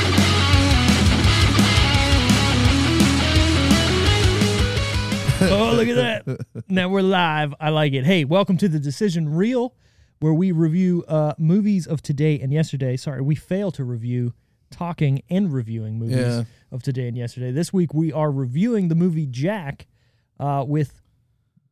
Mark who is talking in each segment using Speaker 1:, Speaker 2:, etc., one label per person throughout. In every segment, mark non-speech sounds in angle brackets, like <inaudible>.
Speaker 1: <laughs> oh, look at that. Now we're live. I like it. Hey, welcome to the Decision Reel, where we review uh, movies of today and yesterday. Sorry, we fail to review talking and reviewing movies
Speaker 2: Yeah.
Speaker 1: of today and yesterday. This week we are reviewing the movie Jack uh, with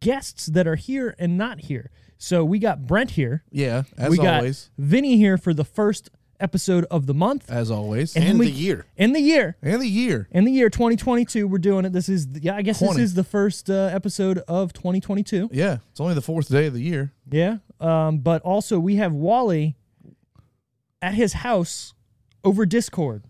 Speaker 1: guests that are here and not here. So we got Brent here.
Speaker 2: Yeah, as
Speaker 1: we got
Speaker 2: always.
Speaker 1: Vinny here for the first episode of the month
Speaker 2: as always.
Speaker 1: then
Speaker 3: And
Speaker 1: we-
Speaker 3: the year.
Speaker 1: and the year.
Speaker 2: And the year.
Speaker 1: In the year 2022, we're doing it. This is, the, yeah, I guess
Speaker 2: 20.
Speaker 1: this is the first uh, episode of 2022.
Speaker 2: Yeah, it's only the fourth day of the year.
Speaker 1: Yeah. Um, but also we have Wally at his house over Discord.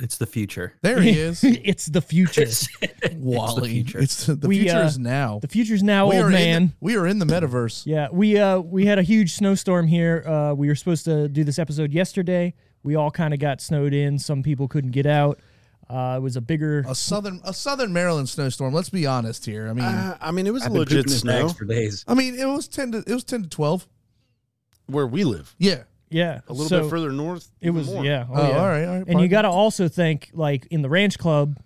Speaker 4: It's the future.
Speaker 2: There he
Speaker 1: <laughs>
Speaker 2: is.
Speaker 1: it's the future.
Speaker 2: <laughs> Wally.
Speaker 4: <laughs> It's the future.
Speaker 2: It's the
Speaker 1: We,
Speaker 2: future
Speaker 1: uh,
Speaker 2: is now.
Speaker 1: the future's now,
Speaker 2: we
Speaker 1: old
Speaker 2: are In the,
Speaker 1: man.
Speaker 2: we are in the metaverse.
Speaker 1: Yeah, we uh we had a huge snowstorm here. Uh, we were supposed to do this episode yesterday. We all kind of got snowed in. Some people couldn't get out. Uh, it was a bigger.
Speaker 2: A southern a southern Maryland snowstorm. Let's be honest here. I mean,
Speaker 3: Uh, I mean, it was
Speaker 4: I've been
Speaker 3: legit
Speaker 4: pooping in
Speaker 3: snow
Speaker 4: bags for days.
Speaker 2: I mean it was ten to it was ten to twelve.
Speaker 3: where we live.
Speaker 2: Yeah.
Speaker 1: Yeah,
Speaker 3: A little
Speaker 1: so
Speaker 3: bit further north.
Speaker 1: It
Speaker 3: even
Speaker 1: was
Speaker 3: more.
Speaker 1: yeah.
Speaker 2: Oh,
Speaker 1: Oh, yeah.
Speaker 2: all right, all right.
Speaker 1: And you
Speaker 2: pardon.
Speaker 1: got to also think like in the Ranch Club.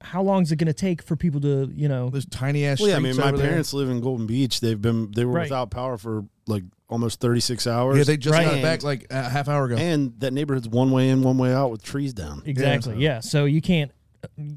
Speaker 1: How long is it going to take for people to you know?
Speaker 2: those tiny ass.
Speaker 3: Well, yeah, I mean, my
Speaker 2: over there.
Speaker 3: parents live in Golden Beach. They've been they were
Speaker 1: Right.
Speaker 3: without power for like almost thirty six hours.
Speaker 2: Yeah, they just got
Speaker 1: Right.
Speaker 2: it back like a half hour ago.
Speaker 3: and that neighborhood's one way in, one way out with trees down.
Speaker 1: Exactly. Yeah. So you can't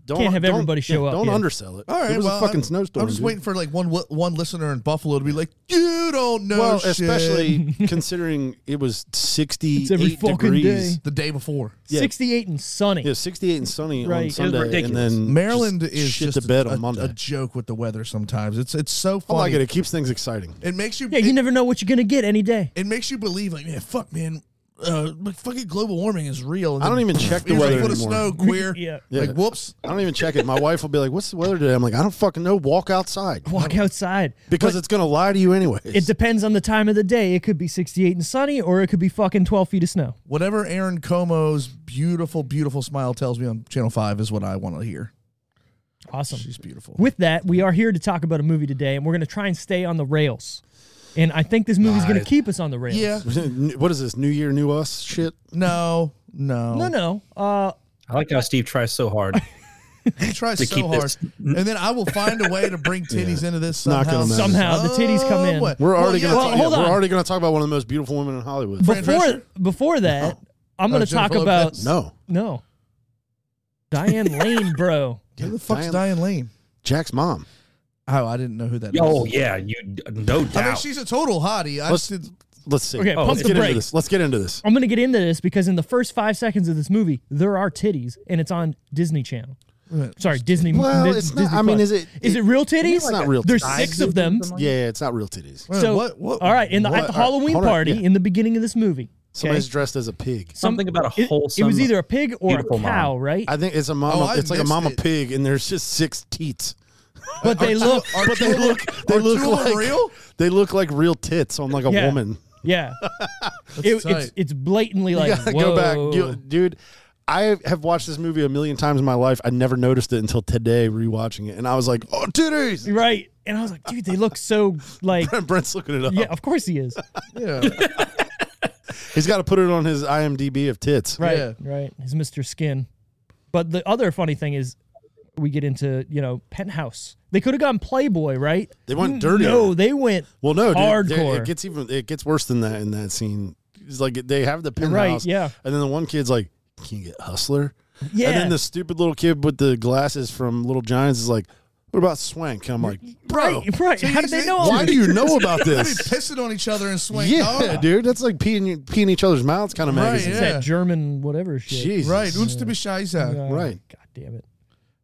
Speaker 3: Don't
Speaker 1: Can't have
Speaker 3: don't-
Speaker 1: everybody show
Speaker 3: yeah,
Speaker 1: up
Speaker 3: Don't
Speaker 1: yet.
Speaker 3: undersell it.
Speaker 2: all right,
Speaker 3: it was
Speaker 2: well,
Speaker 3: a fucking
Speaker 2: I'm,
Speaker 3: snowstorm.
Speaker 2: I'm just
Speaker 3: dude.
Speaker 2: waiting for like one wi- one listener in Buffalo to be like, "You don't know
Speaker 3: well,
Speaker 2: shit." <laughs>
Speaker 3: especially considering it was sixty
Speaker 1: every
Speaker 3: eight
Speaker 1: fucking
Speaker 3: degrees.
Speaker 1: day.
Speaker 2: the day before.
Speaker 3: Yeah.
Speaker 1: 68 and sunny.
Speaker 3: Yeah, sixty eight and sunny
Speaker 1: Right, it
Speaker 3: on
Speaker 1: was
Speaker 3: Sunday, and
Speaker 4: ridiculous.
Speaker 3: then
Speaker 2: Maryland
Speaker 3: just
Speaker 2: is
Speaker 3: shit
Speaker 2: just
Speaker 3: to bed
Speaker 2: a,
Speaker 3: on Monday.
Speaker 2: a joke with the weather sometimes. It's it's so
Speaker 3: I
Speaker 2: funny.
Speaker 3: like it. It keeps things exciting.
Speaker 2: It makes you
Speaker 1: Yeah,
Speaker 2: it,
Speaker 1: you never know what you're going to get any day.
Speaker 2: it makes you believe like man, fuck man, uh, like, fucking global warming is real. And
Speaker 3: I
Speaker 2: then,
Speaker 3: don't even check the
Speaker 2: here's
Speaker 3: weather
Speaker 2: a foot of
Speaker 3: anymore.
Speaker 2: snow, queer.
Speaker 1: <laughs> Yeah.
Speaker 3: Yeah.
Speaker 2: Like whoops.
Speaker 3: I don't even check it. My wife will be like, "What's the weather today?" I'm like, "I don't fucking know. Walk outside."
Speaker 1: Walk outside.
Speaker 3: Because it's gonna lie to you anyway.
Speaker 1: It depends on the time of the day. It could be 68 and sunny, or it could be fucking 12 feet of snow.
Speaker 2: Whatever Aaron Como's beautiful, beautiful smile tells me on Channel Five is what I want to hear.
Speaker 1: Awesome.
Speaker 2: She's beautiful.
Speaker 1: With that, we are here to talk about a movie today, and we're going to try and stay on the rails. And I think this movie's going to
Speaker 3: Nice.
Speaker 1: keep us on the rails.
Speaker 2: yeah.
Speaker 3: <laughs> what is this? New Year, New Us shit?
Speaker 2: No. No.
Speaker 1: No, no. Uh,
Speaker 4: I like how Steve tries
Speaker 1: <laughs>
Speaker 4: so hard.
Speaker 2: He tries
Speaker 4: To
Speaker 2: so
Speaker 4: keep
Speaker 2: hard,
Speaker 4: this-
Speaker 2: and then I will find a way to
Speaker 3: <laughs>
Speaker 2: bring titties into this
Speaker 3: not
Speaker 2: somehow.
Speaker 3: gonna matter.
Speaker 1: Somehow the titties come in.
Speaker 2: Someway.
Speaker 3: We're already
Speaker 2: Well,
Speaker 3: gonna
Speaker 2: yeah,
Speaker 3: talk,
Speaker 2: yeah.
Speaker 1: hold
Speaker 3: yeah,
Speaker 1: on.
Speaker 3: we're already gonna talk about one of the most beautiful women in Hollywood.
Speaker 2: Fran
Speaker 1: before
Speaker 2: Drescher?
Speaker 1: before that, I'm
Speaker 2: Oh,
Speaker 1: going to
Speaker 2: Jennifer
Speaker 1: talk about
Speaker 2: Lopez?
Speaker 3: no,
Speaker 1: no
Speaker 2: <laughs>
Speaker 1: Diane Lane, bro.
Speaker 2: Who the fuck's
Speaker 3: Diane-
Speaker 2: Diane Lane?
Speaker 3: Jack's mom.
Speaker 2: Oh, I didn't know who that is.
Speaker 4: oh yeah, you no doubt.
Speaker 2: I mean, she's a total hottie. I
Speaker 3: Let's-
Speaker 2: just did,
Speaker 3: Let's see.
Speaker 1: Okay,
Speaker 4: Oh,
Speaker 1: pump
Speaker 3: Let's
Speaker 1: the
Speaker 3: get into
Speaker 1: brakes.
Speaker 3: this. Let's get into this.
Speaker 1: I'm gonna get into this because in the first five seconds of this movie, there are titties, and it's on Disney Channel. Sorry, Disney.
Speaker 3: Well,
Speaker 1: Dis-
Speaker 3: it's not-
Speaker 1: Disney
Speaker 3: I mean,
Speaker 1: Plus.
Speaker 3: is it-
Speaker 1: Is it real titties?
Speaker 3: It's not real
Speaker 1: There's
Speaker 3: titties.
Speaker 1: six of them.
Speaker 3: Yeah, it's not real titties.
Speaker 2: Wait,
Speaker 1: So,
Speaker 2: what- what-
Speaker 1: all right, in the
Speaker 3: what
Speaker 1: at the
Speaker 3: are-
Speaker 1: Halloween
Speaker 3: hold on,
Speaker 1: party
Speaker 3: yeah.
Speaker 1: in the beginning of this movie,
Speaker 3: Somebody's
Speaker 1: okay?
Speaker 3: dressed as a pig.
Speaker 4: Something about a
Speaker 1: It-
Speaker 4: wholesome.
Speaker 1: It, was either a pig or a
Speaker 4: beautiful mom.
Speaker 1: cow, right?
Speaker 3: I think it's a mama.
Speaker 2: Oh, I
Speaker 3: it's like a
Speaker 2: missed
Speaker 3: mama
Speaker 2: it.
Speaker 3: pig, and there's just six teats.
Speaker 1: but
Speaker 3: <laughs>
Speaker 1: they look.
Speaker 2: are
Speaker 3: But they
Speaker 2: two of
Speaker 3: look.
Speaker 2: them-
Speaker 3: They
Speaker 2: are
Speaker 3: look
Speaker 2: two of them
Speaker 3: like
Speaker 2: real.
Speaker 3: They look like real tits on like a
Speaker 1: Yeah.
Speaker 3: woman. <laughs>
Speaker 1: Yeah, it, it's
Speaker 2: tight.
Speaker 1: it's blatantly like.
Speaker 3: You gotta
Speaker 1: whoa.
Speaker 3: go back, Du- dude. I have watched this movie a million times in my life. I never noticed it until today rewatching it, and I was like, "Oh, titties!" <laughs>
Speaker 1: Right, and I was like, dude, they look so like.
Speaker 3: Brent's looking it up.
Speaker 1: Yeah, of course he is.
Speaker 2: Yeah.
Speaker 3: He's got to put it on his IMDb of tits.
Speaker 1: Right,
Speaker 2: Yeah.
Speaker 1: right. He's Mr. Skin. But the other funny thing is, we get into you know Penthouse. They could have gone Playboy, right?
Speaker 3: They went
Speaker 1: Mm,
Speaker 3: dirtier.
Speaker 1: No, they went
Speaker 3: Well, no, dude,
Speaker 1: Hardcore.
Speaker 3: It gets even. It gets worse than that in that scene. It's like they have the penthouse,
Speaker 1: right. Yeah,
Speaker 3: and then the one kid's like, "Can you get hustler?"
Speaker 1: yeah.
Speaker 3: And then the stupid little kid with the glasses from Little Giants is like, "What about swank?" I'm like, "Bro,
Speaker 1: right, right.
Speaker 2: So
Speaker 1: How
Speaker 2: you
Speaker 1: did they
Speaker 2: see-
Speaker 1: know? all
Speaker 3: why
Speaker 1: this?
Speaker 3: do you
Speaker 1: <laughs>
Speaker 3: know about
Speaker 2: They
Speaker 3: this?"
Speaker 2: pissing on each other and swinging.
Speaker 3: Yeah,
Speaker 2: Oh,
Speaker 3: dude, that's like peeing peeing each other's mouths kind of
Speaker 2: Right,
Speaker 3: magazine.
Speaker 1: It's
Speaker 2: yeah.
Speaker 1: that German whatever shit.
Speaker 3: Jesus.
Speaker 2: Right. Uns to be scheiße.
Speaker 1: Uh,
Speaker 3: right.
Speaker 1: God damn it.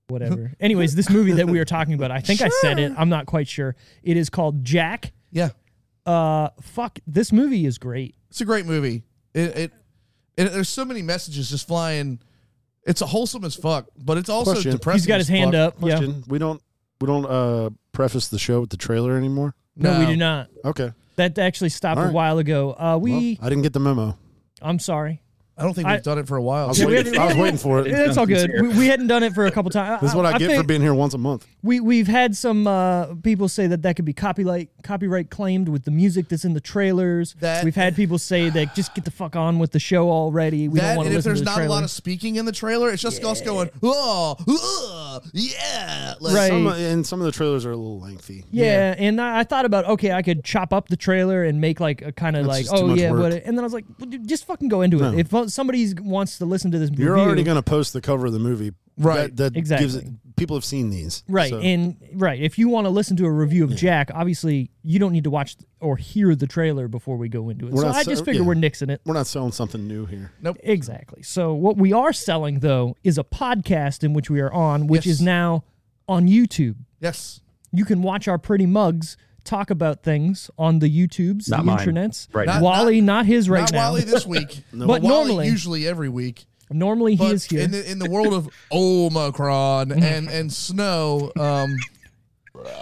Speaker 3: <laughs>
Speaker 1: Whatever. Anyways, this movie that we are talking about, I think I said it. I'm not quite sure. It is called Jack.
Speaker 2: Yeah.
Speaker 1: Uh, fuck. This movie is great.
Speaker 2: It's a great movie. It, it, it there's so many messages just flying. It's wholesome as fuck, but it's also
Speaker 3: Question.
Speaker 2: depressing.
Speaker 1: He's got his
Speaker 2: as
Speaker 1: hand
Speaker 2: fuck.
Speaker 1: up. Yeah.
Speaker 3: Question. We don't we don't uh preface the show with the trailer anymore.
Speaker 1: No, we do not.
Speaker 3: Okay.
Speaker 1: That actually stopped
Speaker 3: All
Speaker 1: a
Speaker 3: right.
Speaker 1: while ago. Uh, we.
Speaker 3: Well, I didn't get the memo.
Speaker 1: I'm sorry.
Speaker 2: I don't think we've
Speaker 1: I-
Speaker 2: done it for a while.
Speaker 3: I was,
Speaker 1: Yeah, we
Speaker 3: waiting,
Speaker 1: haven't-
Speaker 3: I was waiting for it.
Speaker 4: Yeah.
Speaker 1: It's all good.
Speaker 4: Here.
Speaker 1: We, we hadn't done it for a couple times.
Speaker 3: This is what I, get for
Speaker 1: think
Speaker 3: being here once a month.
Speaker 1: We we've had some uh, people say that that could be copyright copyright claimed with the music that's in the trailers.
Speaker 2: That-
Speaker 1: we've had people say that just get the fuck on with the show already. We don't
Speaker 2: That
Speaker 1: want to
Speaker 2: and if
Speaker 1: listen
Speaker 2: there's
Speaker 1: to the
Speaker 2: not
Speaker 1: trailer.
Speaker 2: a lot of speaking in the trailer, it's just us going, oh, uh, yeah, like,
Speaker 1: Right.
Speaker 3: Some, and some of the trailers are a little lengthy.
Speaker 1: yeah, and I, I thought about okay, I could chop up the trailer and make like a kind of
Speaker 3: That's
Speaker 1: like
Speaker 3: just too
Speaker 1: oh
Speaker 3: much
Speaker 1: yeah,
Speaker 3: work.
Speaker 1: what? it- And then I was like, well, dude, just fucking go into it. If somebody wants to listen to this,
Speaker 3: You're
Speaker 1: review-
Speaker 3: already going to post the cover of the movie.
Speaker 2: Right.
Speaker 3: That, that gives it,
Speaker 1: Exactly.
Speaker 3: people have seen these.
Speaker 1: Right.
Speaker 3: So-
Speaker 1: And right, if you want to listen to a review of Jack, obviously you don't need to watch or hear the trailer before we go into it.
Speaker 3: We're
Speaker 1: so
Speaker 3: not
Speaker 1: I
Speaker 3: so-
Speaker 1: just figure
Speaker 3: yeah.
Speaker 1: we're nixing it.
Speaker 3: we're not selling something new here.
Speaker 1: Exactly. So what we are selling though is a podcast in which we are on, which
Speaker 2: Yes.
Speaker 1: is now on YouTube.
Speaker 2: yes.
Speaker 1: You can watch our pretty mugs talk about things on the YouTubes,
Speaker 4: Not
Speaker 1: the
Speaker 4: mine.
Speaker 1: internets.
Speaker 4: Right.
Speaker 2: Not-
Speaker 1: Wally, not, his right
Speaker 2: not
Speaker 1: now.
Speaker 2: Wally
Speaker 1: <laughs>
Speaker 2: this week,
Speaker 1: But
Speaker 2: Wally
Speaker 1: normally-
Speaker 2: usually every week.
Speaker 1: Normally he
Speaker 2: But
Speaker 1: is here.
Speaker 2: in the in the
Speaker 1: <laughs>
Speaker 2: world of Omicron and and snow, um,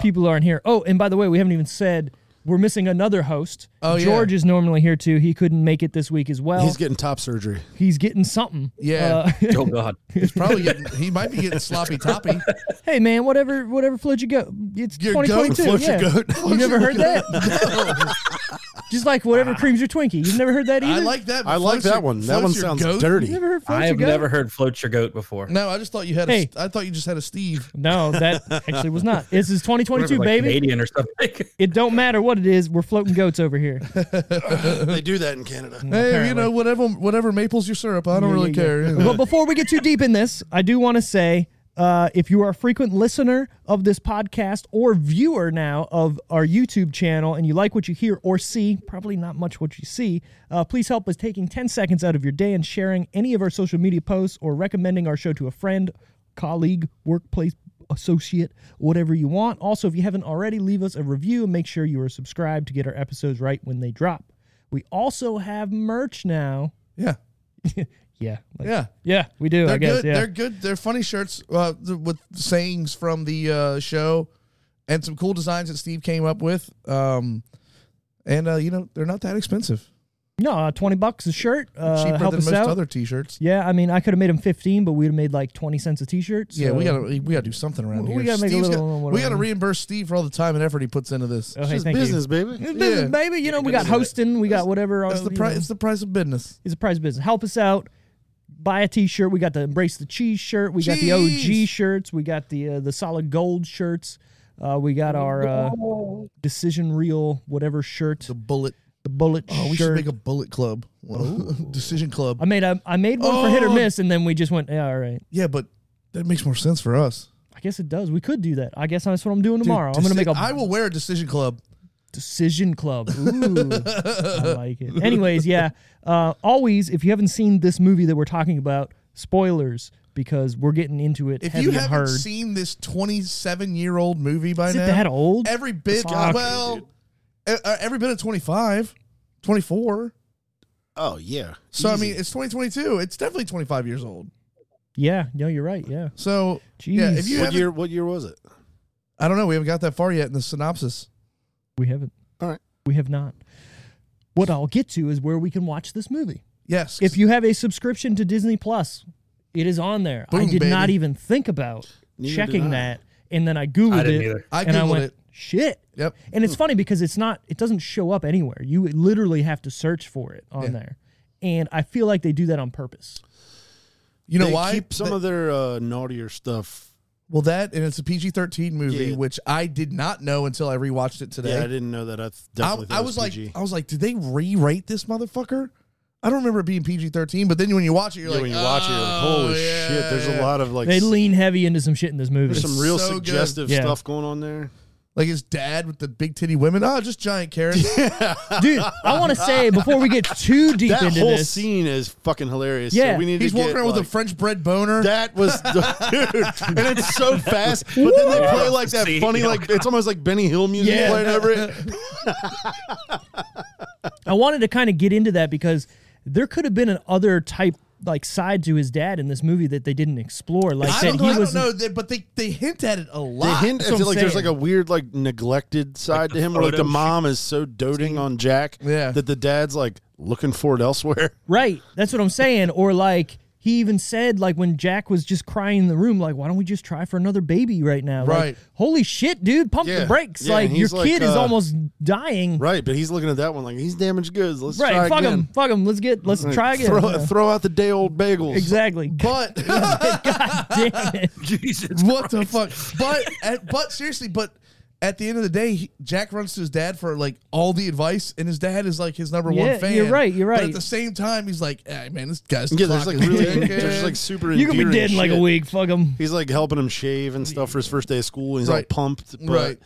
Speaker 1: People aren't here. Oh, and by the way, we haven't even said we're missing another host.
Speaker 2: Oh, yeah.
Speaker 1: George is normally here too. He couldn't make it this week as well.
Speaker 3: He's getting top surgery.
Speaker 1: he's getting something.
Speaker 2: Yeah.
Speaker 1: Uh, <laughs>
Speaker 4: Oh God.
Speaker 2: he's probably getting, he might be getting sloppy toppy.
Speaker 1: hey man, whatever, whatever floats your goat. It's
Speaker 2: Your goat
Speaker 1: 2022.
Speaker 3: floats
Speaker 1: yeah.
Speaker 3: your goat.
Speaker 1: You never heard that? <laughs> Just like whatever creams your Twinkie. You've never heard that either.
Speaker 2: I like that.
Speaker 3: I like
Speaker 2: Floats your-
Speaker 3: that one. That
Speaker 2: floats
Speaker 3: one
Speaker 2: your
Speaker 3: sounds
Speaker 2: goat.
Speaker 1: You <laughs>
Speaker 3: dirty.
Speaker 1: never heard floats
Speaker 4: I
Speaker 1: your
Speaker 4: have
Speaker 1: goat?
Speaker 4: never heard float your goat before.
Speaker 2: No, I just thought you had.
Speaker 1: Hey.
Speaker 2: A, I thought you just had a Steve.
Speaker 1: No, that actually was
Speaker 4: <laughs>
Speaker 1: not. This is
Speaker 4: Whatever,
Speaker 1: 2022,
Speaker 4: like
Speaker 1: baby.
Speaker 4: Canadian or something. <laughs>
Speaker 1: It don't matter what it is. We're floating goats over here.
Speaker 3: they do that in Canada.
Speaker 2: Hey,
Speaker 1: apparently.
Speaker 2: you know whatever whatever maples your syrup. I don't really
Speaker 1: yeah, yeah.
Speaker 2: care.
Speaker 1: <laughs> But before we get too deep in this, I do want to say uh, if you are a frequent listener of this podcast or viewer now of our YouTube channel and you like what you hear or see, probably not much what you see, uh, please help us taking 10 seconds out of your day and sharing any of our social media posts or recommending our show to a friend, colleague, workplace associate, whatever you want. Also, if you haven't already, leave us a review and make sure you are subscribed to get our episodes right when they drop. We also have merch now.
Speaker 2: Yeah,
Speaker 1: Yeah. like-
Speaker 2: yeah.
Speaker 1: yeah, we do.
Speaker 2: They're
Speaker 1: I guess.
Speaker 2: good.
Speaker 1: Yeah.
Speaker 2: They're good. They're funny shirts uh, th- with sayings from the uh, show, and some cool designs that Steve came up with. Um, and uh, you know they're not that expensive.
Speaker 1: no, uh, twenty bucks a shirt. Uh,
Speaker 2: Cheaper
Speaker 1: help
Speaker 2: than
Speaker 1: us
Speaker 2: most
Speaker 1: out.
Speaker 2: other T-shirts.
Speaker 1: yeah, I mean, I could have made them fifteen, but we'd have made like twenty cents a t-shirt.
Speaker 2: Yeah, we
Speaker 1: so-
Speaker 2: gotta we gotta do something around
Speaker 1: We
Speaker 2: here.
Speaker 1: gotta make a
Speaker 2: Steve's
Speaker 1: little-
Speaker 2: got-
Speaker 1: little-
Speaker 2: we gotta reimburse Steve for all the time and effort he puts into this.
Speaker 1: Oh, hey,
Speaker 3: It's
Speaker 1: thank
Speaker 3: <laughs> business,
Speaker 1: you.
Speaker 3: baby.
Speaker 1: It's business,
Speaker 2: Yeah.
Speaker 1: baby. You know, we got hosting. We got whatever.
Speaker 2: That's
Speaker 1: uh,
Speaker 2: the
Speaker 1: you
Speaker 2: price.
Speaker 1: know,
Speaker 2: It's the price of business.
Speaker 1: It's a prize business. Help us out. Buy a t-shirt. We got the embrace the cheese shirt. We got the OG
Speaker 2: Cheese.
Speaker 1: shirts. We got the uh, the solid gold shirts. Uh, we got our uh, decision reel whatever shirt.
Speaker 2: The bullet.
Speaker 1: The bullet
Speaker 2: Oh, we should
Speaker 1: shirt.
Speaker 2: make a bullet club, <laughs> decision club.
Speaker 1: I made a I made one for hit or
Speaker 2: Oh.
Speaker 1: miss, and then we just went. Yeah, all right.
Speaker 2: yeah, but that makes more sense for us.
Speaker 1: I guess it does. We could do that. I guess that's what I'm doing
Speaker 2: Dude,
Speaker 1: tomorrow. I'm going to make
Speaker 2: deci-
Speaker 1: a
Speaker 2: I will wear a decision club.
Speaker 1: decision club.
Speaker 2: <laughs>
Speaker 1: Ooh, I like it. Anyways, yeah. Uh, always, if you haven't seen this movie that we're talking about, spoilers because we're getting into it.
Speaker 2: If
Speaker 1: heavy
Speaker 2: you
Speaker 1: and
Speaker 2: haven't
Speaker 1: hard.
Speaker 2: seen this 27 year old movie by
Speaker 1: is it
Speaker 2: now,
Speaker 1: that old?
Speaker 2: every bit,
Speaker 1: Fuck.
Speaker 2: well, e- uh, every bit of 25, 24.
Speaker 3: Oh yeah.
Speaker 2: So, I
Speaker 3: Easy.
Speaker 2: mean, it's 2022. It's definitely 25 years old.
Speaker 1: yeah. No, you're right. Yeah.
Speaker 2: So,
Speaker 1: Jeez.
Speaker 2: yeah, if you
Speaker 3: what
Speaker 2: haven't,
Speaker 3: year? What year was it?
Speaker 2: I don't know, we haven't got that far yet in the synopsis.
Speaker 1: we haven't.
Speaker 3: All right.
Speaker 1: We have not. What I'll get to is where we can watch this movie.
Speaker 2: Yes.
Speaker 1: If you have a subscription to Disney Plus, it is on there. I
Speaker 2: Boom,
Speaker 1: did not
Speaker 2: baby.
Speaker 1: even think about
Speaker 3: Neither
Speaker 1: checking
Speaker 3: did I.
Speaker 1: that, and then I googled
Speaker 4: I didn't
Speaker 1: it,
Speaker 4: either.
Speaker 2: I
Speaker 1: and I
Speaker 2: Googled
Speaker 1: went,
Speaker 2: it.
Speaker 1: "Shit!"
Speaker 2: Yep.
Speaker 1: And it's funny because it's not, it doesn't show up anywhere. You literally have to search for it on
Speaker 2: Yeah.
Speaker 1: there, and I feel like they do that on purpose.
Speaker 2: you know
Speaker 3: they
Speaker 2: why?
Speaker 3: Keep some
Speaker 2: Th-
Speaker 3: of their uh, naughtier stuff.
Speaker 2: well, that, and it's a PG 13 movie,
Speaker 3: Yeah.
Speaker 2: which I did not know until I rewatched it today.
Speaker 3: Yeah, I didn't know that. I th- definitely.
Speaker 2: I,
Speaker 3: thought
Speaker 2: I
Speaker 3: it
Speaker 2: was like,
Speaker 3: PG.
Speaker 2: I was like, did they re-rate this motherfucker? I don't remember it being PG thirteen, but then when you watch it, you're
Speaker 3: Yeah,
Speaker 2: like, oh,
Speaker 3: when you watch it, you're like, holy shit! There's a lot of like,
Speaker 1: They
Speaker 3: s-
Speaker 1: lean heavy into some shit in this movie.
Speaker 3: there's some real
Speaker 2: so good.
Speaker 3: suggestive
Speaker 1: Yeah.
Speaker 3: stuff going on
Speaker 2: "Ah."
Speaker 3: there.
Speaker 2: Like his dad with the big titty women. Oh, just giant
Speaker 3: <laughs>
Speaker 2: carrots.
Speaker 1: <laughs> Dude, I want to
Speaker 2: <laughs>
Speaker 1: say before we get too deep
Speaker 3: That
Speaker 1: into
Speaker 3: whole
Speaker 1: this,
Speaker 3: scene is fucking hilarious.
Speaker 1: Yeah.
Speaker 3: so we need
Speaker 2: He's
Speaker 3: to get,
Speaker 2: walking around with a
Speaker 3: like-
Speaker 2: French bread boner. <laughs>
Speaker 3: That was, dude, and it's so fast. But then they play like that
Speaker 4: See,
Speaker 3: funny,
Speaker 4: you know.
Speaker 3: like it's almost like Benny Hill music
Speaker 1: Yeah.
Speaker 3: playing
Speaker 1: <laughs>
Speaker 3: over it.
Speaker 1: I wanted to kind of get into that because there could have been an other type like side to his dad in this movie that they didn't explore. Like that
Speaker 2: I don't
Speaker 1: he
Speaker 2: know. I
Speaker 1: was
Speaker 2: don't know, that- but they they hint at it a
Speaker 3: They
Speaker 2: lot.
Speaker 3: hint
Speaker 1: that's
Speaker 3: at
Speaker 1: what
Speaker 3: it,
Speaker 1: I'm
Speaker 3: like there's
Speaker 1: saying.
Speaker 3: like a weird like neglected side to him where like the
Speaker 4: photo
Speaker 3: mom is so doting on Jack
Speaker 2: Yeah.
Speaker 3: that the dad's like looking for it elsewhere.
Speaker 1: right. That's what I'm saying. Or like he even said like when Jack was just crying in the room, like why don't we just try for another baby right now? Like,
Speaker 2: Right.
Speaker 1: Holy shit, dude! Pump
Speaker 3: Yeah.
Speaker 1: the brakes.
Speaker 3: Yeah,
Speaker 1: like
Speaker 3: and
Speaker 1: your
Speaker 3: he's like,
Speaker 1: kid is
Speaker 3: uh,
Speaker 1: almost dying. Right.
Speaker 3: Right, but he's looking at that one like he's damaged goods. Let's try
Speaker 1: fuck
Speaker 3: again.
Speaker 1: him. Fuck him. Let's get. Let's
Speaker 3: Like,
Speaker 1: try again.
Speaker 3: Throw,
Speaker 1: Yeah.
Speaker 3: throw out the day old bagels. <laughs>
Speaker 1: Exactly.
Speaker 2: but
Speaker 1: Damn it.
Speaker 4: Jesus.
Speaker 2: what the fuck? But at, but seriously, but at the end of the day, he- Jack runs to his dad for like all the advice, and his dad is like his number
Speaker 1: Yeah,
Speaker 2: one fan.
Speaker 1: you're right, you're
Speaker 2: But
Speaker 1: right.
Speaker 2: at the same time, he's like, hey, man, this guy's
Speaker 3: Yeah, there's like
Speaker 2: clocking
Speaker 3: really,
Speaker 2: dickhead."
Speaker 3: there's like super.
Speaker 1: You can be
Speaker 3: endearing
Speaker 1: dead in like a
Speaker 3: shit.
Speaker 1: week. Fuck him.
Speaker 3: He's like helping him shave and stuff for his first day of school. And he's
Speaker 2: Right.
Speaker 3: all pumped, but
Speaker 2: Right.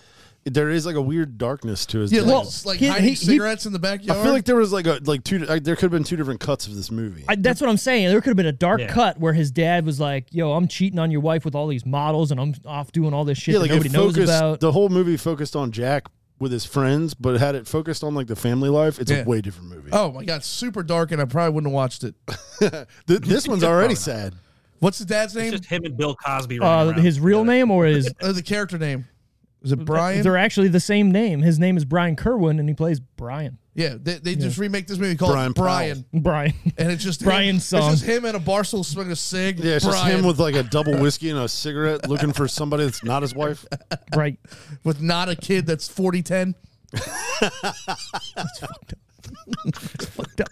Speaker 3: there is like a weird darkness to his.
Speaker 2: yeah,
Speaker 3: dad.
Speaker 2: like,
Speaker 1: Well,
Speaker 2: s- like
Speaker 1: he-
Speaker 2: hiding
Speaker 1: he- he-
Speaker 2: cigarettes in the backyard.
Speaker 3: I feel like there was like a like two. Like, there could have been two different cuts of this movie.
Speaker 1: I, that's what I'm saying. There could have been a dark
Speaker 4: Yeah.
Speaker 1: cut where his dad was like, "Yo, I'm cheating on your wife with all these models, and I'm off doing all this shit
Speaker 3: yeah, like
Speaker 1: that nobody
Speaker 3: it focused.
Speaker 1: knows about."
Speaker 3: The whole movie focused on Jack with his friends, but had it focused on like the family life. It's
Speaker 2: Yeah.
Speaker 3: a way different movie.
Speaker 2: oh my god, super dark, and I probably wouldn't have watched it.
Speaker 3: Th- this one's
Speaker 4: Yeah,
Speaker 3: already
Speaker 4: probably
Speaker 3: sad.
Speaker 2: What's the dad's name?
Speaker 4: It's just him and Bill Cosby.
Speaker 1: uh,
Speaker 4: running around.
Speaker 1: his real name or his?
Speaker 2: Uh, the character name is it Brian?
Speaker 1: They're actually the same name. His name is Brian Kerwin, and he plays Brian.
Speaker 2: yeah, they, they just remake this movie called
Speaker 3: Brian
Speaker 2: Brian. <laughs>
Speaker 3: Powell.
Speaker 1: Brian.
Speaker 2: And it's just
Speaker 1: Brian's
Speaker 2: him,
Speaker 1: song.
Speaker 2: It's just him at a bar stool smoking a cig.
Speaker 3: Yeah, it's
Speaker 2: Brian,
Speaker 3: just him with like a double whiskey and a cigarette, looking for somebody that's not his wife.
Speaker 1: right.
Speaker 2: with not a kid that's forty ten.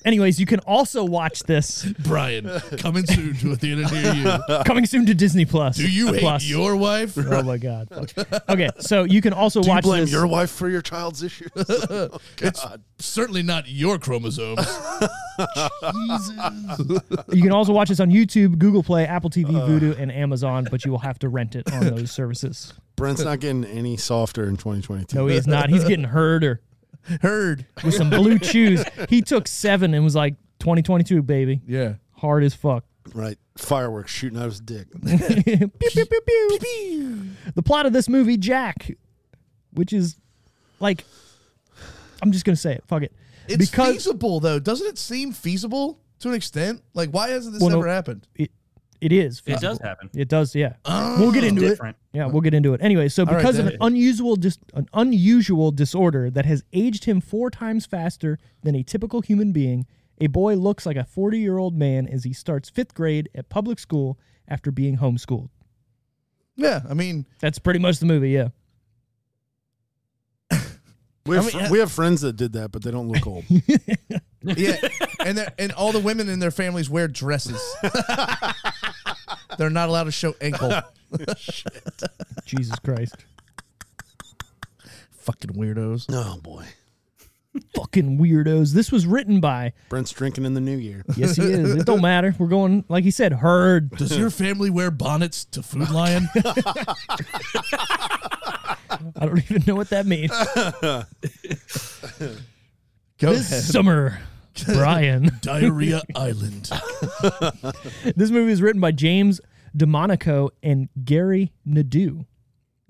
Speaker 1: Anyways, you can also watch
Speaker 2: <laughs>
Speaker 1: this
Speaker 2: Brian, coming soon to a theater near you.
Speaker 1: coming soon to Disney Plus.
Speaker 2: Do you hate
Speaker 1: Plus.
Speaker 2: your wife?
Speaker 1: <laughs> Oh my
Speaker 2: <laughs>
Speaker 1: god. Fuck. Okay, so you can also
Speaker 3: Do you
Speaker 1: watch
Speaker 3: blame
Speaker 1: this.
Speaker 3: your wife for your child's <laughs> issues?
Speaker 2: It's certainly not your chromosomes.
Speaker 1: You can also watch this on YouTube, Google Play, Apple TV,
Speaker 2: Uh.
Speaker 1: Vudu, and Amazon, but you will have to rent it on those services.
Speaker 3: Brent's not getting any softer in 2022.
Speaker 1: No, he is not. He's getting herder
Speaker 2: Heard.
Speaker 1: with some
Speaker 2: <laughs>
Speaker 1: blue chews. He took seven and was like 2022, baby.
Speaker 2: Yeah.
Speaker 1: Hard as fuck.
Speaker 3: Right. Fireworks shooting out
Speaker 1: <laughs>
Speaker 3: his dick.
Speaker 1: Pew, pew, pew, pew. The plot of this movie, Jack, which is like, I'm just going to say it. Fuck it.
Speaker 2: It's feasible though. Doesn't it seem feasible to an extent? Like why hasn't this
Speaker 1: Well, no.
Speaker 2: ever happened?
Speaker 1: it, it is.
Speaker 4: It
Speaker 1: feasible.
Speaker 4: does happen.
Speaker 1: It does, yeah. we'll get into it.
Speaker 4: different.
Speaker 1: Yeah, we'll get into it. Anyway, so
Speaker 2: Uh-huh. right,
Speaker 1: because of
Speaker 2: then.
Speaker 1: an unusual dis- an unusual disorder that has aged him four times faster than a typical human being, a boy looks like a 40-year-old man as he starts 5th grade at public school after being homeschooled.
Speaker 2: Yeah, I mean,
Speaker 1: That's pretty much the movie, yeah.
Speaker 3: We have,
Speaker 2: I mean,
Speaker 3: fr-
Speaker 2: uh,
Speaker 3: we have friends that did that, but they don't
Speaker 1: <laughs>
Speaker 3: look old.
Speaker 2: yeah, and they're- and all the women in their families wear dresses. they're not allowed to show ankle.
Speaker 1: Jesus Christ.
Speaker 2: <laughs> Fucking weirdos.
Speaker 3: oh, boy.
Speaker 1: Fucking weirdos. This was written by
Speaker 3: Brent's drinking in the
Speaker 1: <laughs>
Speaker 3: new year.
Speaker 1: Yes, he is. It don't matter. We're going like he said, herd.
Speaker 2: Does your family wear bonnets to Food Lion?
Speaker 1: I don't <laughs> even know what that means.
Speaker 2: <laughs> Go ahead.
Speaker 1: This summer, Brian.
Speaker 2: <laughs> Diarrhea Island.
Speaker 1: This movie was written by James DeMonico and Gary Nadeau.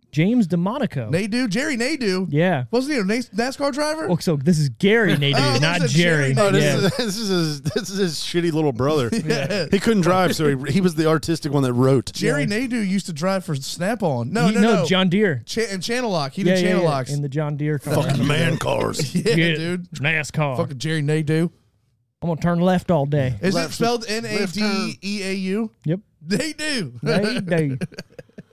Speaker 1: James DeMonico.
Speaker 2: Nadu, Jerry Nadu.
Speaker 1: yeah.
Speaker 2: Wasn't he a Nas- NASCAR driver?
Speaker 1: Oh, so this is Gary Nadeau,
Speaker 2: <laughs> Oh,
Speaker 1: not
Speaker 2: this is
Speaker 1: Jerry.
Speaker 2: Jerry Nadeau.
Speaker 3: Oh, this,
Speaker 1: yeah.
Speaker 3: is, <laughs> this, is his, this is his shitty
Speaker 1: <laughs>
Speaker 3: little brother. <laughs> He couldn't drive, so he, he was the artistic one
Speaker 1: <laughs>
Speaker 3: that wrote.
Speaker 2: Jerry Nadeau used to drive for Snap On. No,
Speaker 1: He-
Speaker 2: no, no,
Speaker 1: John Deere.
Speaker 2: Cha- and Channel Lock. He
Speaker 1: Yeah,
Speaker 2: did
Speaker 1: yeah,
Speaker 2: Channel
Speaker 1: yeah,
Speaker 2: Locks.
Speaker 1: in the John Deere car.
Speaker 3: Fucking man cars.
Speaker 2: <laughs>
Speaker 1: <laughs>
Speaker 2: yeah,
Speaker 1: Yeah, Oh.
Speaker 2: dude.
Speaker 1: NASCAR.
Speaker 2: Fucking Jerry Nadeau.
Speaker 1: I'm gonna turn left all day.
Speaker 2: Is
Speaker 3: Left-
Speaker 2: it spelled N A D E A U? <laughs>
Speaker 1: Yep. <laughs>
Speaker 2: They do.
Speaker 1: Nadeau.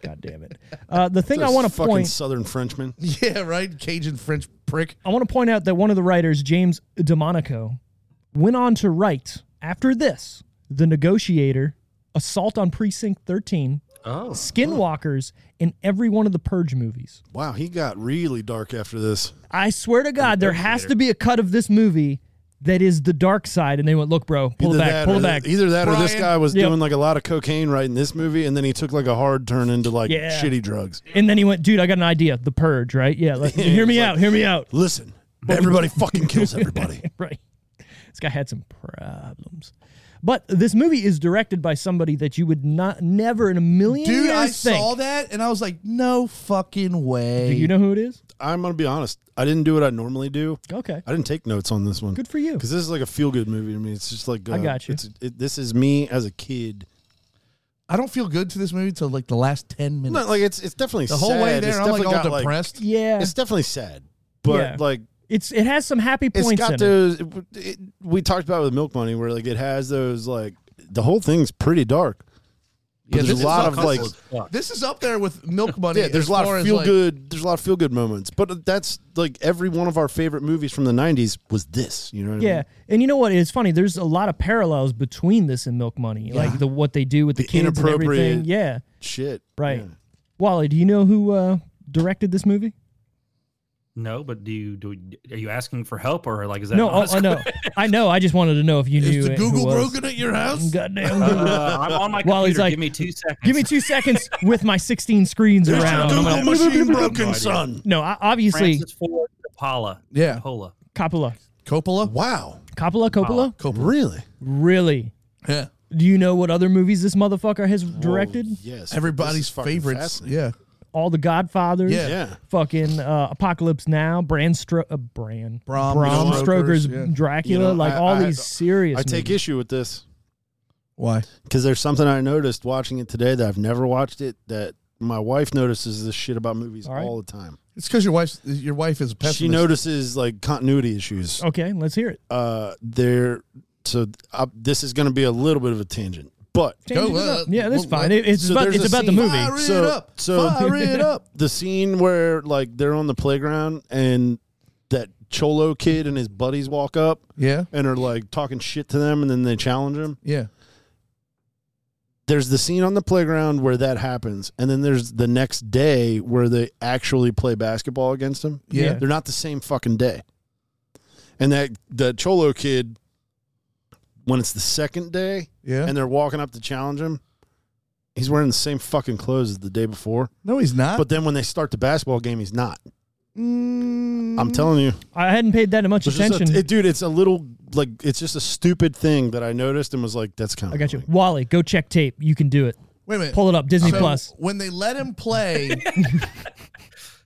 Speaker 1: God damn it. Uh, the thing I
Speaker 3: Those
Speaker 1: want to
Speaker 3: fucking
Speaker 1: point
Speaker 3: Southern Frenchman.
Speaker 2: yeah, right. Cajun French prick.
Speaker 1: I want to point out that one of the writers, James DeMonico, went on to write after this The Negotiator, Assault on Precinct 13,
Speaker 4: Oh.
Speaker 1: Skinwalkers, and every one of the Purge movies.
Speaker 3: Wow, he got really dark after this.
Speaker 1: I swear to God, there has to be a cut of this movie that is the dark side. And they went, look, bro, pull it
Speaker 3: Either
Speaker 1: back,
Speaker 3: that
Speaker 1: pull
Speaker 3: or
Speaker 1: it back.
Speaker 3: Either that or this
Speaker 2: Brian-
Speaker 3: guy was
Speaker 1: Yep.
Speaker 3: doing like a lot of cocaine right in this movie, and then he took like a hard turn into like
Speaker 1: Yeah.
Speaker 3: shitty drugs.
Speaker 1: And then he went, dude, I got an idea. The Purge, right? Yeah.
Speaker 3: <laughs>
Speaker 1: Like, hear me
Speaker 3: It's like-
Speaker 1: out. Hear me out. <laughs>
Speaker 3: Listen, <laughs> everybody fucking kills everybody.
Speaker 1: Right. This guy had some problems. But this movie is directed by somebody that you would not never in a million
Speaker 2: Dude,
Speaker 1: years
Speaker 2: I
Speaker 1: think.
Speaker 2: saw that and I was like, no fucking way.
Speaker 1: Do you know who it is?
Speaker 3: I'm gonna be honest. I didn't do what I normally do.
Speaker 1: Okay.
Speaker 3: I didn't take notes on this one.
Speaker 1: Good for you.
Speaker 3: Because this is like a feel good movie to me. It's just like uh,
Speaker 1: I got you.
Speaker 3: It's, it, this is me as a kid.
Speaker 2: I don't feel good to this movie till like the last ten minutes.
Speaker 3: No, like it's it's definitely
Speaker 2: the whole
Speaker 3: sad.
Speaker 2: way there,
Speaker 3: It's
Speaker 2: I'm like
Speaker 3: definitely
Speaker 2: all
Speaker 3: got, like-
Speaker 2: depressed.
Speaker 1: Yeah.
Speaker 3: it's
Speaker 1: It's,
Speaker 3: definitely sad, but
Speaker 1: Yeah.
Speaker 3: like
Speaker 1: it has some happy
Speaker 3: it's
Speaker 1: points in
Speaker 3: got
Speaker 1: it.
Speaker 3: those. It, it- we talked about it with Milk Money, where like it has those like the whole thing's pretty dark. But
Speaker 2: Yeah,
Speaker 3: there's
Speaker 2: this
Speaker 3: a lot
Speaker 2: is
Speaker 3: of like
Speaker 4: Fuck.
Speaker 2: this is up there with Milk Money.
Speaker 3: yeah, there's
Speaker 2: as
Speaker 3: a lot
Speaker 2: far
Speaker 3: of
Speaker 2: as,
Speaker 3: feel
Speaker 2: like-
Speaker 3: good. There's a lot of feel good moments, but that's like every one of our favorite movies from the '90s was this. You know what I
Speaker 1: Yeah.
Speaker 3: mean?
Speaker 1: And you know what? It's funny. There's a lot of parallels between this and Milk Money. Like the what they do with the,
Speaker 3: The
Speaker 1: kids and everything.
Speaker 3: inappropriate-
Speaker 1: Yeah.
Speaker 3: Shit.
Speaker 1: Right.
Speaker 3: Yeah.
Speaker 1: Wally, do you know who uh, directed this movie?
Speaker 4: No, but do you do? Are you asking for help or like is that?
Speaker 1: no,
Speaker 4: not
Speaker 1: oh, oh,
Speaker 3: <laughs>
Speaker 1: no. I know. I just wanted to know if you knew
Speaker 2: Is the
Speaker 1: it- who
Speaker 2: Google
Speaker 1: was.
Speaker 2: broken at your house?
Speaker 1: Goddamn Google.
Speaker 4: <laughs> Uh, I'm on my computer.
Speaker 1: While he's like,
Speaker 4: Give me two seconds.
Speaker 1: Give me two seconds with my 16 screens
Speaker 3: There's
Speaker 1: around.
Speaker 3: your
Speaker 1: I'm
Speaker 3: Google
Speaker 1: gonna-
Speaker 3: machine
Speaker 4: No
Speaker 3: broken,
Speaker 4: idea.
Speaker 3: son.
Speaker 1: no, I- obviously
Speaker 4: Francis Ford Coppola.
Speaker 2: Yeah.
Speaker 4: Coppola.
Speaker 1: Coppola.
Speaker 2: Coppola.
Speaker 3: Wow.
Speaker 1: Coppola, Coppola.
Speaker 3: Really?
Speaker 1: Really?
Speaker 2: Yeah,
Speaker 1: Do you know what other movies this motherfucker has directed?
Speaker 3: Well, Oh, yes. This
Speaker 2: everybody's
Speaker 3: is fucking
Speaker 2: favorites.
Speaker 3: fascinating.
Speaker 2: Yeah,
Speaker 1: All the Godfathers.
Speaker 2: Yeah.
Speaker 3: Yeah.
Speaker 1: Fucking uh, Apocalypse Now, Bram, Stro- uh, Bram. Bram
Speaker 2: Bram
Speaker 1: Stoker's mm,
Speaker 2: Stoker's, yeah.
Speaker 1: Dracula,
Speaker 3: You know,
Speaker 1: like
Speaker 3: I-
Speaker 1: all
Speaker 3: I-
Speaker 1: these serious.
Speaker 3: I take
Speaker 1: movies.
Speaker 3: issue with this
Speaker 2: why?
Speaker 3: because there's something I noticed watching it today that I've never watched it that my wife notices this shit about movies
Speaker 1: All
Speaker 3: all,
Speaker 1: right.
Speaker 3: the time.
Speaker 2: It's because your wife's your wife is a pessimist.
Speaker 3: She notices like continuity issues.
Speaker 1: Okay, let's hear it.
Speaker 3: Uh, there. So uh, this is going to be a little bit of a tangent, but
Speaker 1: Change
Speaker 2: Go,
Speaker 1: it up.
Speaker 2: uh,
Speaker 1: yeah, that's
Speaker 2: what-
Speaker 1: fine.
Speaker 2: what?
Speaker 1: It- it's
Speaker 3: So
Speaker 1: about,
Speaker 3: there's
Speaker 1: it's
Speaker 3: a
Speaker 1: about the
Speaker 3: scene-
Speaker 1: movie.
Speaker 2: Fire it
Speaker 3: So-
Speaker 2: up.
Speaker 3: so- <laughs>
Speaker 2: Fire it up.
Speaker 3: the scene where like they're on the playground and that cholo kid and his buddies walk up
Speaker 2: Yeah,
Speaker 3: and are like talking shit to them and then they challenge him.
Speaker 2: yeah.
Speaker 3: there's the scene on the playground where that happens, and then there's the next day where they actually play basketball against them.
Speaker 2: Yeah.
Speaker 3: They're not the same fucking day. And that the Cholo kid, when it's the second day
Speaker 2: Yeah.
Speaker 3: and they're walking up to challenge him, he's wearing the same fucking clothes as the day before.
Speaker 2: no, he's not.
Speaker 3: But then when they start the basketball game, he's not.
Speaker 2: Mm,
Speaker 3: I'm telling you,
Speaker 1: I hadn't paid that much
Speaker 3: It's just a-
Speaker 1: attention.
Speaker 3: it- dude. It's a little like it's just a stupid thing that I noticed and was like, "That's kind of."
Speaker 1: I got you. Wally, go check tape. You can do it.
Speaker 2: wait a minute.
Speaker 1: Pull it up. Disney
Speaker 2: So,
Speaker 1: Plus.
Speaker 2: When they let him
Speaker 1: <laughs>
Speaker 2: play,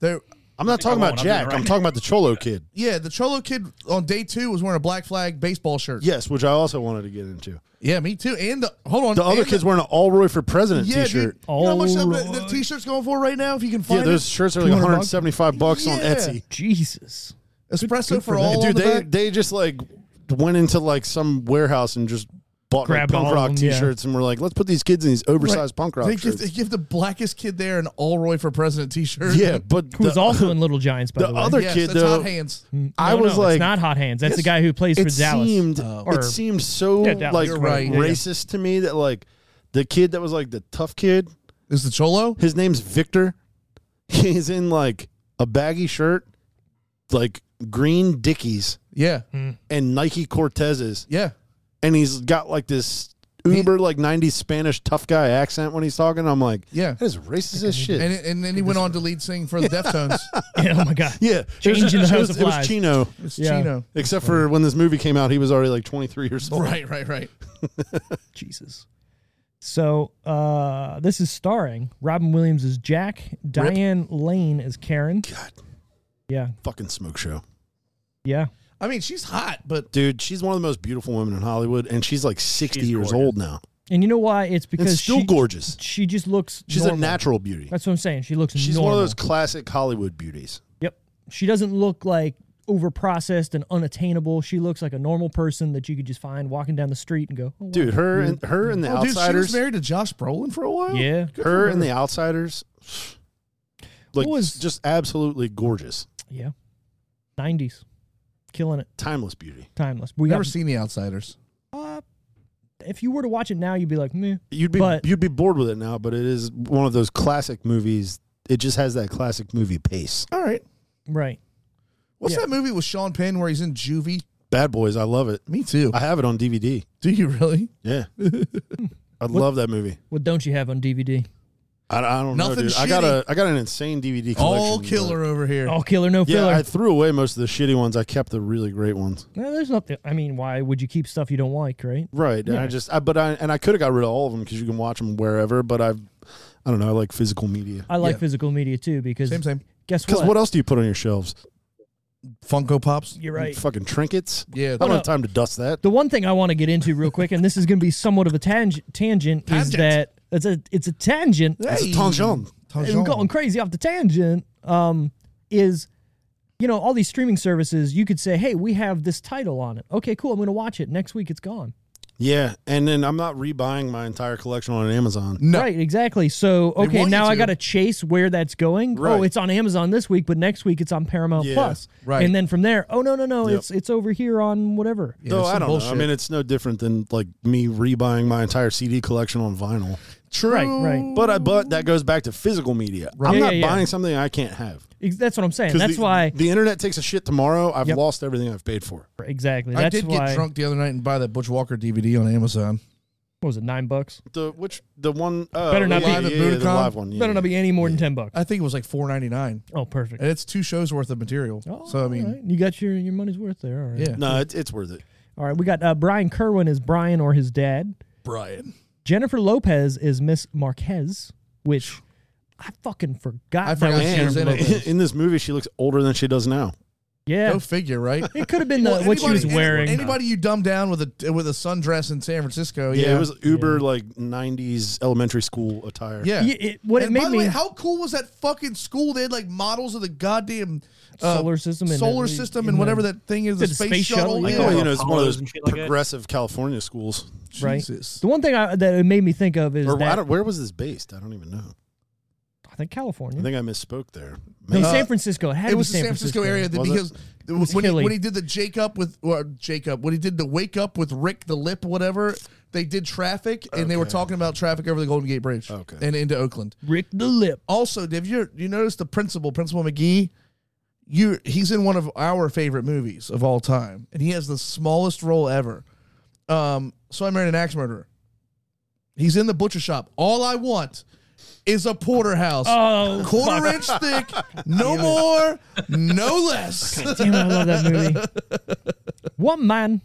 Speaker 2: there.
Speaker 3: I'm not talking about
Speaker 4: won't. I'm doing it
Speaker 3: Jack. I'm
Speaker 4: right.
Speaker 3: talking about the Cholo kid.
Speaker 2: Yeah, the Cholo kid on day two was wearing a black flag baseball shirt.
Speaker 3: Yes, which I also wanted to get into.
Speaker 2: Yeah, me too. And the hold on,
Speaker 3: The other
Speaker 2: and
Speaker 3: kid's wearing an All Roy for President
Speaker 2: yeah,
Speaker 3: T-shirt.
Speaker 2: Dude, you know how much
Speaker 1: All
Speaker 2: that, that
Speaker 1: right.
Speaker 2: t-shirt's going for right now? If you can
Speaker 3: Yeah,
Speaker 2: find
Speaker 3: those
Speaker 2: it,
Speaker 3: shirts are like
Speaker 2: 200 bucks?
Speaker 3: 175 bucks on
Speaker 2: Yeah.
Speaker 3: Etsy.
Speaker 1: Jesus.
Speaker 2: espresso
Speaker 1: good
Speaker 2: for,
Speaker 1: for them.
Speaker 2: all.
Speaker 3: Dude,
Speaker 2: on the
Speaker 3: they
Speaker 2: back.
Speaker 3: they just like went into like some warehouse and just bought like
Speaker 1: Grabbed all
Speaker 3: punk
Speaker 1: of
Speaker 3: rock
Speaker 1: them, yeah.
Speaker 3: T-shirts and were like, let's put these kids in these oversized
Speaker 2: Right.
Speaker 3: punk rock
Speaker 2: They give,
Speaker 3: shirts.
Speaker 2: they give the blackest kid there an All Roy for President T-shirt. <laughs>
Speaker 3: yeah, but
Speaker 1: Who was
Speaker 3: the- <laughs>
Speaker 1: also in Little Giants, by the,
Speaker 3: the
Speaker 1: way.
Speaker 3: other
Speaker 2: yes,
Speaker 3: kid
Speaker 2: that's
Speaker 3: though,
Speaker 2: hot hands.
Speaker 3: I
Speaker 1: No,
Speaker 3: was
Speaker 1: no,
Speaker 3: like,
Speaker 1: it's not Hot Hands. That's the
Speaker 3: it's-
Speaker 1: guy who plays
Speaker 3: it
Speaker 1: for Dallas. Uh,
Speaker 3: seemed
Speaker 1: Oh, Or-
Speaker 3: it seemed so
Speaker 1: Yeah, Dallas,
Speaker 3: like
Speaker 1: You're
Speaker 2: right.
Speaker 3: racist to me that like the kid that was like the tough kid
Speaker 2: Is the Cholo?
Speaker 3: His name's Victor. He's in like a baggy shirt, like green Dickies
Speaker 2: Yeah,
Speaker 3: and Nike Cortezes,
Speaker 2: yeah.
Speaker 3: and he's got like this uber like '90s Spanish tough guy accent when he's talking. I'm like,
Speaker 2: Yeah.
Speaker 3: that is racist as shit.
Speaker 2: And, and then he went on to lead sing for
Speaker 3: <laughs>
Speaker 2: the Deftones.
Speaker 1: <laughs> Yeah, oh my god.
Speaker 3: yeah,
Speaker 1: Change
Speaker 3: it was,
Speaker 1: in the
Speaker 3: it
Speaker 1: House
Speaker 3: was-
Speaker 1: of
Speaker 3: it was
Speaker 1: Flies.
Speaker 3: Chino,
Speaker 2: It's
Speaker 1: Yeah.
Speaker 2: Chino.
Speaker 3: except for when this movie came out, he was already like 23 years old.
Speaker 2: Right, right, right.
Speaker 1: Jesus. So uh, this is starring Robin Williams as Jack, Diane Lane as Karen.
Speaker 3: God,
Speaker 1: Yeah,
Speaker 3: fucking smoke show,
Speaker 1: yeah.
Speaker 2: I mean, she's hot, but
Speaker 3: dude. She's one of the most beautiful women in Hollywood, and she's like 60
Speaker 4: She's
Speaker 3: years
Speaker 4: gorgeous.
Speaker 3: old now.
Speaker 1: And you know why? It's because
Speaker 3: and still
Speaker 1: she,
Speaker 3: gorgeous.
Speaker 1: She just looks.
Speaker 3: She's
Speaker 1: normal.
Speaker 3: a natural beauty.
Speaker 1: That's what I'm saying. She looks.
Speaker 3: She's
Speaker 1: normal.
Speaker 3: one of those classic Hollywood beauties.
Speaker 1: Yep. She doesn't look like overprocessed and unattainable. She looks like a normal person that you could just find walking down the street and go, oh, wow.
Speaker 3: dude her and her and the
Speaker 2: oh, dude, she was
Speaker 3: outsiders
Speaker 2: married to Josh Brolin for a while.
Speaker 1: Yeah.
Speaker 3: her and the outsiders <sighs> like
Speaker 1: What was-
Speaker 3: just absolutely gorgeous
Speaker 1: Yeah. 90s. Killing it.
Speaker 3: timeless beauty
Speaker 1: Timeless. We
Speaker 2: Never
Speaker 1: got,
Speaker 2: seen The Outsiders.
Speaker 1: uh, if you were to watch it now, you'd be like, meh.
Speaker 3: you'd be
Speaker 1: But-
Speaker 3: you'd be bored with it now but it is one of those classic movies it just has that classic movie pace
Speaker 2: All right.
Speaker 1: Right.
Speaker 2: What's
Speaker 1: Yeah.
Speaker 2: that movie with Sean Penn where he's in juvie?
Speaker 3: bad boys i love it
Speaker 2: Me too.
Speaker 3: i have it on dvd
Speaker 2: Do you really?
Speaker 3: <laughs> Hmm. yeah i love that movie
Speaker 1: What don't you have on DVD?
Speaker 3: I, I don't know,
Speaker 2: Nothing
Speaker 3: dude. I got
Speaker 2: shitty.
Speaker 3: a I got an insane DVD collection. Oh.
Speaker 2: All
Speaker 3: but-
Speaker 2: killer over here.
Speaker 1: All killer, no
Speaker 3: Yeah,
Speaker 1: filler.
Speaker 3: I threw away most of the shitty ones. I kept the really great ones.
Speaker 1: no, there's nothing. I mean, why would you keep stuff you don't like, right?
Speaker 3: Right. And
Speaker 1: Yeah.
Speaker 3: I just, I, but I, and I could have got rid of all of them because you can watch them wherever, but I've, I don't know. I like physical media.
Speaker 1: I like
Speaker 2: Yeah.
Speaker 1: physical media too because
Speaker 2: Same, same.
Speaker 1: guess
Speaker 3: Because
Speaker 1: what?
Speaker 3: what else do you put on your shelves?
Speaker 2: Funko Pops.
Speaker 1: You're right.
Speaker 3: Fucking trinkets?
Speaker 2: Yeah.
Speaker 3: I don't
Speaker 1: Well,
Speaker 3: have time to dust that.
Speaker 1: The one thing I want to get into real quick, and this is going to be somewhat of a tang- tangent, is
Speaker 2: Tangent.
Speaker 1: that it's a it's a tangent.
Speaker 3: That's a tangent.
Speaker 1: and we're
Speaker 2: Tangent.
Speaker 1: going crazy off the tangent um, is you know all these streaming services you could say hey we have this title on it okay cool i'm going to watch it next week it's gone
Speaker 3: Yeah. And then I'm not rebuying my entire collection on Amazon.
Speaker 2: No.
Speaker 1: right exactly so okay
Speaker 2: want you
Speaker 1: now i
Speaker 2: to.
Speaker 1: got to chase where that's going oh
Speaker 3: Right.
Speaker 1: it's on amazon this week but next week it's on paramount
Speaker 3: Yeah,
Speaker 1: plus
Speaker 2: right.
Speaker 1: and then from there oh no no no
Speaker 3: Yep.
Speaker 1: it's it's over here on whatever
Speaker 2: Yeah,
Speaker 3: Though
Speaker 2: it's
Speaker 3: I
Speaker 2: some
Speaker 3: don't know. I
Speaker 2: bullshit.
Speaker 3: mean, it's no different than like me rebuying my entire CD collection on vinyl.
Speaker 2: true.
Speaker 1: Right, right.
Speaker 3: But I, but that goes back to physical media.
Speaker 1: Yeah,
Speaker 3: I'm not
Speaker 1: yeah, yeah.
Speaker 3: buying something I can't have.
Speaker 1: Ex- that's what i'm saying
Speaker 3: 'Cause
Speaker 1: that's
Speaker 3: the,
Speaker 1: why
Speaker 3: the internet takes a shit tomorrow. I've
Speaker 1: Yep.
Speaker 3: lost everything I've paid for.
Speaker 1: exactly
Speaker 2: I
Speaker 1: that's
Speaker 2: did
Speaker 1: why
Speaker 2: get drunk the other night and buy that Butch Walker DVD on Amazon.
Speaker 1: what was it nine bucks
Speaker 3: The which the one uh,
Speaker 1: Better not be-
Speaker 3: yeah,
Speaker 2: Live at
Speaker 3: yeah, yeah, the
Speaker 2: Budokan?
Speaker 3: live one. Yeah.
Speaker 1: better not be any more than ten bucks
Speaker 2: I think it was like four ninety nine,
Speaker 1: oh perfect
Speaker 2: and it's two shows worth of material.
Speaker 1: Oh,
Speaker 2: so I mean,
Speaker 1: all right. you got your your money's worth there all right
Speaker 2: yeah,
Speaker 3: No, it's it's worth it.
Speaker 1: All right, we got uh, Brian Kerwin is Brian or his dad.
Speaker 2: Brian.
Speaker 1: Jennifer Lopez is Miss Marquez, which I fucking forgot.
Speaker 2: I
Speaker 1: that
Speaker 2: forgot
Speaker 1: was
Speaker 2: she
Speaker 1: Jennifer
Speaker 2: was in it.
Speaker 1: Lopez.
Speaker 2: <laughs>
Speaker 3: <laughs> In this movie, she looks older than she does now.
Speaker 1: Yeah,
Speaker 2: Go
Speaker 1: <laughs>
Speaker 2: figure, right?
Speaker 1: it could have been the,
Speaker 2: Well,
Speaker 1: what she was
Speaker 2: anybody-
Speaker 1: wearing.
Speaker 2: Anybody you dumb down with a with a sundress in San Francisco? Oh,
Speaker 3: Yeah,
Speaker 2: Yeah,
Speaker 3: it was uber like '90s elementary school attire.
Speaker 2: Yeah.
Speaker 1: Yeah, it- what
Speaker 2: and
Speaker 1: it made
Speaker 2: by the
Speaker 1: me
Speaker 2: way, how cool was that fucking school? They had like models of the goddamn uh,
Speaker 1: solar system, and
Speaker 2: solar
Speaker 1: every-
Speaker 2: system
Speaker 1: you
Speaker 2: and
Speaker 1: know,
Speaker 2: whatever that thing is, the,
Speaker 1: the
Speaker 2: space,
Speaker 1: space
Speaker 2: shuttle.
Speaker 1: shuttle,
Speaker 2: yeah.
Speaker 3: Oh,
Speaker 4: yeah.
Speaker 3: you know, it's one of those
Speaker 4: And shit like that.
Speaker 3: progressive California schools.
Speaker 1: right?
Speaker 2: Jesus.
Speaker 1: The one thing I, that it made me think of is
Speaker 3: Or I
Speaker 1: that
Speaker 3: don't, where was this based? I don't even know.
Speaker 1: I think California,
Speaker 3: I think I misspoke there.
Speaker 1: no,
Speaker 3: Maybe-
Speaker 1: San Francisco. It, had to
Speaker 2: it
Speaker 1: be
Speaker 2: was the San Francisco, area that
Speaker 3: Was it?
Speaker 2: because
Speaker 1: was
Speaker 2: when he,
Speaker 1: hilly.
Speaker 2: when he did the Jake up with or Jake up when he did the wake up with Rick the Lip whatever they did traffic and they were
Speaker 3: Okay.
Speaker 2: talking about traffic over the Golden Gate Bridge
Speaker 3: Okay.
Speaker 2: and into Oakland.
Speaker 1: Rick the Lip.
Speaker 2: Also, have you you noticed the principal, Principal McGee? You he's in one of our favorite movies of all time, and he has the smallest role ever. Um, so I married an axe murderer. He's in the butcher shop. All I want is a porterhouse,
Speaker 1: Oh,
Speaker 2: quarter inch thick,
Speaker 1: <laughs>
Speaker 2: no more, no less. <laughs>
Speaker 1: Damn, I love that movie. One man,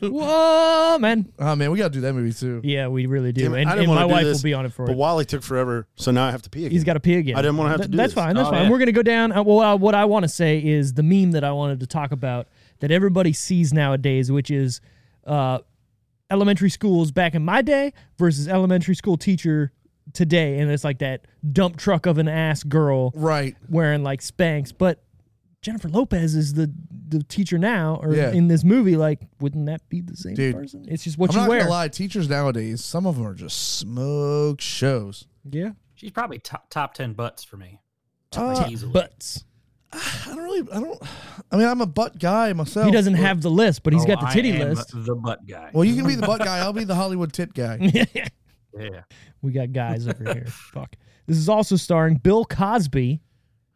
Speaker 1: one man.
Speaker 2: Oh man, we gotta do that movie too.
Speaker 1: Yeah, we really do,
Speaker 3: Damn it,
Speaker 1: and,
Speaker 3: I didn't
Speaker 1: and
Speaker 3: wanna
Speaker 1: my
Speaker 3: do
Speaker 1: wife
Speaker 3: this,
Speaker 1: will be on it for
Speaker 3: But
Speaker 1: it.
Speaker 3: Wally took forever, so now I have to pee again.
Speaker 1: He's got to pee again.
Speaker 3: I didn't wanna have to
Speaker 1: Th-
Speaker 3: do
Speaker 1: That's
Speaker 3: this.
Speaker 1: fine. That's
Speaker 4: Oh,
Speaker 1: fine.
Speaker 4: yeah.
Speaker 1: We're going to go down. Uh, well, uh, what I want to say is the meme that I wanted to talk about that everybody sees nowadays, which is uh, elementary schools back in my day versus elementary school teacher today, and it's like that dump truck of an ass girl
Speaker 2: Right.
Speaker 1: wearing like Spanx, but. Jennifer Lopez is the the teacher now, or
Speaker 2: Yeah.
Speaker 1: in this movie, like, wouldn't that be the same
Speaker 2: Dude.
Speaker 1: person? It's just what
Speaker 2: I'm
Speaker 1: you
Speaker 2: not
Speaker 1: wear.
Speaker 2: gonna lie, teachers nowadays, some of them are just smoke shows.
Speaker 1: Yeah,
Speaker 4: She's probably top, top 10 butts for me.
Speaker 1: Uh,
Speaker 4: Easily.
Speaker 1: butts.
Speaker 2: Uh, I don't really, I don't. I mean, I'm a butt guy myself.
Speaker 1: He doesn't have the list, but he's
Speaker 4: Oh,
Speaker 1: got the
Speaker 4: I
Speaker 1: titty
Speaker 4: am
Speaker 1: list.
Speaker 4: The butt guy.
Speaker 2: Well, you can be
Speaker 1: <laughs>
Speaker 2: the butt guy. I'll be the Hollywood tit guy.
Speaker 4: <laughs> yeah.
Speaker 1: We got guys over
Speaker 2: <laughs>
Speaker 1: here. Fuck. This is also starring Bill Cosby.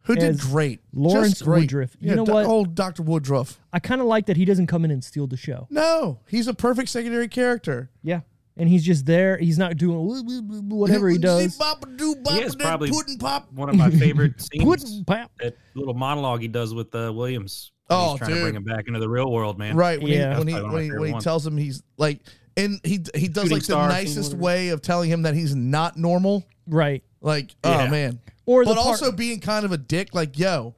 Speaker 2: Who
Speaker 1: As
Speaker 2: did great?
Speaker 1: Lawrence
Speaker 2: Just great.
Speaker 1: Woodruff. You
Speaker 2: yeah,
Speaker 1: know
Speaker 2: Do-
Speaker 1: what?
Speaker 2: Old Doctor Woodruff.
Speaker 1: I kind of like that he doesn't come in and steal the show.
Speaker 2: No, he's a perfect secondary character.
Speaker 1: Yeah. And he's just there. He's not doing woo- woo- woo- woo- whatever he does.
Speaker 4: He is probably-
Speaker 2: Pudding pop.
Speaker 4: One
Speaker 1: <laughs>
Speaker 4: of my favorite scenes.
Speaker 1: Puddin' pop.
Speaker 4: That little monologue he does with uh, Williams. when
Speaker 2: Oh,
Speaker 4: he's trying
Speaker 2: dude.
Speaker 4: to bring him back into the real world, man.
Speaker 2: Right when
Speaker 1: Yeah.
Speaker 2: he when he
Speaker 4: That's
Speaker 2: when
Speaker 4: probably my
Speaker 2: he,
Speaker 4: favorite
Speaker 2: when he
Speaker 4: one.
Speaker 2: tells him he's like, and he he does like
Speaker 4: Shooting
Speaker 2: the
Speaker 4: star scene,
Speaker 2: nicest
Speaker 4: whatever.
Speaker 2: way of telling him that he's not normal.
Speaker 1: Right.
Speaker 2: Like,
Speaker 4: Yeah.
Speaker 2: oh man.
Speaker 1: Or the
Speaker 2: but
Speaker 1: part-
Speaker 2: also being kind of a dick. Like, yo,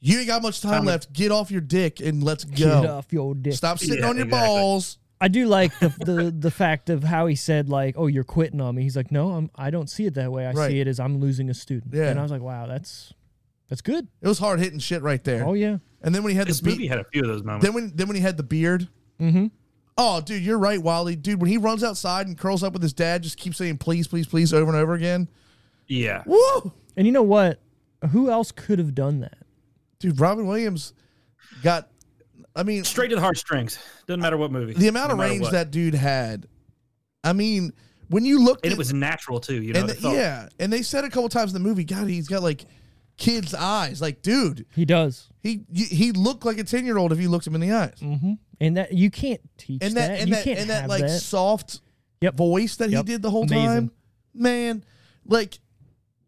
Speaker 2: you ain't got much time
Speaker 4: Time to-
Speaker 2: left. Get off your dick and let's
Speaker 1: Get
Speaker 2: go.
Speaker 1: off your dick.
Speaker 2: Stop sitting
Speaker 4: Yeah,
Speaker 2: on your
Speaker 4: exactly.
Speaker 2: balls.
Speaker 1: I do like the, the the fact of how he said like, "Oh, you're quitting on me." He's like, "No, I'm. I don't see it that way. I
Speaker 2: Right.
Speaker 1: see it as I'm losing a student."
Speaker 2: Yeah.
Speaker 1: And I was like, "Wow, that's that's good."
Speaker 2: It was hard hitting shit right there.
Speaker 1: Oh yeah.
Speaker 2: And then when he had
Speaker 4: This
Speaker 2: the beat,
Speaker 4: movie had a few of those moments.
Speaker 2: Then when then when he had the beard. Mm-hmm. Oh, dude, you're right, Wally. Dude, when he runs outside and curls up with his dad, just keeps saying please, please, please over and over again.
Speaker 4: yeah.
Speaker 2: Woo!
Speaker 1: And you know what? Who else could have done that?
Speaker 2: Dude, Robin Williams got I mean
Speaker 4: Straight to the heartstrings. Doesn't matter what movie.
Speaker 2: the amount
Speaker 4: no
Speaker 2: of
Speaker 4: matter
Speaker 2: range
Speaker 4: what.
Speaker 2: that dude had. I mean, when you look
Speaker 4: And
Speaker 2: at
Speaker 4: it was natural, too. You know,
Speaker 2: and
Speaker 4: it
Speaker 2: the-
Speaker 4: felt-
Speaker 2: yeah, and they said a couple times in the movie, God, he's got like kids' eyes. Like, dude,
Speaker 1: He does.
Speaker 2: he he looked like a ten year old if you looked him in the eyes.
Speaker 1: And that you can't teach
Speaker 2: and
Speaker 1: that,
Speaker 2: that, and
Speaker 1: you
Speaker 2: that
Speaker 1: can't
Speaker 2: and that
Speaker 1: have
Speaker 2: like
Speaker 1: that.
Speaker 2: soft
Speaker 1: Yep.
Speaker 2: voice that
Speaker 1: Yep.
Speaker 2: he did the whole
Speaker 1: Amazing.
Speaker 2: time. Man, like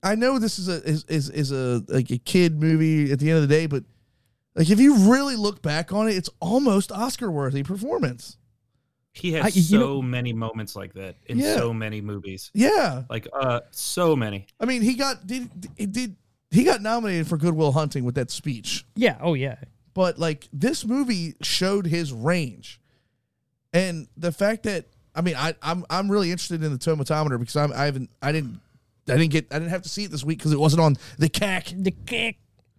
Speaker 2: I know this is a is is, is a like a kid movie at the end of the day, but like if you really look back on it, it's almost Oscar worthy performance.
Speaker 4: He
Speaker 1: I-
Speaker 4: has
Speaker 1: you
Speaker 4: so
Speaker 1: know-
Speaker 4: many moments like that in
Speaker 2: Yeah.
Speaker 4: so many movies.
Speaker 2: Yeah,
Speaker 4: Like uh so many.
Speaker 2: I mean he got did did- did he got nominated for Goodwill Hunting with that speech.
Speaker 1: Yeah. Oh yeah.
Speaker 2: but like this movie showed his range and the fact that i mean i i'm i'm really interested in the tomatometer because i'm i haven't i didn't i didn't get i didn't have to see it this week because it wasn't on the cac
Speaker 1: The kick.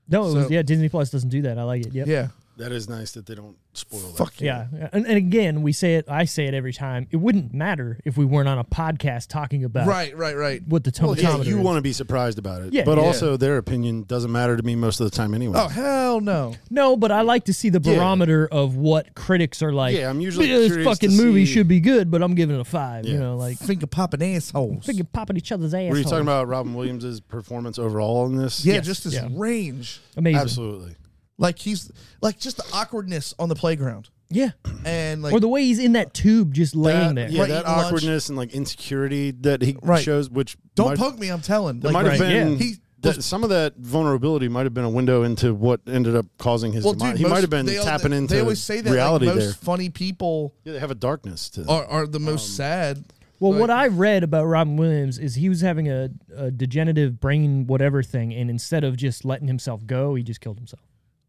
Speaker 1: No, it was,
Speaker 2: So-
Speaker 1: yeah. Disney Plus doesn't do that. I like it. Yep.
Speaker 2: yeah
Speaker 3: That is nice that they don't spoil that.
Speaker 2: fuck
Speaker 1: Yeah. And, and again, we say it. I say it every time. It wouldn't matter if we weren't on a podcast talking about
Speaker 2: right right right
Speaker 1: what the
Speaker 3: Well,
Speaker 1: tomatometer.
Speaker 3: yeah, you
Speaker 1: is.
Speaker 3: want to be surprised about it,
Speaker 1: Yeah.
Speaker 3: but
Speaker 1: Yeah.
Speaker 3: also their opinion doesn't matter to me most of the time anyway.
Speaker 2: oh hell no
Speaker 1: No, but I like to see the
Speaker 3: Yeah.
Speaker 1: barometer of what critics are like.
Speaker 3: Yeah, I'm usually
Speaker 1: "Yeah, this
Speaker 3: curious
Speaker 1: fucking
Speaker 3: to
Speaker 1: movie
Speaker 3: see-
Speaker 1: should be good, but I'm giving it a five. You
Speaker 3: Yeah.
Speaker 1: know, like
Speaker 2: finger popping assholes
Speaker 3: <laughs>
Speaker 1: freaking popping each other's ass.
Speaker 3: Were you talking about Robin Williams' performance overall in this?
Speaker 2: yeah just his
Speaker 1: yeah.
Speaker 2: range
Speaker 1: amazing?
Speaker 3: absolutely.
Speaker 2: like he's like just the awkwardness on the playground
Speaker 1: Yeah,
Speaker 2: and like
Speaker 1: or the way he's in that tube just laying
Speaker 3: That-
Speaker 1: there.
Speaker 3: Yeah,
Speaker 2: Right,
Speaker 3: that
Speaker 2: eating lunch.
Speaker 3: awkwardness and like insecurity that he
Speaker 2: Right.
Speaker 3: shows, which
Speaker 2: don't
Speaker 3: might,
Speaker 2: poke me i'm telling
Speaker 3: that
Speaker 2: like
Speaker 3: might have
Speaker 1: Right,
Speaker 3: been
Speaker 1: yeah.
Speaker 2: He-
Speaker 3: that, some of that vulnerability might have been a window into what ended up causing his
Speaker 2: well,
Speaker 3: demise.
Speaker 2: dude,
Speaker 3: he
Speaker 2: most-
Speaker 3: might have been
Speaker 2: they all-
Speaker 3: tapping into
Speaker 2: they always say that
Speaker 3: reality
Speaker 2: like, most
Speaker 3: there.
Speaker 2: funny people
Speaker 3: Yeah, they have a darkness to them.
Speaker 2: are, are the
Speaker 1: Um,
Speaker 2: most sad
Speaker 1: Well, what I read about Robin Williams is he was having a, a degenerative brain whatever thing, and instead of just letting himself go, he just killed himself.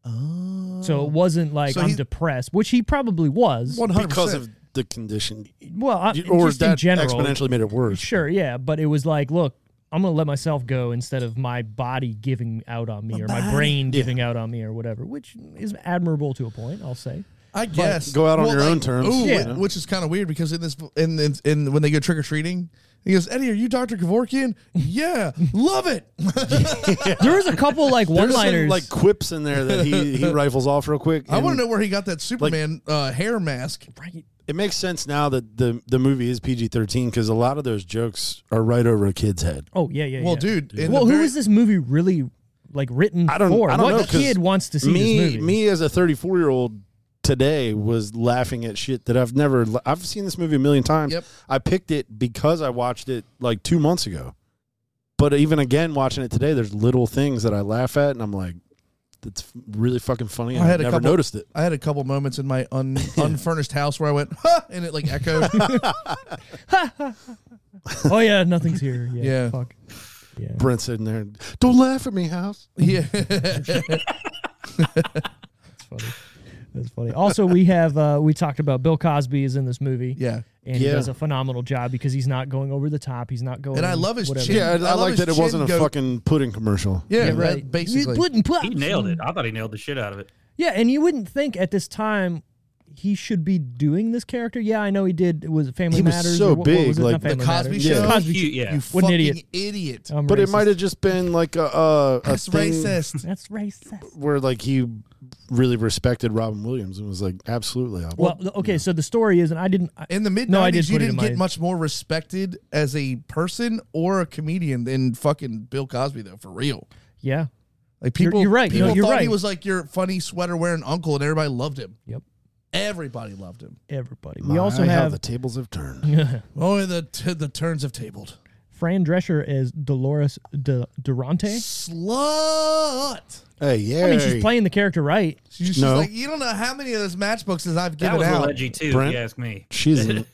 Speaker 1: Oh. So it wasn't like
Speaker 2: So
Speaker 1: I'm
Speaker 2: he-
Speaker 1: depressed, which he probably was.
Speaker 2: one hundred Uh,
Speaker 3: because of the condition,
Speaker 1: well, I,
Speaker 3: or
Speaker 1: just in
Speaker 3: that
Speaker 1: general,
Speaker 3: exponentially made it worse.
Speaker 1: Sure, yeah, but it was like, look, I'm gonna let myself go instead of my body giving out on me or my brain giving out on me or whatever, which is admirable to a point, I'll say.
Speaker 2: I guess
Speaker 3: go out on your own terms,
Speaker 2: Ooh,
Speaker 1: Yeah.
Speaker 2: which is kind of weird because in this in, in in when they go trick or treating, he goes, "Eddie, are you
Speaker 1: <laughs>
Speaker 2: Doctor Kevorkian? yeah, love it."
Speaker 1: There was a couple like
Speaker 3: There's
Speaker 1: one-liners.
Speaker 3: some like quips in there that he,
Speaker 2: <laughs>
Speaker 3: he rifles off real quick.
Speaker 2: I
Speaker 3: and
Speaker 2: want to know where he got that Superman uh, hair mask.
Speaker 1: right,
Speaker 3: It makes sense now that the the movie is PG thirteen because a lot of those jokes are right over a kid's head.
Speaker 1: oh yeah, yeah.
Speaker 2: Well,
Speaker 1: yeah.
Speaker 2: dude, in
Speaker 1: well,
Speaker 2: the
Speaker 1: who
Speaker 2: very-
Speaker 1: is this movie really like written
Speaker 3: I don't.
Speaker 1: for?
Speaker 3: I don't
Speaker 1: what
Speaker 3: know, 'cause
Speaker 1: kid wants to see
Speaker 3: me?
Speaker 1: this movie?
Speaker 3: Me as a thirty four year old today was laughing at shit that I've never. la- I've seen this movie a million times.
Speaker 2: Yep.
Speaker 3: I picked it because I watched it like two months ago. But even again, watching it today, there's little things that I laugh at, and I'm like, "That's f- really fucking funny." and
Speaker 2: I had
Speaker 3: I've
Speaker 2: a
Speaker 3: never
Speaker 2: couple-
Speaker 3: noticed it.
Speaker 2: I had a couple moments in my
Speaker 1: <laughs>
Speaker 2: un, unfurnished house where I went, huh, and it like echoed.
Speaker 1: <laughs>
Speaker 2: <laughs>
Speaker 1: Oh yeah, nothing's here. Yeah,
Speaker 2: Yeah.
Speaker 1: fuck. Yeah.
Speaker 3: Brent's sitting there, "Don't laugh at me, house."
Speaker 2: yeah, <laughs>
Speaker 1: That's funny. That's funny. Also, we have uh, we talked about Bill Cosby is in this movie.
Speaker 2: yeah.
Speaker 1: and he
Speaker 3: Yeah.
Speaker 1: does a phenomenal job because he's not going over the top. He's not going.
Speaker 2: I love his
Speaker 1: whatever.
Speaker 2: chin.
Speaker 3: Yeah, I,
Speaker 2: I
Speaker 3: I
Speaker 2: love
Speaker 3: like
Speaker 2: his
Speaker 3: that it wasn't a
Speaker 2: chin go-
Speaker 3: fucking pudding commercial.
Speaker 2: Yeah,
Speaker 1: Yeah,
Speaker 2: that-
Speaker 1: right.
Speaker 2: Basically,
Speaker 1: He's putting props.
Speaker 4: He nailed it. I thought he nailed the shit out of it.
Speaker 1: Yeah, and you wouldn't think at this time he should be doing this character. Yeah, I know he did. It was Family
Speaker 3: He was
Speaker 1: Matters.
Speaker 3: so
Speaker 1: or what, what
Speaker 3: big,
Speaker 1: was it?
Speaker 3: like
Speaker 1: Not
Speaker 3: the
Speaker 1: Family
Speaker 2: Cosby
Speaker 1: Matters.
Speaker 2: Show?
Speaker 1: The Cosby
Speaker 4: Cute, yeah.
Speaker 2: you
Speaker 1: What an
Speaker 2: fucking
Speaker 1: idiot.
Speaker 2: idiot.
Speaker 1: I'm
Speaker 3: But it
Speaker 1: racist.
Speaker 3: might have just been like a, a, a
Speaker 2: <laughs> That's
Speaker 3: thing
Speaker 2: racist.
Speaker 1: That's racist.
Speaker 3: where like he really respected Robin Williams and was like, absolutely, I
Speaker 1: Well, th- okay. So the story is, and I didn't. I,
Speaker 2: In the mid
Speaker 1: No, I did
Speaker 2: nineties, you
Speaker 1: put it in
Speaker 2: didn't
Speaker 1: my-
Speaker 2: get much more respected as a person or a comedian than fucking Bill Cosby, though, for real.
Speaker 1: yeah.
Speaker 2: Like
Speaker 1: You're-
Speaker 2: people,
Speaker 1: you're right. No,
Speaker 2: People
Speaker 1: you're
Speaker 2: thought he
Speaker 1: right.
Speaker 2: was like your funny sweater wearing uncle, and everybody loved him.
Speaker 1: Yep.
Speaker 2: Everybody loved him.
Speaker 1: Everybody.
Speaker 3: My,
Speaker 1: we also
Speaker 3: how
Speaker 1: have
Speaker 3: the tables have turned.
Speaker 4: <laughs>
Speaker 2: Only the t- the turns have tabled.
Speaker 1: Fran Drescher as Dolores De- Durante.
Speaker 2: Slut.
Speaker 3: hey, yeah.
Speaker 1: I mean, she's playing the character right.
Speaker 2: She's just
Speaker 3: No.
Speaker 2: like you don't know how many of those matchbooks as I've
Speaker 4: That
Speaker 2: given
Speaker 4: was
Speaker 2: out.
Speaker 4: Reggie too,
Speaker 3: Brent?
Speaker 4: if you ask me.
Speaker 1: <laughs>
Speaker 3: She's an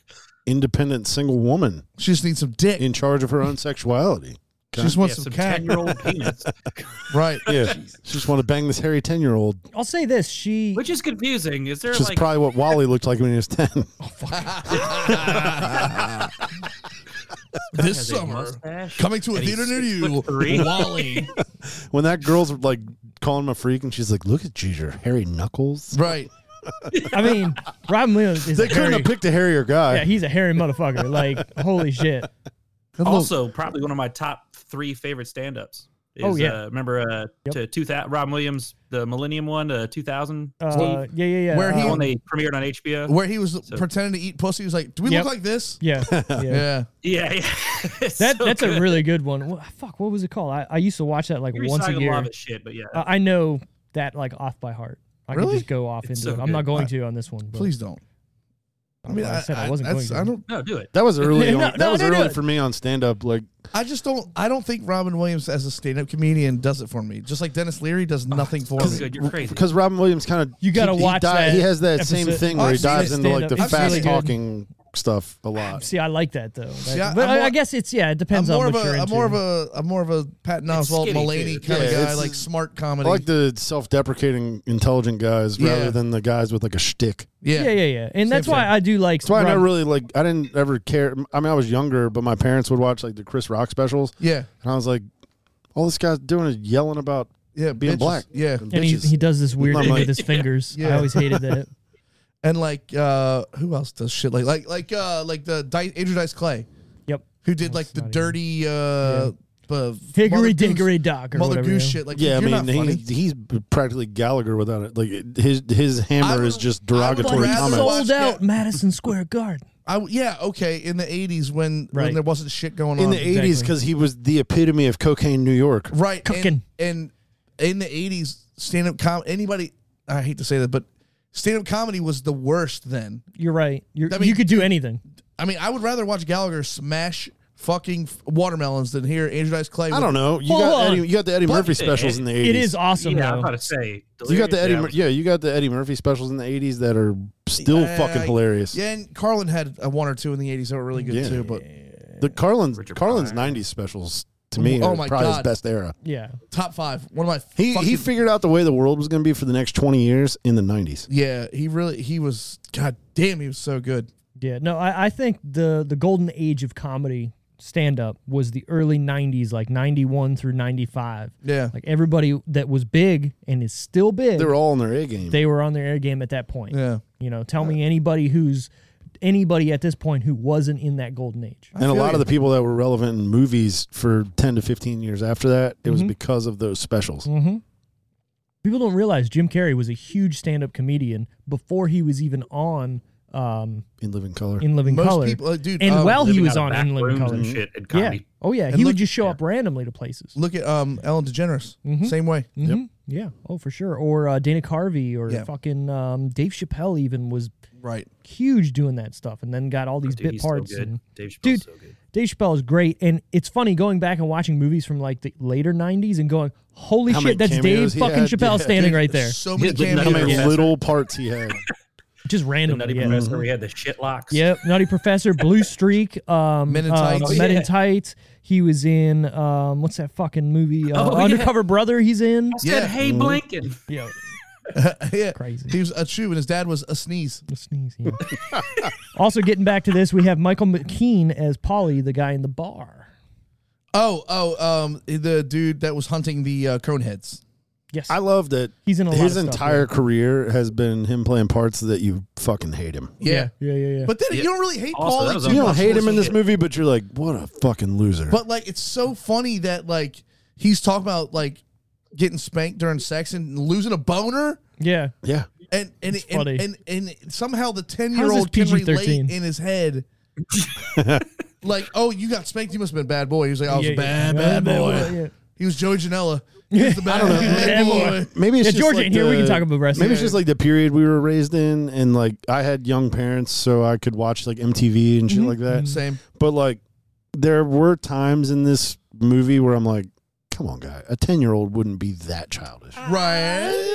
Speaker 3: independent single woman
Speaker 2: She just needs some dick.
Speaker 3: in charge of her
Speaker 1: <laughs>
Speaker 3: own sexuality.
Speaker 2: she just wants some
Speaker 4: Yeah, some
Speaker 2: cat.
Speaker 4: ten
Speaker 2: <laughs>
Speaker 4: year old penis.
Speaker 1: <laughs>
Speaker 2: Right.
Speaker 3: Yeah, she just want to bang this hairy ten year old,
Speaker 1: I'll say this: she
Speaker 4: Which is confusing. Is there
Speaker 3: which is
Speaker 4: like
Speaker 3: probably
Speaker 1: <laughs>
Speaker 3: what Wally looked like when he was ten.
Speaker 2: this
Speaker 4: has a
Speaker 2: summer,
Speaker 4: mustache
Speaker 2: coming to a
Speaker 4: and he's
Speaker 2: theater near
Speaker 4: six
Speaker 2: you,
Speaker 4: foot three?
Speaker 2: <laughs>
Speaker 4: <laughs>
Speaker 2: Wally.
Speaker 3: when that girl's like calling him a freak and she's like, "Look at you, your hairy knuckles."
Speaker 2: right.
Speaker 1: I mean,
Speaker 4: <laughs>
Speaker 1: Robin Williams is
Speaker 3: They
Speaker 1: a
Speaker 3: couldn't
Speaker 1: hairy,
Speaker 3: have picked a hairier guy.
Speaker 1: yeah, he's a hairy motherfucker. Like, holy shit.
Speaker 4: also probably one of my top three favorite stand ups?
Speaker 1: Oh, yeah.
Speaker 4: uh, remember uh, to two thousand Robin Williams, the Millennium one, uh, two thousand.
Speaker 1: Uh, yeah, yeah, yeah.
Speaker 2: Where
Speaker 1: uh,
Speaker 2: he-
Speaker 4: the one they premiered on HBO.
Speaker 2: Where he was pretending to eat pussy, he was like, "Do we
Speaker 1: Yep.
Speaker 2: look like this?"
Speaker 1: Yeah, yeah.
Speaker 2: Yeah.
Speaker 4: yeah, <laughs> yeah. It's
Speaker 1: That
Speaker 4: so
Speaker 1: that's
Speaker 4: good.
Speaker 1: a really good one. Wha- fuck, what was it called? I, I used to watch that like
Speaker 4: You're
Speaker 1: once a
Speaker 4: talking
Speaker 1: year. Uh,
Speaker 4: lot of shit, but yeah.
Speaker 1: I, I know that like off by heart. I can
Speaker 2: Really?
Speaker 1: just go off
Speaker 4: It's
Speaker 1: into
Speaker 4: so
Speaker 1: it. I'm not
Speaker 4: good.
Speaker 1: going to on this one. but-
Speaker 2: Please don't.
Speaker 1: I, mean, I, said I, wasn't going
Speaker 2: that's-
Speaker 1: to.
Speaker 2: I don't.
Speaker 4: No, do it.
Speaker 3: That was
Speaker 1: <laughs>
Speaker 3: early.
Speaker 1: No,
Speaker 3: on,
Speaker 1: no,
Speaker 3: that
Speaker 1: no,
Speaker 3: was
Speaker 1: no, no.
Speaker 3: early for me on stand up. Like
Speaker 2: I just don't. I don't think Robin Williams as a stand-up comedian does it for me. Just like Dennis Leary
Speaker 4: <laughs>
Speaker 2: does nothing for
Speaker 4: That's
Speaker 2: me.
Speaker 4: good. You're crazy.
Speaker 3: because Robin Williams kind of
Speaker 1: You gotta
Speaker 3: he, he
Speaker 1: watch
Speaker 3: di-
Speaker 1: that
Speaker 3: He has that same
Speaker 1: episode.
Speaker 3: thing where he
Speaker 2: I've seen
Speaker 3: dives
Speaker 2: it
Speaker 3: into like
Speaker 1: stand
Speaker 3: the
Speaker 1: up. It's really
Speaker 3: fast
Speaker 1: good.
Speaker 3: talking stuff a lot.
Speaker 1: See, I like that though. That-
Speaker 2: See, I-
Speaker 1: but
Speaker 2: I'm
Speaker 1: I, I
Speaker 2: more-
Speaker 1: guess it's yeah. It
Speaker 2: I'm
Speaker 1: depends on
Speaker 2: more
Speaker 1: what
Speaker 2: of a.
Speaker 1: you're
Speaker 2: I'm
Speaker 1: into.
Speaker 2: more of a. I'm more of a Patton Oswalt,
Speaker 4: skinny,
Speaker 2: Mulaney
Speaker 4: dude.
Speaker 2: kind
Speaker 3: Yeah,
Speaker 2: of guy,
Speaker 3: it's-
Speaker 2: like smart
Speaker 3: I
Speaker 2: comedy.
Speaker 3: like the self-deprecating, intelligent guys
Speaker 2: Yeah.
Speaker 3: rather than the guys with like a shtick.
Speaker 2: yeah.
Speaker 1: yeah, yeah, yeah. And that's why
Speaker 2: thing.
Speaker 1: I do like.
Speaker 3: That's why I
Speaker 1: Rob-
Speaker 3: never really like. I didn't ever care. I mean, I was younger, but my parents would watch like the Chris Rock specials,
Speaker 2: yeah,
Speaker 3: and I was like, all this guy's doing is yelling about
Speaker 2: yeah.
Speaker 3: being
Speaker 2: bitches.
Speaker 3: black.
Speaker 2: Yeah,
Speaker 3: and
Speaker 1: and he,
Speaker 3: bitches.
Speaker 1: he does this weird
Speaker 3: my
Speaker 1: thing
Speaker 3: money.
Speaker 1: with
Speaker 3: <laughs>
Speaker 1: his fingers.
Speaker 2: Yeah.
Speaker 1: I always hated that.
Speaker 2: and like uh, who else does shit like like like uh, like the Di- Andrew Dice Clay
Speaker 1: Yep.
Speaker 2: who did like the
Speaker 1: not even-
Speaker 2: dirty uh, uh, Mother
Speaker 1: Hickory
Speaker 2: Goose-
Speaker 1: dickory dock or
Speaker 2: Mother
Speaker 1: whatever.
Speaker 2: Goose
Speaker 1: yeah.
Speaker 2: shit. Like,
Speaker 3: yeah, I
Speaker 2: you're
Speaker 3: mean,
Speaker 2: not funny.
Speaker 3: he, he's practically Gallagher without it. Like it- his his hammer
Speaker 2: would-
Speaker 3: is
Speaker 2: I
Speaker 3: just
Speaker 2: would
Speaker 3: derogatory
Speaker 2: rather
Speaker 3: comments.
Speaker 2: watch-
Speaker 1: Sold out
Speaker 2: Yeah.
Speaker 1: Madison Square Garden.
Speaker 2: I w yeah, okay. In the '80s, when
Speaker 1: Right.
Speaker 2: when there wasn't shit going
Speaker 3: in
Speaker 2: on
Speaker 3: the
Speaker 1: Exactly.
Speaker 3: eighties because he was the epitome of cocaine New York.
Speaker 2: right?
Speaker 1: Cooking.
Speaker 2: And, and in the '80s, stand up com anybody. I hate to say that, but stand up comedy was the worst then.
Speaker 1: You're right. You're,
Speaker 2: I mean-
Speaker 1: you could do anything.
Speaker 2: I mean, I would rather watch Gallagher smash fucking f- watermelons than hear Andrew Dice Clay.
Speaker 3: I don't know. You
Speaker 1: Hold
Speaker 3: got
Speaker 1: on.
Speaker 3: Eddie, you got the Eddie Murphy specials in the eighties.
Speaker 1: It is awesome
Speaker 4: yeah, I
Speaker 1: though.
Speaker 4: was about to say.
Speaker 3: You got the Eddie.
Speaker 4: Delirious,
Speaker 3: Mur- yeah, you got the Eddie Murphy specials in the eighties that are still
Speaker 2: Uh,
Speaker 3: fucking hilarious.
Speaker 2: Yeah, and Carlin had a one or two in the '80s that were really good
Speaker 3: Yeah.
Speaker 2: too. But
Speaker 3: The Carlin's
Speaker 4: Richard
Speaker 3: Carlin's
Speaker 4: Pryor.
Speaker 3: nineties specials to me
Speaker 2: Oh
Speaker 3: are
Speaker 2: my
Speaker 3: probably his
Speaker 2: God.
Speaker 3: best era.
Speaker 1: yeah.
Speaker 2: top five, one of my
Speaker 3: He he
Speaker 2: fucking-
Speaker 3: figured out the way the world was going to be for the next twenty years in the nineties.
Speaker 2: yeah, he really he was. God damn, he was so good.
Speaker 1: Yeah, no, I, I think the the golden age of comedy stand up was the early '90s, like '91 through '95.
Speaker 2: Yeah,
Speaker 1: Like everybody that was big and is still big,
Speaker 3: They were all in their A game.
Speaker 1: they were on their air game at that point.
Speaker 2: yeah.
Speaker 1: You know, tell me anybody who's anybody at this point who wasn't in that golden age.
Speaker 3: and a
Speaker 2: feel
Speaker 3: lot
Speaker 2: you.
Speaker 3: of the people that were relevant in movies for 10 to 15 years after that, it was because of those specials.
Speaker 1: Mm-hmm. People don't realize Jim Carrey was a huge stand up comedian before he was even on um,
Speaker 3: In Living Color.
Speaker 1: In Living
Speaker 2: Most
Speaker 1: Color.
Speaker 2: people, uh, dude.
Speaker 1: and
Speaker 2: um,
Speaker 1: while he
Speaker 4: living
Speaker 1: was on
Speaker 4: out of back
Speaker 1: In Living
Speaker 4: rooms
Speaker 1: Color.
Speaker 4: and shit at
Speaker 1: Yeah.
Speaker 4: comedy.
Speaker 1: Oh yeah,
Speaker 2: And
Speaker 1: he would
Speaker 2: look-
Speaker 1: just show up randomly to places.
Speaker 2: look at um Ellen DeGeneres, same way.
Speaker 1: hmm Yeah. Oh, for sure. Or uh, Dana Carvey or
Speaker 2: Yeah.
Speaker 1: fucking um, Dave Chappelle even was
Speaker 2: Right.
Speaker 1: huge doing that stuff, and then got all these
Speaker 4: Oh, Dude,
Speaker 1: bit
Speaker 4: he's
Speaker 1: parts.
Speaker 4: so good.
Speaker 1: and
Speaker 4: Dave Chappelle's
Speaker 1: Dude.
Speaker 4: so good.
Speaker 1: Dave Chappelle is great, and it's funny going back and watching movies from like the later '90s and going, "Holy
Speaker 3: How
Speaker 1: shit,
Speaker 3: many
Speaker 1: that's Dave
Speaker 3: cameos he
Speaker 1: fucking
Speaker 3: had.
Speaker 1: Chappelle
Speaker 3: Yeah.
Speaker 1: standing right there."
Speaker 2: So many
Speaker 4: Yeah, the
Speaker 3: How many
Speaker 2: cameos.
Speaker 4: Nutty
Speaker 3: little parts he had.
Speaker 1: <laughs> Just
Speaker 4: The
Speaker 1: random. Mm-hmm.
Speaker 4: Nutty
Speaker 1: yeah.
Speaker 4: Professor, we had the shit locks.
Speaker 1: Yep, Nutty Professor, Blue Streak, um,
Speaker 2: Men in
Speaker 1: um,
Speaker 2: Tights. Oh,
Speaker 1: Men
Speaker 4: yeah.
Speaker 1: in Tights. He was in um, what's that fucking movie? Uh,
Speaker 4: Oh, yeah.
Speaker 1: Undercover Brother. He's in.
Speaker 4: I said,
Speaker 2: Yeah.
Speaker 4: hey, Blinken.
Speaker 1: Yeah,
Speaker 2: <laughs> yeah.
Speaker 1: <laughs> crazy.
Speaker 2: He was a chew, and his dad was a sneeze.
Speaker 1: The sneeze. yeah. <laughs> also, getting back to this, we have Michael McKean as Polly, the guy in the bar.
Speaker 2: Oh, oh, um, the dude that was hunting the uh, coneheads.
Speaker 1: Yes,
Speaker 3: I love that
Speaker 1: he's in a lot
Speaker 3: his
Speaker 1: of stuff,
Speaker 3: entire career has been him playing parts that you fucking hate him.
Speaker 2: Yeah.
Speaker 1: yeah, yeah, yeah, yeah.
Speaker 2: But then
Speaker 4: Yeah.
Speaker 2: you don't really hate
Speaker 4: Also, that
Speaker 2: Paulie.
Speaker 4: was
Speaker 2: too
Speaker 4: a-
Speaker 3: You don't
Speaker 2: much.
Speaker 3: hate him in this
Speaker 4: Shit.
Speaker 3: movie, but you're like, what a fucking loser.
Speaker 2: But like, it's so funny that like he's talking about like getting spanked during sex and losing a boner,
Speaker 1: yeah.
Speaker 3: yeah.
Speaker 2: and and
Speaker 1: It's
Speaker 2: and,
Speaker 1: funny.
Speaker 2: and, and somehow the ten year old can
Speaker 1: this
Speaker 2: relate
Speaker 1: PG-13?
Speaker 2: in his head.
Speaker 3: <laughs>
Speaker 2: like, oh, you got spanked. You must have been a bad boy. He was like, I was
Speaker 1: Yeah,
Speaker 2: a
Speaker 1: yeah.
Speaker 2: bad,
Speaker 1: Bad
Speaker 2: bad boy.
Speaker 1: boy, yeah.
Speaker 2: He was Joey
Speaker 1: <laughs>
Speaker 2: Janela. He was the bad, bad boy.
Speaker 1: boy.
Speaker 3: Maybe it's
Speaker 1: Yeah,
Speaker 3: just
Speaker 1: George
Speaker 3: like
Speaker 1: ain't here. We can
Speaker 3: the-
Speaker 1: talk about wrestling.
Speaker 3: Maybe it's just like the period we were raised in, and like I had young parents, so I could watch like MTV and shit
Speaker 1: Mm-hmm.
Speaker 3: like that.
Speaker 2: Same.
Speaker 3: But like, there were times in this movie where I'm like, come on, guy, a ten year old wouldn't be that childish.
Speaker 2: Right.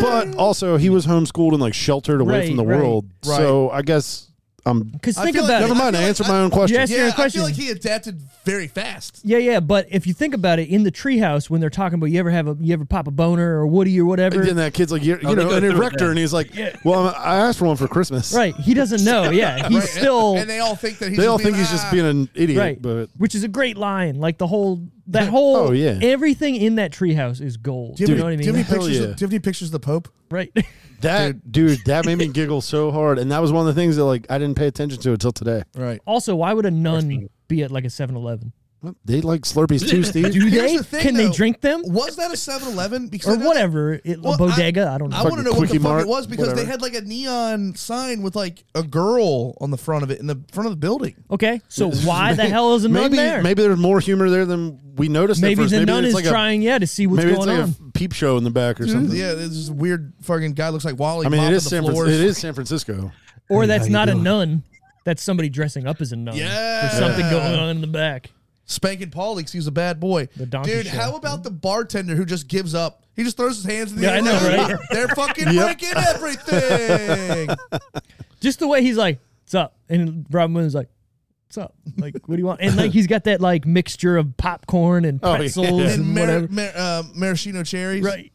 Speaker 3: But also, he was homeschooled and like sheltered away
Speaker 1: Right,
Speaker 3: from the
Speaker 1: right,
Speaker 3: world,
Speaker 2: right.
Speaker 3: so I guess I'm.
Speaker 1: because
Speaker 2: I
Speaker 1: think
Speaker 2: feel like-
Speaker 1: about
Speaker 3: Never
Speaker 1: it.
Speaker 3: mind. I
Speaker 2: feel like
Speaker 3: answered
Speaker 2: I-
Speaker 3: my own question.
Speaker 1: Yes, your
Speaker 2: Yeah, I
Speaker 1: question.
Speaker 2: feel like he adapted very fast.
Speaker 1: Yeah, yeah, but if you think about it, in the treehouse when they're talking about you ever have a you ever pop a boner or Woody or Oh, whatever,
Speaker 3: And then that kid's like, you're, you
Speaker 4: they
Speaker 3: know,
Speaker 4: go
Speaker 3: an
Speaker 4: through it
Speaker 3: erector,
Speaker 4: then.
Speaker 3: and he's like, well, I asked for one for Christmas.
Speaker 1: right? He doesn't
Speaker 2: <laughs>
Speaker 1: know. Yeah, he's
Speaker 2: Right, and-
Speaker 1: still
Speaker 2: and, they all think that he's
Speaker 3: They
Speaker 2: just
Speaker 3: all
Speaker 2: being,
Speaker 3: think he's just
Speaker 2: "Ah."
Speaker 3: being an idiot,
Speaker 1: right,
Speaker 3: but
Speaker 1: which is a great line. Like the whole that whole
Speaker 3: Oh, yeah.
Speaker 1: everything in that treehouse is gold.
Speaker 2: Do
Speaker 1: you know what I
Speaker 2: Do you
Speaker 1: mean?
Speaker 2: have any
Speaker 3: Hell
Speaker 2: pictures?
Speaker 3: yeah.
Speaker 2: Of, do you have any pictures of the Pope?
Speaker 1: <laughs> Right.
Speaker 3: That dude, that made me giggle so hard, and that was one of the things that like I didn't pay attention to until today.
Speaker 2: Right.
Speaker 1: Also, why would a nun be at like a 7-Eleven?
Speaker 3: What? They like Slurpees
Speaker 1: <laughs>
Speaker 3: too, Steve.
Speaker 1: Do
Speaker 2: Here's
Speaker 1: they?
Speaker 2: the thing,
Speaker 1: Can they
Speaker 2: though.
Speaker 1: drink them
Speaker 2: Was that a 7-Eleven? Because I
Speaker 1: or
Speaker 2: know-
Speaker 1: whatever? It,
Speaker 2: Well,
Speaker 1: a bodega. I, don't know.
Speaker 2: I want to know what the
Speaker 3: Quickie
Speaker 2: fuck
Speaker 3: Mart,
Speaker 2: it was because they
Speaker 3: whatever.
Speaker 2: had like a neon sign with like a girl on the front of it in the front of the building.
Speaker 1: okay, so why
Speaker 3: <laughs>
Speaker 1: the hell is a nun
Speaker 3: maybe
Speaker 1: there?
Speaker 3: maybe there's more humor there than we noticed.
Speaker 1: Maybe
Speaker 3: at first.
Speaker 1: the nun
Speaker 3: it's
Speaker 1: is
Speaker 3: like a-
Speaker 1: trying, yeah, to see what's
Speaker 3: maybe it's
Speaker 1: going
Speaker 3: like
Speaker 1: on. Mm-hmm.
Speaker 3: a peep show in the back or something.
Speaker 2: Yeah, there's this weird fucking guy looks like Wally.
Speaker 3: I mean, it
Speaker 2: mopping
Speaker 3: is
Speaker 2: the
Speaker 3: San Fran-
Speaker 2: floors.
Speaker 3: it is San Francisco.
Speaker 1: Or
Speaker 4: Hey,
Speaker 1: that's
Speaker 4: how you
Speaker 1: not a
Speaker 4: doing?
Speaker 1: nun. That's somebody dressing up as a nun.
Speaker 2: Yeah.
Speaker 1: There's something going on in the back.
Speaker 2: Spanking Paul because he's a bad boy.
Speaker 1: The donkey
Speaker 2: Dude,
Speaker 1: show.
Speaker 2: how about the bartender who just gives up? He just throws his hands in the
Speaker 1: Yeah,
Speaker 2: air.
Speaker 1: I know,
Speaker 2: like,
Speaker 1: right?
Speaker 2: <laughs> They're fucking breaking
Speaker 3: <laughs>
Speaker 2: everything.
Speaker 1: Just the way he's like, "What's up?" and Robin Williams is like, "What's up?" Like, what do you want? And like, he's got that like mixture of popcorn and
Speaker 3: Oh, yeah.
Speaker 1: pretzels and,
Speaker 2: and mar-
Speaker 1: whatever.
Speaker 2: mar- uh, maraschino cherries.
Speaker 1: Right.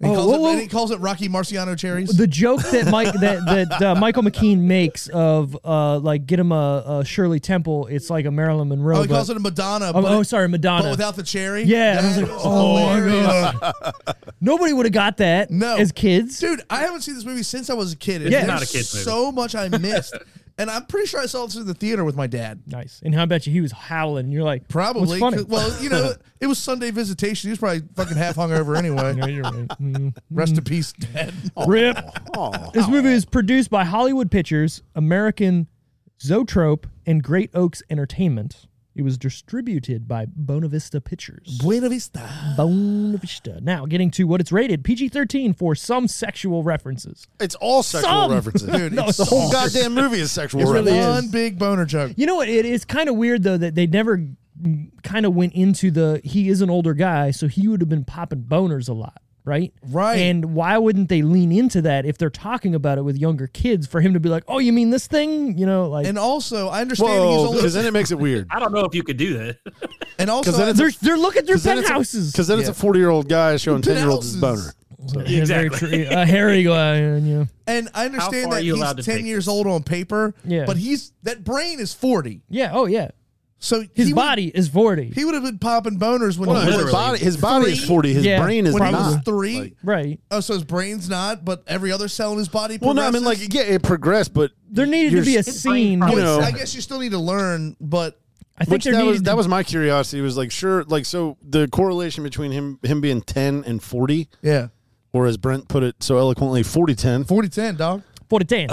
Speaker 2: And he,
Speaker 1: Oh,
Speaker 2: calls
Speaker 1: whoa,
Speaker 2: it, and
Speaker 1: whoa.
Speaker 2: he calls it Rocky Marciano cherries.
Speaker 1: The joke that Mike that that uh, Michael McKean makes of uh like get him a, a Shirley Temple, it's like a Marilyn Monroe.
Speaker 2: oh, he
Speaker 1: but-
Speaker 2: calls it a Madonna.
Speaker 1: oh,
Speaker 2: but,
Speaker 1: oh, sorry, Madonna.
Speaker 2: but without the cherry.
Speaker 1: Yeah, I was
Speaker 2: That
Speaker 1: like, oh my
Speaker 2: hilarious.
Speaker 1: Nobody would have got that
Speaker 2: No.
Speaker 1: as kids.
Speaker 2: Dude, I haven't seen this movie since I was a kid.
Speaker 1: Yeah.
Speaker 4: It's not
Speaker 2: there's
Speaker 4: a kid's movie.
Speaker 2: So much
Speaker 4: <laughs>
Speaker 2: I missed, and I'm pretty sure I saw this in the theater with my dad.
Speaker 1: Nice. And I bet you he was howling. You're like,
Speaker 2: Probably.
Speaker 1: What's funny?
Speaker 2: 'cause- Well, you
Speaker 4: <laughs>
Speaker 2: know, it was Sunday visitation. He was probably fucking half
Speaker 1: <laughs>
Speaker 2: hungover
Speaker 1: Yeah, <laughs>
Speaker 2: anyway.
Speaker 1: you're right. Mm.
Speaker 2: Rest in
Speaker 1: <laughs>
Speaker 2: peace, Dad.
Speaker 1: Rip.
Speaker 3: Oh,
Speaker 1: This movie is produced by Hollywood Pictures, American Zoetrope, and Great Oaks Entertainment. It was distributed by Bonavista Pictures.
Speaker 2: Buena vista.
Speaker 1: Bonavista. Now, getting to what it's rated PG 13 for some sexual references.
Speaker 3: it's all sexual
Speaker 1: Some.
Speaker 3: references.
Speaker 1: <laughs>
Speaker 2: Dude,
Speaker 1: No,
Speaker 2: it's
Speaker 3: the
Speaker 2: so-
Speaker 3: whole goddamn movie is sexual
Speaker 1: It really
Speaker 3: references.
Speaker 1: is.
Speaker 2: one big
Speaker 1: <laughs>
Speaker 2: boner joke.
Speaker 1: You know what? It is kind of weird, though, that they never kind of went into the he is an older guy, so he would have been popping boners a lot. Right?
Speaker 2: Right.
Speaker 1: And why wouldn't they lean into that if they're talking about it with younger kids for him to be like, oh, you mean this thing? You know, like.
Speaker 2: And also, I understand
Speaker 3: Whoa,
Speaker 2: he's
Speaker 3: because
Speaker 2: only.
Speaker 3: then it makes it weird.
Speaker 4: I don't know if you could do that. <laughs>
Speaker 2: And also,
Speaker 3: 'cause then it's
Speaker 1: they're, they're looking through
Speaker 3: then it's a-
Speaker 1: penthouses.
Speaker 3: Because then it's a 40 year old guy showing 10 year olds his boner.
Speaker 2: Penthouses.
Speaker 1: Yeah, very
Speaker 4: Exactly.
Speaker 1: true. A hairy guy, and you know,
Speaker 2: and I
Speaker 4: How
Speaker 2: understand
Speaker 4: far
Speaker 2: that
Speaker 4: are you allowed
Speaker 2: he's
Speaker 4: to
Speaker 2: ten
Speaker 4: take
Speaker 2: years
Speaker 4: this?
Speaker 2: old on paper.
Speaker 1: Yeah.
Speaker 2: But he's that brain is forty.
Speaker 1: yeah, oh yeah.
Speaker 2: So
Speaker 1: His
Speaker 2: he would-
Speaker 1: body is forty,
Speaker 2: he would have been popping boners when
Speaker 3: Well,
Speaker 2: he was
Speaker 3: his body, his body is
Speaker 2: Three?
Speaker 3: 40. His
Speaker 1: Yeah.
Speaker 3: brain is
Speaker 2: when he was
Speaker 3: not.
Speaker 2: three.
Speaker 3: Like-
Speaker 1: right?
Speaker 2: oh, so his brain's not, but every other cell in his body.
Speaker 3: well, no, I mean, like,
Speaker 2: progresses?
Speaker 3: yeah, it progressed, but
Speaker 1: There needed to
Speaker 3: you're
Speaker 1: be a
Speaker 3: s-
Speaker 1: scene.
Speaker 3: you
Speaker 1: with-
Speaker 3: know,
Speaker 2: I guess you still need to learn, but
Speaker 1: I think
Speaker 3: Which
Speaker 1: there
Speaker 3: that
Speaker 1: needed
Speaker 3: was
Speaker 1: to-
Speaker 3: that was my curiosity. Was like sure, like so the correlation between him him being ten and forty,
Speaker 2: yeah,
Speaker 3: or as Brent put it so eloquently, 40 10,
Speaker 2: 40 10, dog.
Speaker 1: for the dance.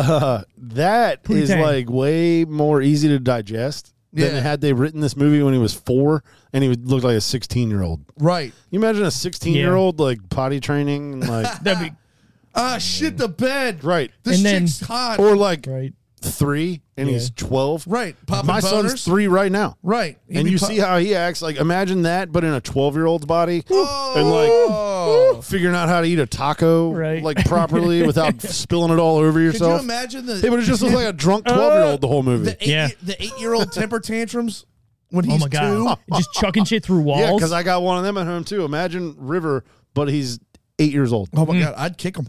Speaker 3: That is
Speaker 1: 10.
Speaker 3: like way more easy to digest
Speaker 2: Yeah.
Speaker 3: than had they written this movie when he was four and he would look like a sixteen year old.
Speaker 2: Right.
Speaker 3: You imagine a sixteen year old like potty training
Speaker 2: <laughs>
Speaker 3: and like
Speaker 1: That'd be
Speaker 2: Ah, shit the bed.
Speaker 3: right
Speaker 2: This
Speaker 1: And then-
Speaker 2: chick's hot.
Speaker 3: or like
Speaker 1: right.
Speaker 3: three and he's twelve.
Speaker 2: right. Popping
Speaker 3: My
Speaker 2: boners.
Speaker 3: son's three right now.
Speaker 2: Right. He'd
Speaker 3: and
Speaker 2: be
Speaker 3: you
Speaker 2: pop-
Speaker 3: see how he acts like imagine that but in a 12 year old's body
Speaker 2: Oh.
Speaker 3: and like figuring out how to eat a taco
Speaker 1: Right.
Speaker 3: like
Speaker 2: <laughs>
Speaker 3: properly without spilling it all over
Speaker 2: Could you
Speaker 3: yourself
Speaker 2: imagine
Speaker 3: it would
Speaker 2: the,
Speaker 3: have just looked like a drunk 12 year old the whole movie
Speaker 2: the, eight,
Speaker 1: Yeah.
Speaker 2: the eight year old temper tantrums when
Speaker 1: Oh
Speaker 2: he's
Speaker 1: my god!
Speaker 2: two?
Speaker 1: Just chucking shit through
Speaker 3: yeah
Speaker 1: walls.
Speaker 3: because i got one of them at home too imagine river but he's eight years old
Speaker 2: Oh my
Speaker 1: Mm.
Speaker 2: god, I'd kick him.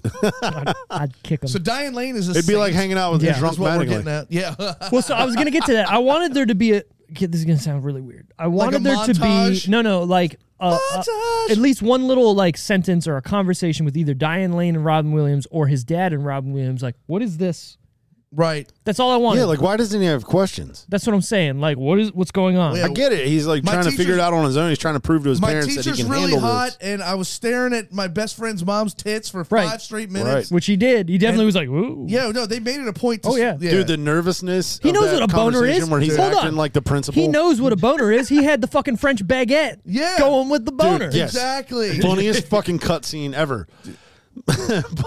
Speaker 1: I'd kick him.
Speaker 2: So Diane Lane is a
Speaker 3: it'd be like
Speaker 2: saint,
Speaker 3: hanging out with
Speaker 1: Yeah.
Speaker 3: a
Speaker 2: is
Speaker 3: drunk
Speaker 2: what we're
Speaker 3: man
Speaker 2: getting
Speaker 3: like,
Speaker 2: at. Yeah. <laughs>
Speaker 1: well, so I was gonna get to that. I wanted there to be a. Kid, this is gonna sound really weird. I wanted there to
Speaker 2: montage?
Speaker 1: be no, no, like uh, uh,
Speaker 2: Montage.
Speaker 1: at least one little like sentence or a conversation with either Diane Lane and Robin Williams or his dad and Robin Williams. Like, what is this?
Speaker 2: right.
Speaker 1: That's all I wanted.
Speaker 3: yeah like why doesn't he have questions
Speaker 1: That's what I'm saying. Like, what is what's going on?
Speaker 2: Yeah.
Speaker 3: I get it. He's like
Speaker 2: My
Speaker 3: trying to figure
Speaker 2: teacher's-
Speaker 3: it out on his own. He's trying to prove to his
Speaker 2: My
Speaker 3: parents that he
Speaker 2: teacher's
Speaker 3: can
Speaker 2: really
Speaker 3: handle
Speaker 2: hot,
Speaker 3: this.
Speaker 2: and I was staring at my best friend's mom's tits for
Speaker 1: Right.
Speaker 2: five straight minutes.
Speaker 1: Which he did. He definitely was like, "Ooh,
Speaker 2: Yeah, no, they made it a point. To
Speaker 1: Oh, yeah.
Speaker 3: Dude, the nervousness.
Speaker 1: He
Speaker 3: of
Speaker 1: knows
Speaker 3: that
Speaker 1: what a boner
Speaker 3: conversation
Speaker 1: is.
Speaker 3: Where he's
Speaker 1: Hold
Speaker 3: acting
Speaker 1: on.
Speaker 3: like the principal.
Speaker 1: He knows what a boner is. He had the fucking French
Speaker 3: <laughs>
Speaker 1: baguette.
Speaker 2: Yeah.
Speaker 1: going with the boner.
Speaker 3: yes.
Speaker 2: exactly.
Speaker 3: <laughs> funniest fucking cutscene ever. <laughs>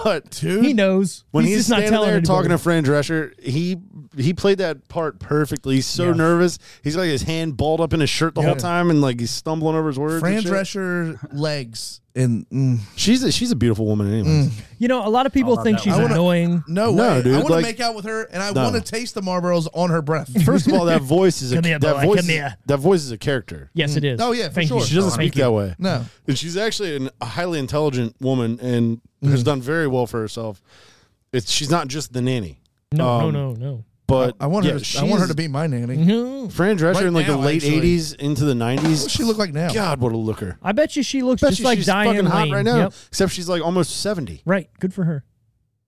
Speaker 3: but dude,
Speaker 1: He knows.
Speaker 3: when he's,
Speaker 1: he's, just not
Speaker 3: standing
Speaker 1: telling
Speaker 3: there
Speaker 1: anybody.
Speaker 3: talking to Fran Drescher, he he played that part perfectly. He's so
Speaker 1: Yeah.
Speaker 3: nervous. He's like his hand balled up in his shirt the whole time, and like he's stumbling over his words.
Speaker 2: Fran
Speaker 3: and shit.
Speaker 2: Drescher legs and mm,
Speaker 3: she's a, she's a beautiful woman, anyways.
Speaker 1: you know, a lot of people
Speaker 4: I'll
Speaker 1: think
Speaker 4: have that
Speaker 1: she's
Speaker 4: one. I
Speaker 2: wanna-
Speaker 1: annoying.
Speaker 2: no,
Speaker 3: No,
Speaker 2: way.
Speaker 3: dude,
Speaker 2: I want
Speaker 3: like-
Speaker 2: to make out with her, and I
Speaker 3: No.
Speaker 2: want to taste the Marlboros on
Speaker 1: <laughs>
Speaker 2: her breath.
Speaker 3: First of all, that voice is a
Speaker 1: Come here,
Speaker 3: that
Speaker 1: boy,
Speaker 3: voice
Speaker 1: come
Speaker 3: is-
Speaker 1: here.
Speaker 3: that voice is a character.
Speaker 1: Yes, it is.
Speaker 2: Oh, yeah, for
Speaker 1: Thank you.
Speaker 2: sure.
Speaker 3: She doesn't
Speaker 4: Thank
Speaker 3: speak that way.
Speaker 2: No.
Speaker 3: And she's actually an, a highly intelligent woman and
Speaker 2: Mm.
Speaker 3: has done very well for herself. It's she's not just the nanny,
Speaker 1: No,
Speaker 3: Um,
Speaker 1: no, no,
Speaker 3: but
Speaker 2: I want
Speaker 3: yeah,
Speaker 2: her. To, I want her
Speaker 3: she's-
Speaker 2: to be my nanny.
Speaker 1: no.
Speaker 3: Fran Drescher
Speaker 2: Right
Speaker 3: in like
Speaker 2: now,
Speaker 3: the late
Speaker 2: actually.
Speaker 3: '80s into the '90s.
Speaker 2: What does she look like now?
Speaker 3: God, what a looker!
Speaker 1: I bet you she looks
Speaker 3: Bet
Speaker 1: just
Speaker 3: you
Speaker 1: like
Speaker 3: she's
Speaker 1: Diane
Speaker 3: fucking hot
Speaker 1: Lane.
Speaker 3: right now.
Speaker 1: Yep.
Speaker 3: Except she's like almost seventy.
Speaker 1: Right. Good for her.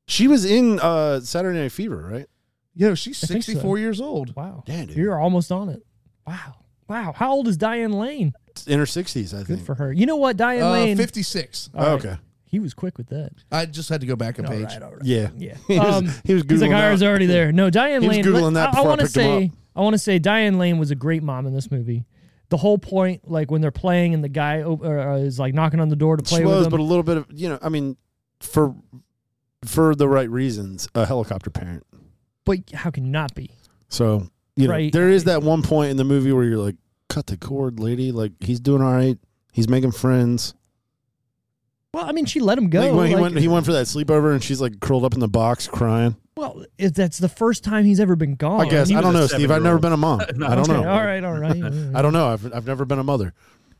Speaker 3: She was in uh, Saturday Night Fever, right?
Speaker 2: Yo, she's
Speaker 1: I think so.
Speaker 2: 64 years old.
Speaker 1: Wow.
Speaker 3: Damn, dude.
Speaker 1: You're almost on it. Wow. Wow. How old is Diane Lane?
Speaker 3: It's In her sixties, I
Speaker 1: Good
Speaker 3: think. Oh,
Speaker 1: for her. You know what, Diane
Speaker 2: Uh,
Speaker 1: Lane.
Speaker 2: 56.
Speaker 1: All right.
Speaker 3: Okay.
Speaker 1: He was quick with that.
Speaker 2: I just had to go back a page.
Speaker 1: all right.
Speaker 3: Yeah,
Speaker 1: Yeah.
Speaker 3: <laughs> He was,
Speaker 1: Um,
Speaker 3: he was googling.
Speaker 1: He's like, I was
Speaker 3: out.
Speaker 1: already there. No, Diane
Speaker 3: He was
Speaker 1: Lane.
Speaker 3: Googling
Speaker 1: let-
Speaker 3: that
Speaker 1: I,
Speaker 3: before I
Speaker 1: want to
Speaker 3: picked him
Speaker 1: say,
Speaker 3: up.
Speaker 1: I want to say, Diane Lane was a great mom in this movie. The whole point, like when they're playing and the guy op- or, uh, is like knocking on the door to play
Speaker 3: She was,
Speaker 1: with
Speaker 3: but a
Speaker 1: them.
Speaker 3: little bit of you know. I mean, for for the right reasons, a helicopter parent.
Speaker 1: But how can you not be?
Speaker 3: So you know,
Speaker 1: Right.
Speaker 3: there is that one point in the movie where you're like, "Cut the cord, lady!" Like he's doing all right. He's making friends.
Speaker 1: Well, I mean, she let him go.
Speaker 3: Like, when he
Speaker 1: like-
Speaker 3: went. He went for that sleepover, and she's like curled up in the box crying.
Speaker 1: well, if that's the first time he's ever been gone.
Speaker 3: I guess
Speaker 4: he
Speaker 3: I
Speaker 4: was
Speaker 3: don't
Speaker 4: a
Speaker 3: know, Steve. I've never
Speaker 4: seven-year-old.
Speaker 3: been
Speaker 1: <laughs>
Speaker 3: a mom.
Speaker 4: No,
Speaker 3: I don't
Speaker 1: Okay,
Speaker 3: know.
Speaker 1: All right, all right.
Speaker 3: <laughs> I don't know. I've I've never been a mother.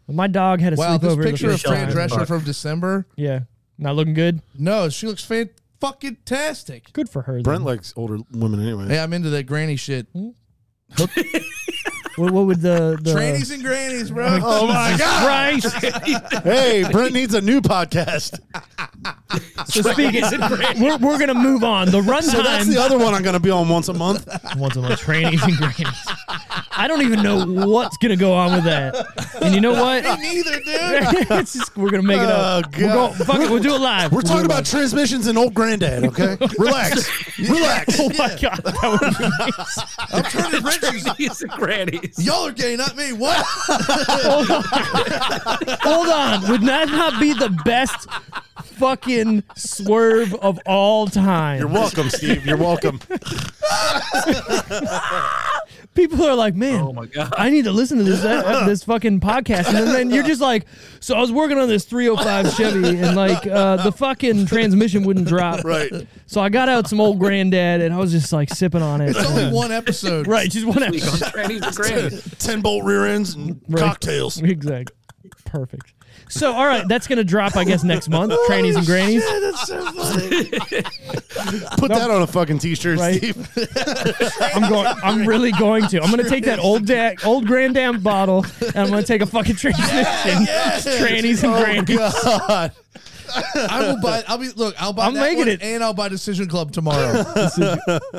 Speaker 1: My dog had a
Speaker 2: Wow, this
Speaker 1: sleepover. the
Speaker 2: picture of
Speaker 1: first
Speaker 2: Fran
Speaker 1: time.
Speaker 4: Dress-
Speaker 2: Drescher
Speaker 4: Fuck.
Speaker 2: from December.
Speaker 1: Yeah, not looking good.
Speaker 2: No, she looks fan fucking tastic.
Speaker 1: Good for her.
Speaker 3: Brent
Speaker 1: then.
Speaker 3: likes older women anyway.
Speaker 2: Hey, I'm into that granny shit.
Speaker 1: what, what would the, the
Speaker 2: Trannies and grannies, bro.
Speaker 1: <laughs>
Speaker 3: Oh my God! <laughs>
Speaker 1: Christ?
Speaker 3: Hey, Brent needs a new podcast.
Speaker 1: so speaking, <laughs> we're, we're gonna move on. The runtime.
Speaker 3: So that's the other one I'm going to be on once a month.
Speaker 1: once a month trainees and grannies. I don't even know what's gonna go on with that. And you
Speaker 3: <laughs>
Speaker 1: know what?
Speaker 2: <laughs> Neither, dude.
Speaker 1: <laughs> It's just- we're gonna make it up.
Speaker 3: Oh,
Speaker 1: We're
Speaker 3: God.
Speaker 1: going, fuck it, we'll do it live.
Speaker 3: We're talking about transmissions and old granddad.
Speaker 2: <laughs>
Speaker 3: Okay, relax, relax.
Speaker 1: <laughs> Oh
Speaker 3: <laughs>
Speaker 1: my god, that would be amazing.
Speaker 2: I'm turning wrenches.
Speaker 4: He's a
Speaker 2: <laughs>
Speaker 4: grannies. <laughs>
Speaker 2: Y'all are gay, not me. What?
Speaker 1: Hold on. Hold on. Would that not be the best fucking swerve of all time?
Speaker 3: You're welcome, Steve.
Speaker 2: <laughs>
Speaker 3: You're welcome.
Speaker 1: People are like, man,
Speaker 4: Oh my God.
Speaker 1: I need to listen to this uh, this fucking podcast, and then, then you're just like, so I was working on this 305 Chevy, and like uh, the fucking transmission wouldn't drop.
Speaker 3: Right.
Speaker 1: So I got out some old granddad, and I was just like sipping on it.
Speaker 2: It's only one episode.
Speaker 1: right, just one
Speaker 4: Week
Speaker 1: episode.
Speaker 4: on trannies and grannies.
Speaker 3: Ten bolt rear ends and
Speaker 1: Right.
Speaker 3: cocktails.
Speaker 1: <laughs> Exactly. Perfect. So all right, that's gonna drop, I guess, next month. Trannies and grannies.
Speaker 2: <laughs> Yeah, that's
Speaker 3: <laughs>
Speaker 2: so funny.
Speaker 3: Put that on a fucking t-shirt,
Speaker 1: Right.
Speaker 2: <laughs>
Speaker 3: Steve.
Speaker 1: I'm going. I'm really going to. I'm gonna take that old da- old granddam bottle, and I'm gonna take a fucking
Speaker 3: <laughs>
Speaker 1: transmission. Trannies and
Speaker 3: Oh
Speaker 1: grannies.
Speaker 3: God!
Speaker 2: I will buy. I'll be. Look, I'll buy.
Speaker 1: I'm
Speaker 2: that
Speaker 1: making
Speaker 2: one
Speaker 1: it.
Speaker 2: and I'll buy Decision Club
Speaker 1: <laughs>
Speaker 2: tomorrow.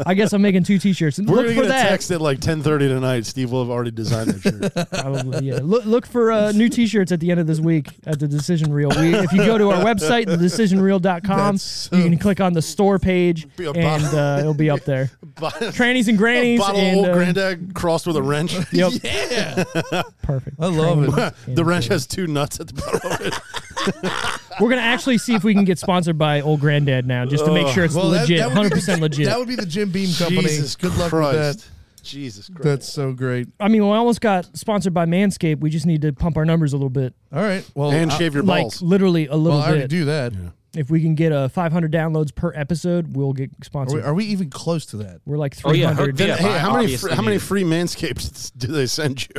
Speaker 1: I guess I'm making two T-shirts.
Speaker 3: <laughs> We're
Speaker 1: Look
Speaker 3: gonna
Speaker 1: for
Speaker 3: get a
Speaker 1: that.
Speaker 3: text at like 10:30 tonight. Steve will have already designed that
Speaker 2: <laughs>
Speaker 3: shirt.
Speaker 1: Probably, yeah. Look, look for uh, new T-shirts at the end of this week at the Decision Reel. We, if you go to our website, thedecisionreel.com,
Speaker 3: That's so-
Speaker 1: you can click on the store page,
Speaker 3: Be a
Speaker 1: and
Speaker 3: bottle.
Speaker 1: uh, it'll be up there. Trannies and
Speaker 3: a
Speaker 1: grannies,
Speaker 3: bottle of
Speaker 1: and
Speaker 3: old
Speaker 1: uh,
Speaker 3: granddad crossed with a wrench.
Speaker 1: <laughs> Yep,
Speaker 2: <laughs> yeah,
Speaker 1: <laughs> perfect.
Speaker 2: I love it.
Speaker 3: <laughs> the wrench has two nuts at the bottom of it.
Speaker 1: We're gonna actually see if we can get sponsored by Old Granddad now, just to make sure it's
Speaker 2: Well, that-
Speaker 1: legit,
Speaker 2: that would be
Speaker 1: hundred
Speaker 2: the-
Speaker 3: <laughs>
Speaker 1: percent legit.
Speaker 2: That would be the Jim Beam <laughs> company.
Speaker 3: Jesus
Speaker 2: Good luck
Speaker 3: Christ.
Speaker 2: with that.
Speaker 3: Jesus Christ.
Speaker 2: That's so great.
Speaker 1: I mean, we almost got sponsored by Manscaped. We just need to pump our numbers a little bit,
Speaker 2: All right. Well,
Speaker 3: and
Speaker 2: I,
Speaker 3: shave your
Speaker 1: like
Speaker 3: balls.
Speaker 1: literally a
Speaker 2: well,
Speaker 1: little
Speaker 2: I already
Speaker 1: bit.
Speaker 2: do that.
Speaker 1: If we can get a 500 downloads per episode, we'll get
Speaker 2: Are,
Speaker 1: sponsored.
Speaker 2: we, are we even close to that?
Speaker 1: We're like
Speaker 4: Oh, yeah,
Speaker 1: 300.
Speaker 4: <laughs> hook me up.
Speaker 3: Hey,
Speaker 4: I
Speaker 3: how many
Speaker 4: obviously
Speaker 3: how many
Speaker 4: need-
Speaker 3: free manscapes <laughs> do they send you?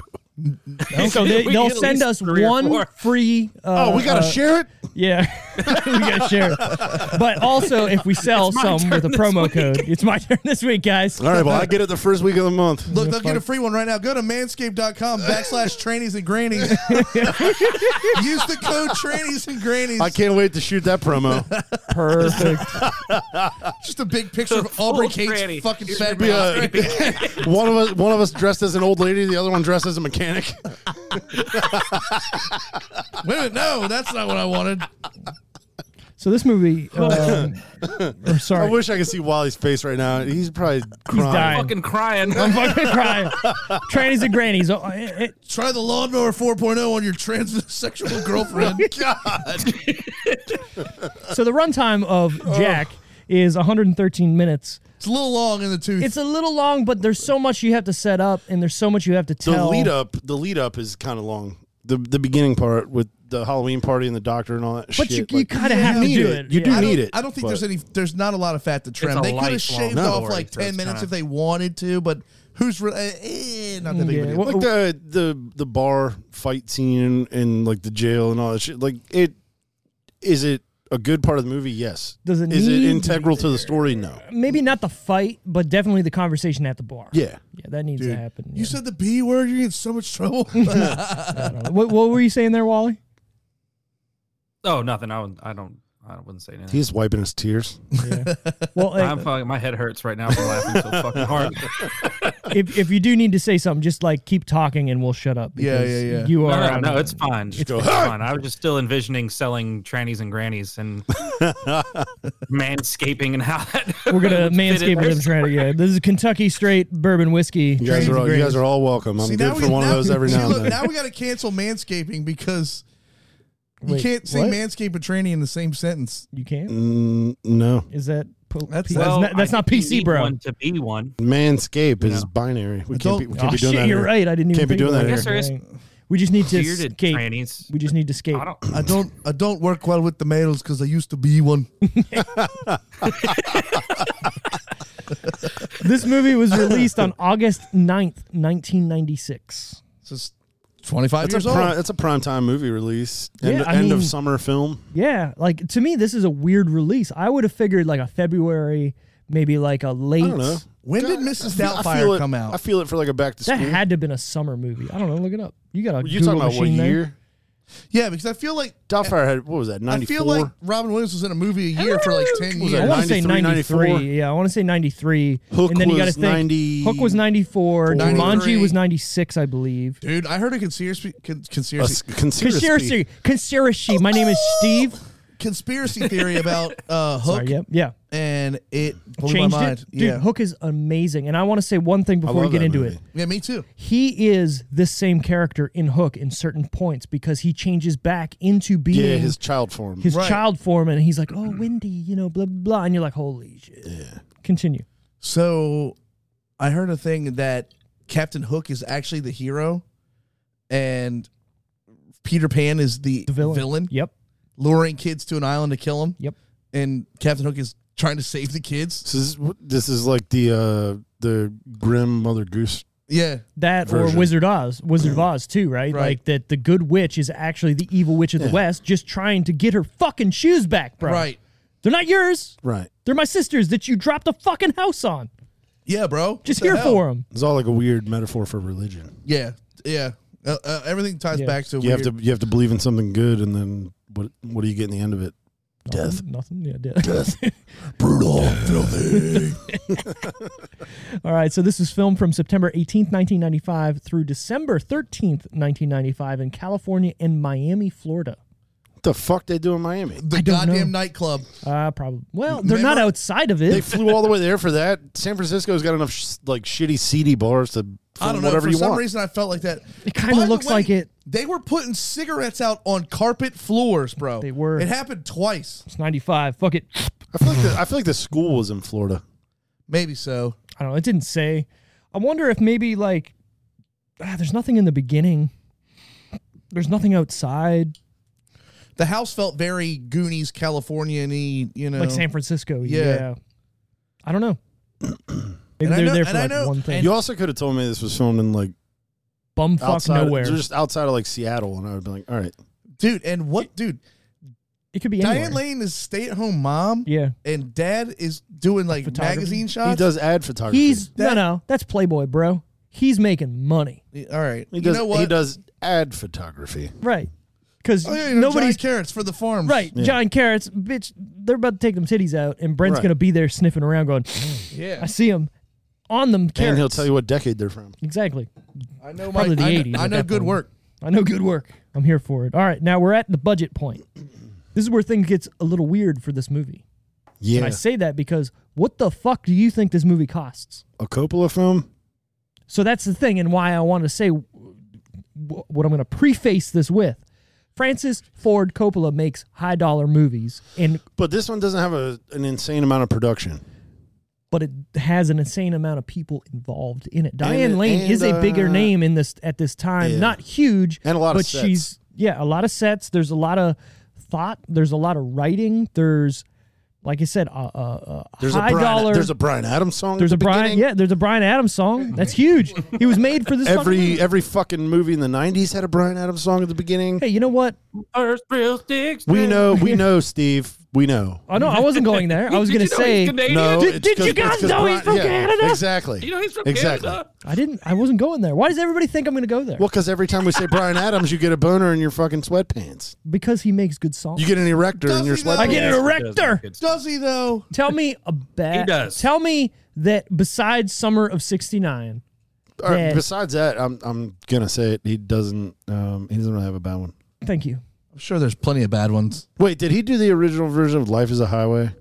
Speaker 1: So they,
Speaker 4: We
Speaker 1: they'll
Speaker 4: get at
Speaker 1: send
Speaker 4: least
Speaker 1: us
Speaker 4: three or
Speaker 1: one
Speaker 4: four.
Speaker 1: free. Uh,
Speaker 3: oh, we gotta
Speaker 1: uh,
Speaker 2: <laughs>
Speaker 3: share it.
Speaker 1: Yeah, <laughs> we gotta share. it. But also, if we sell
Speaker 4: my
Speaker 1: some
Speaker 4: turn
Speaker 1: with a
Speaker 4: this
Speaker 1: promo
Speaker 4: week.
Speaker 1: code, it's my turn this week,
Speaker 3: <laughs>
Speaker 1: guys.
Speaker 3: All right, well, I get it the first week of the month.
Speaker 2: Look, they'll get a free one right now. Go to
Speaker 3: <laughs>
Speaker 2: manscaped.com backslash trannies
Speaker 1: <laughs>
Speaker 2: and grannies. Use the code trannies and grannies.
Speaker 3: I can't wait to shoot that promo.
Speaker 1: Perfect.
Speaker 2: Just a big picture
Speaker 1: <laughs>
Speaker 2: of Aubrey
Speaker 4: Full
Speaker 2: Kate's
Speaker 4: tranny.
Speaker 2: fucking fat
Speaker 3: be
Speaker 2: mouth.
Speaker 3: a- <laughs> one of us, one of us dressed as an old lady, the other one dressed as a mechanic.
Speaker 2: Wait a minute, no, that's not what I wanted.
Speaker 1: So this movie, um, or
Speaker 3: I
Speaker 1: sorry,
Speaker 3: wish I could see Wally's face right now. He's probably crying.
Speaker 1: dying.
Speaker 4: Fucking crying.
Speaker 1: I'm fucking crying. Trannies and grannies. Oh, eh, eh.
Speaker 2: Try the lawnmower 4.0 on your <laughs>
Speaker 1: <laughs>
Speaker 2: transsexual girlfriend.
Speaker 1: So the runtime of Jack is 113 minutes.
Speaker 2: It's a little long in the tooth.
Speaker 1: It's a little long, but there's so much you have to set up, and there's so much you have to
Speaker 3: The
Speaker 1: tell.
Speaker 3: lead up, the lead up is kind of long. The the beginning part with the Halloween party and the doctor and all that
Speaker 1: But
Speaker 3: shit.
Speaker 1: you, you
Speaker 3: like-
Speaker 1: kind of
Speaker 2: you
Speaker 1: have to
Speaker 3: need
Speaker 1: do
Speaker 3: it.
Speaker 1: it.
Speaker 3: You do
Speaker 1: yeah.
Speaker 2: I don't,
Speaker 3: need it,
Speaker 2: I don't think
Speaker 3: but-
Speaker 2: there's any. There's not a lot of fat to trim.
Speaker 4: a
Speaker 2: They could have
Speaker 4: lifelong
Speaker 2: shaved
Speaker 4: story,
Speaker 2: off like
Speaker 4: so it's
Speaker 2: ten minutes
Speaker 4: kinda-
Speaker 2: if they wanted to, but who's re- eh, eh, not that big of a
Speaker 1: Yeah.
Speaker 2: deal.
Speaker 1: What-
Speaker 3: like the the the bar fight scene and like the jail and all that shit. Like it is it a good part of the movie? Yes.
Speaker 1: Does it
Speaker 3: is
Speaker 1: need-
Speaker 3: it integral to the story? No.
Speaker 1: Maybe not the fight, but definitely the conversation at the bar.
Speaker 3: Yeah.
Speaker 1: Yeah, that needs to
Speaker 2: Dude,
Speaker 1: happen.
Speaker 3: oh.
Speaker 2: You
Speaker 1: yeah.
Speaker 2: said the B word. You're in so much
Speaker 3: <laughs>
Speaker 2: trouble.
Speaker 1: I don't know. what, what were you saying there, Wally?
Speaker 4: Oh, nothing. I, would, I don't. I wouldn't say anything.
Speaker 3: He's wiping his tears.
Speaker 1: Well, hey,
Speaker 4: I'm fucking, my head hurts right now from laughing so fucking hard.
Speaker 1: if, if you do need to say something, just like keep talking and we'll shut up.
Speaker 2: Yeah,
Speaker 1: because
Speaker 2: yeah, yeah.
Speaker 1: You
Speaker 4: No,
Speaker 1: are
Speaker 4: no,
Speaker 1: on
Speaker 4: no,
Speaker 1: a-
Speaker 4: it's fine. It's,
Speaker 3: go,
Speaker 4: fine. I was just still envisioning selling trannies and grannies and manscaping and how that.
Speaker 1: We're gonna
Speaker 4: would fit in
Speaker 1: manscape them.
Speaker 4: there.
Speaker 1: Try to yeah. This is Kentucky straight bourbon whiskey.
Speaker 3: You guys
Speaker 2: Trains
Speaker 3: are all, you
Speaker 2: and
Speaker 3: guys are all welcome. I'm good for one of those every
Speaker 2: see,
Speaker 3: now
Speaker 2: look,
Speaker 3: and then.
Speaker 2: now we got to cancel manscaping because you
Speaker 1: Wait,
Speaker 2: can't say
Speaker 1: what?
Speaker 2: manscape and tranny in the same sentence.
Speaker 1: You can't.
Speaker 3: Mm, no.
Speaker 1: Is that po-
Speaker 2: That's-
Speaker 1: P-
Speaker 2: well,
Speaker 1: that's not, that's
Speaker 4: I
Speaker 1: not
Speaker 4: think you
Speaker 1: PC,
Speaker 4: need
Speaker 1: bro.
Speaker 4: One to be one.
Speaker 3: Manscape
Speaker 4: You
Speaker 3: is
Speaker 4: know.
Speaker 3: binary. We
Speaker 2: Adult-
Speaker 3: can't be, we
Speaker 1: Oh
Speaker 3: can't be doing
Speaker 1: shit,
Speaker 3: that.
Speaker 1: you're
Speaker 3: here.
Speaker 1: right. I didn't even
Speaker 3: Can't be
Speaker 1: think
Speaker 3: doing
Speaker 1: about
Speaker 3: that
Speaker 4: here. Yes, there
Speaker 1: Dang. We just need to
Speaker 4: Bearded
Speaker 1: escape.
Speaker 4: trannies.
Speaker 1: We just need to escape.
Speaker 4: I don't.
Speaker 2: I don't I don't work well with the males because I used to be one.
Speaker 1: <laughs> This movie
Speaker 4: <laughs>
Speaker 1: was released on August 9th, 1996.
Speaker 2: Since 25
Speaker 3: That's
Speaker 2: years
Speaker 3: a
Speaker 2: old.
Speaker 3: prime, that's a prime time movie release. End,
Speaker 1: Yeah, I
Speaker 3: end of
Speaker 1: mean-
Speaker 3: summer film.
Speaker 1: Yeah, like to me, this is a weird release. I would have figured like a February, maybe like a late.
Speaker 3: I don't know.
Speaker 2: When did
Speaker 3: God,
Speaker 2: Mrs.
Speaker 3: I feel- I feel
Speaker 2: Doubtfire
Speaker 3: it-
Speaker 2: come
Speaker 3: I
Speaker 2: out?
Speaker 3: feel it for like a back to school.
Speaker 1: That had to have been a summer movie. I don't know. Look it up. You got a
Speaker 3: you
Speaker 1: Google
Speaker 3: talking about what
Speaker 1: machine there?
Speaker 3: year?
Speaker 2: Yeah, because I feel like
Speaker 3: Doubtfire had what was that?
Speaker 2: I
Speaker 3: Ninety
Speaker 2: feel
Speaker 3: four.
Speaker 2: like Robin Williams was in a movie a year for like 10
Speaker 3: Was
Speaker 2: years.
Speaker 3: that
Speaker 1: I want to say
Speaker 3: 93,
Speaker 1: 93.
Speaker 3: 94.
Speaker 1: Yeah, I want to say 93.
Speaker 3: Hook
Speaker 1: and then you gotta
Speaker 3: was
Speaker 1: think,
Speaker 3: 90
Speaker 1: Hook was 94.
Speaker 2: 93.
Speaker 1: Jumanji was 96, I believe.
Speaker 2: Dude, I heard a conspiracy con-
Speaker 3: A
Speaker 2: conspiracy
Speaker 3: s- conspiracy.
Speaker 1: Conspiracy. Conspiracy. My name is Steve.
Speaker 2: conspiracy
Speaker 3: <laughs>
Speaker 2: theory about uh, Hook,
Speaker 1: Sorry, yep. Yeah.
Speaker 2: and it blew
Speaker 1: Changed
Speaker 2: my mind.
Speaker 1: it. Dude,
Speaker 2: yeah,
Speaker 1: Hook is amazing. And I want to say one thing before we
Speaker 3: love
Speaker 1: get
Speaker 3: that
Speaker 1: into
Speaker 3: movie.
Speaker 1: it.
Speaker 2: yeah, me too.
Speaker 1: He is this same character in Hook in certain points because he changes back into being
Speaker 3: Yeah, his child form.
Speaker 1: his
Speaker 2: Right.
Speaker 1: child form and he's like, oh, Wendy, you know, blah, blah, blah. And you're like, holy shit. Continue.
Speaker 2: So I heard a thing that Captain Hook is actually the hero, and Peter Pan is the,
Speaker 1: The villain. Yep.
Speaker 2: luring kids to an island to kill them.
Speaker 1: Yep.
Speaker 2: And Captain Hook is trying to save the kids.
Speaker 3: This is this is like the uh, the grim Mother Goose.
Speaker 2: Yeah,
Speaker 1: That
Speaker 3: version.
Speaker 1: or Wizard Oz, Wizard of Oz too, right?
Speaker 2: Right.
Speaker 1: Like that the good witch is actually the evil witch of the West, just trying to get her fucking shoes back, bro.
Speaker 2: right.
Speaker 1: They're not yours.
Speaker 3: Right.
Speaker 1: They're my sister's that you dropped a fucking house on.
Speaker 2: Yeah, bro.
Speaker 1: Just
Speaker 2: What the
Speaker 1: here
Speaker 2: hell?
Speaker 1: for them.
Speaker 3: It's all like a weird metaphor for religion.
Speaker 2: Yeah, yeah. Uh, uh, everything ties
Speaker 1: Yeah.
Speaker 2: back to
Speaker 3: You
Speaker 2: weird.
Speaker 3: have to you have to believe in something good, and then what what do you get in the end of it? Death.
Speaker 1: <laughs> Nothing. Yeah, <laughs> death.
Speaker 3: Brutal, filthy.
Speaker 1: All right, so this is filmed from September 18th, 1995 through December 13th, 1995 in California and Miami, Florida.
Speaker 3: what <laughs> the fuck they do in Miami?
Speaker 2: the
Speaker 1: don't
Speaker 2: goddamn
Speaker 1: know.
Speaker 2: nightclub.
Speaker 1: Uh, probably. Well, they're not
Speaker 2: Remember-
Speaker 1: outside of
Speaker 3: They
Speaker 1: it.
Speaker 3: flew all the way there for that. San Francisco's got enough sh- like shitty seedy bars to
Speaker 2: I don't know.
Speaker 3: whatever
Speaker 2: for
Speaker 3: you
Speaker 2: some
Speaker 3: want.
Speaker 2: reason, I felt like that.
Speaker 1: It kinda
Speaker 2: By the
Speaker 1: looks like it.
Speaker 2: They were putting cigarettes out on carpet floors, bro.
Speaker 1: They were.
Speaker 2: It happened twice.
Speaker 1: It's 95. Fuck it.
Speaker 3: I feel like the, I feel like the school was in Florida.
Speaker 2: Maybe so.
Speaker 1: I don't know. It didn't say. I wonder if maybe like ah, there's nothing in the beginning. There's nothing outside,
Speaker 2: The house felt very Goonies, California y, you know.
Speaker 1: like San Francisco. Yeah.
Speaker 2: Yeah.
Speaker 1: I don't
Speaker 2: <clears throat>
Speaker 1: know. Maybe
Speaker 2: And I
Speaker 1: they're
Speaker 2: know-
Speaker 1: there for
Speaker 2: and I
Speaker 1: like
Speaker 2: know-
Speaker 1: one thing.
Speaker 3: You also could have told me this was filmed in like
Speaker 1: Bumfuck
Speaker 3: outside,
Speaker 1: nowhere.
Speaker 3: just outside of like Seattle, and I would be like, all right,
Speaker 2: Dude, and what, dude?
Speaker 1: it could be anywhere.
Speaker 2: Diane Lane is stay at home mom,
Speaker 1: Yeah.
Speaker 2: and dad is doing like
Speaker 1: Photography.
Speaker 2: magazine shots.
Speaker 3: he does ad photography.
Speaker 1: He's no
Speaker 2: That-
Speaker 1: no. That's Playboy, bro. He's making money,
Speaker 2: All right.
Speaker 3: he does
Speaker 2: you know what?
Speaker 3: he does ad photography.
Speaker 1: right? Because
Speaker 2: Oh, yeah, you know,
Speaker 1: nobody's
Speaker 2: giant carrots for the farms.
Speaker 1: right. John Carrots, bitch. They're about to take them titties out, and Brent's
Speaker 3: Right.
Speaker 1: gonna be there sniffing around, going,
Speaker 2: Yeah.
Speaker 1: "I see him on them carrots."
Speaker 3: And he'll tell you what decade they're from.
Speaker 1: exactly.
Speaker 2: I know my.
Speaker 1: Probably the
Speaker 2: I know,
Speaker 1: 80s
Speaker 2: I
Speaker 1: at
Speaker 2: know
Speaker 1: that
Speaker 2: good
Speaker 1: point.
Speaker 2: work.
Speaker 1: I know good work. I'm here for it. All right, now we're at the budget point. This is where things gets a little weird for this movie. And
Speaker 3: Yeah,
Speaker 1: I say that because what the fuck do you think this movie costs?
Speaker 3: a Coppola film.
Speaker 1: So that's the thing and why I want to say w- what I'm going to preface this with. Francis Ford Coppola makes high dollar movies and
Speaker 3: But this one doesn't have a, an insane amount of production.
Speaker 1: but it has an insane amount of people involved in it. Diane
Speaker 3: it-
Speaker 1: Lane is
Speaker 3: and,
Speaker 1: a bigger
Speaker 3: uh,
Speaker 1: name in this at this time.
Speaker 3: Yeah.
Speaker 1: Not huge,
Speaker 3: And a lot of
Speaker 1: but
Speaker 3: sets.
Speaker 1: she's yeah, a lot of sets. There's a lot of thought. There's a lot of writing. There's like I said, a, a, a
Speaker 3: There's
Speaker 1: high
Speaker 3: a Brian,
Speaker 1: dollar.
Speaker 3: There's a Brian Adams song.
Speaker 1: there's
Speaker 3: at
Speaker 1: a
Speaker 3: the
Speaker 1: Brian.
Speaker 3: beginning.
Speaker 1: Yeah, there's a Brian Adams song. That's huge. he was made for this. fucking
Speaker 3: <laughs> Every
Speaker 1: movie.
Speaker 3: every fucking movie in the '90s had a Brian Adams song at the beginning.
Speaker 1: hey, you know what?
Speaker 4: First real sticks.
Speaker 3: We
Speaker 1: <laughs>
Speaker 3: know, we know, Steve. We know.
Speaker 1: Oh no, I wasn't going there. I was
Speaker 4: Did
Speaker 1: gonna
Speaker 4: you know
Speaker 1: say
Speaker 4: he's Canadian?
Speaker 3: No,
Speaker 1: Did-
Speaker 3: it's
Speaker 1: did you
Speaker 3: 'cause- it's
Speaker 1: guys
Speaker 3: 'cause
Speaker 1: know he's from Canada?
Speaker 3: Exactly.
Speaker 4: You know he's from
Speaker 3: exactly.
Speaker 4: Canada.
Speaker 1: I didn't. I wasn't going there. Why does everybody think I'm gonna go there?
Speaker 3: Well, because every time we say
Speaker 4: <laughs>
Speaker 3: Brian Adams, you get a boner in your fucking sweatpants.
Speaker 1: because he makes good songs.
Speaker 3: You get an erector in your
Speaker 2: Does he though?
Speaker 3: sweatpants.
Speaker 1: I get an
Speaker 4: Yes, he does.
Speaker 1: erector.
Speaker 4: It's-
Speaker 2: Does he though?
Speaker 1: Tell me about.
Speaker 4: He does.
Speaker 1: Tell me that besides Summer of '69,
Speaker 3: All right,
Speaker 1: that-
Speaker 3: besides that, I'm I'm gonna say it. He doesn't. Um, he doesn't really have a bad one.
Speaker 1: thank you.
Speaker 2: I'm sure there's plenty of bad ones.
Speaker 3: Wait, did he do the original version of Life Is a Highway?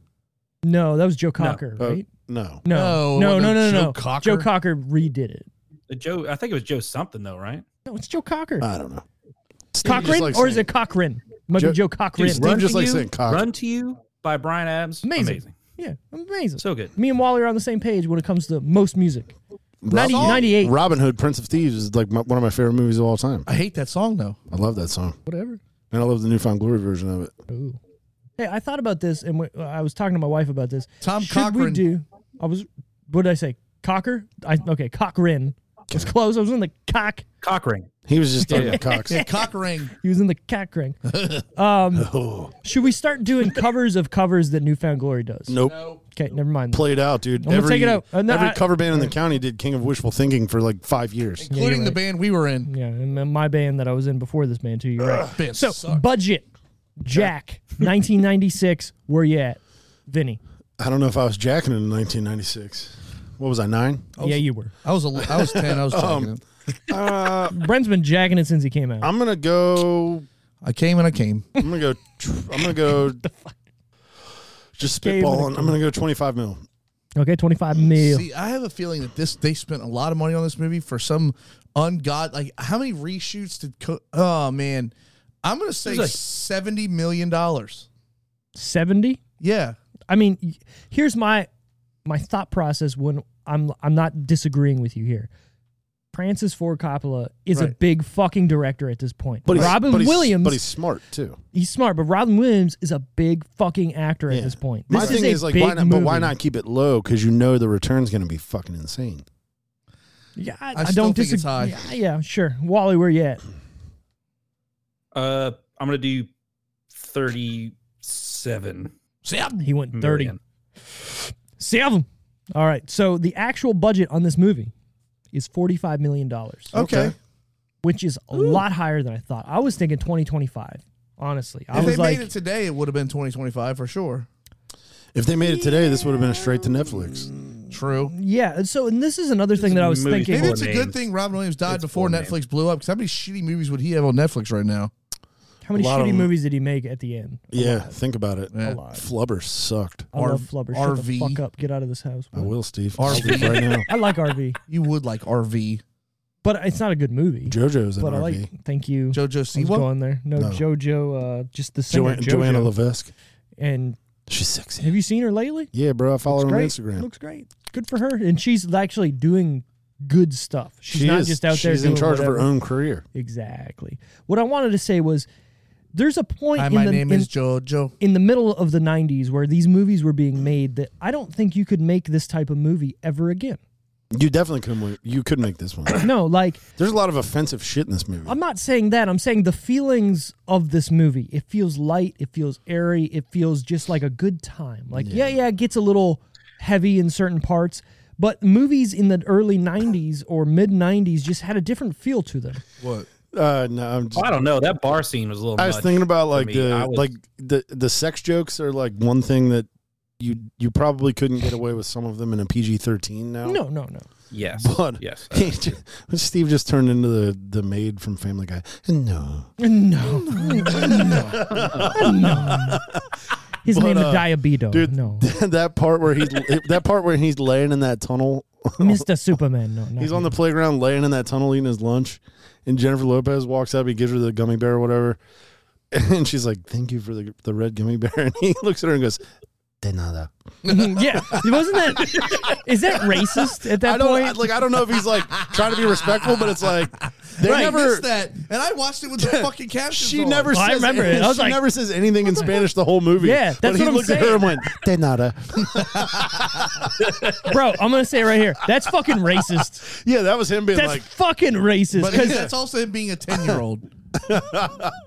Speaker 1: No, that was Joe Cocker,
Speaker 3: Uh,
Speaker 1: right?
Speaker 3: no.
Speaker 1: No, no, no,
Speaker 2: No,
Speaker 1: no, no.
Speaker 2: Joe
Speaker 1: no.
Speaker 2: Cocker?
Speaker 1: Joe Cocker redid it.
Speaker 4: Uh, Joe, I think it was Joe something though, right?
Speaker 1: No, it's Joe Cocker.
Speaker 3: I don't know. Steve
Speaker 1: Cochran,
Speaker 3: Uh, just likes
Speaker 1: or is
Speaker 3: saying-
Speaker 1: it Cochran? Might
Speaker 3: Joe-
Speaker 1: be Joe Cochran.
Speaker 3: Steve- Run- just like saying cock.
Speaker 4: Run to you by Brian Adams.
Speaker 1: Amazing.
Speaker 4: Amazing.
Speaker 1: Yeah, amazing.
Speaker 4: So good.
Speaker 1: Me and Wally are on the same page when it comes to most music. 90,
Speaker 3: Rob-
Speaker 1: 98,
Speaker 3: Robin Hood, Prince of Thieves is like my, one of my favorite movies of all time.
Speaker 2: I hate that song though.
Speaker 3: I love that song,
Speaker 1: whatever.
Speaker 3: and I love the Newfound Glory version of it.
Speaker 1: Ooh. Hey, I thought about this, and w- I was talking to my wife about this.
Speaker 2: Tom
Speaker 1: Should we
Speaker 2: Cochran.
Speaker 1: do? I was. What did I say? Cocker? I okay. Cochran. It was close. I was in the cock.
Speaker 4: Cockring.
Speaker 3: He was just talking yeah. <laughs>
Speaker 1: <laughs>
Speaker 3: cocks.
Speaker 2: Yeah, cock ring.
Speaker 1: He was in the cock ring.
Speaker 2: <laughs>
Speaker 1: Um,
Speaker 2: Oh.
Speaker 1: should we start doing covers of covers that Newfound Glory does?
Speaker 3: Nope,
Speaker 1: Okay, never mind.
Speaker 3: played out, dude.
Speaker 1: gonna
Speaker 3: every
Speaker 1: take it out. Uh, no,
Speaker 3: every
Speaker 1: I-
Speaker 3: cover band in the county did King of Wishful Thinking for like five years.
Speaker 2: Including the
Speaker 1: right.
Speaker 2: band we were in.
Speaker 1: Yeah, and then my band that I was in before this band too. You're right.
Speaker 2: Band
Speaker 1: So
Speaker 2: sucked.
Speaker 1: budget,
Speaker 2: <laughs>
Speaker 1: Jack, 1996. Where you at, Vinny?
Speaker 3: I don't know if I was jacking it in 1996. What was I nine?
Speaker 1: Yeah, you were.
Speaker 2: I was a, I was ten. <laughs> I was um,
Speaker 3: Uh,
Speaker 1: Brent's been jacking it since he came out.
Speaker 3: I'm gonna go.
Speaker 2: I came and I came.
Speaker 3: I'm gonna go. I'm
Speaker 1: <laughs>
Speaker 3: gonna go. Just
Speaker 1: Gave it a
Speaker 3: spitballing. I'm gonna go 25 mil.
Speaker 1: Okay, 25 mil.
Speaker 2: See, I have a feeling that this they spent a lot of money on this movie for some ungod like how many reshoots did co- oh man. I'm gonna say
Speaker 4: It was like-
Speaker 2: seventy million dollars.
Speaker 1: 70.
Speaker 2: Yeah.
Speaker 1: I mean, y- here's my my thought process when I'm I'm not disagreeing with you here. Francis Ford Coppola is a
Speaker 2: Right.
Speaker 1: big fucking director at this point.
Speaker 3: But he's-
Speaker 1: Robin
Speaker 3: but he's-
Speaker 1: Williams,
Speaker 3: but
Speaker 1: he's,
Speaker 3: he's smart too.
Speaker 1: smart, but Robin Williams is a big fucking actor
Speaker 3: Yeah.
Speaker 1: at this point.
Speaker 3: My
Speaker 1: This
Speaker 3: thing
Speaker 1: a
Speaker 3: is, like,
Speaker 1: big
Speaker 3: why not? But why
Speaker 1: movie.
Speaker 3: not keep it low? Because you know the return's going to be fucking insane.
Speaker 1: Yeah, I,
Speaker 2: I
Speaker 1: I
Speaker 2: still
Speaker 1: don't
Speaker 2: think
Speaker 1: disagree.
Speaker 2: it's high.
Speaker 1: Yeah, yeah, sure. Wally, where you at?
Speaker 4: Uh, I'm gonna do thirty-seven.
Speaker 1: He went 30.
Speaker 4: million.
Speaker 1: Seven. All right. So the actual budget on this movie is $45 million,
Speaker 3: Oh,
Speaker 2: Okay.
Speaker 3: Okay.
Speaker 1: which is a lot higher than I thought. I was thinking 2025, honestly. I
Speaker 2: if
Speaker 1: was
Speaker 2: they
Speaker 1: like,
Speaker 2: made it today, it would have been twenty twenty five for sure.
Speaker 3: If they made it today, this would have been straight to Netflix.
Speaker 2: True.
Speaker 1: yeah. and So, and this is another thing that I was
Speaker 4: movie
Speaker 1: thinking.
Speaker 2: Maybe
Speaker 4: Four
Speaker 2: it's a
Speaker 4: names.
Speaker 2: good thing Robin Williams died
Speaker 4: It's
Speaker 2: before
Speaker 4: four
Speaker 2: Netflix blew up. Because how many shitty movies would he have on Netflix right now?
Speaker 1: How many
Speaker 3: a lot of
Speaker 1: shitty
Speaker 3: them-
Speaker 1: movies did he make at the end?
Speaker 3: Yeah, think about it.
Speaker 2: Yeah.
Speaker 3: Flubber sucked.
Speaker 1: I
Speaker 2: R-
Speaker 1: love Flubber. Shut the
Speaker 2: RV.
Speaker 1: fuck up. Get out of this house.
Speaker 3: <laughs> I will, Steve.
Speaker 2: RV.
Speaker 3: Steve
Speaker 1: <laughs>
Speaker 3: right now.
Speaker 1: I like RV,
Speaker 2: You would like RV.
Speaker 1: but it's not a good movie.
Speaker 3: JoJo's in
Speaker 1: But I
Speaker 3: RV.
Speaker 1: like, thank you.
Speaker 2: JoJo
Speaker 1: I was
Speaker 2: Siwa.
Speaker 1: going there. No,
Speaker 3: No.
Speaker 1: JoJo, uh, just the singer
Speaker 3: Jo-
Speaker 1: JoJo.
Speaker 3: Joanna Levesque.
Speaker 1: and
Speaker 3: She's sexy.
Speaker 1: have you seen her lately?
Speaker 3: Yeah, bro. I follow her on
Speaker 1: great.
Speaker 3: Instagram.
Speaker 1: Looks great. Good for her. And she's actually doing good stuff. She's
Speaker 3: she
Speaker 1: not
Speaker 3: is.
Speaker 1: just out there.
Speaker 3: She's in
Speaker 1: doing
Speaker 3: charge of her
Speaker 1: whatever.
Speaker 3: own career.
Speaker 1: Exactly. What I wanted to say was there's a point
Speaker 2: Hi,
Speaker 1: in,
Speaker 2: my
Speaker 1: the,
Speaker 2: name
Speaker 1: in,
Speaker 2: is JoJo.
Speaker 1: in the middle of the 90s where these movies were being made that I don't think you could make this type of movie ever
Speaker 2: <coughs>
Speaker 1: again.
Speaker 3: You definitely couldn't. wa- You could make this one.
Speaker 1: No, like
Speaker 3: There's a lot of offensive shit in this movie.
Speaker 1: I'm not saying that. I'm saying the feelings of this movie. It feels light. It feels airy. It feels just like a good time. Like, yeah, yeah, it gets a little heavy in certain parts, but movies in the early 90s or mid 90s just had a different feel to them.
Speaker 2: What?
Speaker 3: uh, no, I'm just,
Speaker 4: Well, Oh, I don't know. That bar scene was a little.
Speaker 3: I was
Speaker 4: much
Speaker 3: thinking about
Speaker 4: for
Speaker 3: like
Speaker 4: me. I
Speaker 3: the
Speaker 4: was-
Speaker 3: like the the sex jokes are like one thing that you you probably couldn't get away with some of them in a PG thirteen now.
Speaker 1: No, no, no.
Speaker 4: Yes.
Speaker 1: <laughs>
Speaker 3: but
Speaker 4: yes.
Speaker 3: <laughs> he ju- Steve just turned into the the maid from Family Guy. No, <laughs>
Speaker 1: No. no. no. His
Speaker 3: But,
Speaker 1: name
Speaker 3: uh,
Speaker 1: is Diabeto.
Speaker 3: dude,
Speaker 1: no. <laughs>
Speaker 3: that part where he's <laughs> that part where he's laying in that tunnel.
Speaker 1: Mr. Superman. No, not
Speaker 3: He's on
Speaker 1: him.
Speaker 3: the playground laying in that tunnel eating his lunch, and Jennifer Lopez walks up. He gives her the gummy bear or whatever, <laughs> and she's like, "Thank you for the the red gummy bear." <laughs> And he looks at her and goes, "De nada."
Speaker 1: <laughs> yeah. Wasn't that. Is that racist at that
Speaker 3: I don't
Speaker 1: point?
Speaker 3: I- like. I don't know if he's like trying to be respectful, but it's like they
Speaker 2: I
Speaker 3: never.
Speaker 2: missed that, and I watched it
Speaker 3: <laughs>
Speaker 2: with the fucking captions.
Speaker 3: She
Speaker 2: on.
Speaker 3: never.
Speaker 1: Well,
Speaker 3: says
Speaker 1: Oh, I remember it. I was
Speaker 3: she
Speaker 1: like,
Speaker 3: never says anything in Spanish the whole movie.
Speaker 1: Yeah, that's
Speaker 3: but he
Speaker 1: what I'm
Speaker 3: looked at her
Speaker 1: saying.
Speaker 3: and went, "De nada."
Speaker 1: Bro, I'm going to say it right here. That's fucking racist.
Speaker 3: Yeah, that was him being
Speaker 1: That's
Speaker 3: like,
Speaker 1: fucking racist.
Speaker 2: But he-
Speaker 1: Because
Speaker 2: that's also him being a ten year old
Speaker 3: <laughs>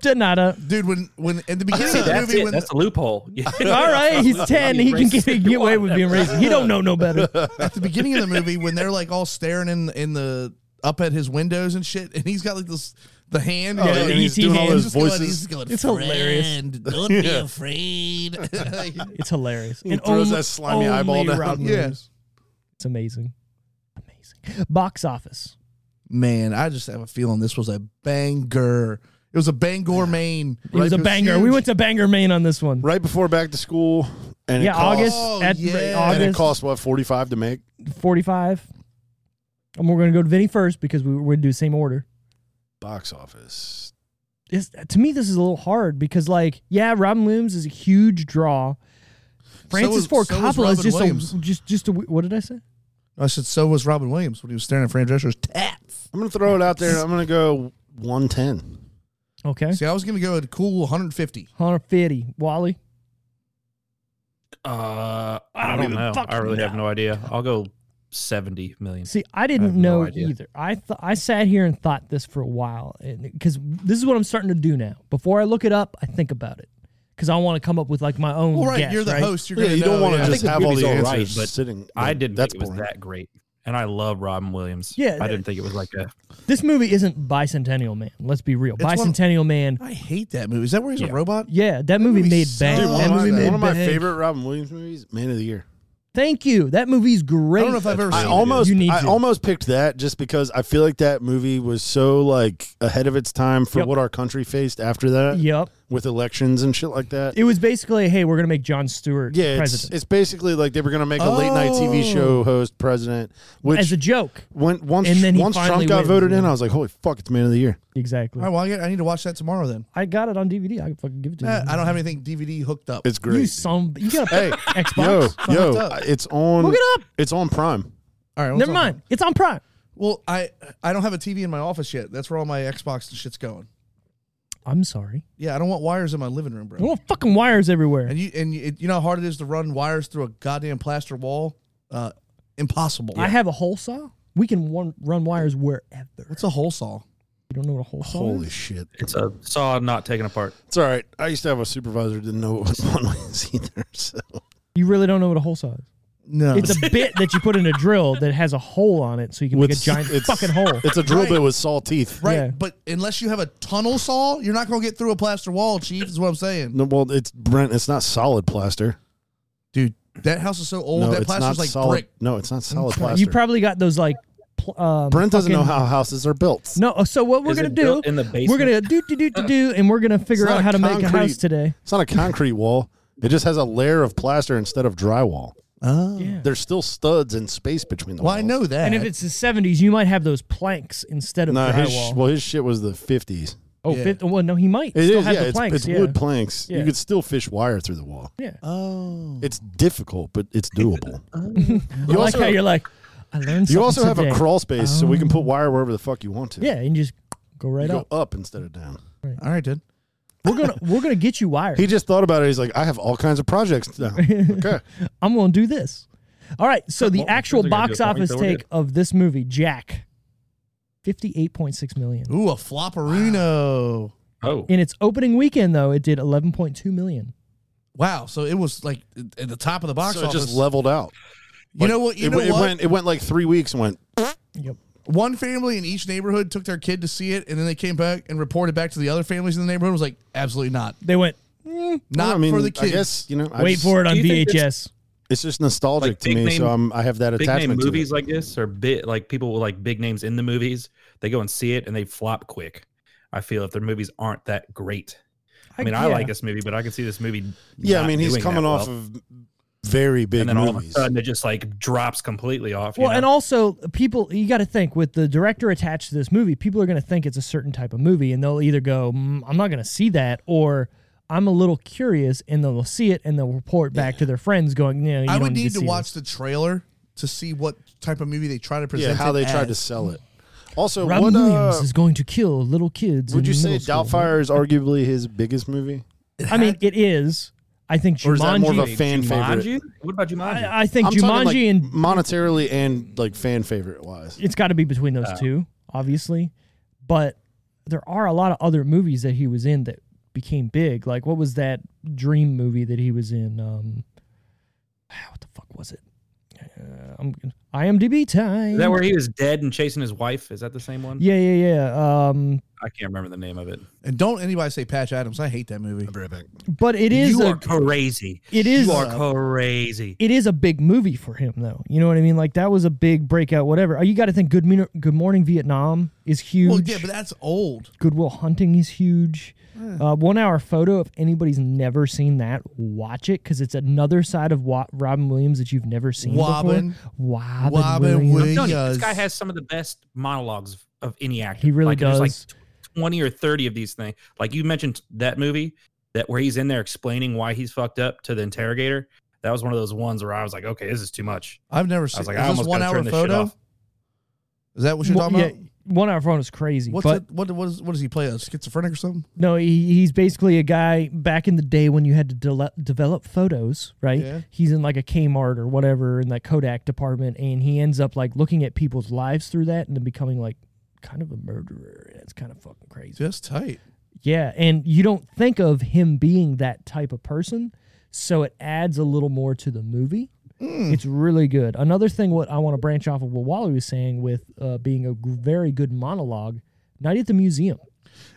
Speaker 1: Donata.
Speaker 2: dude. When when at the beginning
Speaker 4: See,
Speaker 2: of the
Speaker 4: that's
Speaker 2: movie,
Speaker 4: it.
Speaker 2: when
Speaker 4: That's a
Speaker 1: <laughs>
Speaker 4: loophole. <laughs> Yeah.
Speaker 1: All right, he's ten. He can get, he can get <laughs> away with being racist. He don't know no
Speaker 3: <laughs>
Speaker 1: better.
Speaker 2: at the beginning of the movie when they're like all staring in in the up at his windows and shit, and he's got like this the hand.
Speaker 3: oh,
Speaker 1: the
Speaker 3: and he's
Speaker 1: ET
Speaker 3: doing all
Speaker 1: hand.
Speaker 3: those
Speaker 2: just going-
Speaker 3: voices.
Speaker 2: he's going,
Speaker 1: It's hilarious.
Speaker 3: <laughs>
Speaker 2: "Friend, Don't be afraid. <laughs>
Speaker 1: It's hilarious.
Speaker 3: He throws that slimy
Speaker 1: only
Speaker 3: eyeball down.
Speaker 1: Rob
Speaker 2: Yeah.
Speaker 1: Williams. it's amazing, amazing. Box office.
Speaker 2: Man, I just have a feeling this was a banger. It was a Bangor, Maine.
Speaker 1: It was a banger. We went to Banger, Maine on this one.
Speaker 3: right before back to school, and
Speaker 1: Yeah,
Speaker 3: it cost,
Speaker 1: August
Speaker 2: Oh,
Speaker 1: at
Speaker 2: yeah.
Speaker 3: and it
Speaker 1: August
Speaker 3: cost what forty five to make.
Speaker 1: forty five. And we're gonna go to Vinny first because we, we're gonna do the same order.
Speaker 3: Box office.
Speaker 1: It's, to me, this is a little hard because, like, yeah, Robin Williams is a huge draw. Francis
Speaker 2: was-
Speaker 1: Ford
Speaker 2: so was
Speaker 1: Coppola is
Speaker 2: Robin
Speaker 1: just
Speaker 2: Williams.
Speaker 1: a just just a what did I say?
Speaker 2: I said so was Robin Williams when he was staring at Fran Drescher's tats.
Speaker 3: I'm gonna throw it out there. I'm gonna go 110.
Speaker 1: Okay,
Speaker 2: See, I was gonna go a cool 150.
Speaker 1: Hunter Fitty, Wally.
Speaker 4: Uh, I
Speaker 1: don't
Speaker 4: don't,
Speaker 1: even
Speaker 4: know. I
Speaker 1: fucking
Speaker 4: really have
Speaker 1: know.
Speaker 4: no idea. I'll go seventy million.
Speaker 1: See, I
Speaker 4: I
Speaker 1: didn't
Speaker 4: have no
Speaker 1: know
Speaker 4: idea.
Speaker 1: either. I th- I sat here and thought this for a while because this is what I'm starting to do now. Before I look it up, I think about it because I want to come up with like my own.
Speaker 2: Well, right,
Speaker 1: guess,
Speaker 2: you're the
Speaker 1: right?
Speaker 2: host. You're
Speaker 3: Yeah,
Speaker 2: gonna
Speaker 3: you don't
Speaker 2: know,
Speaker 3: want to
Speaker 2: yeah.
Speaker 4: I
Speaker 3: just
Speaker 4: think the
Speaker 3: have all
Speaker 4: movie's
Speaker 3: the
Speaker 4: all
Speaker 3: answers
Speaker 4: right, but
Speaker 3: sitting.
Speaker 4: I didn't
Speaker 3: That's
Speaker 4: think it was
Speaker 3: boring.
Speaker 4: that great, and I love Robin Williams.
Speaker 1: Yeah,
Speaker 4: I didn't think it was like a.
Speaker 1: This movie isn't Bicentennial Man. Let's be real.
Speaker 2: It's one of-
Speaker 1: Bicentennial Man.
Speaker 2: I hate that movie. Is that where he's a
Speaker 4: Yeah.
Speaker 2: robot?
Speaker 1: Yeah, that movie
Speaker 2: movie
Speaker 1: made bang.
Speaker 2: sucks.
Speaker 3: Dude,
Speaker 2: Oh,
Speaker 3: one,
Speaker 1: that
Speaker 3: of
Speaker 1: movie
Speaker 3: my,
Speaker 2: man,
Speaker 1: made
Speaker 3: one of my
Speaker 1: bang.
Speaker 3: favorite Robin Williams movies, Man of the Year.
Speaker 1: Thank you. That movie's great.
Speaker 2: I don't know if I've ever
Speaker 3: I
Speaker 2: seen
Speaker 3: almost
Speaker 1: You need
Speaker 3: I
Speaker 1: to.
Speaker 3: almost picked that just because I feel like that movie was so like ahead of its time for
Speaker 1: Yep.
Speaker 3: what our country faced after that
Speaker 1: Yep.
Speaker 3: with elections and shit like that.
Speaker 1: It was basically, hey, we're gonna make John Stewart
Speaker 3: yeah, it's,
Speaker 1: president Oh.
Speaker 3: it's basically like they were gonna make a late night TV show host president,
Speaker 1: as
Speaker 3: which
Speaker 1: a joke.
Speaker 3: when once
Speaker 1: and then he
Speaker 3: once
Speaker 1: finally
Speaker 3: Trump got
Speaker 1: wins,
Speaker 3: voted in,
Speaker 1: yeah.
Speaker 3: I was like, holy fuck, it's Man of the Year.
Speaker 1: Exactly.
Speaker 2: All right, well, I, get- I need to watch that tomorrow then.
Speaker 1: I got it on DVD. I can fucking give it to
Speaker 2: Eh,
Speaker 1: you.
Speaker 2: I don't have anything DVD hooked up.
Speaker 3: It's
Speaker 1: You
Speaker 3: great.
Speaker 1: some. You got a
Speaker 3: hey, yo,
Speaker 1: Xbox.
Speaker 3: yo,
Speaker 2: Fucked up.
Speaker 3: it's on.
Speaker 1: Look it up.
Speaker 3: It's on Prime.
Speaker 2: All right, what's
Speaker 1: Never
Speaker 2: up?
Speaker 1: mind. It's on Prime.
Speaker 2: Well, I I don't have a TV in my office yet. That's where all my Xbox and shit's going.
Speaker 1: I'm sorry.
Speaker 2: Yeah, I don't want wires in my living room,
Speaker 1: You
Speaker 2: bro.
Speaker 1: want fucking wires everywhere.
Speaker 2: And you and you, it, you know how hard it is to run wires through a goddamn plaster wall? Uh, impossible.
Speaker 1: I have a hole saw. We can one, run wires wherever.
Speaker 2: What's a hole saw?
Speaker 1: You don't know what a hole saw
Speaker 3: Holy
Speaker 1: is?
Speaker 3: shit.
Speaker 4: It's a saw not taken apart.
Speaker 3: It's all right. I used to have a supervisor who didn't know what was on <laughs> ways either. So
Speaker 1: You really don't know what a hole saw is.
Speaker 2: No,
Speaker 1: It's
Speaker 3: <laughs>
Speaker 1: a bit that you put in a drill that has a hole on it so you can make a
Speaker 3: It's-
Speaker 1: giant
Speaker 3: it's-
Speaker 1: fucking hole.
Speaker 3: it's a drill
Speaker 2: Right.
Speaker 3: bit with saw
Speaker 2: <laughs>
Speaker 3: teeth.
Speaker 2: right.
Speaker 1: yeah.
Speaker 2: But unless you have a tunnel saw, you're not gonna get through a plaster wall, chief. Is what I'm saying,
Speaker 3: No, well, it's Brent. It's not solid plaster.
Speaker 2: dude. That house is so
Speaker 1: Oh,
Speaker 2: old.
Speaker 3: no,
Speaker 2: that
Speaker 3: it's not
Speaker 2: plaster's like
Speaker 3: solid.
Speaker 2: brick.
Speaker 3: No, it's not solid plaster.
Speaker 1: You probably got those like. Pl- um,
Speaker 3: Brent doesn't know
Speaker 1: fucking-
Speaker 3: how houses are built.
Speaker 1: No, uh, so what we're
Speaker 4: Is
Speaker 1: gonna
Speaker 4: it
Speaker 1: do?
Speaker 4: built in the
Speaker 1: we're
Speaker 4: basement?
Speaker 1: gonna do do do do do, and we're gonna figure
Speaker 3: It's not
Speaker 1: out
Speaker 3: a
Speaker 1: how to make a house
Speaker 3: concrete-
Speaker 1: today.
Speaker 3: It's not a concrete wall. It just has a layer of plaster instead of drywall.
Speaker 2: Oh.
Speaker 1: Yeah.
Speaker 3: There's still studs and space between the
Speaker 2: Well, I
Speaker 3: walls.
Speaker 2: know that.
Speaker 1: And if it's the '70s, you might have those planks instead of
Speaker 3: No, his,
Speaker 1: drywall.
Speaker 3: well, his shit was the 50s.
Speaker 1: oh,
Speaker 2: yeah.
Speaker 1: fifth, well, no, he might
Speaker 3: It
Speaker 1: still
Speaker 3: is,
Speaker 1: have
Speaker 3: yeah.
Speaker 1: the
Speaker 3: It's,
Speaker 1: planks.
Speaker 3: it's
Speaker 1: yeah.
Speaker 3: wood planks.
Speaker 1: Yeah.
Speaker 3: You could still fish wire through the wall.
Speaker 1: Yeah.
Speaker 2: oh,
Speaker 3: It's difficult, but it's doable.
Speaker 1: I like how you're like. I learned.
Speaker 3: You
Speaker 1: something
Speaker 3: also have a
Speaker 1: today. Oh.
Speaker 3: crawl space, so we can put wire wherever the fuck you want to.
Speaker 1: Yeah, and you just go
Speaker 3: You
Speaker 1: right
Speaker 3: go
Speaker 1: up.
Speaker 3: up instead of down.
Speaker 2: all right, dude.
Speaker 1: We're gonna we're gonna get
Speaker 3: <laughs>
Speaker 1: you wired.
Speaker 3: He just thought about it. He's like, I have all kinds of
Speaker 1: <laughs>
Speaker 3: projects now. Okay.
Speaker 1: I'm gonna do this. All right. So the
Speaker 4: Well,
Speaker 1: actual
Speaker 4: they're gonna do
Speaker 1: box
Speaker 4: it for me,
Speaker 1: office
Speaker 4: so we're
Speaker 1: take of this movie, Jack, fifty-eight point six million.
Speaker 2: Ooh, a flopperino.
Speaker 4: Oh,
Speaker 1: In its opening weekend, though, it did eleven point two million.
Speaker 2: Wow. So it was like at the top of the box
Speaker 3: so it
Speaker 2: office.
Speaker 3: just leveled out.
Speaker 2: you know what? You
Speaker 3: it,
Speaker 2: know
Speaker 3: it
Speaker 2: what?
Speaker 3: went. It went like three weeks. And went. "Oh,
Speaker 1: Yep.
Speaker 2: One family in each neighborhood took their kid to see it, and then they came back and reported back to the other families in the neighborhood. Was like, absolutely not,
Speaker 1: They went.
Speaker 2: not
Speaker 3: Well, I mean,
Speaker 2: for the
Speaker 3: I
Speaker 2: kids.
Speaker 3: guess you know. I
Speaker 1: Mm, Wait
Speaker 3: just-
Speaker 1: for it on
Speaker 4: Do you think
Speaker 1: VHS.
Speaker 3: <laughs> It's just nostalgic
Speaker 4: Like,
Speaker 3: to
Speaker 4: big
Speaker 3: me,
Speaker 4: name-
Speaker 3: so I'm, I have that
Speaker 4: big
Speaker 3: attachment.
Speaker 4: name
Speaker 3: to it.
Speaker 4: movies like this or bit like people with like big names in the movies. They go and see it and they flop quick. I feel if their movies aren't that great. I mean, I
Speaker 1: yeah.
Speaker 4: like this movie, but I can see this movie.
Speaker 3: Yeah, I
Speaker 4: not
Speaker 3: mean, he's
Speaker 4: doing
Speaker 3: coming
Speaker 4: that
Speaker 3: off
Speaker 4: well.
Speaker 3: of very big
Speaker 4: and then all of a
Speaker 3: movies.
Speaker 4: sudden it just like drops completely off. you
Speaker 1: Well,
Speaker 4: know?
Speaker 1: and also people, you got to think with the director attached to this movie, people are going to think it's a certain type of movie, and they'll either go, mm, "I'm not going to see that," or "I'm a little curious," and they'll see it and they'll report back
Speaker 4: <sighs>
Speaker 1: to their friends, going, "Yeah, you
Speaker 2: I
Speaker 1: don't
Speaker 2: would need
Speaker 1: to,
Speaker 2: to
Speaker 1: see
Speaker 2: watch the trailer to see what type of movie they try to present.
Speaker 3: yeah, how
Speaker 2: it
Speaker 3: they tried to
Speaker 2: as.
Speaker 3: sell it. Also,
Speaker 1: This. Robin
Speaker 3: what,
Speaker 1: Williams
Speaker 3: uh,
Speaker 1: is going to kill little kids.
Speaker 3: would
Speaker 1: in
Speaker 3: you say
Speaker 1: middle school.
Speaker 3: Doubtfire is arguably his biggest movie?
Speaker 1: I mean, it is. I think Jumanji.
Speaker 3: Or is that more of a fan favorite?
Speaker 4: Jumanji? What about Jumanji?
Speaker 1: I, I think
Speaker 3: I'm talking,
Speaker 1: Jumanji
Speaker 3: like,
Speaker 1: and
Speaker 3: monetarily and like fan favorite wise.
Speaker 1: it's got to be between those two, obviously. But there are a lot of other movies that he was in that became big. Like what was that dream movie that he was in? Um, <sighs> ah, what the fuck was it? Uh, I'm IMDb time.
Speaker 4: is that where he was dead and chasing his wife? Is that the same one?
Speaker 1: yeah, yeah, yeah. Um,
Speaker 4: I can't remember the name of it.
Speaker 2: And don't anybody say Patch Adams. I hate that movie.
Speaker 1: but it is
Speaker 4: you
Speaker 1: a
Speaker 4: are crazy.
Speaker 1: it is
Speaker 4: You are crazy.
Speaker 1: it is a big movie for him though. You know what I mean? Like that was a big breakout. Whatever. Oh, You got to think. Good Min- Good Morning Vietnam is huge.
Speaker 2: Well, yeah, but that's old.
Speaker 1: Goodwill Hunting is huge. Uh, one hour photo. If anybody's never seen that, watch it because it's another side of Wa- Robin Williams that you've never seen
Speaker 2: Wobbin.
Speaker 1: before. Wobbin,
Speaker 2: Wobbin
Speaker 1: Williams.
Speaker 2: Williams.
Speaker 4: I'm telling you, this
Speaker 2: Yes.
Speaker 4: guy has some of the best monologues of, of any actor.
Speaker 1: He really
Speaker 4: like, there's
Speaker 1: does.
Speaker 4: like twenty or thirty of these things. Like you mentioned that movie that where he's in there explaining why he's fucked up to the interrogator. That was one of those ones where I was like, okay, this is too much.
Speaker 2: I've never
Speaker 4: I
Speaker 2: seen.
Speaker 4: was like,
Speaker 2: is
Speaker 4: I
Speaker 2: this
Speaker 4: almost
Speaker 2: one
Speaker 4: gotta
Speaker 2: hour
Speaker 4: turn this shit
Speaker 2: photo?
Speaker 4: off.
Speaker 2: Is that what you're talking about?
Speaker 1: One hour phone is crazy.
Speaker 2: What's
Speaker 1: but
Speaker 2: it, what, what, is, what does he play? A schizophrenic or something?
Speaker 1: No, he, he's basically a guy back in the day when you had to dele- develop photos, right?
Speaker 2: Yeah.
Speaker 1: He's in like a Kmart or whatever in that Kodak department, and he ends up like looking at people's lives through that and then becoming like kind of a murderer. It's kind of fucking crazy.
Speaker 2: Just tight.
Speaker 1: Yeah, and you don't think of him being that type of person, so it adds a little more to the movie. It's really good. Another thing, what I want to branch off of what Wally was saying with uh, being a g- very good monologue, Night at the Museum.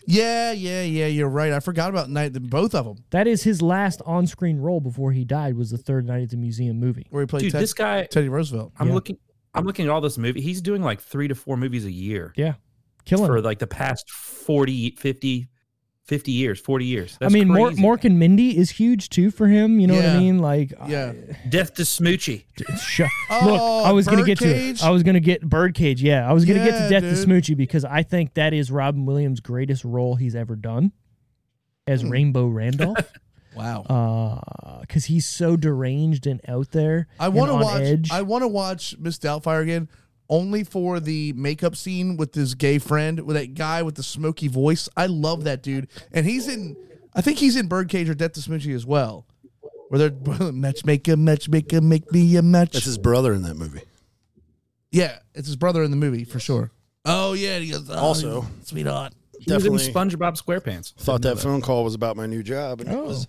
Speaker 2: Yeah, yeah, yeah. You're right. I forgot about night. Both of them
Speaker 1: That is his last on-screen role before he died. Was the third Night at the Museum movie.
Speaker 2: where he played
Speaker 4: Dude,
Speaker 2: Ted-
Speaker 4: this guy,
Speaker 2: Teddy Roosevelt.
Speaker 4: I'm
Speaker 1: Yeah.
Speaker 4: looking, I'm looking at all this movie. He's doing like three to four movies a year
Speaker 1: Yeah, killing.
Speaker 4: for
Speaker 1: it.
Speaker 4: like the past 40, 50, 50 years, 40 years.
Speaker 1: I
Speaker 4: That's
Speaker 1: mean, Mor-
Speaker 4: crazy.
Speaker 1: Mork and Mindy is huge too for him. You know what I
Speaker 2: Yeah.
Speaker 1: mean? Like,
Speaker 2: Yeah.
Speaker 4: Death to Smoochie.
Speaker 1: I-
Speaker 2: <laughs>
Speaker 1: sh-
Speaker 2: Oh,
Speaker 1: look, I was gonna get
Speaker 2: Birdcage?
Speaker 1: to. It. I was gonna get Birdcage. Yeah, I was gonna get to
Speaker 2: Yeah,
Speaker 1: Death to
Speaker 2: dude.
Speaker 1: Smoochie because I think that is Robin Williams' greatest role he's ever done as
Speaker 2: Hmm.
Speaker 1: Rainbow Randolph.
Speaker 2: <laughs> Wow.
Speaker 1: Um, Because he's so deranged and out there.
Speaker 2: I
Speaker 1: and
Speaker 2: want to
Speaker 1: on
Speaker 2: watch.
Speaker 1: Edge.
Speaker 2: I want to watch Miss Doubtfire again, only for the makeup scene with his gay friend, with that guy with the smoky voice. I love that dude, and he's in. I think he's in Birdcage or Death to Smoochie as well, where they're <laughs> matchmaker, matchmaker, make me a match.
Speaker 3: That's his brother in that movie.
Speaker 2: yeah, it's his brother in the movie for sure. Oh yeah, and he goes, oh,
Speaker 3: Also-
Speaker 2: sweetheart.
Speaker 4: He was in
Speaker 3: Definitely
Speaker 4: SpongeBob SquarePants.
Speaker 3: thought that phone call was about my new job,
Speaker 1: Oh.
Speaker 3: and it was.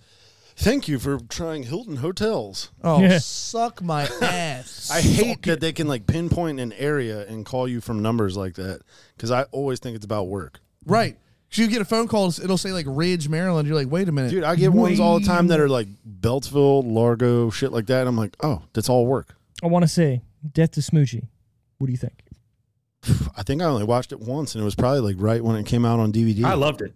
Speaker 3: Thank you for trying Hilton Hotels.
Speaker 2: Oh,
Speaker 1: Yeah.
Speaker 2: suck my ass.
Speaker 3: I hate that they can like pinpoint an area and call you from numbers like that because I always think it's about work.
Speaker 2: right. So you get a phone call, it'll say like Ridge, Maryland. You're like, wait a minute,
Speaker 3: Dude, I get ones all the time that are like Beltsville, Largo, shit like that. And I'm like, oh, that's all work.
Speaker 1: I want to say Death to Smoochie. What do you think?
Speaker 3: I think I only watched it once, and it was probably like right when it came out on DVD.
Speaker 4: I loved it.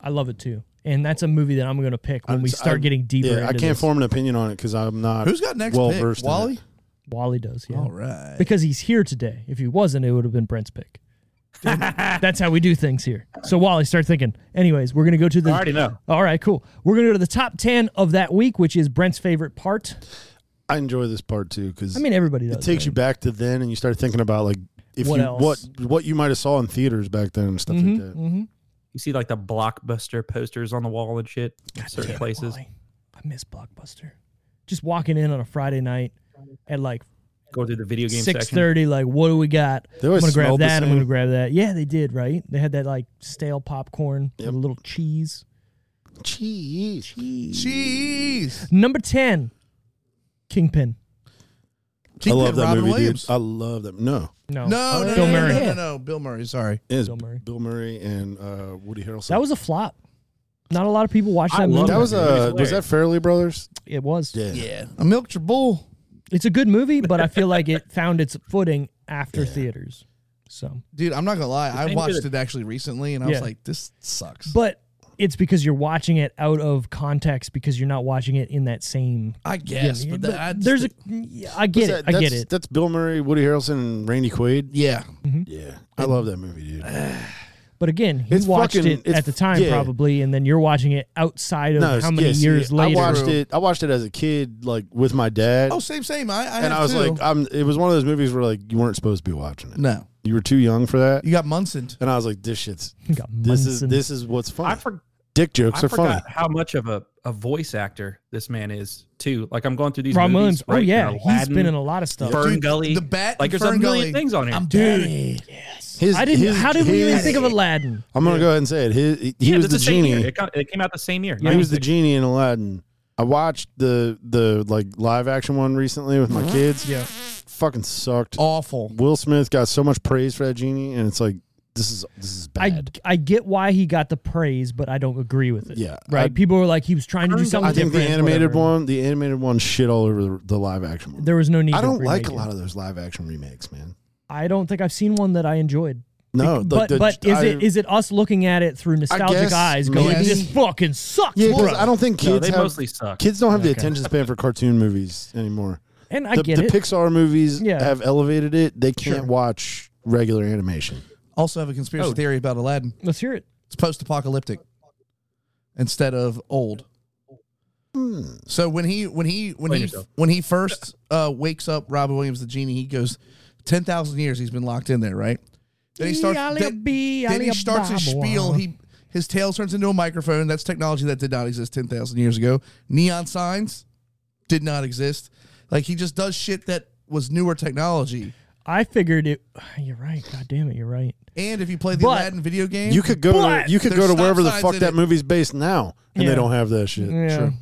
Speaker 1: I love it too, and that's a movie that I'm going to pick when
Speaker 3: I'm
Speaker 1: we
Speaker 3: s-
Speaker 1: start
Speaker 3: I'm-
Speaker 1: getting deeper.
Speaker 3: Yeah,
Speaker 1: into
Speaker 3: I can't
Speaker 1: this.
Speaker 3: form an opinion on it because I'm not.
Speaker 2: Who's got next
Speaker 3: well
Speaker 2: pick?
Speaker 3: versed in it.
Speaker 2: Wally.
Speaker 1: Wally does, yeah,
Speaker 2: All right.
Speaker 1: because he's here today. If he wasn't, it would have been Brent's
Speaker 4: <laughs>
Speaker 1: pick. that's how we do things here. So Wally, start thinking. Anyways, we're going to go to the.
Speaker 4: I already know.
Speaker 1: All right, cool. We're going to go to the top ten of that week, which is Brent's favorite part.
Speaker 3: I enjoy this part too because
Speaker 1: I mean, everybody does.
Speaker 3: it takes you
Speaker 1: right?
Speaker 3: back to then, and you start thinking about like if
Speaker 1: What
Speaker 3: you
Speaker 1: else? Mm-hmm,
Speaker 3: what what you might have saw in theaters back then and stuff like that.
Speaker 4: You see like the blockbuster posters on the wall and shit, certain
Speaker 1: Damn it,
Speaker 4: places.
Speaker 1: Wally. I miss Blockbuster. Just walking in on a Friday night at like
Speaker 4: Go through the video game
Speaker 1: six
Speaker 4: section.
Speaker 1: thirty. Like, what do we got?
Speaker 3: They
Speaker 1: I'm
Speaker 3: always
Speaker 1: gonna grab
Speaker 3: smelled the
Speaker 1: that. I'm gonna
Speaker 3: same.
Speaker 1: grab that. Yeah, they did. Right? They had that like stale popcorn with a little cheese.
Speaker 3: Cheese.
Speaker 2: Jeez.
Speaker 1: Number ten, Kingpin.
Speaker 3: I
Speaker 2: Kingpin,
Speaker 3: love that
Speaker 2: Robin
Speaker 3: movie,
Speaker 2: Williams.
Speaker 3: dude. I love that. No,
Speaker 1: No,
Speaker 4: Oh,
Speaker 2: No,
Speaker 3: oh,
Speaker 2: no,
Speaker 1: Bill
Speaker 2: no, no,
Speaker 1: Murray.
Speaker 2: no, no, no, Bill Murray. Sorry.
Speaker 3: it's
Speaker 1: Bill
Speaker 3: Bill
Speaker 1: Murray.
Speaker 3: Murray, and uh, Woody Harrelson.
Speaker 1: That was a flop. Not a lot of people watched that
Speaker 4: I
Speaker 1: movie.
Speaker 4: love
Speaker 3: that was
Speaker 4: Movie's
Speaker 3: uh, was that
Speaker 4: hilarious.
Speaker 3: Fairley Brothers?
Speaker 1: it was.
Speaker 2: Yeah, I milked your bull.
Speaker 1: It's a good movie, but I feel like it found its footing after theaters. So,
Speaker 2: Dude, I'm not gonna lie. I
Speaker 4: ain't
Speaker 2: watched
Speaker 4: good.
Speaker 2: it actually recently, and I
Speaker 1: Yeah.
Speaker 2: was like, "This sucks."
Speaker 1: but it's because you're watching it out of context because you're not watching it in that same.
Speaker 2: I guess,
Speaker 1: Yeah,
Speaker 2: but,
Speaker 1: but
Speaker 2: that, I just-
Speaker 1: there's a. I get
Speaker 3: That-
Speaker 1: it. I get
Speaker 3: that's-
Speaker 1: it. Mm-hmm.
Speaker 3: That's Bill Murray, Woody Harrelson, and Randy Quaid.
Speaker 2: yeah.
Speaker 3: Yeah, I love that movie, dude.
Speaker 1: But again, he
Speaker 3: It's
Speaker 1: watched
Speaker 3: fucking-
Speaker 1: it
Speaker 3: it's-
Speaker 1: at the time
Speaker 3: yeah.
Speaker 1: probably, and then you're watching it outside of
Speaker 3: No,
Speaker 1: how many
Speaker 3: yes,
Speaker 1: years
Speaker 3: yeah.
Speaker 1: later.
Speaker 3: I watched it. I watched it as a kid, like with my dad,
Speaker 2: Oh, same, same. I, I
Speaker 3: and
Speaker 2: have
Speaker 3: I was
Speaker 2: two.
Speaker 3: like, I'm, it was one of those movies where like you weren't supposed to be watching it.
Speaker 2: "No,
Speaker 3: You were too young for that.
Speaker 2: you got Munson."
Speaker 3: And I was like, this shit's
Speaker 1: Got
Speaker 3: this is
Speaker 1: Munson.
Speaker 3: this is what's
Speaker 4: I
Speaker 3: funny.
Speaker 4: forgot.
Speaker 3: Dick jokes
Speaker 4: I
Speaker 3: are funny.
Speaker 4: forgot how much of a, a voice actor this man is too. Like I'm going through these
Speaker 1: Robin Williams.
Speaker 4: movies.
Speaker 1: Oh
Speaker 4: right?
Speaker 1: yeah,
Speaker 4: They're
Speaker 1: he's been
Speaker 4: Aladdin,
Speaker 1: in a lot of stuff.
Speaker 4: Fern
Speaker 2: Dude,
Speaker 4: Gully,
Speaker 2: the Bat
Speaker 4: Like
Speaker 2: in
Speaker 4: there's a
Speaker 2: Fern Gully.
Speaker 4: million things on here.
Speaker 2: I'm
Speaker 1: Dude,
Speaker 3: His,
Speaker 1: I didn't.
Speaker 3: his-
Speaker 1: how did we even
Speaker 3: his-
Speaker 1: think of Aladdin?
Speaker 3: I'm gonna go ahead and say it. His, he, he
Speaker 4: Yeah,
Speaker 3: was
Speaker 4: that's
Speaker 3: the
Speaker 4: same year.
Speaker 3: genie.
Speaker 4: It, co- it came out the same year.
Speaker 3: He was the genie in Aladdin. I watched the the like live action one recently with
Speaker 1: Uh-huh.
Speaker 3: my kids.
Speaker 2: Yeah,
Speaker 3: Fucking sucked.
Speaker 2: awful.
Speaker 3: Will Smith got so much praise for that genie, and it's like this is this is
Speaker 1: I,
Speaker 3: bad.
Speaker 1: I get why he got the praise, but I don't agree with it.
Speaker 3: Yeah,
Speaker 1: right.
Speaker 3: I-
Speaker 1: People were like he was trying to do
Speaker 4: I
Speaker 3: I,
Speaker 1: something
Speaker 3: think the
Speaker 1: different.
Speaker 3: animated
Speaker 1: whatever.
Speaker 3: one, the animated one, shit all over the, the live action one.
Speaker 1: There was no need.
Speaker 3: I
Speaker 1: to
Speaker 3: don't like
Speaker 1: remake
Speaker 3: a lot
Speaker 1: it.
Speaker 3: of those live action remakes, man.
Speaker 1: I don't think I've seen one that I enjoyed.
Speaker 3: No, like
Speaker 1: but
Speaker 3: the-
Speaker 1: but is
Speaker 3: I-
Speaker 1: it is it us looking at it through nostalgic
Speaker 3: guess
Speaker 1: eyes, going
Speaker 3: maybe.
Speaker 1: this fucking sucks,
Speaker 3: yeah? 'cause
Speaker 1: bro?
Speaker 3: I don't think
Speaker 4: No,
Speaker 3: kids
Speaker 4: they
Speaker 3: have,
Speaker 4: mostly suck.
Speaker 3: kids don't have the
Speaker 1: Okay.
Speaker 3: attention span for cartoon movies anymore.
Speaker 1: and I
Speaker 3: The,
Speaker 1: get
Speaker 3: the
Speaker 1: it.
Speaker 3: Pixar movies
Speaker 1: Yeah.
Speaker 3: have elevated it. They can't
Speaker 1: Sure.
Speaker 3: watch regular animation.
Speaker 2: Also, have a conspiracy
Speaker 3: Oh.
Speaker 2: theory about Aladdin.
Speaker 1: Let's hear it.
Speaker 2: It's post-apocalyptic instead of old.
Speaker 3: Hmm.
Speaker 2: So when he when he when
Speaker 4: Blame
Speaker 2: he
Speaker 4: yourself.
Speaker 2: when he first uh, wakes up Robin Williams the genie, he goes ten thousand years he's been locked in there, right? Then he starts. Then, then he starts his spiel. He his tail turns into a microphone. That's technology that did not exist ten thousand years ago. Neon signs did not exist. Like he just does shit that was newer technology.
Speaker 1: I figured it. <sighs> You're right. God damn it. You're right.
Speaker 2: And if you play the
Speaker 1: But-
Speaker 2: Aladdin video game,
Speaker 3: You could go. To,
Speaker 1: But-
Speaker 3: you could
Speaker 2: There's
Speaker 3: go to
Speaker 2: stop
Speaker 3: wherever the
Speaker 2: signs
Speaker 3: fuck
Speaker 2: in
Speaker 3: that
Speaker 2: it.
Speaker 3: movie's based now, and
Speaker 1: Yeah.
Speaker 3: they don't have that shit.
Speaker 1: Yeah.
Speaker 2: True.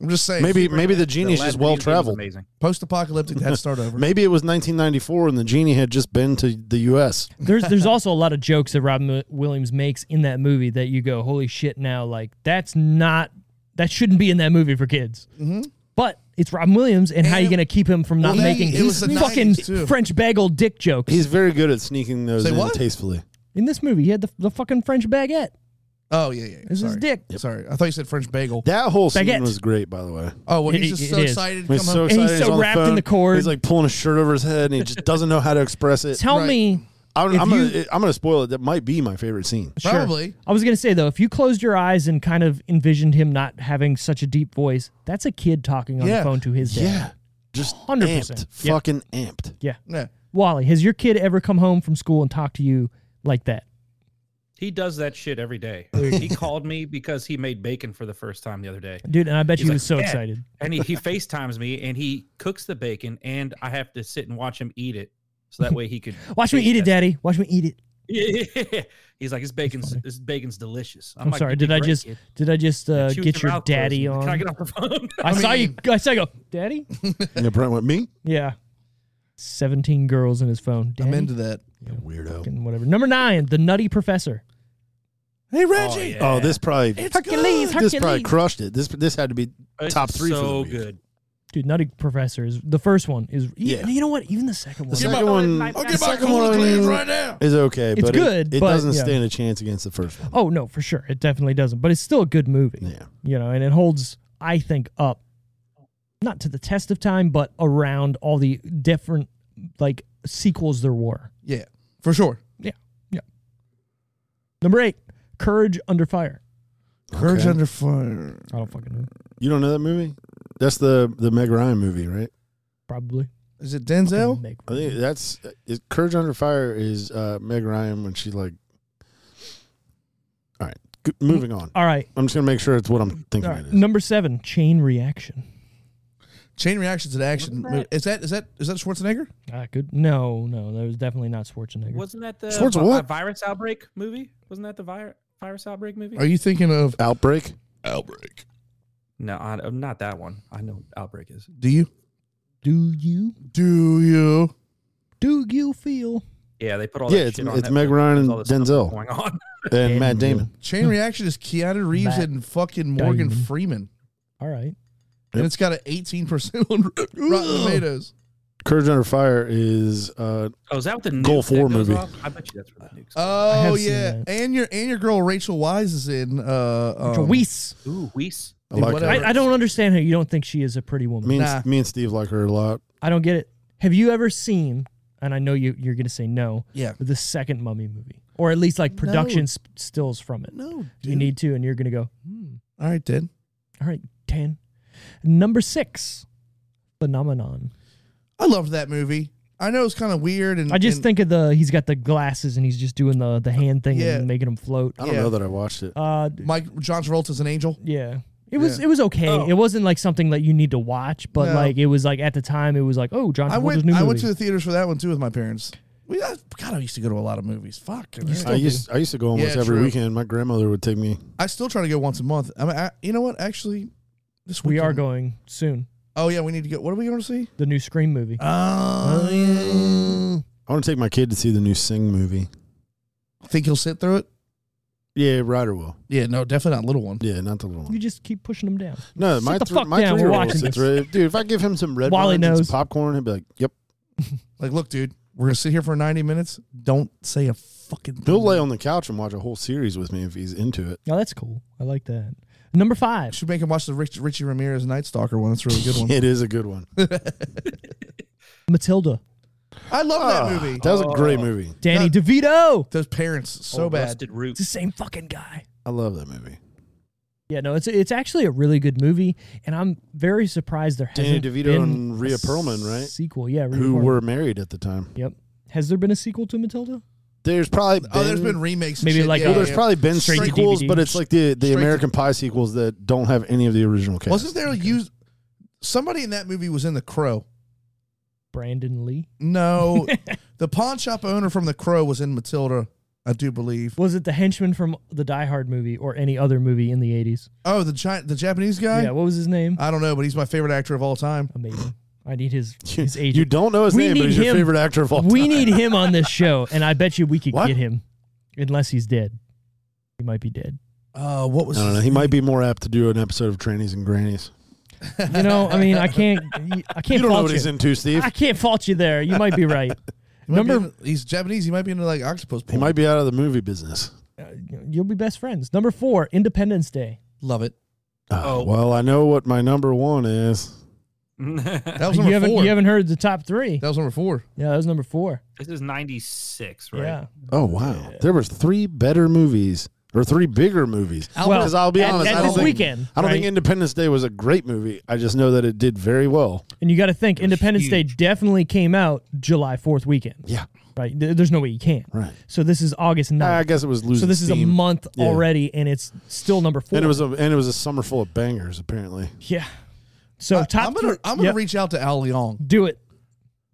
Speaker 2: I'm just saying.
Speaker 3: Maybe maybe the
Speaker 4: The
Speaker 3: genie's
Speaker 4: Aladdin
Speaker 3: just
Speaker 4: video
Speaker 3: well
Speaker 4: game was
Speaker 3: traveled.
Speaker 4: Amazing.
Speaker 2: post-apocalyptic. That start over.
Speaker 3: Maybe it was 1994 and the genie had just been to the U.S.
Speaker 1: There's
Speaker 2: <laughs>
Speaker 1: there's also a lot of jokes that Robin Wi- Williams makes in that movie that you go, holy shit! Now like that's not that shouldn't be in that movie for kids. Mm-hmm. But it's Robin Williams, and, how
Speaker 2: And
Speaker 1: you
Speaker 2: it-
Speaker 1: going to keep him from not
Speaker 2: he-
Speaker 1: making
Speaker 2: it was the
Speaker 1: fucking
Speaker 2: 90s too.
Speaker 1: French bagel dick jokes
Speaker 3: He's very good at sneaking those
Speaker 2: Say
Speaker 3: in
Speaker 2: what?
Speaker 3: tastefully.
Speaker 1: in this movie? He had the, the fucking French baguette.
Speaker 2: Oh yeah, yeah. yeah.
Speaker 1: This is
Speaker 2: Sorry.
Speaker 1: dick.
Speaker 2: Sorry, I thought you said French bagel.
Speaker 3: That whole scene
Speaker 1: Baguette.
Speaker 3: was great, by the way.
Speaker 2: Oh well,
Speaker 1: It-
Speaker 2: he's just
Speaker 1: it
Speaker 2: so
Speaker 1: is.
Speaker 2: excited. To
Speaker 3: He's
Speaker 2: come
Speaker 3: so
Speaker 2: home.
Speaker 1: he's
Speaker 3: excited.
Speaker 1: so
Speaker 3: on
Speaker 1: wrapped in
Speaker 3: phone.
Speaker 1: the cord.
Speaker 3: He's like pulling his shirt over his head, and he just doesn't know how to express
Speaker 1: <laughs>
Speaker 3: it.
Speaker 1: Tell
Speaker 2: Right.
Speaker 1: me,
Speaker 3: I'm,
Speaker 1: if
Speaker 3: I'm gonna,
Speaker 1: you-
Speaker 3: I'm gonna spoil it. That might be my favorite scene.
Speaker 1: Sure.
Speaker 2: Probably.
Speaker 1: I was gonna say though, if you closed your eyes and kind of envisioned him not having such a deep voice, that's a kid talking on
Speaker 2: Yeah.
Speaker 1: the phone to his dad.
Speaker 3: Yeah, just
Speaker 1: 100%.
Speaker 3: amped,
Speaker 1: Yep.
Speaker 3: fucking amped.
Speaker 2: yeah.
Speaker 1: Wally, has your kid ever come home from school and talked to you like that?
Speaker 4: He does that shit every day. He called me because he made bacon for the first time the other day.
Speaker 1: Dude, and I bet
Speaker 4: He's
Speaker 1: you he
Speaker 4: like,
Speaker 1: was so
Speaker 4: "Dad."
Speaker 1: excited.
Speaker 4: And he, he FaceTimes me and he cooks the bacon and I have to sit and watch him eat it. So that way he could
Speaker 1: <laughs> Watch me
Speaker 4: taste
Speaker 1: eat it,
Speaker 4: that.
Speaker 1: Daddy. Watch me eat it.
Speaker 4: <laughs> Yeah. He's like, this bacon's this bacon's delicious. I'm,
Speaker 1: I'm
Speaker 4: like,
Speaker 1: sorry,
Speaker 4: "You'd
Speaker 1: did
Speaker 4: be
Speaker 1: I
Speaker 4: great,
Speaker 1: just-
Speaker 4: kid."
Speaker 1: Did I just uh,
Speaker 4: Chew with
Speaker 1: get your
Speaker 4: mouth closed.
Speaker 1: daddy
Speaker 4: <laughs> Can I
Speaker 1: on?
Speaker 4: get off the phone? <laughs>
Speaker 1: I saw you.
Speaker 2: mean-
Speaker 1: <laughs> I saw you go, Daddy.
Speaker 3: Yeah, Brent went me.
Speaker 1: Yeah, seventeen girls in his phone. Daddy? <laughs>
Speaker 2: I'm into that.
Speaker 3: Weirdo.
Speaker 1: Fucking whatever. Number nine, the Nutty Professor.
Speaker 2: Hey
Speaker 4: Oh,
Speaker 2: Reggie.
Speaker 4: yeah.
Speaker 3: Oh, this probably
Speaker 1: Hercules,
Speaker 3: this probably
Speaker 1: Hercules.
Speaker 3: crushed it. This this had to be
Speaker 4: It's
Speaker 3: top three for the
Speaker 4: So
Speaker 3: week.
Speaker 4: good.
Speaker 1: Dude, Nutty Professor is the first one. Is
Speaker 3: Yeah.
Speaker 1: you know what? Even the second
Speaker 3: The
Speaker 1: one.
Speaker 3: second one,
Speaker 2: I'll
Speaker 3: the
Speaker 2: get my
Speaker 3: second
Speaker 2: cool
Speaker 3: one
Speaker 2: clean right now.
Speaker 3: is okay,
Speaker 1: It's
Speaker 3: but it-
Speaker 1: good,
Speaker 3: It,
Speaker 1: but,
Speaker 3: doesn't
Speaker 1: yeah.
Speaker 3: stand a chance against the first one.
Speaker 1: Oh no, for sure, it definitely doesn't. But it's still a good movie.
Speaker 3: Yeah.
Speaker 1: you know, and it holds, I think, up not to the test of time, but around all the different like sequels there were.
Speaker 2: Yeah, for sure.
Speaker 1: Number eight, Courage Under Fire.
Speaker 2: Courage
Speaker 3: Okay.
Speaker 2: under fire.
Speaker 1: I don't fucking know.
Speaker 3: You don't know that movie? That's the the Meg Ryan movie, right?
Speaker 1: Probably.
Speaker 2: Is it Denzel?
Speaker 1: Didn't make-
Speaker 3: I think that's is, Courage Under Fire is uh, Meg Ryan when she like. All right, G- moving on.
Speaker 1: All right.
Speaker 3: I'm just gonna make sure it's what I'm thinking.
Speaker 1: all right.
Speaker 3: It is.
Speaker 1: Number seven, Chain Reaction.
Speaker 2: Chain reaction to the action. Is that is that is that Schwarzenegger?
Speaker 1: Ah, good. No, no, that was definitely not Schwarzenegger.
Speaker 4: Wasn't that the
Speaker 3: Schwartz
Speaker 4: vi- uh,
Speaker 3: what?
Speaker 4: virus outbreak movie? Wasn't that the vi- virus outbreak movie?
Speaker 2: Are you thinking of
Speaker 3: Outbreak.
Speaker 2: Outbreak?
Speaker 4: no, I, I'm not that one. I know what outbreak is.
Speaker 2: Do you?
Speaker 1: Do you
Speaker 2: Do you?
Speaker 1: do you feel?
Speaker 4: Yeah, they put all
Speaker 3: Yeah,
Speaker 4: that
Speaker 3: it's-
Speaker 4: shit on
Speaker 3: it's
Speaker 4: Netflix.
Speaker 3: Meg Ryan
Speaker 4: There's
Speaker 3: and
Speaker 4: all this stuff
Speaker 3: Denzel.
Speaker 4: going on. <laughs>
Speaker 3: and Matt Damon.
Speaker 2: Chain reaction is Keanu Reeves
Speaker 1: Matt
Speaker 2: and fucking Morgan
Speaker 1: Damon.
Speaker 2: Freeman,
Speaker 1: All right.
Speaker 2: and it's got an 18 percent
Speaker 3: <laughs>
Speaker 2: on Rotten Tomatoes.
Speaker 3: Courage Under Fire is uh,
Speaker 4: Oh, is that what the
Speaker 3: Goal
Speaker 4: nuke that
Speaker 3: four
Speaker 4: goes
Speaker 3: movie. Uh,
Speaker 4: off? I bet you that's where the nukes.
Speaker 2: Oh
Speaker 1: have seen
Speaker 2: yeah,
Speaker 1: that.
Speaker 2: and your and your girl Rachel Wise is in. Uh,
Speaker 1: For
Speaker 2: um,
Speaker 1: Weiss.
Speaker 4: Ooh, Weiss.
Speaker 3: I like
Speaker 2: Whatever.
Speaker 3: her.
Speaker 1: I, I don't understand how you don't think she is a pretty woman.
Speaker 3: Me and,
Speaker 2: Nah.
Speaker 3: me and Steve like her a lot.
Speaker 1: I don't get it. Have you ever seen? And I know you you're gonna say no.
Speaker 2: Yeah.
Speaker 1: The second Mummy movie, or at least like production sp- stills from it.
Speaker 2: No, dude.
Speaker 1: You need to, and you're gonna go. Hmm.
Speaker 2: All right, then.
Speaker 1: All right, ten. Number six, Phenomenon.
Speaker 2: I loved that movie. I know it's kind of weird, and
Speaker 1: I just
Speaker 2: and-
Speaker 1: think of the he's got the glasses and he's just doing the the hand thing
Speaker 2: Yeah.
Speaker 1: and making him float.
Speaker 3: I don't
Speaker 2: Yeah.
Speaker 3: know that I watched it.
Speaker 1: Uh, d-
Speaker 2: Mike John Travolta's an angel.
Speaker 1: yeah. It was
Speaker 2: Yeah.
Speaker 1: it was okay.
Speaker 4: Oh.
Speaker 1: It wasn't like something that you need to watch, but
Speaker 2: No.
Speaker 1: like it was like at the time it was like oh John Travolta's
Speaker 2: I went.
Speaker 1: new
Speaker 2: I
Speaker 1: movie.
Speaker 2: went to the theaters for that one too with my parents. We I, God, I used to go to a lot of movies. Fuck. man.
Speaker 3: I used I used to go almost
Speaker 2: Yeah,
Speaker 3: every
Speaker 2: true.
Speaker 3: weekend. My grandmother would take me.
Speaker 2: I still try to go once a month. I mean, I, you know what? Actually, this
Speaker 1: we are
Speaker 2: weekend-
Speaker 1: going soon.
Speaker 2: Oh yeah, we need to go. What are we going to see?
Speaker 1: The new Scream movie.
Speaker 2: Oh, yeah.
Speaker 3: I want to take my kid to see the new Sing movie.
Speaker 2: Think he'll sit through it?
Speaker 3: Yeah, Ryder will.
Speaker 2: Yeah, no, definitely not little one.
Speaker 3: Yeah, not the little one.
Speaker 1: You just keep pushing them down.
Speaker 3: No,
Speaker 1: Sit
Speaker 3: my
Speaker 1: the
Speaker 3: thr-
Speaker 1: fuck
Speaker 3: my
Speaker 1: down, we're
Speaker 3: three year old
Speaker 1: watching
Speaker 3: sits right. Dude, if I give him some red
Speaker 1: Wally
Speaker 3: wine and
Speaker 1: knows.
Speaker 3: some popcorn, he'd be like, "Yep."
Speaker 2: Like, look, dude, we're gonna sit here for ninety minutes. Don't say a fucking. thing.
Speaker 3: He'll lay on the couch and watch a whole series with me if he's into it.
Speaker 1: Oh, that's cool. I like that. Number five,
Speaker 2: Should make him watch the Rich, Richie Ramirez Night Stalker one. That's a really good one.
Speaker 3: <laughs> It is a good one.
Speaker 1: Matilda.
Speaker 2: I love
Speaker 3: Ah,
Speaker 2: that movie.
Speaker 3: That was a great movie.
Speaker 1: Danny
Speaker 2: Not-
Speaker 1: DeVito.
Speaker 2: Those parents so
Speaker 4: Old
Speaker 1: Oh,
Speaker 2: bad.
Speaker 4: Rusted Root.
Speaker 1: It's the same fucking guy.
Speaker 3: I love that movie.
Speaker 1: Yeah, no, it's it's actually a really good movie, and I'm very surprised there
Speaker 3: Danny
Speaker 1: hasn't
Speaker 3: DeVito
Speaker 1: been
Speaker 3: and Rhea
Speaker 1: a
Speaker 3: Perlman, right?
Speaker 1: Sequel, yeah. Rhea
Speaker 3: Who
Speaker 1: Perlman.
Speaker 3: were married at the time.
Speaker 1: Yep. Has there been a sequel to Matilda?
Speaker 3: There's probably been,
Speaker 2: Oh, there's been remakes. and
Speaker 1: Maybe
Speaker 2: shit.
Speaker 1: like
Speaker 2: Yeah,
Speaker 1: a-
Speaker 2: yeah,
Speaker 3: there's
Speaker 2: yeah.
Speaker 3: probably been
Speaker 1: Straight to
Speaker 3: sequels,
Speaker 1: DVD.
Speaker 3: but it's like the, the
Speaker 2: Straight to-
Speaker 3: American Pie sequels that don't have any of the original cast.
Speaker 2: Wasn't there a used? Somebody in that movie was in The Crow.
Speaker 1: Brandon Lee. <laughs>
Speaker 2: No, the pawn shop owner from The Crow was in Matilda, I do believe.
Speaker 1: Was it the henchman from the Die Hard movie or any other movie in the 80s?
Speaker 2: Oh, the giant, the Japanese guy.
Speaker 1: yeah, what was his name?
Speaker 2: I don't know, but he's my favorite actor of all time.
Speaker 1: Amazing. I need
Speaker 3: <laughs>
Speaker 1: his his agent.
Speaker 3: You don't know his
Speaker 1: We
Speaker 3: name, but
Speaker 1: need
Speaker 3: he's your
Speaker 1: him.
Speaker 3: favorite actor of all
Speaker 1: we
Speaker 3: time.
Speaker 1: need him on
Speaker 3: <laughs>
Speaker 1: this show, and I bet you we could
Speaker 3: What?
Speaker 1: get him, unless he's dead. He might be
Speaker 3: <laughs>
Speaker 1: dead.
Speaker 2: Uh, what
Speaker 3: I
Speaker 2: was?
Speaker 3: don't know.
Speaker 2: his-
Speaker 3: He might be more apt to do an episode of Trannies and Grannies.
Speaker 1: You know, I mean, I can't, I
Speaker 3: You
Speaker 1: can't
Speaker 3: don't know
Speaker 1: fault
Speaker 3: what
Speaker 1: you.
Speaker 3: he's into, Steve.
Speaker 1: I can't fault you there. You might be
Speaker 2: <laughs>
Speaker 1: right.
Speaker 2: he might be
Speaker 1: Number-
Speaker 2: in- he's Japanese. He might be into like octopus.
Speaker 3: He
Speaker 2: Porn.
Speaker 3: might be out of the movie business.
Speaker 1: uh, You'll be best friends. Number four, Independence Day. <laughs>
Speaker 2: love it.
Speaker 3: Oh,
Speaker 4: Oh.
Speaker 3: well, I know what my number one is.
Speaker 2: That was
Speaker 1: You
Speaker 2: number
Speaker 1: haven't,
Speaker 2: four.
Speaker 1: you haven't heard the top three.
Speaker 2: that was number four.
Speaker 1: Yeah, that was number four.
Speaker 4: this is 96, right?
Speaker 1: Yeah.
Speaker 3: Oh wow, there was three better movies or three bigger movies.
Speaker 1: Well,
Speaker 3: Because I'll be
Speaker 1: at-
Speaker 3: honest,
Speaker 1: at
Speaker 3: I don't
Speaker 1: this
Speaker 3: think,
Speaker 1: weekend,
Speaker 3: I don't think
Speaker 1: right?
Speaker 3: Independence Day was a great movie. I just know that it did very well.
Speaker 1: And you got to think,
Speaker 4: was
Speaker 1: Independence Day definitely came out July 4th weekend.
Speaker 3: Yeah.
Speaker 1: Right? There- There's no way you can't.
Speaker 3: Right.
Speaker 1: So this is August 9th.
Speaker 3: I guess it was losing.
Speaker 1: so this is a
Speaker 3: steam.
Speaker 1: month
Speaker 3: Yeah.
Speaker 1: already, and it's still number four.
Speaker 3: and it was a and it was a summer full of bangers. Apparently,
Speaker 1: yeah. So top
Speaker 2: I'm gonna
Speaker 1: three-
Speaker 2: i I'm gonna
Speaker 1: yep,
Speaker 2: reach out to Al Leong.
Speaker 1: do it.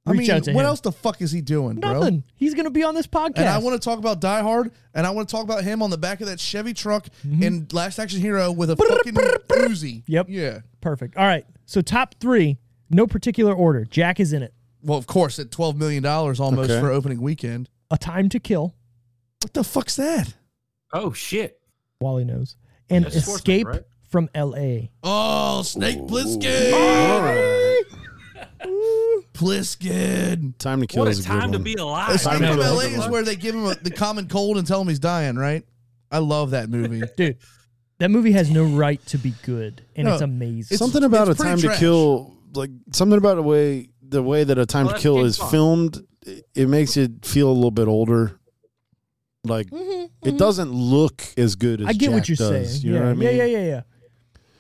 Speaker 2: I
Speaker 1: Reach
Speaker 2: mean,
Speaker 1: out
Speaker 2: what
Speaker 1: to him.
Speaker 2: else the fuck is he doing, bro?
Speaker 1: Nothing. He's gonna be on this podcast.
Speaker 2: And I want to talk about Die Hard, and I want to talk about him on the back of that Chevy truck
Speaker 1: Mm-hmm.
Speaker 2: in Last Action Hero with a fucking Uzi.
Speaker 1: Yep.
Speaker 2: Yeah.
Speaker 1: Perfect. All right. So top three, no particular order. Jack is in it.
Speaker 2: Well, of course, at twelve million dollars almost
Speaker 3: Okay.
Speaker 2: for opening weekend.
Speaker 1: A Time to Kill.
Speaker 2: What the fuck's that?
Speaker 4: Oh, shit.
Speaker 1: Wally knows. And
Speaker 4: That's Schwartzman,
Speaker 1: Escape
Speaker 4: right?
Speaker 1: from L.A.
Speaker 2: Oh, Snake Plissken! Plissken.
Speaker 3: time to kill.
Speaker 4: What
Speaker 3: is
Speaker 4: a
Speaker 3: good
Speaker 4: time to
Speaker 3: one.
Speaker 4: be alive.
Speaker 2: Escape
Speaker 3: know
Speaker 2: from
Speaker 3: that
Speaker 2: LA
Speaker 3: one.
Speaker 2: is where they give him a, the common cold and tell him he's dying, right? I love that movie.
Speaker 1: Dude, that movie has no right to be good, and
Speaker 2: No,
Speaker 1: it's amazing.
Speaker 3: something about
Speaker 2: it's
Speaker 3: a
Speaker 2: pretty
Speaker 3: time
Speaker 2: trash.
Speaker 3: to kill like something about the way the way that a time
Speaker 4: Well,
Speaker 3: to
Speaker 4: that's
Speaker 3: kill
Speaker 4: James
Speaker 3: is
Speaker 4: Bond.
Speaker 3: filmed it- it makes you feel a little bit older like it doesn't look as good as
Speaker 1: Mm-hmm, I get what
Speaker 3: Jack
Speaker 1: you're
Speaker 3: does,
Speaker 1: saying.
Speaker 3: you
Speaker 1: yeah.
Speaker 3: know what i mean
Speaker 1: yeah, yeah, yeah, yeah.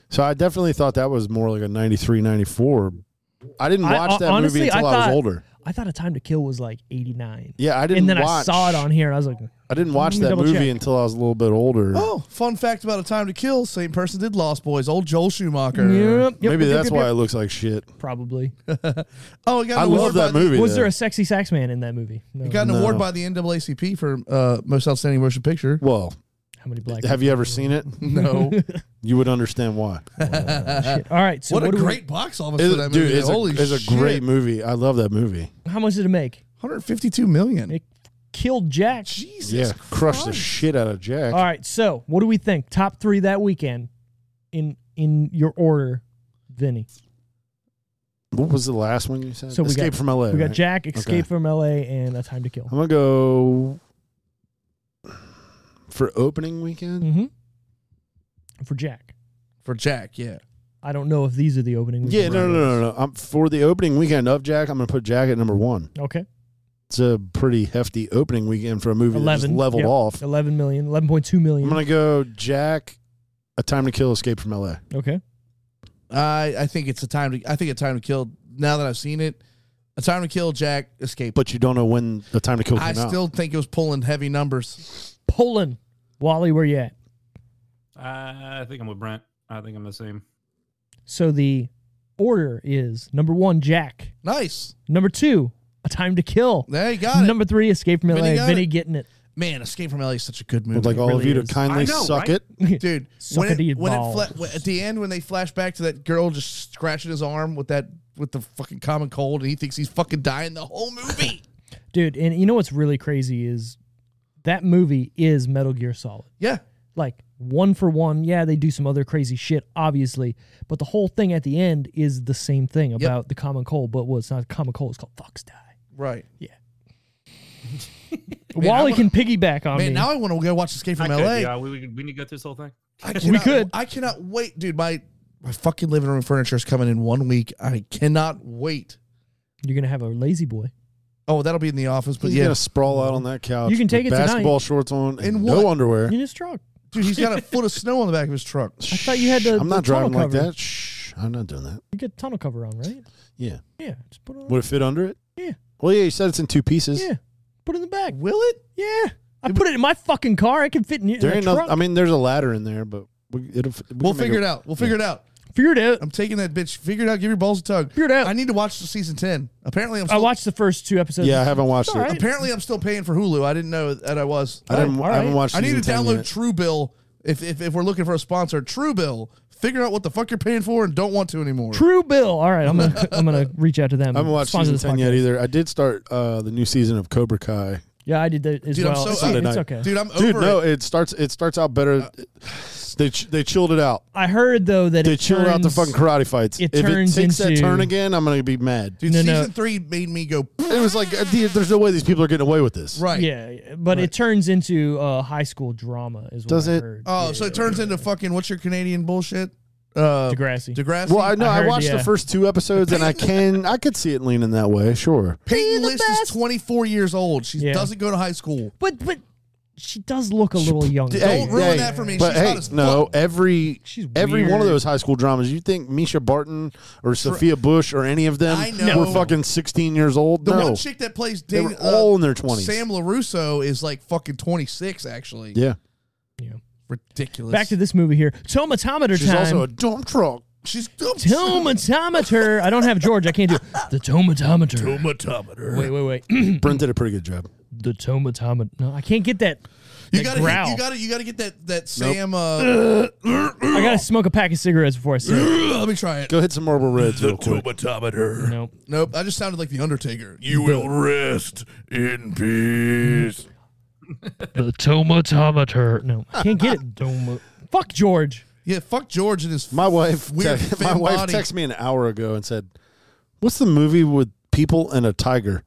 Speaker 3: so i definitely thought that was more like a 93 94 i didn't
Speaker 1: I-
Speaker 3: watch
Speaker 1: hon-
Speaker 3: that
Speaker 1: honestly,
Speaker 3: movie until
Speaker 1: I
Speaker 3: I,
Speaker 1: thought-
Speaker 3: was older
Speaker 1: I thought A Time to Kill was like 89.
Speaker 3: yeah i didn't
Speaker 1: And then I
Speaker 3: watch-
Speaker 1: saw it on here, and I was like,
Speaker 3: i didn't watch
Speaker 1: Let me
Speaker 3: that
Speaker 1: double
Speaker 3: movie
Speaker 1: check.
Speaker 3: until i was a little bit older
Speaker 2: Oh, fun fact about A Time to Kill: same person did Lost Boys, old Joel Schumacher.
Speaker 1: yep, yep,
Speaker 3: maybe
Speaker 1: yep,
Speaker 3: that's
Speaker 1: yep,
Speaker 3: why it
Speaker 1: yep.
Speaker 3: looks like shit
Speaker 1: Probably.
Speaker 2: Oh, it got
Speaker 3: i
Speaker 2: an
Speaker 3: love
Speaker 2: award
Speaker 3: that
Speaker 2: by the-
Speaker 3: movie
Speaker 1: Was there
Speaker 3: though.
Speaker 1: a sexy sax man in that movie? No.
Speaker 2: It got an
Speaker 3: No.
Speaker 2: award by the NAACP for uh, most outstanding motion picture.
Speaker 3: well
Speaker 1: How many black
Speaker 3: have you ever
Speaker 1: <laughs>
Speaker 3: seen it
Speaker 2: <laughs> No,
Speaker 3: you would understand why
Speaker 1: shit. All right. So
Speaker 2: what,
Speaker 1: what,
Speaker 2: a
Speaker 1: do we-
Speaker 2: great box office
Speaker 3: It's-
Speaker 2: for that
Speaker 3: dude,
Speaker 2: movie.
Speaker 3: it's,
Speaker 2: Holy
Speaker 3: a, it's a
Speaker 2: shit.
Speaker 3: great movie. I love that movie.
Speaker 1: how much did it make?
Speaker 2: 152 million.
Speaker 1: It killed Jack.
Speaker 2: Jesus,
Speaker 3: yeah, crushed the
Speaker 2: Christ.
Speaker 3: shit out of Jack.
Speaker 1: All right. So what do we think? Top three that weekend in in your order, Vinny.
Speaker 3: What was the last one you said?
Speaker 1: So we got-
Speaker 3: Escape from LA.
Speaker 1: We got
Speaker 3: right?
Speaker 1: Jack, Escape
Speaker 3: Okay.
Speaker 1: from L.A., and A Time to Kill.
Speaker 3: I'm gonna go for opening weekend.
Speaker 1: Mm-hmm. For Jack,
Speaker 2: for Jack. Yeah,
Speaker 1: I don't know if these are the opening.
Speaker 3: Yeah, no, no,
Speaker 1: weekend
Speaker 3: no, no. no. I'm, for the opening weekend of Jack, I'm gonna put Jack at number one.
Speaker 1: rounds. Okay,
Speaker 3: It's a pretty hefty opening weekend for a movie that
Speaker 1: eleven
Speaker 3: just leveled
Speaker 1: yep.
Speaker 3: off.
Speaker 1: 11 million, 11.2
Speaker 3: I'm
Speaker 1: million.
Speaker 3: gonna go Jack, A Time to Kill, Escape from LA.
Speaker 1: okay,
Speaker 2: I I think it's a time to I think a time to kill. Now that I've seen it, a time to kill. Jack escape.
Speaker 3: But you don't know when The Time to Kill came
Speaker 2: I
Speaker 3: out.
Speaker 2: still think it was pulling heavy numbers.
Speaker 1: Poland, Wally, where you at?
Speaker 4: I think I'm with Brent. I think I'm the same.
Speaker 1: So the order is number one, Jack.
Speaker 2: Nice.
Speaker 1: Number two, A Time to Kill.
Speaker 2: There you got it.
Speaker 1: Number three, Escape from
Speaker 2: Vinny
Speaker 1: L.A.
Speaker 2: got
Speaker 1: Vinny
Speaker 2: it.
Speaker 1: getting it.
Speaker 2: Man, Escape from LA is such a good movie.
Speaker 3: Would like all of
Speaker 1: really
Speaker 3: you
Speaker 1: is.
Speaker 3: to kindly
Speaker 4: I know,
Speaker 3: suck
Speaker 4: right?
Speaker 3: it.
Speaker 2: Dude,
Speaker 1: Suck
Speaker 2: when
Speaker 1: it to your
Speaker 2: it, when it
Speaker 1: balls.
Speaker 2: fla- when- at the end when they flash back to that girl just scratching his arm with that with the fucking common cold and he thinks he's fucking dying the whole movie.
Speaker 1: Dude, and you know what's really crazy is that movie is Metal Gear Solid.
Speaker 2: <laughs> yeah.
Speaker 1: Like one for one, yeah, they do some other crazy shit, obviously, but the whole thing at the end is the same thing about the common cold. But well, it's not common cold; it's called Fox Die.
Speaker 2: Right.
Speaker 1: Wally
Speaker 2: I
Speaker 1: can piggyback on
Speaker 2: Man,
Speaker 1: me.
Speaker 2: now I want to go watch Escape from LA.
Speaker 4: yeah, Uh, we, we, we need to go through this whole thing.
Speaker 2: I
Speaker 1: We
Speaker 2: cannot-
Speaker 1: could.
Speaker 2: I cannot wait, dude. My my fucking living room furniture is coming in one week. I cannot wait.
Speaker 1: You're gonna have a lazy boy.
Speaker 2: Oh, that'll be in the office, but
Speaker 3: He's
Speaker 2: yeah.
Speaker 3: gonna sprawl out on that couch.
Speaker 1: You can
Speaker 3: with
Speaker 1: take it tonight.
Speaker 3: basketball shorts on and
Speaker 2: In
Speaker 3: no
Speaker 2: what?
Speaker 3: underwear.
Speaker 1: You just drunk.
Speaker 2: Dude, he's <laughs> got a foot of snow on the back of his truck.
Speaker 1: I thought you had the-
Speaker 3: I'm not
Speaker 1: the tunnel
Speaker 3: driving like
Speaker 1: cover.
Speaker 3: that. Shh, I'm not doing that.
Speaker 1: You get tunnel cover on, right?
Speaker 3: Yeah.
Speaker 1: Yeah. Just put it on.
Speaker 3: Would it fit under it?
Speaker 1: Yeah.
Speaker 3: Well, yeah, you said it's in two pieces.
Speaker 1: Yeah. Put it in the back.
Speaker 2: Will it?
Speaker 1: Yeah. I put it in my fucking car. I can fit in, your- in
Speaker 3: There
Speaker 1: the
Speaker 3: ain't no,
Speaker 1: truck.
Speaker 3: I mean, there's a ladder in there, but we, it'll. We
Speaker 2: We'll figure it out. We'll figure it out.
Speaker 1: Figure it out.
Speaker 2: I'm taking that bitch. Figure it out. Give your balls a tug.
Speaker 1: Figure it out.
Speaker 2: I need to watch season ten. Apparently, I'm.
Speaker 1: I
Speaker 2: Still,
Speaker 1: watched the first two episodes.
Speaker 3: Yeah, I haven't watched
Speaker 1: It's
Speaker 3: it.
Speaker 1: all right.
Speaker 2: Apparently, I'm still paying for Hulu. I didn't know that I was.
Speaker 3: I, didn't,
Speaker 1: All
Speaker 3: I haven't
Speaker 1: right.
Speaker 3: watched.
Speaker 2: I need to
Speaker 3: season 10
Speaker 2: download
Speaker 3: yet.
Speaker 2: Truebill. If, if if we're looking for a sponsor, Truebill. Figure out what the fuck you're paying for and don't want to anymore.
Speaker 1: True Bill. All right, I'm
Speaker 3: <laughs>
Speaker 1: gonna I'm gonna reach out to them.
Speaker 3: I haven't watched
Speaker 1: Sponsor
Speaker 3: season
Speaker 1: this
Speaker 3: ten yet
Speaker 1: podcast.
Speaker 3: either. I did start uh, the new season of Cobra Kai.
Speaker 1: Yeah, I did that as
Speaker 2: Dude, I'm
Speaker 1: well.
Speaker 2: so-
Speaker 1: it's,
Speaker 2: Sunday
Speaker 1: it's
Speaker 3: night.
Speaker 1: okay.
Speaker 2: Dude, I'm over
Speaker 3: Dude, no,
Speaker 2: it. Uh,
Speaker 3: it. starts. It starts out better. they ch- they chilled it out.
Speaker 1: I heard though that
Speaker 3: They
Speaker 1: it
Speaker 3: chilled out the
Speaker 1: turns-
Speaker 3: fucking karate fights.
Speaker 1: it
Speaker 3: if it
Speaker 1: turns
Speaker 3: takes that
Speaker 1: into-
Speaker 3: turn again, I'm gonna be mad.
Speaker 2: Dude,
Speaker 1: no, no.
Speaker 2: season three made me go
Speaker 3: It was like uh, dude, there's no way these people are getting away with this.
Speaker 2: right.
Speaker 1: Yeah, yeah, but it turns into a high school drama. Is what
Speaker 3: Does
Speaker 1: I
Speaker 3: it?
Speaker 1: Heard.
Speaker 2: Oh,
Speaker 1: yeah.
Speaker 2: so it turns into fucking what's your Canadian bullshit? Uh,
Speaker 1: Degrassi.
Speaker 2: Degrassi.
Speaker 3: Well, I know I,
Speaker 1: heard,
Speaker 3: watched
Speaker 1: yeah.
Speaker 3: the first two episodes, and I can I could see it leaning that way. Sure.
Speaker 2: Peyton
Speaker 1: the
Speaker 2: List is
Speaker 1: best.
Speaker 2: 24 years old. She
Speaker 1: Yeah.
Speaker 2: doesn't go to high school.
Speaker 1: but but she does look a little younger.
Speaker 2: Don't ruin that for me.
Speaker 3: But
Speaker 2: She's
Speaker 3: hey,
Speaker 2: hot as
Speaker 3: no, every
Speaker 1: She's
Speaker 3: every one of
Speaker 1: weird.
Speaker 3: those high school dramas. You think Misha Barton or Sophia Bush or any of them
Speaker 2: I know.
Speaker 3: were fucking sixteen years old?
Speaker 2: The
Speaker 3: no,
Speaker 2: one chick that plays
Speaker 3: they
Speaker 2: Dan-
Speaker 3: were
Speaker 2: uh,
Speaker 3: all in their twenties.
Speaker 2: Sam LaRusso is like fucking 26, actually.
Speaker 3: yeah,
Speaker 2: Ridiculous.
Speaker 1: Back to this movie here. Tomatometer
Speaker 3: she's
Speaker 1: time.
Speaker 3: also a dump truck.
Speaker 1: <laughs>
Speaker 2: She's.
Speaker 1: tomatometer. I don't have George. I can't do <laughs> it. the tomatometer.
Speaker 2: Tomatometer.
Speaker 1: wait, wait, wait. <clears throat>
Speaker 3: Brent did a pretty good job.
Speaker 1: the tomatometer. No, I can't get that.
Speaker 2: You
Speaker 1: that
Speaker 2: gotta,
Speaker 1: growl.
Speaker 2: you gotta, you gotta get that that Sam. Uh,
Speaker 1: I
Speaker 3: <clears throat>
Speaker 1: gotta smoke a pack of cigarettes before I say. it.
Speaker 2: let me try it.
Speaker 3: Go hit some Marble Reds real quick.
Speaker 5: Tomatometer.
Speaker 1: Nope.
Speaker 2: Nope, I just sounded like the Undertaker. You
Speaker 5: You will rest in peace.
Speaker 1: The tomatometer. No, I can't get it. Toma-
Speaker 3: <laughs>
Speaker 1: Fuck George.
Speaker 2: yeah, fuck George and his.
Speaker 3: My wife,
Speaker 2: Weird
Speaker 3: te- <laughs>
Speaker 2: thin
Speaker 3: my wife
Speaker 2: body.
Speaker 3: texted me an hour ago and said, "What's the movie with people and a tiger?"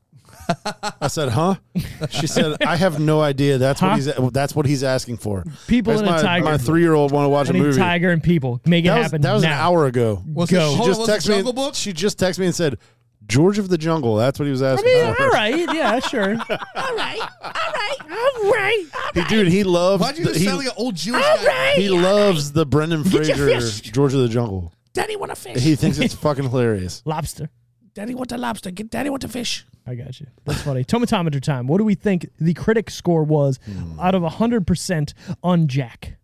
Speaker 3: I said, "Huh?" She said, "I have no idea. That's
Speaker 1: Huh?
Speaker 3: what he's that's what he's asking for."
Speaker 1: People
Speaker 3: That's
Speaker 1: and a
Speaker 3: my,
Speaker 1: tiger.
Speaker 3: My three year old want to watch
Speaker 1: I
Speaker 3: a
Speaker 1: need
Speaker 3: movie.
Speaker 1: Tiger and people. Make
Speaker 3: That
Speaker 1: it
Speaker 3: was,
Speaker 1: happen
Speaker 3: that was an
Speaker 1: now.
Speaker 3: hour ago.
Speaker 2: Was
Speaker 1: Go.
Speaker 2: It,
Speaker 3: She
Speaker 2: hold
Speaker 3: just
Speaker 2: on, was it
Speaker 3: texted me.
Speaker 2: Jungle Book?
Speaker 3: She just texted me and said, "George of the Jungle." That's what he was asking
Speaker 1: Yeah,
Speaker 5: Oh.
Speaker 3: for.
Speaker 1: all right. Yeah, sure. all
Speaker 5: <laughs>
Speaker 1: right. All right. All right.
Speaker 3: He, dude, he loved.
Speaker 2: Why'd you
Speaker 3: the-
Speaker 2: just
Speaker 3: he,
Speaker 2: sound like an old Jewish guy?
Speaker 3: he loves the Brendan Fraser George of the Jungle.
Speaker 5: Daddy want a fish.
Speaker 3: He thinks it's fucking
Speaker 1: <laughs>
Speaker 3: hilarious.
Speaker 1: Lobster.
Speaker 5: Daddy want a lobster. Get Daddy want a fish.
Speaker 1: I got you. That's funny. Tomatometer time. What do we think the critic score was
Speaker 3: Hmm.
Speaker 1: out of 100% on Jack?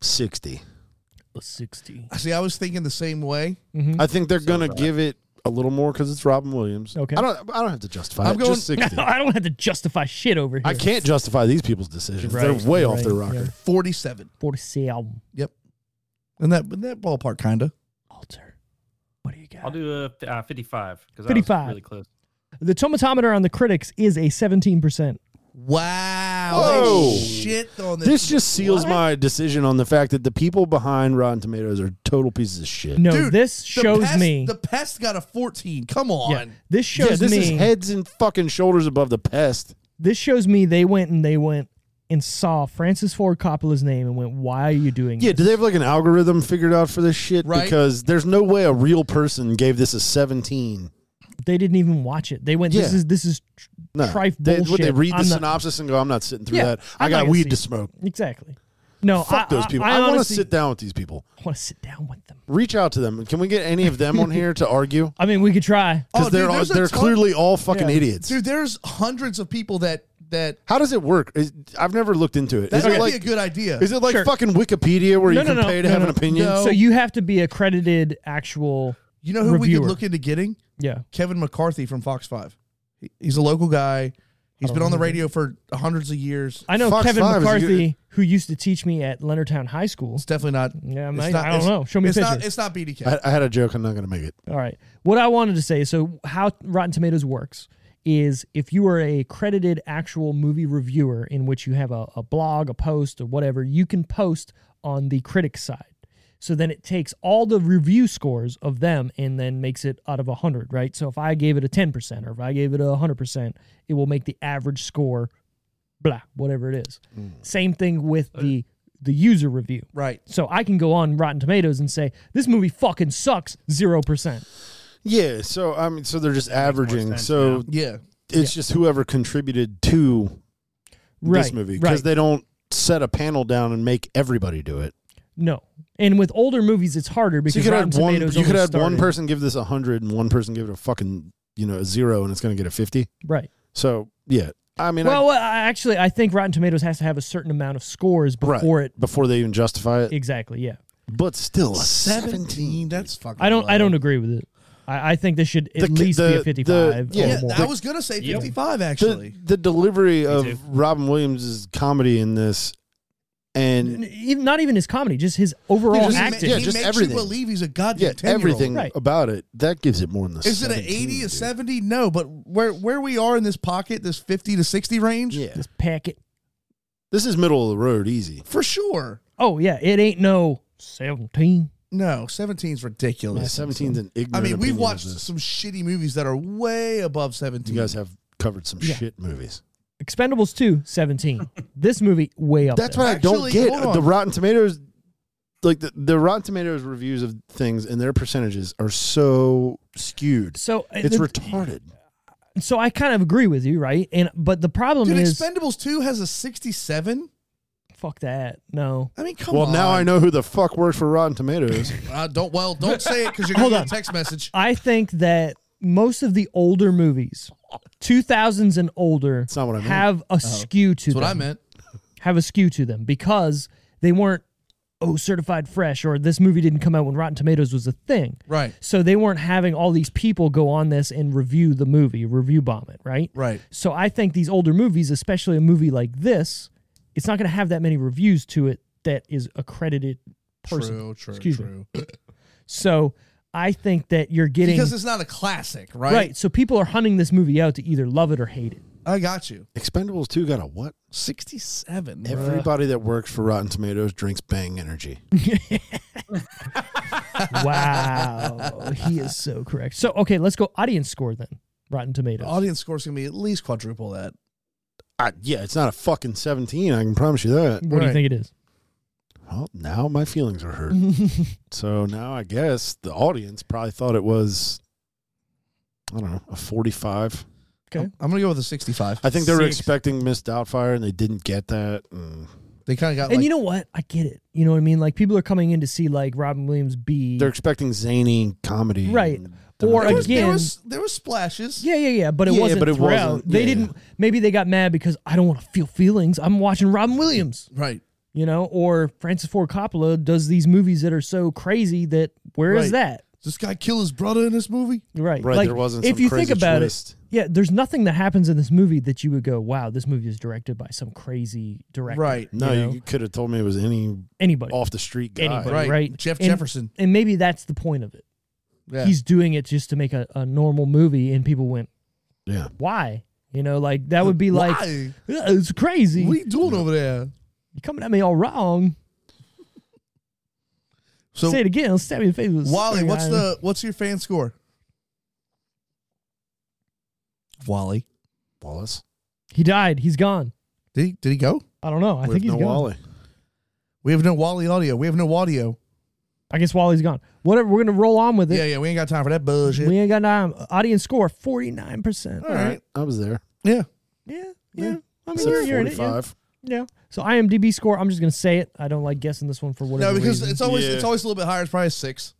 Speaker 3: Sixty.
Speaker 1: A 60.
Speaker 2: See, I was thinking the same way.
Speaker 3: I think they're gonna give it a little more because it's Robin Williams.
Speaker 1: Okay.
Speaker 3: I don't. I don't have to justify.
Speaker 2: I'm
Speaker 3: it.
Speaker 2: going- <laughs>
Speaker 3: just
Speaker 1: <laughs>
Speaker 3: sixty.
Speaker 1: I don't have to justify shit over here.
Speaker 3: I can't justify these people's decisions.
Speaker 1: Right,
Speaker 3: they're way off
Speaker 1: right,
Speaker 3: their
Speaker 1: yeah.
Speaker 3: rocker.
Speaker 2: 47.
Speaker 1: 47
Speaker 2: Yep. In that in that ballpark, kinda.
Speaker 1: altar. What do you got?
Speaker 4: I'll do a f- uh, 55 because
Speaker 1: 55.
Speaker 4: really close.
Speaker 1: The tomatometer on the critics is a 17%.
Speaker 2: Wow.
Speaker 3: Whoa.
Speaker 2: They shit on this.
Speaker 3: This just seals my decision on the fact that the people behind Rotten Tomatoes are total pieces of shit.
Speaker 1: No,
Speaker 2: Dude,
Speaker 1: this
Speaker 2: the
Speaker 1: shows
Speaker 2: pest,
Speaker 1: me.
Speaker 2: the pest got a 14. Come on.
Speaker 1: yeah, this shows
Speaker 3: yeah, this
Speaker 1: me.
Speaker 3: is heads and fucking shoulders above the pest.
Speaker 1: this shows me they went and they went and saw Francis Ford Coppola's name and went, "Why are you doing
Speaker 3: Yeah,
Speaker 1: this?"
Speaker 3: do they have like an algorithm figured out for this shit?
Speaker 2: Right.
Speaker 3: Because there's no way a real person gave this a 17.
Speaker 1: They didn't even watch it. They went, "This
Speaker 3: Yeah.
Speaker 1: is this is tr-
Speaker 3: No,
Speaker 1: trife
Speaker 3: they,
Speaker 1: bullshit."
Speaker 3: would they read the
Speaker 1: I'm not-
Speaker 3: synopsis and go, "I'm not sitting through
Speaker 1: Yeah,
Speaker 3: that. I
Speaker 1: I'm not
Speaker 3: got
Speaker 1: gonna
Speaker 3: weed to
Speaker 1: see it."
Speaker 3: smoke."
Speaker 1: Exactly. No,
Speaker 3: Fuck
Speaker 1: I,
Speaker 3: those people.
Speaker 1: I,
Speaker 3: I,
Speaker 1: I
Speaker 3: want to
Speaker 1: honestly
Speaker 3: sit down with these people.
Speaker 1: want to sit down with them.
Speaker 3: Reach out to them. Can we get any of them on here <laughs> to argue?
Speaker 1: I mean, we could try.
Speaker 2: Oh,
Speaker 3: Because
Speaker 2: dude,
Speaker 3: they're all,
Speaker 2: there's a
Speaker 3: they're
Speaker 2: ton-
Speaker 3: clearly all fucking
Speaker 1: Yeah.
Speaker 3: idiots.
Speaker 2: Dude, there's hundreds of people that that
Speaker 3: How does it work? Is, I've never looked into it.
Speaker 2: that
Speaker 3: Is
Speaker 2: might
Speaker 3: it like
Speaker 2: be a good idea.
Speaker 3: is it like
Speaker 1: Sure.
Speaker 3: fucking Wikipedia where
Speaker 1: No,
Speaker 3: you
Speaker 1: no,
Speaker 3: can
Speaker 1: no,
Speaker 3: pay
Speaker 1: no,
Speaker 3: to have
Speaker 1: no.
Speaker 3: an opinion?
Speaker 2: No.
Speaker 1: So you have to be accredited actual.
Speaker 2: you know who we
Speaker 1: reviewer.
Speaker 2: could look into getting?
Speaker 1: Yeah.
Speaker 2: Kevin McCarthy from Fox 5. He- He's a local guy. He's
Speaker 1: don't
Speaker 2: been on the
Speaker 1: remember.
Speaker 2: radio for hundreds of years.
Speaker 1: Oh, I know
Speaker 3: Fox
Speaker 1: Kevin
Speaker 3: Five is a good-
Speaker 1: McCarthy, who used to teach me at Leonardtown High School.
Speaker 2: It's definitely not.
Speaker 1: Yeah, I,
Speaker 2: it's
Speaker 1: mean,
Speaker 2: not-
Speaker 1: I don't
Speaker 2: it's-
Speaker 1: know. Show me a
Speaker 2: it's
Speaker 1: picture.
Speaker 2: Not, it's not BDK.
Speaker 3: I, I had a joke. I'm not going to make it.
Speaker 1: All right. What I wanted to say, so how Rotten Tomatoes works is if you are a credited actual movie reviewer in which you have a, a blog, a post, or whatever, you can post on the critic side. So then it takes all the review scores of them and then makes it out of 100, right? So if I gave it a 10% or if I gave it a 100%, it will make the average score blah, whatever it is. Same thing with the the user review.
Speaker 2: right.
Speaker 1: So I can go on Rotten Tomatoes and say this movie fucking sucks zero percent.
Speaker 3: Yeah. So I mean, so they're just averaging.
Speaker 4: sense
Speaker 3: So
Speaker 2: Yeah.
Speaker 3: it's just whoever contributed to
Speaker 1: Right,
Speaker 3: this movie
Speaker 1: right.
Speaker 3: because they don't set a panel down and make everybody do it.
Speaker 1: No. And with older movies, it's harder
Speaker 3: So you
Speaker 1: because
Speaker 3: could
Speaker 1: Rotten
Speaker 3: have one.
Speaker 1: Tomatoes
Speaker 3: You could
Speaker 1: only
Speaker 3: have one
Speaker 1: started-
Speaker 3: person give this a hundred and one person give it a fucking you know a zero and it's going to get a fifty.
Speaker 1: Right.
Speaker 3: So yeah, I mean, I-
Speaker 1: Well, well, I- actually, I think Rotten Tomatoes has to have a certain amount of scores
Speaker 3: right,
Speaker 1: before it.
Speaker 3: before they even justify it.
Speaker 1: Exactly. Yeah.
Speaker 3: But still, a
Speaker 2: Seventeen.
Speaker 3: seventeen.
Speaker 2: That's fucking.
Speaker 1: I don't. I
Speaker 2: low.
Speaker 1: don't agree with it. I, I think this should at
Speaker 3: The-
Speaker 1: least
Speaker 3: the-
Speaker 1: be a
Speaker 3: the-
Speaker 1: fifty-five.
Speaker 3: yeah,
Speaker 1: or
Speaker 2: Yeah,
Speaker 1: more.
Speaker 2: I was gonna say
Speaker 4: Yep.
Speaker 2: fifty-five
Speaker 3: The,
Speaker 2: actually.
Speaker 3: the delivery of
Speaker 4: too.
Speaker 3: Robin Williams' comedy in this, and
Speaker 1: N- even- not even his comedy, just his overall
Speaker 2: He just-
Speaker 1: acting.
Speaker 3: yeah,
Speaker 2: he
Speaker 3: just
Speaker 2: makes
Speaker 3: everything.
Speaker 2: you believe he's a goddamn
Speaker 3: yeah,
Speaker 2: 10-year-old.
Speaker 3: everything
Speaker 1: Right.
Speaker 3: about it that gives it more than the.
Speaker 2: Is it an
Speaker 3: 17,
Speaker 2: eighty, a
Speaker 3: dude.
Speaker 2: seventy? No, but where where we are in this pocket, this fifty to sixty range,
Speaker 3: Yeah,
Speaker 1: Just pack it.
Speaker 3: this is middle of the road, easy.
Speaker 2: for sure.
Speaker 1: Oh yeah, it ain't no seventeen.
Speaker 2: No, seventeen's ridiculous.
Speaker 3: 17's an ignorant.
Speaker 2: I mean, we've
Speaker 3: opinion of
Speaker 2: watched
Speaker 3: this.
Speaker 2: some shitty movies that are way above
Speaker 3: You
Speaker 2: seventeen.
Speaker 3: guys have covered some
Speaker 1: Yeah.
Speaker 3: shit movies.
Speaker 1: Expendables 2,
Speaker 3: <laughs>
Speaker 1: 17. this movie way up.
Speaker 3: That's
Speaker 1: there.
Speaker 3: what I don't
Speaker 2: Actually, hold
Speaker 3: get.
Speaker 2: on.
Speaker 3: The Rotten Tomatoes, like the, the Rotten Tomatoes reviews of things and their percentages are so skewed.
Speaker 1: So
Speaker 3: It's
Speaker 1: uh,
Speaker 3: retarded.
Speaker 1: so I kind of agree with you, right? And but the problem
Speaker 2: Dude,
Speaker 1: is
Speaker 2: Expendables two has a sixty-seven.
Speaker 1: fuck that. No.
Speaker 2: I mean, come
Speaker 3: Well,
Speaker 2: on.
Speaker 3: now I know who the fuck works for
Speaker 1: <laughs>
Speaker 3: Rotten Tomatoes.
Speaker 2: Uh, don't well, don't say it because you're
Speaker 1: Hold
Speaker 2: gonna get
Speaker 1: on.
Speaker 2: a text message.
Speaker 1: I think that most of the older movies, 2000s and older,
Speaker 3: That's not what I meant. Uh-huh.
Speaker 1: have a skew to
Speaker 2: That's
Speaker 1: them.
Speaker 2: what I meant.
Speaker 1: Have a skew to them because they weren't oh certified fresh or this movie didn't come out when Rotten Tomatoes was a thing.
Speaker 2: Right,
Speaker 1: So they weren't having all these people go on this and review the movie, review bomb it, right?
Speaker 2: right.
Speaker 1: So I think these older movies, especially a movie like this, it's not going to have that many reviews to it that is accredited person.
Speaker 2: True, true,
Speaker 1: Excuse me.
Speaker 2: true.
Speaker 1: So I think that you're getting
Speaker 2: Because it's not a classic, right?
Speaker 1: right. So people are hunting this movie out to either love it or hate it.
Speaker 2: I got you.
Speaker 3: Expendables 2 got a what?
Speaker 2: Sixty-seven.
Speaker 3: Everybody that works for Rotten Tomatoes drinks Bang Energy.
Speaker 1: Wow, he is so correct. So okay, let's go audience score then. Rotten Tomatoes.
Speaker 2: Audience score's gonna be at least quadruple that.
Speaker 3: I, yeah, it's not a fucking 17. I can promise you
Speaker 1: what
Speaker 3: that.
Speaker 1: do you
Speaker 2: right.
Speaker 1: think it is?
Speaker 3: Well, now my feelings
Speaker 1: <laughs>
Speaker 3: are hurt. so now I guess the audience probably thought it was, I don't know, a 45.
Speaker 1: Okay.
Speaker 2: I'm gonna go with a sixty-five.
Speaker 3: I think they were
Speaker 1: Six.
Speaker 3: expecting Miss Doubtfire and they didn't get that. And
Speaker 2: They kind of got
Speaker 1: And
Speaker 2: like
Speaker 1: you know what? I get it. You know what I mean? Like people are coming in to see like Robin Williams be
Speaker 3: they're expecting zany comedy.
Speaker 1: Right.
Speaker 3: and they're
Speaker 1: or
Speaker 3: not
Speaker 2: there was,
Speaker 3: getting
Speaker 1: again
Speaker 2: there was there was splashes.
Speaker 1: Yeah, yeah, yeah. But it
Speaker 3: Yeah,
Speaker 1: wasn't
Speaker 3: but it
Speaker 1: throughout.
Speaker 3: wasn't-
Speaker 1: They
Speaker 3: yeah.
Speaker 1: didn't. Maybe they got mad because I don't want to feel feelings. I'm watching Robin Williams,
Speaker 2: Right.
Speaker 1: you know, or Francis Ford Coppola does these movies that are so crazy that where is
Speaker 2: Right.
Speaker 1: that?
Speaker 2: Does this guy kill his brother in this movie?
Speaker 1: Right.
Speaker 3: Right,
Speaker 1: Like,
Speaker 3: there wasn't
Speaker 1: If
Speaker 3: some
Speaker 1: you
Speaker 3: crazy
Speaker 1: think about
Speaker 3: twist.
Speaker 1: it, yeah, there's nothing that happens in this movie that you would go, "Wow, this movie is directed by some crazy director."
Speaker 2: Right.
Speaker 3: No,
Speaker 1: you
Speaker 3: you,
Speaker 1: know?
Speaker 3: could have told me it was any
Speaker 1: Anybody.
Speaker 3: off the street guy.
Speaker 1: anybody. Right.
Speaker 2: Right. Jeff
Speaker 1: And-
Speaker 2: Jefferson.
Speaker 1: And maybe that's the point of it.
Speaker 2: Yeah.
Speaker 1: He's doing it just to make a, a normal movie, and people went,
Speaker 3: Yeah.
Speaker 1: "Why?" You know, like that would be like,
Speaker 2: Why?
Speaker 1: "Yeah, "It's crazy."
Speaker 2: What are you doing over there?
Speaker 1: You're coming at me all wrong.
Speaker 2: So
Speaker 1: Say it again. I'll stab you in the face with a
Speaker 2: Wally,
Speaker 1: stick.
Speaker 2: what's
Speaker 1: I-
Speaker 2: the what's your fan score? Wally.
Speaker 3: Wallace.
Speaker 1: He died. He's gone.
Speaker 2: Did he, did he go?
Speaker 1: I don't know. I
Speaker 3: We
Speaker 1: think he's
Speaker 3: have no
Speaker 1: gone.
Speaker 3: Wally.
Speaker 2: We have no Wally audio. We have no audio.
Speaker 1: I guess Wally's gone. Whatever. We're gonna roll on with
Speaker 2: Yeah,
Speaker 1: it.
Speaker 2: yeah, we ain't got time for that bullshit.
Speaker 1: we ain't got time. Audience score forty nine percent.
Speaker 2: All right.
Speaker 3: I was there.
Speaker 2: Yeah.
Speaker 1: Yeah. Yeah. I mean,
Speaker 3: Said
Speaker 1: you're, you're in it. Yeah.
Speaker 3: 45.
Speaker 1: yeah. So IMDb score. I'm just gonna say it. I don't like guessing this one for whatever
Speaker 2: No, because
Speaker 1: reason.
Speaker 2: it's always
Speaker 3: Yeah.
Speaker 2: it's always a little bit higher. It's probably six.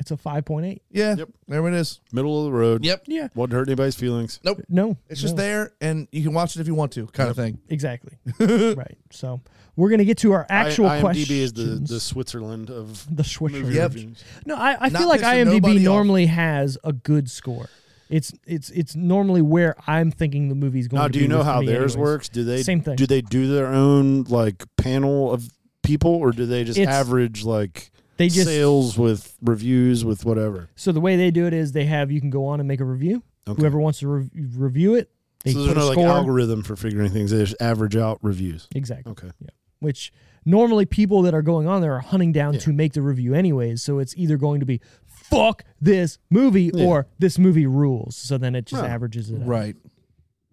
Speaker 1: it's a five point eight.
Speaker 2: Yeah.
Speaker 3: Yep.
Speaker 2: There it is.
Speaker 3: Middle of the road.
Speaker 2: Yep.
Speaker 1: Yeah.
Speaker 3: Wouldn't hurt anybody's feelings.
Speaker 1: No.
Speaker 2: It's just
Speaker 1: no.
Speaker 2: there, and you can watch it if you want to, kind of thing. <laughs>
Speaker 1: Exactly. right. So we're gonna get to our actual
Speaker 3: I, IMDb
Speaker 1: questions.
Speaker 3: is the, the Switzerland of
Speaker 1: the Schwitzer.
Speaker 3: movie
Speaker 2: Yep.
Speaker 3: reviews.
Speaker 1: No, I, I
Speaker 2: Not
Speaker 1: feel like
Speaker 2: pissing nobody
Speaker 1: IMDb
Speaker 2: off.
Speaker 1: normally has a good score. It's it's it's normally where I'm thinking the movie's going.
Speaker 3: Now,
Speaker 1: to
Speaker 3: do
Speaker 1: be
Speaker 3: you know
Speaker 1: with
Speaker 3: how
Speaker 1: me
Speaker 3: theirs
Speaker 1: anyways.
Speaker 3: works? Do they
Speaker 1: Same thing.
Speaker 3: Do they do their own like panel of people, or do they just
Speaker 1: It's-
Speaker 3: average like
Speaker 1: They just
Speaker 3: sales with reviews with whatever?
Speaker 1: so the way they do it is they have you can go on and make a review.
Speaker 3: Okay.
Speaker 1: Whoever wants to re- review it, they
Speaker 3: so
Speaker 1: put
Speaker 3: there's
Speaker 1: a
Speaker 3: no like
Speaker 1: score.
Speaker 3: algorithm for figuring things. They just average out reviews.
Speaker 1: exactly.
Speaker 3: Okay.
Speaker 1: Which normally people that are going on there are hunting down
Speaker 3: Yeah.
Speaker 1: to make the review anyways. So it's either going to be fuck this movie or this movie rules. So then it just
Speaker 3: Right.
Speaker 1: averages it out.
Speaker 2: Right.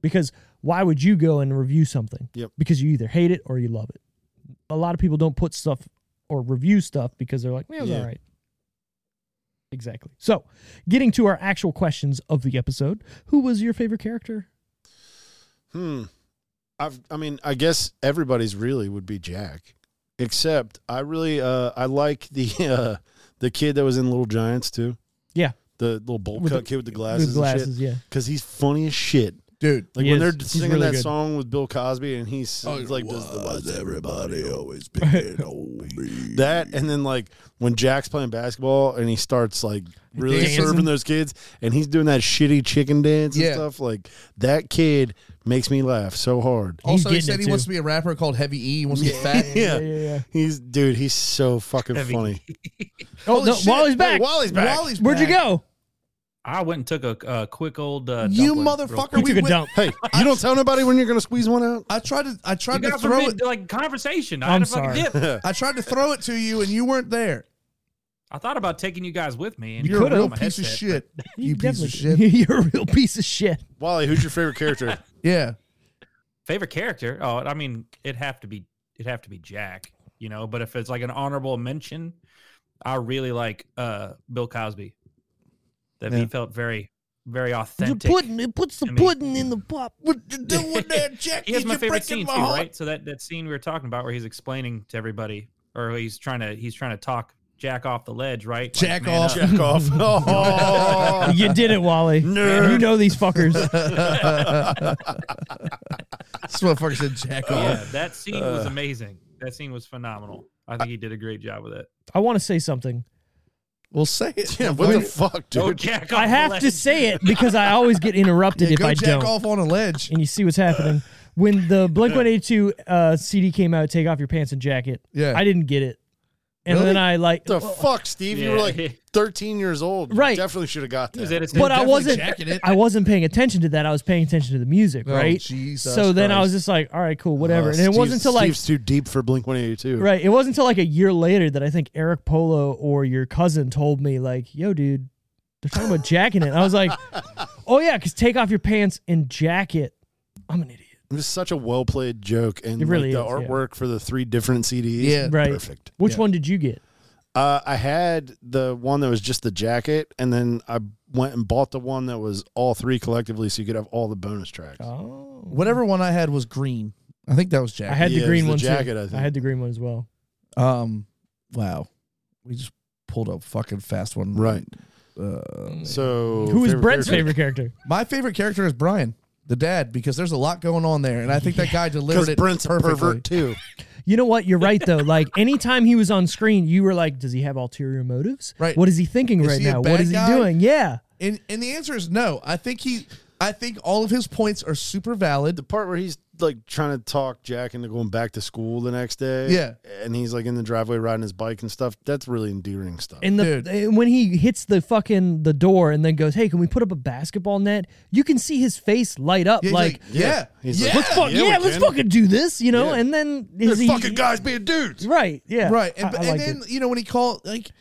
Speaker 1: because why would you go and review something?
Speaker 3: Yep.
Speaker 1: Because you either hate it or you love it. A lot of people don't put stuff or review stuff because they're like, "Yeah, it was
Speaker 3: Yeah.
Speaker 1: all right." Exactly. So, getting to our actual questions of the episode, who was your favorite character?
Speaker 3: Hmm. I've, I mean, I guess everybody's really would be Jack, except I really, uh, I like the <laughs> uh, the kid that was in Little Giants too.
Speaker 1: Yeah.
Speaker 3: the little bowl
Speaker 1: With
Speaker 3: cut
Speaker 1: the-
Speaker 3: kid with the
Speaker 1: With
Speaker 3: glasses, and
Speaker 1: glasses, yeah.
Speaker 3: shit, because he's funny as shit.
Speaker 2: dude.
Speaker 3: Like
Speaker 1: He
Speaker 3: when
Speaker 1: is.
Speaker 3: they're
Speaker 1: He's
Speaker 3: singing
Speaker 1: really
Speaker 3: that
Speaker 1: good.
Speaker 3: song with Bill Cosby, and he's, he's like, does the-
Speaker 5: was everybody
Speaker 1: <laughs>
Speaker 5: always picking on me?
Speaker 3: That and then like when Jack's playing basketball and he starts like really
Speaker 1: Dancing.
Speaker 3: serving those kids and he's doing that shitty chicken dance and
Speaker 2: Yeah.
Speaker 3: stuff like that kid makes me laugh so hard.
Speaker 1: He's
Speaker 2: Also, he
Speaker 1: getting
Speaker 2: said
Speaker 1: it,
Speaker 2: he
Speaker 1: too.
Speaker 2: wants to be a rapper called Heavy E. He wants to get fat.
Speaker 1: <laughs> yeah,
Speaker 3: Yeah.
Speaker 1: yeah.
Speaker 3: He's dude, he's so fucking funny.
Speaker 1: Oh, no,
Speaker 2: shit.
Speaker 1: Wally's back.
Speaker 3: Wait, Wally's back.
Speaker 2: Wally's
Speaker 1: Where'd you
Speaker 2: back.
Speaker 1: go?
Speaker 4: I went and took a, a quick old. Uh,
Speaker 2: You
Speaker 4: dumpling real
Speaker 2: motherfucker!
Speaker 4: quick.
Speaker 1: He
Speaker 2: we
Speaker 1: took a dump.
Speaker 2: went-
Speaker 3: Hey, you don't tell nobody when you're gonna squeeze one out?
Speaker 2: I tried to. I tried
Speaker 4: You
Speaker 2: to
Speaker 4: got
Speaker 2: throw it.
Speaker 4: forbid, like conversation. I
Speaker 1: I'm
Speaker 4: had a fucking
Speaker 1: sorry.
Speaker 4: dip.
Speaker 2: I tried to throw it to you, and you weren't there.
Speaker 4: I thought about taking you guys with me. And
Speaker 2: You're a
Speaker 1: could've.
Speaker 2: real
Speaker 4: my
Speaker 2: piece of
Speaker 4: headset,
Speaker 2: shit. You piece of
Speaker 1: definitely-
Speaker 2: shit.
Speaker 1: <laughs> You're a real piece of shit.
Speaker 3: <laughs> Wally, who's your favorite character?
Speaker 1: <laughs>
Speaker 2: Yeah.
Speaker 4: Favorite character? Oh, I mean, it'd have to be it'd have to be Jack. You know, but if it's like an honorable mention, I really like uh Bill Cosby. That he felt very, very authentic.
Speaker 1: it puts the
Speaker 4: I mean-
Speaker 1: pudding in the pop.
Speaker 2: What
Speaker 4: <laughs>
Speaker 2: you doing there, Jack?
Speaker 4: he has my
Speaker 2: You're
Speaker 4: favorite
Speaker 2: breaking
Speaker 4: scene
Speaker 2: my
Speaker 4: too,
Speaker 2: heart.
Speaker 4: right? So that that scene we were talking about, where he's explaining to everybody, or he's trying to he's trying to talk Jack off the ledge, right? Like,
Speaker 2: Jack
Speaker 4: man uh,
Speaker 2: off.
Speaker 4: up.
Speaker 3: Jack off. <laughs> Oh,
Speaker 1: You did it, Wally.
Speaker 3: Nerd.
Speaker 1: You know these
Speaker 4: <laughs>
Speaker 1: fuckers.
Speaker 2: <laughs>
Speaker 1: <laughs>
Speaker 2: This motherfucker said jack off.
Speaker 4: Yeah, that scene was amazing. That scene was phenomenal. I think he did a great job with it.
Speaker 1: I want to say something.
Speaker 2: Well, say it.
Speaker 3: yeah, what the fuck, dude?
Speaker 4: Oh, Jack!
Speaker 1: I have to say it because I always get interrupted if
Speaker 2: Go
Speaker 1: I
Speaker 2: jack
Speaker 1: don't.
Speaker 2: off on a ledge.
Speaker 1: And you see what's happening. When the Blink 182 uh, CD came out, Take Off Your Pants and Jacket,
Speaker 2: Yeah.
Speaker 1: I didn't get it. And
Speaker 2: Really?
Speaker 1: then I like.
Speaker 3: the fuck, Steve? You were
Speaker 4: Yeah.
Speaker 3: like 13 years old. You
Speaker 1: Right.
Speaker 3: definitely should have got
Speaker 4: He was
Speaker 3: that.
Speaker 4: at his-
Speaker 1: but I wasn't.
Speaker 2: jacking it.
Speaker 1: I wasn't paying attention to that. I was paying attention to the music,
Speaker 2: Oh,
Speaker 1: <laughs> right?
Speaker 2: Jesus
Speaker 1: so then I
Speaker 2: Christ. Oh,
Speaker 1: was just like, all right, cool, <laughs> whatever.
Speaker 3: Uh,
Speaker 1: and it wasn't
Speaker 3: Steve's-
Speaker 1: until like
Speaker 3: Steve's too deep for Blink 182.
Speaker 1: Right. It wasn't until like a year later that I think Eric Polo or your cousin told me, like, yo, dude, they're talking about jacking it. And I was
Speaker 3: <laughs>
Speaker 1: like, oh, yeah, because take off your pants and jacket. I'm an idiot.
Speaker 3: It was such a well played joke, and
Speaker 1: It really
Speaker 3: like, the
Speaker 1: is, yeah.
Speaker 3: artwork for the three different CDs.
Speaker 2: Yeah.
Speaker 1: Right.
Speaker 3: perfect.
Speaker 1: Which
Speaker 2: Yeah.
Speaker 1: one did you get?
Speaker 3: Uh, I had the one that was just the jacket, and then I went and bought the one that was all three collectively, so you could have all the bonus tracks.
Speaker 1: Oh.
Speaker 2: Whatever one I had was green. I think that was
Speaker 1: I
Speaker 2: jack.
Speaker 1: had
Speaker 3: Yeah,
Speaker 1: the
Speaker 3: it
Speaker 1: green
Speaker 3: was
Speaker 1: one
Speaker 3: the jacket,
Speaker 1: too.
Speaker 3: I
Speaker 1: I,
Speaker 3: think.
Speaker 1: had the green one as well.
Speaker 2: um, wow. We just pulled a fucking fast one.
Speaker 3: Right.
Speaker 2: Uh,
Speaker 3: Mm. So
Speaker 1: Who was
Speaker 3: favorite
Speaker 1: Brent's
Speaker 3: character?
Speaker 1: favorite character?
Speaker 2: my favorite character is Brian, the dad, because there's a lot going on there, and I think that guy delivered
Speaker 3: Because
Speaker 2: it
Speaker 3: Brent's a
Speaker 2: perfectly.
Speaker 3: pervert too.
Speaker 1: You know what? You're right though. Like anytime he was on screen, you were like, "Does he have ulterior motives?
Speaker 2: Right.
Speaker 1: What is he thinking
Speaker 2: Is
Speaker 1: right
Speaker 2: he a
Speaker 1: now? What
Speaker 2: bad
Speaker 1: is
Speaker 2: guy?
Speaker 1: he doing? Yeah.
Speaker 2: And and the answer is no. I think he. I think all of his points are super valid.
Speaker 3: <laughs> The part where he's like trying to talk Jack into going back to school the next day.
Speaker 2: Yeah.
Speaker 3: and he's like in the driveway riding his bike and stuff. That's really endearing stuff.
Speaker 1: And the
Speaker 2: Dude.
Speaker 1: and when he hits the fucking the door and then goes, "Hey, can we put up a basketball net?" You can see his face light up,
Speaker 2: Yeah, he's
Speaker 1: like,
Speaker 2: yeah,
Speaker 3: He's
Speaker 2: yeah,
Speaker 3: like,
Speaker 1: "Let's fuck,
Speaker 3: yeah,
Speaker 1: yeah,
Speaker 3: we
Speaker 1: let's
Speaker 3: can."
Speaker 1: fucking do this," you know.
Speaker 3: Yeah.
Speaker 1: And then
Speaker 3: There's
Speaker 1: is he
Speaker 3: fucking guys being dudes.
Speaker 1: right? Yeah,
Speaker 2: right. And,
Speaker 1: I- I
Speaker 2: and
Speaker 1: liked
Speaker 2: then
Speaker 1: it.
Speaker 2: you know when he called like.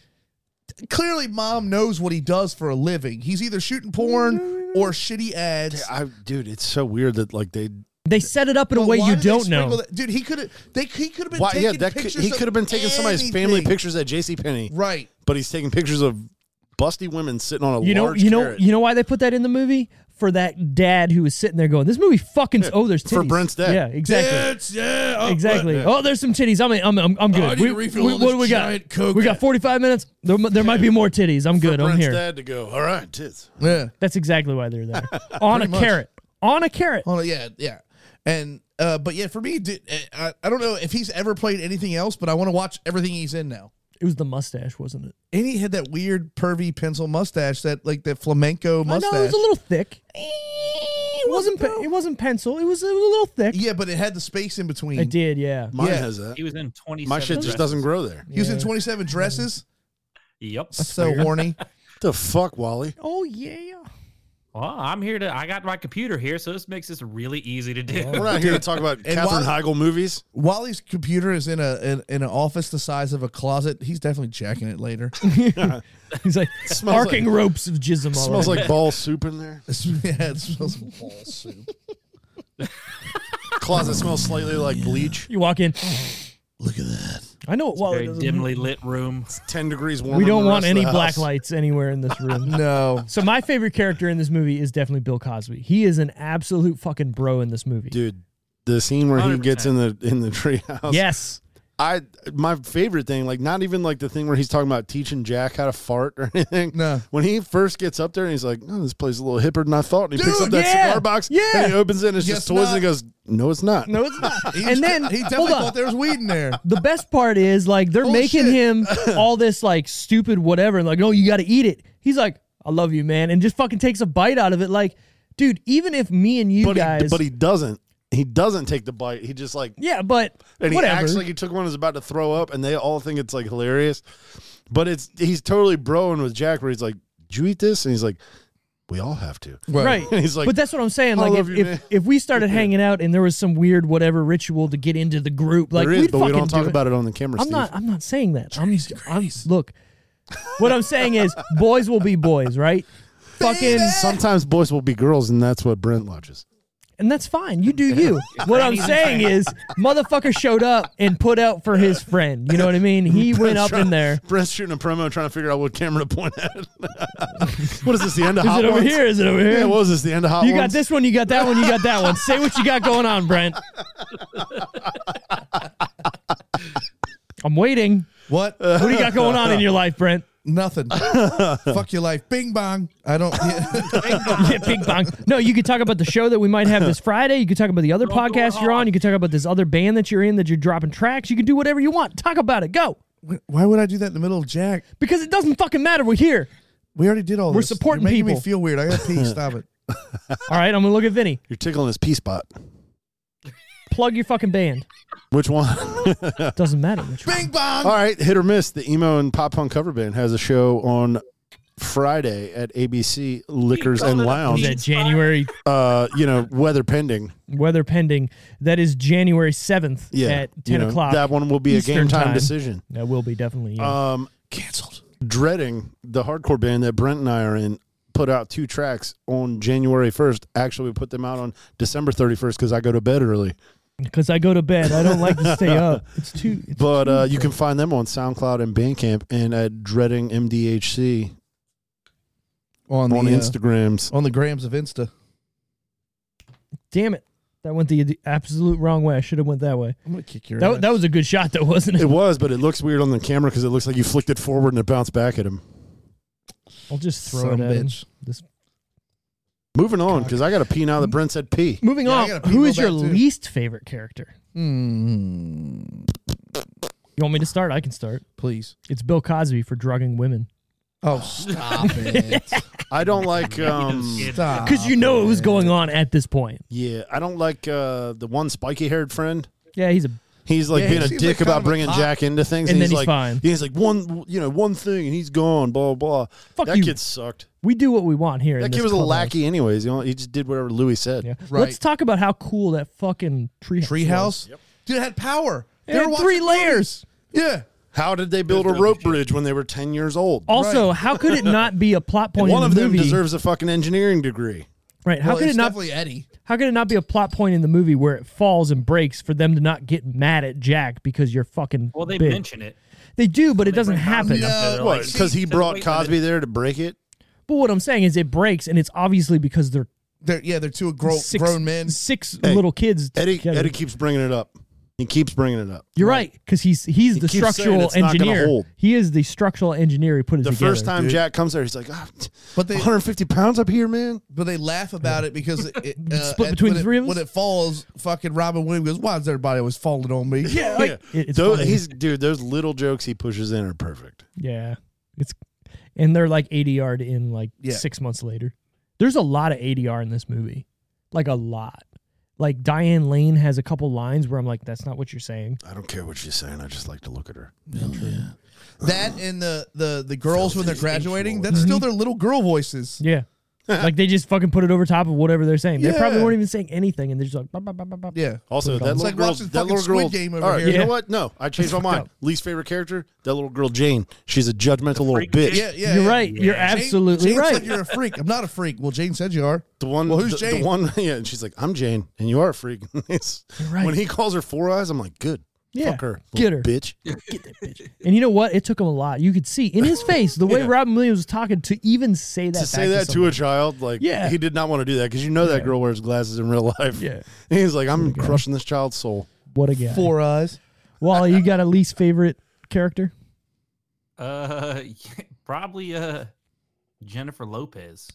Speaker 2: Clearly, mom knows what he does for a living. He's either shooting porn or shitty ads.
Speaker 3: I, dude, it's so weird that like they
Speaker 1: they set it up in a
Speaker 2: But
Speaker 1: way
Speaker 2: why
Speaker 1: you
Speaker 2: did they
Speaker 1: don't
Speaker 2: sprinkle
Speaker 1: know.
Speaker 2: that- dude. He could have. They he could have been.
Speaker 3: Why,
Speaker 2: taking
Speaker 3: yeah, that could,
Speaker 2: pictures
Speaker 3: he
Speaker 2: of
Speaker 3: could have been taking somebody's family
Speaker 2: anything.
Speaker 3: pictures at JCPenney,
Speaker 2: Right.
Speaker 3: but he's taking pictures of busty women sitting on a
Speaker 1: You know,
Speaker 3: large
Speaker 1: you know,
Speaker 3: carrot
Speaker 1: you know why they put that in the movie for that dad who was sitting there going, "This movie fucking oh, there's titties
Speaker 3: For Brent's dad.
Speaker 1: Yeah, exactly.
Speaker 2: Tits, yeah. oh,
Speaker 1: Exactly.
Speaker 2: uh,
Speaker 1: Oh, there's some titties. I'm in, I'm I'm, I'm good.
Speaker 2: I need to refill on
Speaker 1: what
Speaker 2: this
Speaker 1: do we got?
Speaker 2: giant Coke.
Speaker 1: we got 45 minutes. There, m- there might be more titties. I'm
Speaker 3: for
Speaker 1: good. I'm
Speaker 3: Brent's
Speaker 1: here.
Speaker 3: dad to go. All right, tits.
Speaker 2: Yeah.
Speaker 1: That's exactly why they're there. On a
Speaker 2: Pretty much.
Speaker 1: carrot. On a carrot.
Speaker 2: Hold on, Oh, yeah, yeah. And uh, but yeah, for me, dude, I, I don't know if he's ever played anything else, but I want to watch everything he's in now.
Speaker 1: It was the mustache, wasn't it?
Speaker 2: And he had that weird pervy pencil mustache, that like that flamenco mustache.
Speaker 1: I know it was a little thick. It wasn't. Pe- it wasn't pencil. It was, it was a little thick.
Speaker 2: yeah, but it had the space in between.
Speaker 1: It did. Yeah.
Speaker 3: Mine
Speaker 2: Yeah.
Speaker 3: has that.
Speaker 4: He was in twenty.
Speaker 3: My shit just doesn't grow there.
Speaker 2: He was in
Speaker 1: Yeah.
Speaker 2: 27 dresses.
Speaker 4: Yep.
Speaker 2: That's so
Speaker 1: <laughs>
Speaker 2: horny.
Speaker 3: The fuck, Wally?
Speaker 1: Oh yeah.
Speaker 4: Well, I'm here to. I got my computer here, so this makes this really easy to do. <laughs>
Speaker 3: We're not here to talk about
Speaker 2: Wally-
Speaker 3: Catherine Heigl movies.
Speaker 2: Wally's computer is in a in, in an office the size of a closet. He's definitely jacking it later.
Speaker 1: <laughs>
Speaker 2: <laughs>
Speaker 1: He's like
Speaker 3: smells
Speaker 1: arcing
Speaker 3: like-
Speaker 1: ropes of jism. All
Speaker 3: Smells
Speaker 1: over.
Speaker 3: like ball soup in there.
Speaker 2: yeah, it smells like ball soup.
Speaker 3: Closet smells slightly like
Speaker 1: <laughs>
Speaker 3: bleach.
Speaker 1: You walk in.
Speaker 2: Look at that.
Speaker 1: I know what Wally
Speaker 4: Very
Speaker 1: does.
Speaker 4: dimly lit room.
Speaker 3: It's ten degrees
Speaker 1: <laughs>
Speaker 3: warmer.
Speaker 1: We
Speaker 3: than
Speaker 1: don't
Speaker 3: the
Speaker 1: want
Speaker 3: rest of
Speaker 1: any
Speaker 3: the
Speaker 1: black
Speaker 3: house.
Speaker 1: lights anywhere in this room.
Speaker 2: No.
Speaker 1: So my favorite character in this movie is definitely Bill Cosby. He is an absolute fucking bro in this movie.
Speaker 3: dude. the scene where he
Speaker 4: 100%.
Speaker 3: gets in the in the treehouse.
Speaker 1: Yes.
Speaker 3: I my favorite thing, like not even like the thing where he's talking about teaching Jack how to fart or <laughs> anything.
Speaker 2: No.
Speaker 3: When he first gets up there and he's like, "Oh, this place is a little hipper than I thought," and he picks
Speaker 2: Dude,
Speaker 3: up that
Speaker 1: yeah,
Speaker 3: cigar box
Speaker 1: yeah.
Speaker 3: and he opens it and it's
Speaker 2: Yes,
Speaker 3: just toys and
Speaker 2: not.
Speaker 3: he goes, "No, it's not."
Speaker 1: No, it's
Speaker 3: <laughs>
Speaker 1: not.
Speaker 2: He
Speaker 1: and then
Speaker 2: he definitely
Speaker 1: hold on.
Speaker 2: thought there was weed in there.
Speaker 1: the best part is like
Speaker 3: Oh,
Speaker 1: they're making
Speaker 2: Bullshit.
Speaker 1: him
Speaker 3: <laughs>
Speaker 1: all this like stupid whatever. Like, no, you got to eat it. He's like, I love you, man, and just fucking takes a bite out of it. Like, dude, even if me and you
Speaker 3: but
Speaker 1: guys,
Speaker 3: he but he doesn't. He doesn't take the bite. He just like
Speaker 1: yeah, but
Speaker 3: and
Speaker 1: whatever.
Speaker 3: he acts like he took one that's about to throw up, and they all think it's like hilarious. But it's he's totally broing with Jack, where he's like, "Did you eat this?" And he's like, "We all have to."
Speaker 1: right.
Speaker 3: And <laughs> he's like,
Speaker 1: but that's what I'm saying.
Speaker 3: I
Speaker 1: Like, if,
Speaker 3: love you, man.
Speaker 1: if, if we
Speaker 3: <laughs>
Speaker 1: started hanging out and there was some weird whatever ritual to get into the group, like
Speaker 3: "There is,
Speaker 1: we'd
Speaker 3: but we
Speaker 1: fucking
Speaker 3: don't talk
Speaker 1: do it.
Speaker 3: about it on the camera."
Speaker 1: I'm
Speaker 3: Steve.
Speaker 1: not. I'm not saying that. I'm, I'm. Look, what I'm saying is, boys will be boys, right? Fucking,
Speaker 3: Sometimes boys will be girls, and that's what Brent watches.
Speaker 1: and that's fine. You do you. What I'm saying is, motherfucker showed up and put out for his friend. You know what I mean? He went up in there.
Speaker 3: Brent's shooting a promo, trying to figure out what camera to point at. <laughs> what is this? The end
Speaker 1: <laughs>
Speaker 3: of
Speaker 1: Is it
Speaker 3: Hot
Speaker 1: over
Speaker 3: Ones?
Speaker 1: here? Is it over
Speaker 3: Yeah,
Speaker 1: here?
Speaker 3: what is this? The end of Hot
Speaker 1: You got
Speaker 3: Ones?
Speaker 1: this one. You got that one. You got that one. Say what you got going on, Brent. I'm waiting.
Speaker 2: What?
Speaker 1: <laughs> What do you got going on in your life, Brent? <laughs>
Speaker 2: Nothing. Fuck your life. Bing bong. I don't. <laughs>
Speaker 1: yeah, big bang. No, you could talk about the show that we might have this Friday. You could talk about the other podcast you're on. You could talk about this other band that you're in that you're dropping tracks. You can do whatever you want. Talk about it. Go.
Speaker 2: Why would I do that in the middle of Jack?
Speaker 1: Because it doesn't fucking matter. We're here.
Speaker 2: We already did all
Speaker 1: We're
Speaker 2: this. You're
Speaker 1: supporting
Speaker 2: making
Speaker 1: people.
Speaker 2: me feel weird. I gotta <laughs> pee. Stop it.
Speaker 1: All right, I'm going to look at Vinny.
Speaker 3: You're tickling his pee spot.
Speaker 1: Plug your fucking band.
Speaker 3: Which one?
Speaker 1: Doesn't matter which
Speaker 3: <laughs>
Speaker 1: one.
Speaker 2: Bing bong.
Speaker 3: All right, hit or miss. The emo and pop punk cover band has a show on Friday at ABC Liquors and
Speaker 1: Is
Speaker 3: Lounge.
Speaker 1: that January,
Speaker 3: uh, you know, weather pending.
Speaker 1: weather pending? That is January 7th
Speaker 3: Yeah,
Speaker 1: at 10
Speaker 3: you know,
Speaker 1: o'clock.
Speaker 3: That one will be
Speaker 1: Eastern
Speaker 3: a game time,
Speaker 1: time.
Speaker 3: decision.
Speaker 1: That will be definitely. yeah.
Speaker 3: Um, canceled. Dreading the hardcore band that Brent and I are in put out two tracks on January first. Actually, we put them out on December thirty first because I go to bed early.
Speaker 1: because I go to bed. I don't like to
Speaker 3: <laughs>
Speaker 1: stay up. It's too. It's
Speaker 3: But
Speaker 1: too
Speaker 3: uh, you
Speaker 1: late.
Speaker 3: can find them on SoundCloud and Bandcamp and at Dreading MDHC
Speaker 2: On,
Speaker 3: on
Speaker 2: the uh,
Speaker 3: Instagrams.
Speaker 2: on the grams of Insta.
Speaker 1: Damn it. That went the the absolute wrong way. I should have went that way.
Speaker 2: I'm gonna kick your.
Speaker 1: That, that was a good shot, though, wasn't it?
Speaker 3: It was, but it looks weird on the camera because it looks like you flicked it forward and it bounced back at him.
Speaker 1: I'll just throw
Speaker 2: Son
Speaker 1: it
Speaker 2: of
Speaker 1: at
Speaker 2: a
Speaker 1: him.
Speaker 2: bitch.
Speaker 1: This-
Speaker 3: Moving on because I got to pee now that Brent said pee.
Speaker 1: Moving
Speaker 2: Yeah, I
Speaker 1: on,
Speaker 2: gotta pee
Speaker 1: who
Speaker 2: real
Speaker 1: is your
Speaker 2: bad, too.
Speaker 1: least favorite character?
Speaker 3: Hmm.
Speaker 2: Mm,
Speaker 1: You want me to start? I can start.
Speaker 2: please.
Speaker 1: It's Bill Cosby for drugging women.
Speaker 2: Oh, <laughs> stop it.
Speaker 1: <laughs>
Speaker 3: I don't like. Um,
Speaker 2: Stop.
Speaker 1: Because you know what was going on at this point.
Speaker 3: yeah, I don't like uh, the one spiky haired friend.
Speaker 1: Yeah, he's a.
Speaker 3: He's like
Speaker 2: Yeah, he
Speaker 3: being a
Speaker 2: seems
Speaker 3: dick
Speaker 2: like kind
Speaker 3: about
Speaker 2: of a
Speaker 3: bringing
Speaker 2: cop.
Speaker 3: Jack into things,
Speaker 1: And then
Speaker 3: he's
Speaker 1: he's
Speaker 3: like,
Speaker 1: fine.
Speaker 3: He's like one, you know, one thing, and he's gone. Blah blah.
Speaker 1: Fuck
Speaker 3: that
Speaker 1: you.
Speaker 3: kid sucked.
Speaker 1: We do what we want here. in
Speaker 3: That
Speaker 1: this
Speaker 3: kid was a
Speaker 1: clubhouse.
Speaker 3: lackey, anyways. You know, he just did whatever Louis said.
Speaker 1: Yeah.
Speaker 2: Right.
Speaker 1: Let's talk about how cool that fucking tree was.
Speaker 2: Treehouse. Dude, it had power.
Speaker 1: It
Speaker 2: They
Speaker 1: had
Speaker 2: were
Speaker 1: three
Speaker 2: watching
Speaker 1: layers.
Speaker 2: movies. Yeah.
Speaker 3: How did they build a rope bridge when they were ten years old?
Speaker 1: Also, how could it not be a plot point
Speaker 3: one
Speaker 1: in
Speaker 3: of
Speaker 1: the
Speaker 3: them
Speaker 1: movie?
Speaker 3: deserves a fucking engineering degree.
Speaker 1: right? How
Speaker 2: Well,
Speaker 1: could
Speaker 2: it's
Speaker 1: it not?
Speaker 2: definitely Eddie?
Speaker 1: How could it not be a plot point in the movie where it falls and breaks for them to not get mad at Jack because you're fucking?
Speaker 4: Well, they
Speaker 1: big?
Speaker 4: mention it.
Speaker 1: They do, but it
Speaker 4: They
Speaker 1: doesn't
Speaker 4: bring Cosby
Speaker 1: happen.
Speaker 4: up there,
Speaker 2: No,
Speaker 4: they're
Speaker 3: What?
Speaker 4: like,
Speaker 3: Because he
Speaker 4: "See,
Speaker 3: brought
Speaker 4: wait a minute."
Speaker 3: Cosby there to break it.
Speaker 1: But what I'm saying is, it breaks, and it's obviously because they're
Speaker 2: They're, yeah, they're two grown
Speaker 1: six,
Speaker 2: grown men.
Speaker 1: six
Speaker 3: Hey,
Speaker 1: little kids.
Speaker 3: Eddie
Speaker 1: together.
Speaker 3: Eddie keeps bringing it up. He keeps bringing it up.
Speaker 1: You're right, because he's he's the
Speaker 3: keeps saying
Speaker 1: structural
Speaker 3: it's not gonna
Speaker 1: engineer.
Speaker 3: hold.
Speaker 1: He is the structural engineer who put it
Speaker 3: The
Speaker 1: together.
Speaker 3: first time Jack comes there, he's like, ah, t-
Speaker 2: But they
Speaker 3: 150 pounds up here, man.
Speaker 2: but they laugh about it because it, it, uh,
Speaker 1: <laughs> Split
Speaker 2: at-
Speaker 1: between
Speaker 2: when
Speaker 1: the
Speaker 2: it-
Speaker 1: three of us?
Speaker 2: When it falls, fucking Robin Williams goes, "Why is everybody always falling on me?" <laughs> Yeah,
Speaker 3: Yeah.
Speaker 1: It- it's
Speaker 3: Tho-
Speaker 1: funny.
Speaker 3: he's dude. Those little jokes he pushes in are perfect.
Speaker 1: yeah, it's and they're like ADR in like
Speaker 2: Yeah.
Speaker 1: six months later. There's a lot of ADR in this movie, like a lot. Like Diane Lane has a couple lines where I'm like, that's not what you're
Speaker 3: <laughs>
Speaker 1: saying.
Speaker 3: I don't care what she's saying. I just like to look at her.
Speaker 2: that and the the the girls when they're graduating, that's
Speaker 3: Mhm.
Speaker 2: still
Speaker 1: Mm-hmm.
Speaker 2: their little girl voices.
Speaker 1: Yeah. like they just fucking put it over top of whatever they're saying. They probably
Speaker 2: Yeah.
Speaker 1: weren't even saying anything, and they're just like, bop, bop, bop, bop, bop.
Speaker 2: Yeah, Oh,
Speaker 3: Also,
Speaker 1: Put it on.
Speaker 3: that little
Speaker 2: It's like
Speaker 3: girl.
Speaker 2: watching
Speaker 3: That
Speaker 2: fucking
Speaker 3: little girl.
Speaker 2: Squid Game over
Speaker 3: all right,
Speaker 2: here.
Speaker 3: you
Speaker 1: Yeah.
Speaker 3: know what? No, I changed my mind. Least favorite character. That little girl Jane. She's a judgmental little bitch.
Speaker 2: yeah, yeah.
Speaker 1: you're
Speaker 2: yeah.
Speaker 1: right. You're
Speaker 2: Jane-
Speaker 1: absolutely
Speaker 2: Jane
Speaker 1: right.
Speaker 2: Said you're a freak. I'm not a freak. Well, Jane said you are.
Speaker 3: The one. <laughs>
Speaker 2: Well, who's
Speaker 3: the,
Speaker 2: Jane?
Speaker 3: The one. Yeah. And she's like, I'm Jane, and you are a freak. <laughs> It's-
Speaker 1: You're right.
Speaker 3: When he calls her four eyes, I'm like, good.
Speaker 1: Yeah.
Speaker 3: Fuck her,
Speaker 1: Get
Speaker 3: little
Speaker 1: her.
Speaker 3: bitch.
Speaker 1: And you know what? It took him a lot. You could see in
Speaker 3: <laughs>
Speaker 1: his face the way Robin Williams was talking to even say that
Speaker 3: to say
Speaker 1: back
Speaker 3: that to
Speaker 1: someone.
Speaker 3: a child, like
Speaker 1: Yeah.
Speaker 3: he did not want to do that because you know that girl wears glasses in real life.
Speaker 1: Yeah.
Speaker 3: <laughs> he's like, I'm crushing this child's soul.
Speaker 1: <laughs> what a guy.
Speaker 2: Four eyes.
Speaker 1: Wally, you got a least favorite
Speaker 4: <laughs>
Speaker 1: character?
Speaker 4: Uh, <laughs> probably uh, Jennifer Lopez.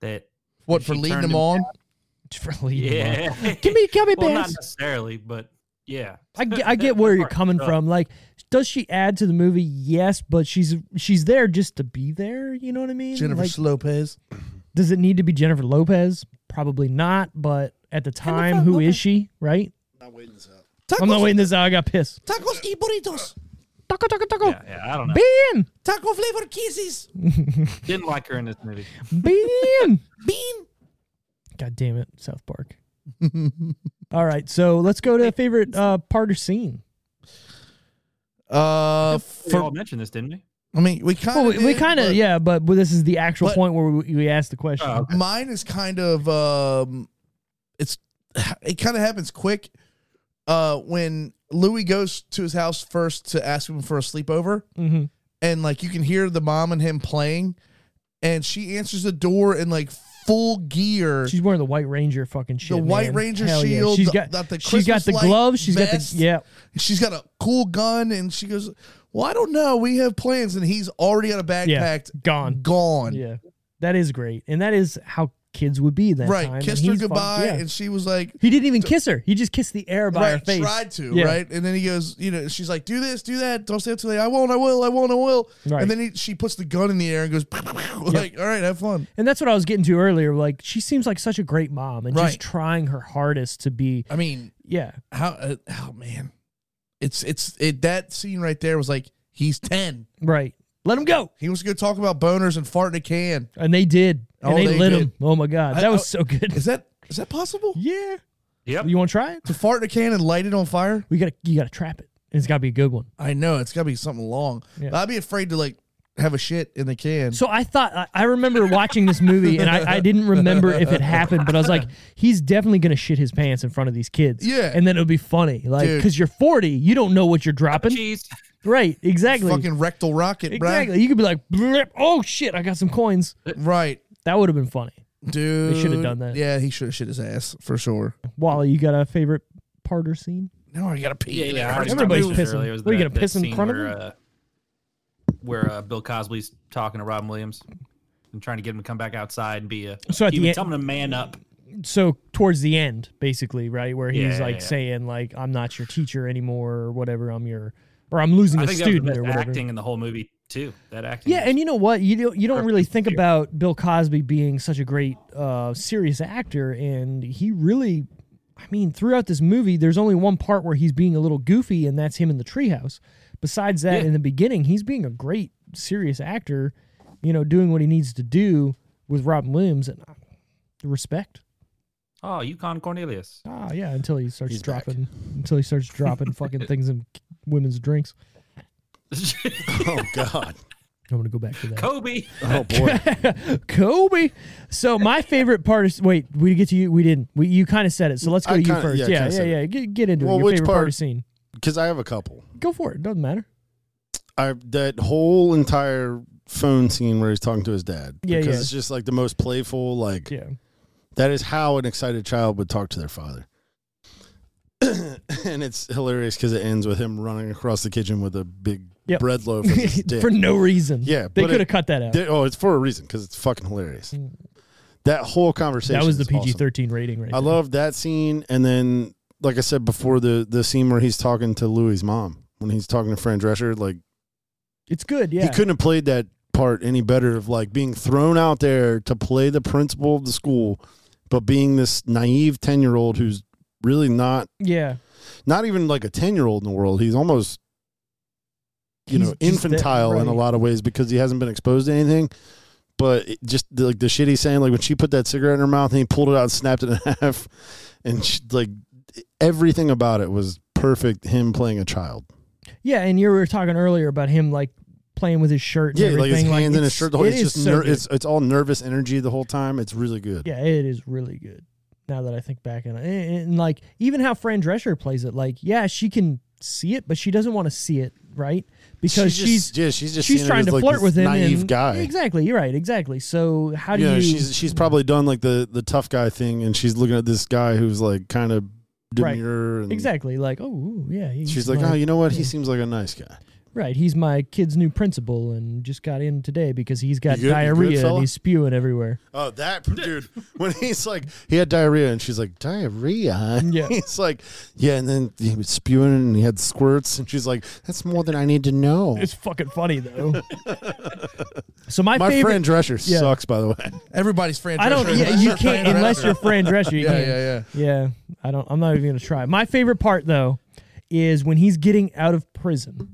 Speaker 4: That
Speaker 2: What for
Speaker 4: She
Speaker 2: leading
Speaker 4: turned
Speaker 2: them
Speaker 4: him
Speaker 2: on?
Speaker 1: For leading him on. <laughs>
Speaker 4: yeah. <laughs>
Speaker 1: Give me, give me
Speaker 4: well, not
Speaker 1: bass.
Speaker 4: necessarily, but yeah.
Speaker 1: I, ge- I get
Speaker 4: <laughs>
Speaker 1: where you're
Speaker 4: Part
Speaker 1: coming
Speaker 4: sucked.
Speaker 1: from. Like, does she add to the movie? Yes, but she's she's there just to be there. You know what I mean?
Speaker 2: Jennifer
Speaker 1: Like,
Speaker 2: Lopez.
Speaker 1: does it need to be Jennifer Lopez? Probably not. But at the time, who is she? Right? I'm not waiting this out. I got pissed.
Speaker 2: tacos y burritos.
Speaker 1: Taco, taco, taco.
Speaker 4: Yeah, yeah, I don't know.
Speaker 1: Bean,
Speaker 2: Taco flavor kisses.
Speaker 4: Didn't like her in this movie.
Speaker 1: bean.
Speaker 2: Bean.
Speaker 1: God damn it, South Park. All right, so let's go to favorite uh, part or scene.
Speaker 2: Uh,
Speaker 4: We
Speaker 2: for,
Speaker 4: all mentioned this, didn't we?
Speaker 2: I mean, we kind
Speaker 1: Well,
Speaker 2: of
Speaker 1: we, we kind of yeah, but, but this is the actual
Speaker 2: But-
Speaker 1: point where we, we asked the question.
Speaker 4: Oh, okay.
Speaker 2: Mine is kind of um, it's <sighs> it kind of happens quick. Uh, when Louis goes to his house first to ask him for a sleepover,
Speaker 1: Mhm.
Speaker 2: and like you can hear the mom and him playing, and she answers the door in like full gear.
Speaker 1: She's wearing the White Ranger fucking shit.
Speaker 2: the White
Speaker 1: man.
Speaker 2: Ranger
Speaker 1: Hell yeah.
Speaker 2: shield.
Speaker 1: She's
Speaker 2: the-
Speaker 1: got
Speaker 2: that the
Speaker 1: she's got
Speaker 2: Christmas
Speaker 1: the
Speaker 2: light
Speaker 1: gloves. She's
Speaker 2: vest.
Speaker 1: got the yeah.
Speaker 2: She's got a cool gun, and she goes, "Well, I don't know. We have plans." And he's already got a backpack,
Speaker 1: gone.
Speaker 2: gone.
Speaker 1: Yeah, that is great, and that is how kids would be that
Speaker 2: right.
Speaker 1: time. and
Speaker 2: Kissed her
Speaker 1: he's fuck-
Speaker 2: goodbye,
Speaker 1: yeah.
Speaker 2: and she was like,
Speaker 1: he didn't even kiss her. He just kissed the air by her
Speaker 2: "Right,
Speaker 1: face.
Speaker 2: tried to,
Speaker 1: Yeah.
Speaker 2: right?" And then he goes, "You know," she's like, "Do this, do that. Don't stay up too late. I won't. I will. I won't. I will."
Speaker 1: Right.
Speaker 2: And then he, she puts the gun in the air and goes, <laughs> "Like, all right, have fun."
Speaker 1: And that's what I was getting to earlier. Like she seems like such a great mom, and she's
Speaker 2: Right.
Speaker 1: trying her hardest to be.
Speaker 2: I mean,
Speaker 1: Yeah,
Speaker 2: how? Uh, oh man, it's it's it. That scene right there was like, he's ten.
Speaker 1: right. Let him go.
Speaker 2: He wants to go talk about boners and fart in a can.
Speaker 1: And they did. And
Speaker 2: Oh,
Speaker 1: they,
Speaker 2: they
Speaker 1: lit
Speaker 2: did.
Speaker 1: him. Oh my god,
Speaker 2: I-
Speaker 1: that was
Speaker 2: I-
Speaker 1: so good.
Speaker 2: Is that is that possible?
Speaker 1: <laughs> yeah.
Speaker 4: Yep.
Speaker 1: You want to try it?
Speaker 2: To fart in a can and light it on fire?
Speaker 1: We gotta you gotta trap it. And it's gotta be a good one.
Speaker 2: I know it's got to be something long.
Speaker 1: Yeah.
Speaker 2: But I'd be afraid to like have a shit in the can.
Speaker 1: So I thought I- I remember watching this movie, and I, I didn't remember if it happened, but I was like, he's definitely gonna shit his pants in front of these kids.
Speaker 2: Yeah.
Speaker 1: and then it'll be funny, like
Speaker 2: Dude.
Speaker 1: because you're 40, you don't know what you're dropping.
Speaker 4: Cheese.
Speaker 1: Right? Exactly.
Speaker 2: Fucking rectal rocket, bro.
Speaker 1: exactly. You could be like, "Blip, oh shit, I got some coins.
Speaker 2: Right,
Speaker 1: That would have been funny.
Speaker 2: dude.
Speaker 1: should've done that.
Speaker 2: Yeah, he should have shit his ass for sure.
Speaker 1: Wally, you got a favorite part or scene?
Speaker 2: No, I gotta pee.
Speaker 4: Yeah, yeah. I already
Speaker 1: Everybody's
Speaker 4: mentioned this
Speaker 1: pissing.
Speaker 4: earlier. It was
Speaker 1: What, you
Speaker 4: that-
Speaker 1: gonna
Speaker 4: that
Speaker 1: piss in
Speaker 4: scene
Speaker 1: front of
Speaker 4: where,
Speaker 1: him?
Speaker 4: Uh, where uh, Bill Cosby's talking to Robin Williams and trying to get him to come back outside and be a.
Speaker 1: So at
Speaker 4: he
Speaker 1: the
Speaker 4: would
Speaker 1: end-
Speaker 4: tell him to man up.
Speaker 1: so towards the end, basically, right, where he's
Speaker 4: Yeah,
Speaker 1: like
Speaker 4: yeah.
Speaker 1: saying like, "I'm not your teacher anymore," or whatever. I'm your, or I'm losing
Speaker 4: I
Speaker 1: a
Speaker 4: think that was the
Speaker 1: student
Speaker 4: best
Speaker 1: or whatever.
Speaker 4: acting in the whole movie too. That acting.
Speaker 1: Yeah,
Speaker 4: was-
Speaker 1: and you know what? You don't you don't really think
Speaker 4: Perfect.
Speaker 1: about Bill Cosby being such a great uh, serious actor, and he really, I mean, throughout this movie, there's only one part where he's being a little goofy, and that's him in the treehouse. Besides that,
Speaker 4: Yeah.
Speaker 1: in the beginning, he's being a great serious actor, you know, doing what he needs to do with Robin Williams, and uh, respect.
Speaker 4: oh, Yukon Cornelius. <laughs>
Speaker 1: Ah, yeah. Until he starts
Speaker 3: He's back.
Speaker 1: dropping, until he starts dropping fucking things in women's drinks.
Speaker 3: Oh God.
Speaker 1: I'm gonna go back to that. <laughs>
Speaker 4: Kobe.
Speaker 3: Oh boy.
Speaker 1: Kobe. So my favorite part is wait, we get to you. We didn't. We, you kind of said it. So let's go
Speaker 3: I
Speaker 1: to you
Speaker 3: kinda-
Speaker 1: first.
Speaker 3: yeah,
Speaker 1: Yeah, yeah,
Speaker 3: kinda
Speaker 1: yeah.
Speaker 3: said
Speaker 1: Get, get into
Speaker 3: Well,
Speaker 1: it. Your
Speaker 3: which
Speaker 1: favorite part?
Speaker 3: part?
Speaker 1: of scene.
Speaker 3: Because I have a couple.
Speaker 1: Go for it. Doesn't
Speaker 3: <laughs>
Speaker 1: matter.
Speaker 3: I that whole entire phone scene where he's talking to his dad.
Speaker 1: Yeah,
Speaker 3: because
Speaker 1: yeah.
Speaker 3: it's just like the most playful. Like
Speaker 1: Yeah.
Speaker 3: that is how an excited child would talk to their father. <coughs> and it's hilarious because it ends with him running across the kitchen with a big
Speaker 1: Yep.
Speaker 3: bread loaf. in his
Speaker 1: <laughs> <laughs>
Speaker 3: dick.
Speaker 1: for no reason.
Speaker 3: Yeah,
Speaker 1: They could
Speaker 3: but
Speaker 1: have
Speaker 3: it-
Speaker 1: cut that out.
Speaker 3: There- oh, it's for a reason because it's fucking hilarious. That whole conversation.
Speaker 1: That was the
Speaker 3: is awesome.
Speaker 1: PG thirteen rating right
Speaker 3: I
Speaker 1: there.
Speaker 3: love that scene, and then like I said before, the the scene where he's talking to Louis' mom when he's talking to Fran Drescher, like
Speaker 1: It's good. Yeah.
Speaker 3: he couldn't have played that part any better of like being thrown out there to play the principal of the school, but being this naive ten year old who's really not
Speaker 1: Yeah.
Speaker 3: not even like a ten year old in the world. He's almost
Speaker 1: He's
Speaker 3: you know
Speaker 1: just that-
Speaker 3: infantile in a
Speaker 1: right.
Speaker 3: lot of ways because he hasn't been exposed to anything. But it just the, like the shit he's saying, like when she put that cigarette in her mouth and he pulled it out and snapped it in <laughs> half, and she, like everything about it was perfect. Him playing a child,
Speaker 1: Yeah. And you were talking earlier about him like playing with his shirt. And
Speaker 3: yeah, like
Speaker 1: everything.
Speaker 3: his hands in
Speaker 1: it's-
Speaker 3: his shirt. The whole,
Speaker 1: it
Speaker 3: it's
Speaker 1: is
Speaker 3: just
Speaker 1: so
Speaker 3: ner-
Speaker 1: good.
Speaker 3: it's it's all nervous energy the whole time. It's really good.
Speaker 1: Yeah, it is really good. Now that I think back on it, and, and, like even how Fran Drescher plays it, like yeah, she can see it, but she doesn't want to see it, right? Because
Speaker 3: just-
Speaker 1: she's
Speaker 3: yeah, she's just
Speaker 1: she's
Speaker 3: seeing it
Speaker 1: trying
Speaker 3: as,
Speaker 1: to
Speaker 3: like,
Speaker 1: flirt
Speaker 3: this
Speaker 1: with him.
Speaker 3: naive
Speaker 1: and,
Speaker 3: guy.
Speaker 1: Exactly. You're right. Exactly. So how do
Speaker 3: you know,
Speaker 1: you?
Speaker 3: she's she's probably done like the the tough guy thing, and she's looking at this guy who's like kind of
Speaker 1: Right.
Speaker 3: demure. And
Speaker 1: exactly like oh ooh, yeah. he's
Speaker 3: She's like,
Speaker 1: my-
Speaker 3: oh, you know what? He seems like a nice guy.
Speaker 1: Right, he's my kid's new principal and just got in today because he's got
Speaker 3: You good- you good,
Speaker 1: diarrhea and
Speaker 3: fella?
Speaker 1: he's spewing everywhere.
Speaker 3: Oh, that dude. When he's like, he had diarrhea, and she's like, diarrhea. <laughs>
Speaker 1: Yeah.
Speaker 3: He's like, yeah, and then he was spewing, and he had squirts, and she's like, that's more than I need to know.
Speaker 1: <laughs> It's fucking funny
Speaker 3: <laughs>
Speaker 1: though. so my,
Speaker 3: My
Speaker 1: favorite
Speaker 3: friend Drescher
Speaker 1: Yeah.
Speaker 3: sucks, by the way.
Speaker 2: Everybody's friend.
Speaker 1: I don't.
Speaker 2: Drescher,
Speaker 1: Yeah,
Speaker 2: unless
Speaker 1: you
Speaker 2: you're
Speaker 3: <laughs>
Speaker 1: can't
Speaker 2: Fran
Speaker 1: unless
Speaker 2: Drescher.
Speaker 1: you're Fran Drescher. you
Speaker 2: Yeah,
Speaker 1: can't.
Speaker 2: yeah,
Speaker 1: Yeah, I don't. I'm not even gonna try. My favorite part though is when he's getting out of prison,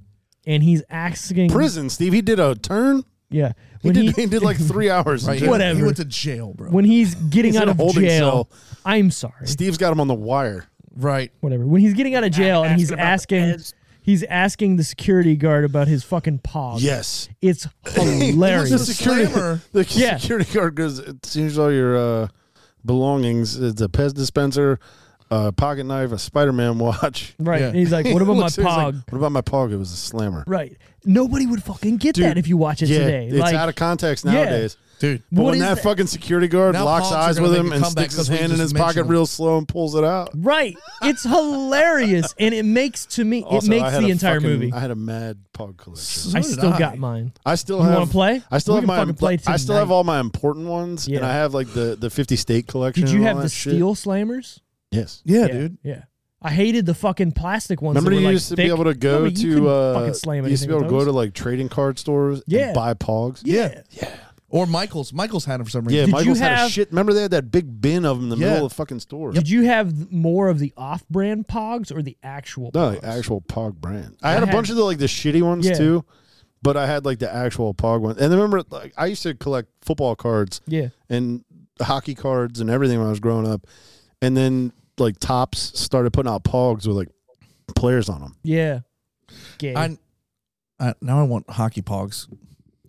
Speaker 1: and he's asking
Speaker 3: Prison, Steve. He did a turn.
Speaker 1: Yeah,
Speaker 3: He
Speaker 1: when
Speaker 3: did.
Speaker 1: he,
Speaker 3: He, did like three hours. in
Speaker 2: Right, he-
Speaker 3: jail.
Speaker 2: He
Speaker 1: Whatever.
Speaker 2: went to jail, bro.
Speaker 1: when he's getting
Speaker 3: He's
Speaker 1: out
Speaker 3: in a
Speaker 1: of
Speaker 3: holding
Speaker 1: jail.
Speaker 3: cell.
Speaker 1: I'm sorry.
Speaker 3: Steve's got him on the wire.
Speaker 2: right.
Speaker 1: Whatever. When he's getting out of jail and
Speaker 4: Ask
Speaker 1: he's
Speaker 4: about the
Speaker 1: asking,
Speaker 4: feds.
Speaker 1: he's asking the security guard about his fucking paws.
Speaker 3: Yes. <laughs>
Speaker 1: it's
Speaker 3: The
Speaker 1: hilarious.
Speaker 3: security,
Speaker 2: slammer.
Speaker 3: the
Speaker 1: Yeah.
Speaker 3: security guard goes, "It's usually all your uh, belongings. It's a Pez dispenser, a pocket knife, a Spider Man watch.
Speaker 1: right?
Speaker 2: Yeah.
Speaker 1: And he's like,
Speaker 3: <laughs>
Speaker 1: "What about my
Speaker 3: Looks at it, he's like,
Speaker 1: pog?"
Speaker 3: what about my pog? It was a slammer.
Speaker 1: Right. Nobody would fucking get
Speaker 3: Dude,
Speaker 1: that if you watch it
Speaker 3: yeah,
Speaker 1: today.
Speaker 3: it's
Speaker 1: like,
Speaker 3: out of context nowadays.
Speaker 2: Dude.
Speaker 1: What
Speaker 3: But when
Speaker 1: is
Speaker 3: that,
Speaker 1: that?
Speaker 3: fucking security guard
Speaker 2: Now
Speaker 3: locks
Speaker 2: pogs are
Speaker 3: eyes
Speaker 2: gonna
Speaker 3: with
Speaker 2: make
Speaker 3: him
Speaker 2: a
Speaker 3: and
Speaker 2: comeback
Speaker 3: sticks his
Speaker 2: 'cause we
Speaker 3: hand in
Speaker 2: just
Speaker 3: his pocket
Speaker 2: mentioned
Speaker 3: real slow and pulls it out.
Speaker 1: Right. It's hilarious. And it makes to me
Speaker 3: Also,
Speaker 1: it
Speaker 3: I
Speaker 1: makes
Speaker 3: had
Speaker 1: the
Speaker 3: a
Speaker 1: entire
Speaker 3: fucking-
Speaker 1: movie.
Speaker 3: I
Speaker 1: I,
Speaker 3: had a mad pog collection.
Speaker 2: So did
Speaker 1: still
Speaker 2: I.
Speaker 1: got mine.
Speaker 3: I still
Speaker 1: You
Speaker 3: have.
Speaker 1: wanna play?
Speaker 3: I still
Speaker 1: We
Speaker 3: have
Speaker 1: can
Speaker 3: my.
Speaker 1: fucking play
Speaker 3: I still have
Speaker 1: tonight.
Speaker 3: all my important ones,
Speaker 1: Yeah.
Speaker 3: and I have like the the fifty state collection.
Speaker 1: Did you
Speaker 3: and all
Speaker 1: have the
Speaker 3: that shit.
Speaker 1: steel slammers?
Speaker 3: Yes.
Speaker 2: Yeah, dude.
Speaker 1: Yeah. I hated the fucking plastic ones.
Speaker 3: Remember,
Speaker 1: that were,
Speaker 3: you
Speaker 1: like,
Speaker 3: used to be
Speaker 1: thick.
Speaker 3: able to go
Speaker 1: Remember, you couldn't
Speaker 3: to. Uh,
Speaker 1: fucking slam
Speaker 3: you used to be
Speaker 1: anything
Speaker 3: able
Speaker 1: with those.
Speaker 3: to go to like trading card stores
Speaker 1: Yeah.
Speaker 3: and buy pogs.
Speaker 1: Yeah.
Speaker 2: Or Michael's. Michael's had him for some
Speaker 3: Yeah,
Speaker 2: reason.
Speaker 1: you
Speaker 3: Michael's had a
Speaker 1: have-
Speaker 3: shit. Remember, they had that big bin of them in the
Speaker 2: Yeah.
Speaker 3: middle of the fucking store.
Speaker 1: Did you have more of the off-brand Pogs or the actual?
Speaker 3: No,
Speaker 1: Pogs?
Speaker 3: the actual Pog brand. I,
Speaker 1: I
Speaker 3: had a
Speaker 1: had-
Speaker 3: bunch of the like the shitty ones
Speaker 1: Yeah.
Speaker 3: too, but I had like the actual Pog ones. And I remember, like I used to collect football cards
Speaker 1: Yeah.
Speaker 3: and hockey cards and everything when I was growing up. And then like Tops started putting out Pogs with like players on them.
Speaker 1: Yeah. Gay.
Speaker 2: I, I, now I want hockey pogs.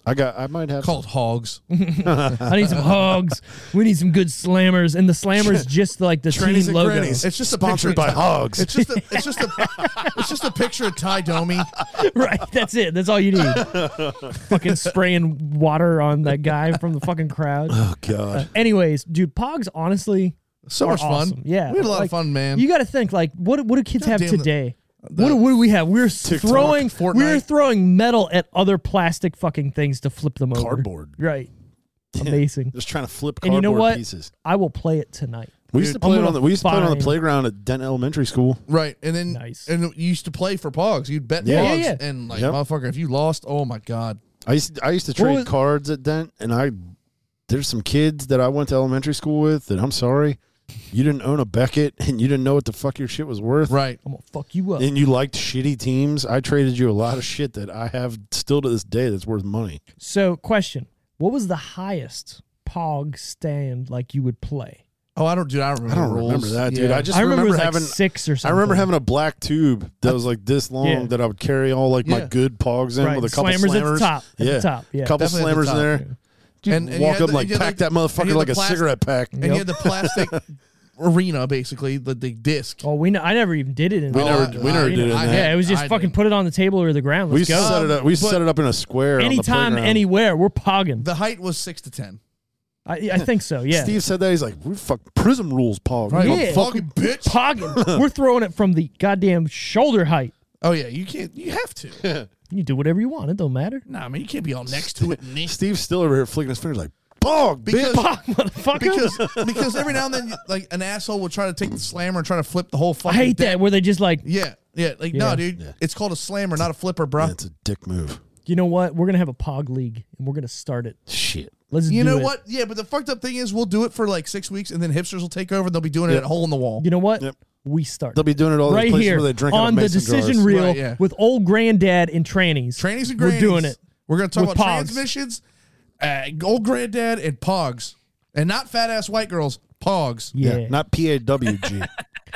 Speaker 3: I got. I might have.
Speaker 2: Called hogs.
Speaker 1: I need some hogs. We need some good slammers, and the
Speaker 3: <laughs>
Speaker 1: slammers just like the
Speaker 2: Trannies
Speaker 1: team
Speaker 2: and
Speaker 1: logo.
Speaker 2: grannies. It's just a
Speaker 3: Sponsored
Speaker 2: picture
Speaker 3: by
Speaker 2: of Ty-
Speaker 3: Hogs.
Speaker 2: It's just
Speaker 3: <laughs>
Speaker 2: a. It's just a. it's just a picture of Ty Domi.
Speaker 1: <laughs> right. That's it. That's all you
Speaker 3: <laughs>
Speaker 1: need. fucking spraying water on that guy from the fucking crowd. Uh,
Speaker 3: oh god.
Speaker 1: Anyways, dude, Pogs honestly
Speaker 2: So
Speaker 1: are
Speaker 2: much
Speaker 1: awesome.
Speaker 2: fun.
Speaker 1: Yeah,
Speaker 2: we had a lot
Speaker 1: like,
Speaker 2: of fun, man.
Speaker 1: You got to think like what what do kids have
Speaker 2: damn, the-
Speaker 1: today? what, do, what do we have? We're s- throwing
Speaker 2: Fortnite.
Speaker 1: we're throwing metal at other plastic fucking things to flip them over.
Speaker 3: Cardboard. <laughs>
Speaker 1: Right. Amazing.
Speaker 3: Just trying to flip
Speaker 1: And
Speaker 3: cardboard
Speaker 1: you know what?
Speaker 3: pieces.
Speaker 1: I will play it tonight.
Speaker 3: We used to
Speaker 1: Dude,
Speaker 3: play
Speaker 1: I'm
Speaker 3: it on
Speaker 1: gonna
Speaker 3: the we used to play it on
Speaker 1: find-
Speaker 3: the playground at Dent Elementary School.
Speaker 2: Right, and then
Speaker 1: Nice.
Speaker 2: and you used to play for Pogs. You'd bet
Speaker 3: Yeah.
Speaker 1: Yeah,
Speaker 2: Pogs,
Speaker 1: yeah, yeah.
Speaker 2: and like
Speaker 3: Yep.
Speaker 2: motherfucker, if you lost, oh my god,
Speaker 3: I used to, I used to trade
Speaker 1: was-
Speaker 3: cards at Dent, and I there's some kids that I went to elementary school with that I'm sorry, you didn't own a Beckett <laughs> and you didn't know what the fuck your shit was worth,
Speaker 2: right,
Speaker 1: I'm gonna fuck you up.
Speaker 3: and you liked shitty teams. I traded you a lot of shit that I have still to this day that's worth money.
Speaker 1: So, question: What was the highest Pog stand like you would play?
Speaker 2: Oh, I don't, dude. I don't remember.
Speaker 3: I don't
Speaker 2: rules.
Speaker 3: remember that, dude.
Speaker 2: Yeah.
Speaker 3: I just
Speaker 1: I remember, it was like
Speaker 3: having
Speaker 1: six or
Speaker 3: I
Speaker 1: something.
Speaker 3: remember having a black tube that was like this long
Speaker 1: Yeah.
Speaker 3: that I would carry all like my
Speaker 2: Yeah.
Speaker 3: good pogs in
Speaker 1: Right,
Speaker 3: with a couple
Speaker 1: slammers
Speaker 3: slammers,
Speaker 1: at the top, at the
Speaker 3: yeah,
Speaker 1: top, yeah.
Speaker 3: couple
Speaker 2: Definitely at the
Speaker 3: slammers
Speaker 2: top,
Speaker 3: in there. Dude,
Speaker 2: And- and you
Speaker 3: walk
Speaker 2: had
Speaker 3: up
Speaker 2: the-
Speaker 3: like
Speaker 2: you had
Speaker 3: pack
Speaker 2: the-
Speaker 3: that
Speaker 2: and you
Speaker 3: motherfucker
Speaker 2: had
Speaker 3: like
Speaker 2: the
Speaker 3: a
Speaker 2: plastic-
Speaker 3: cigarette pack.
Speaker 2: and you had the
Speaker 3: <laughs>
Speaker 2: plastic arena, basically the, the disc. Uh,
Speaker 1: Oh, we n- I never even did it. In
Speaker 3: We
Speaker 1: oh,
Speaker 3: never-
Speaker 1: I-
Speaker 3: we never did it in that.
Speaker 1: yeah, it was just
Speaker 2: I
Speaker 1: fucking
Speaker 2: did.
Speaker 1: put it on the table or the ground.
Speaker 3: we
Speaker 1: Let's go.
Speaker 3: set it up. We
Speaker 2: but-
Speaker 3: set it up in a square. on the
Speaker 1: Anytime,
Speaker 3: playground.
Speaker 1: anywhere, we're pogging.
Speaker 2: The height was six to ten.
Speaker 1: I, I think so. Yeah,
Speaker 3: Steve said that he's like, "We fuck prism rules, pog.
Speaker 2: Right,
Speaker 3: We
Speaker 1: Yeah.
Speaker 3: don't fuck-
Speaker 2: fucking bitch.
Speaker 1: pogging. we're throwing it from the goddamn shoulder height.
Speaker 2: Oh yeah, you can't. You have to.
Speaker 3: <laughs>
Speaker 1: You do whatever you want. It don't matter.
Speaker 2: nah, man, you can't be all next to it.
Speaker 3: <laughs>
Speaker 2: and this.
Speaker 3: Steve's still over here flicking his fingers like, pog,
Speaker 2: Because-
Speaker 3: bitch.
Speaker 1: Pog, motherfucker.
Speaker 2: Because because every now and then, like an asshole will try to take the slammer and try to flip the whole
Speaker 1: I
Speaker 2: fucking.
Speaker 1: hate
Speaker 2: deck.
Speaker 1: that. Where they just like,
Speaker 2: Yeah, yeah. Like
Speaker 1: Yeah.
Speaker 2: no, dude. It's called a slammer, not a flipper, bro.
Speaker 3: That's a dick move.
Speaker 1: you know what? We're gonna have a pog league and we're gonna start it.
Speaker 3: Shit.
Speaker 1: Let's
Speaker 2: You
Speaker 1: do
Speaker 2: know
Speaker 1: it.
Speaker 2: what? Yeah, but the fucked up thing is, we'll do it for like six weeks, and then hipsters will take over, and they'll be doing it at hole in the wall.
Speaker 1: You know what?
Speaker 3: Yep.
Speaker 1: We start.
Speaker 3: They'll be doing it all
Speaker 1: right
Speaker 3: these places
Speaker 1: here
Speaker 3: where they drink out of
Speaker 1: on the
Speaker 3: mason
Speaker 1: decision
Speaker 3: jars.
Speaker 1: reel
Speaker 2: Right, yeah.
Speaker 1: with old granddad and trannies.
Speaker 2: Trannies and grannies.
Speaker 1: We're doing it.
Speaker 2: We're gonna talk
Speaker 1: With
Speaker 2: about
Speaker 1: pogs.
Speaker 2: transmissions, uh, old granddad, and pogs, and not fat ass white girls. Pogs.
Speaker 1: Yeah.
Speaker 3: Yeah, not P A
Speaker 2: <laughs>
Speaker 3: W G.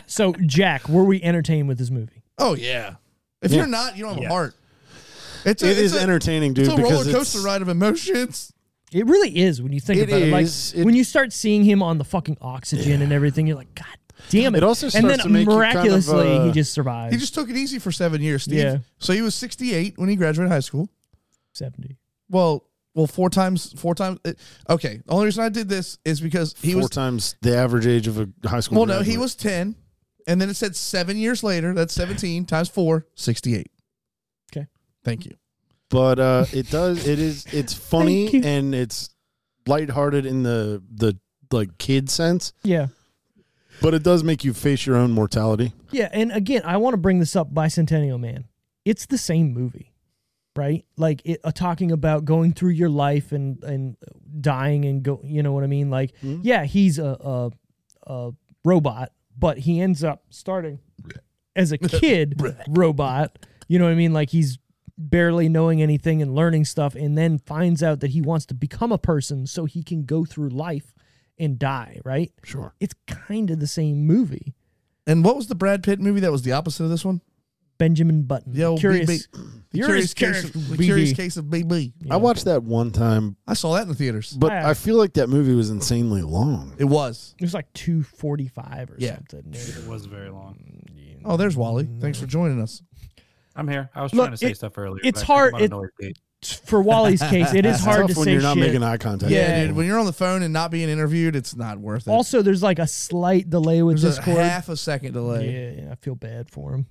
Speaker 1: so, Jack, were we entertained with this movie?
Speaker 2: Oh yeah. If
Speaker 3: Yeah.
Speaker 2: you're not, you don't have a heart. It's a,
Speaker 3: It
Speaker 2: it's
Speaker 3: is
Speaker 2: a-
Speaker 3: entertaining, dude.
Speaker 2: It's a roller
Speaker 3: because
Speaker 2: coaster
Speaker 3: it's-
Speaker 2: ride of emotions.
Speaker 1: It really is when you think
Speaker 3: It
Speaker 1: about it. Like
Speaker 3: is. It-
Speaker 1: when you start seeing him on the fucking oxygen and everything, you're like, God Damn it!
Speaker 3: It also
Speaker 1: and then
Speaker 3: starts to make you kind of,
Speaker 1: miraculously he
Speaker 3: uh,
Speaker 1: just survived.
Speaker 2: He just took it easy for seven years, Steve.
Speaker 1: Yeah.
Speaker 2: So he was 68 when he graduated high school.
Speaker 1: seventy.
Speaker 2: Well, well, four times, four times. it- Okay. The only reason I did this is because he
Speaker 3: four
Speaker 2: was.
Speaker 3: times the average age of a high school.
Speaker 2: Well, no, he
Speaker 3: graduate.
Speaker 2: was 10. And then it said seven years later, that's 17 times four, 68.
Speaker 1: Okay.
Speaker 2: Thank you.
Speaker 3: but uh, it does.
Speaker 1: <laughs>
Speaker 3: It is. It's funny
Speaker 1: you.
Speaker 3: and it's lighthearted in the the like kid sense,
Speaker 1: Yeah,
Speaker 3: but it does make you face your own mortality.
Speaker 1: yeah. And again, I want to bring this up. Bicentennial Man. It's the same movie, right? Like it, uh, talking about going through your life and and dying and go. You know what I mean? Like, yeah, he's a, a a robot, but he ends up starting as a kid robot. You know what I mean? Like he's barely knowing anything and learning stuff and then finds out that he wants to become a person so he can go through life and die, right?
Speaker 3: Sure.
Speaker 1: It's kind of the same movie.
Speaker 2: And what was the Brad Pitt movie that was the opposite of this one?
Speaker 1: Benjamin Button.
Speaker 2: The old
Speaker 1: curious.
Speaker 2: BB. The
Speaker 1: You're
Speaker 2: curious
Speaker 1: as curious
Speaker 2: case, of,
Speaker 1: as
Speaker 2: the
Speaker 1: BB.
Speaker 2: curious case of BB.
Speaker 3: I watched that one time,
Speaker 2: I saw that in the theaters.
Speaker 3: but
Speaker 1: Yeah.
Speaker 3: I feel like that movie was insanely long.
Speaker 2: It was.
Speaker 1: It was like 245 or
Speaker 2: Yeah.
Speaker 1: something.
Speaker 4: It was very long.
Speaker 2: Oh, there's Wally. Thanks for joining us.
Speaker 4: I'm here. I was
Speaker 1: Look,
Speaker 4: trying to say
Speaker 1: it-
Speaker 4: stuff earlier.
Speaker 1: it's
Speaker 4: but I
Speaker 1: hard-
Speaker 4: think I'm
Speaker 1: it-
Speaker 4: on a noise gate.
Speaker 1: For Wally's case, it
Speaker 2: <laughs>
Speaker 1: is
Speaker 3: It's
Speaker 1: hard
Speaker 3: tough
Speaker 1: to
Speaker 3: when
Speaker 1: say
Speaker 3: you're not
Speaker 1: shit.
Speaker 3: making eye contact.
Speaker 2: Yeah, dude. When you're on the phone and not being interviewed, it's not worth it.
Speaker 1: also, there's like a slight delay with
Speaker 2: there's a
Speaker 1: Discord.
Speaker 2: half a second delay.
Speaker 1: yeah, yeah, I feel bad for him.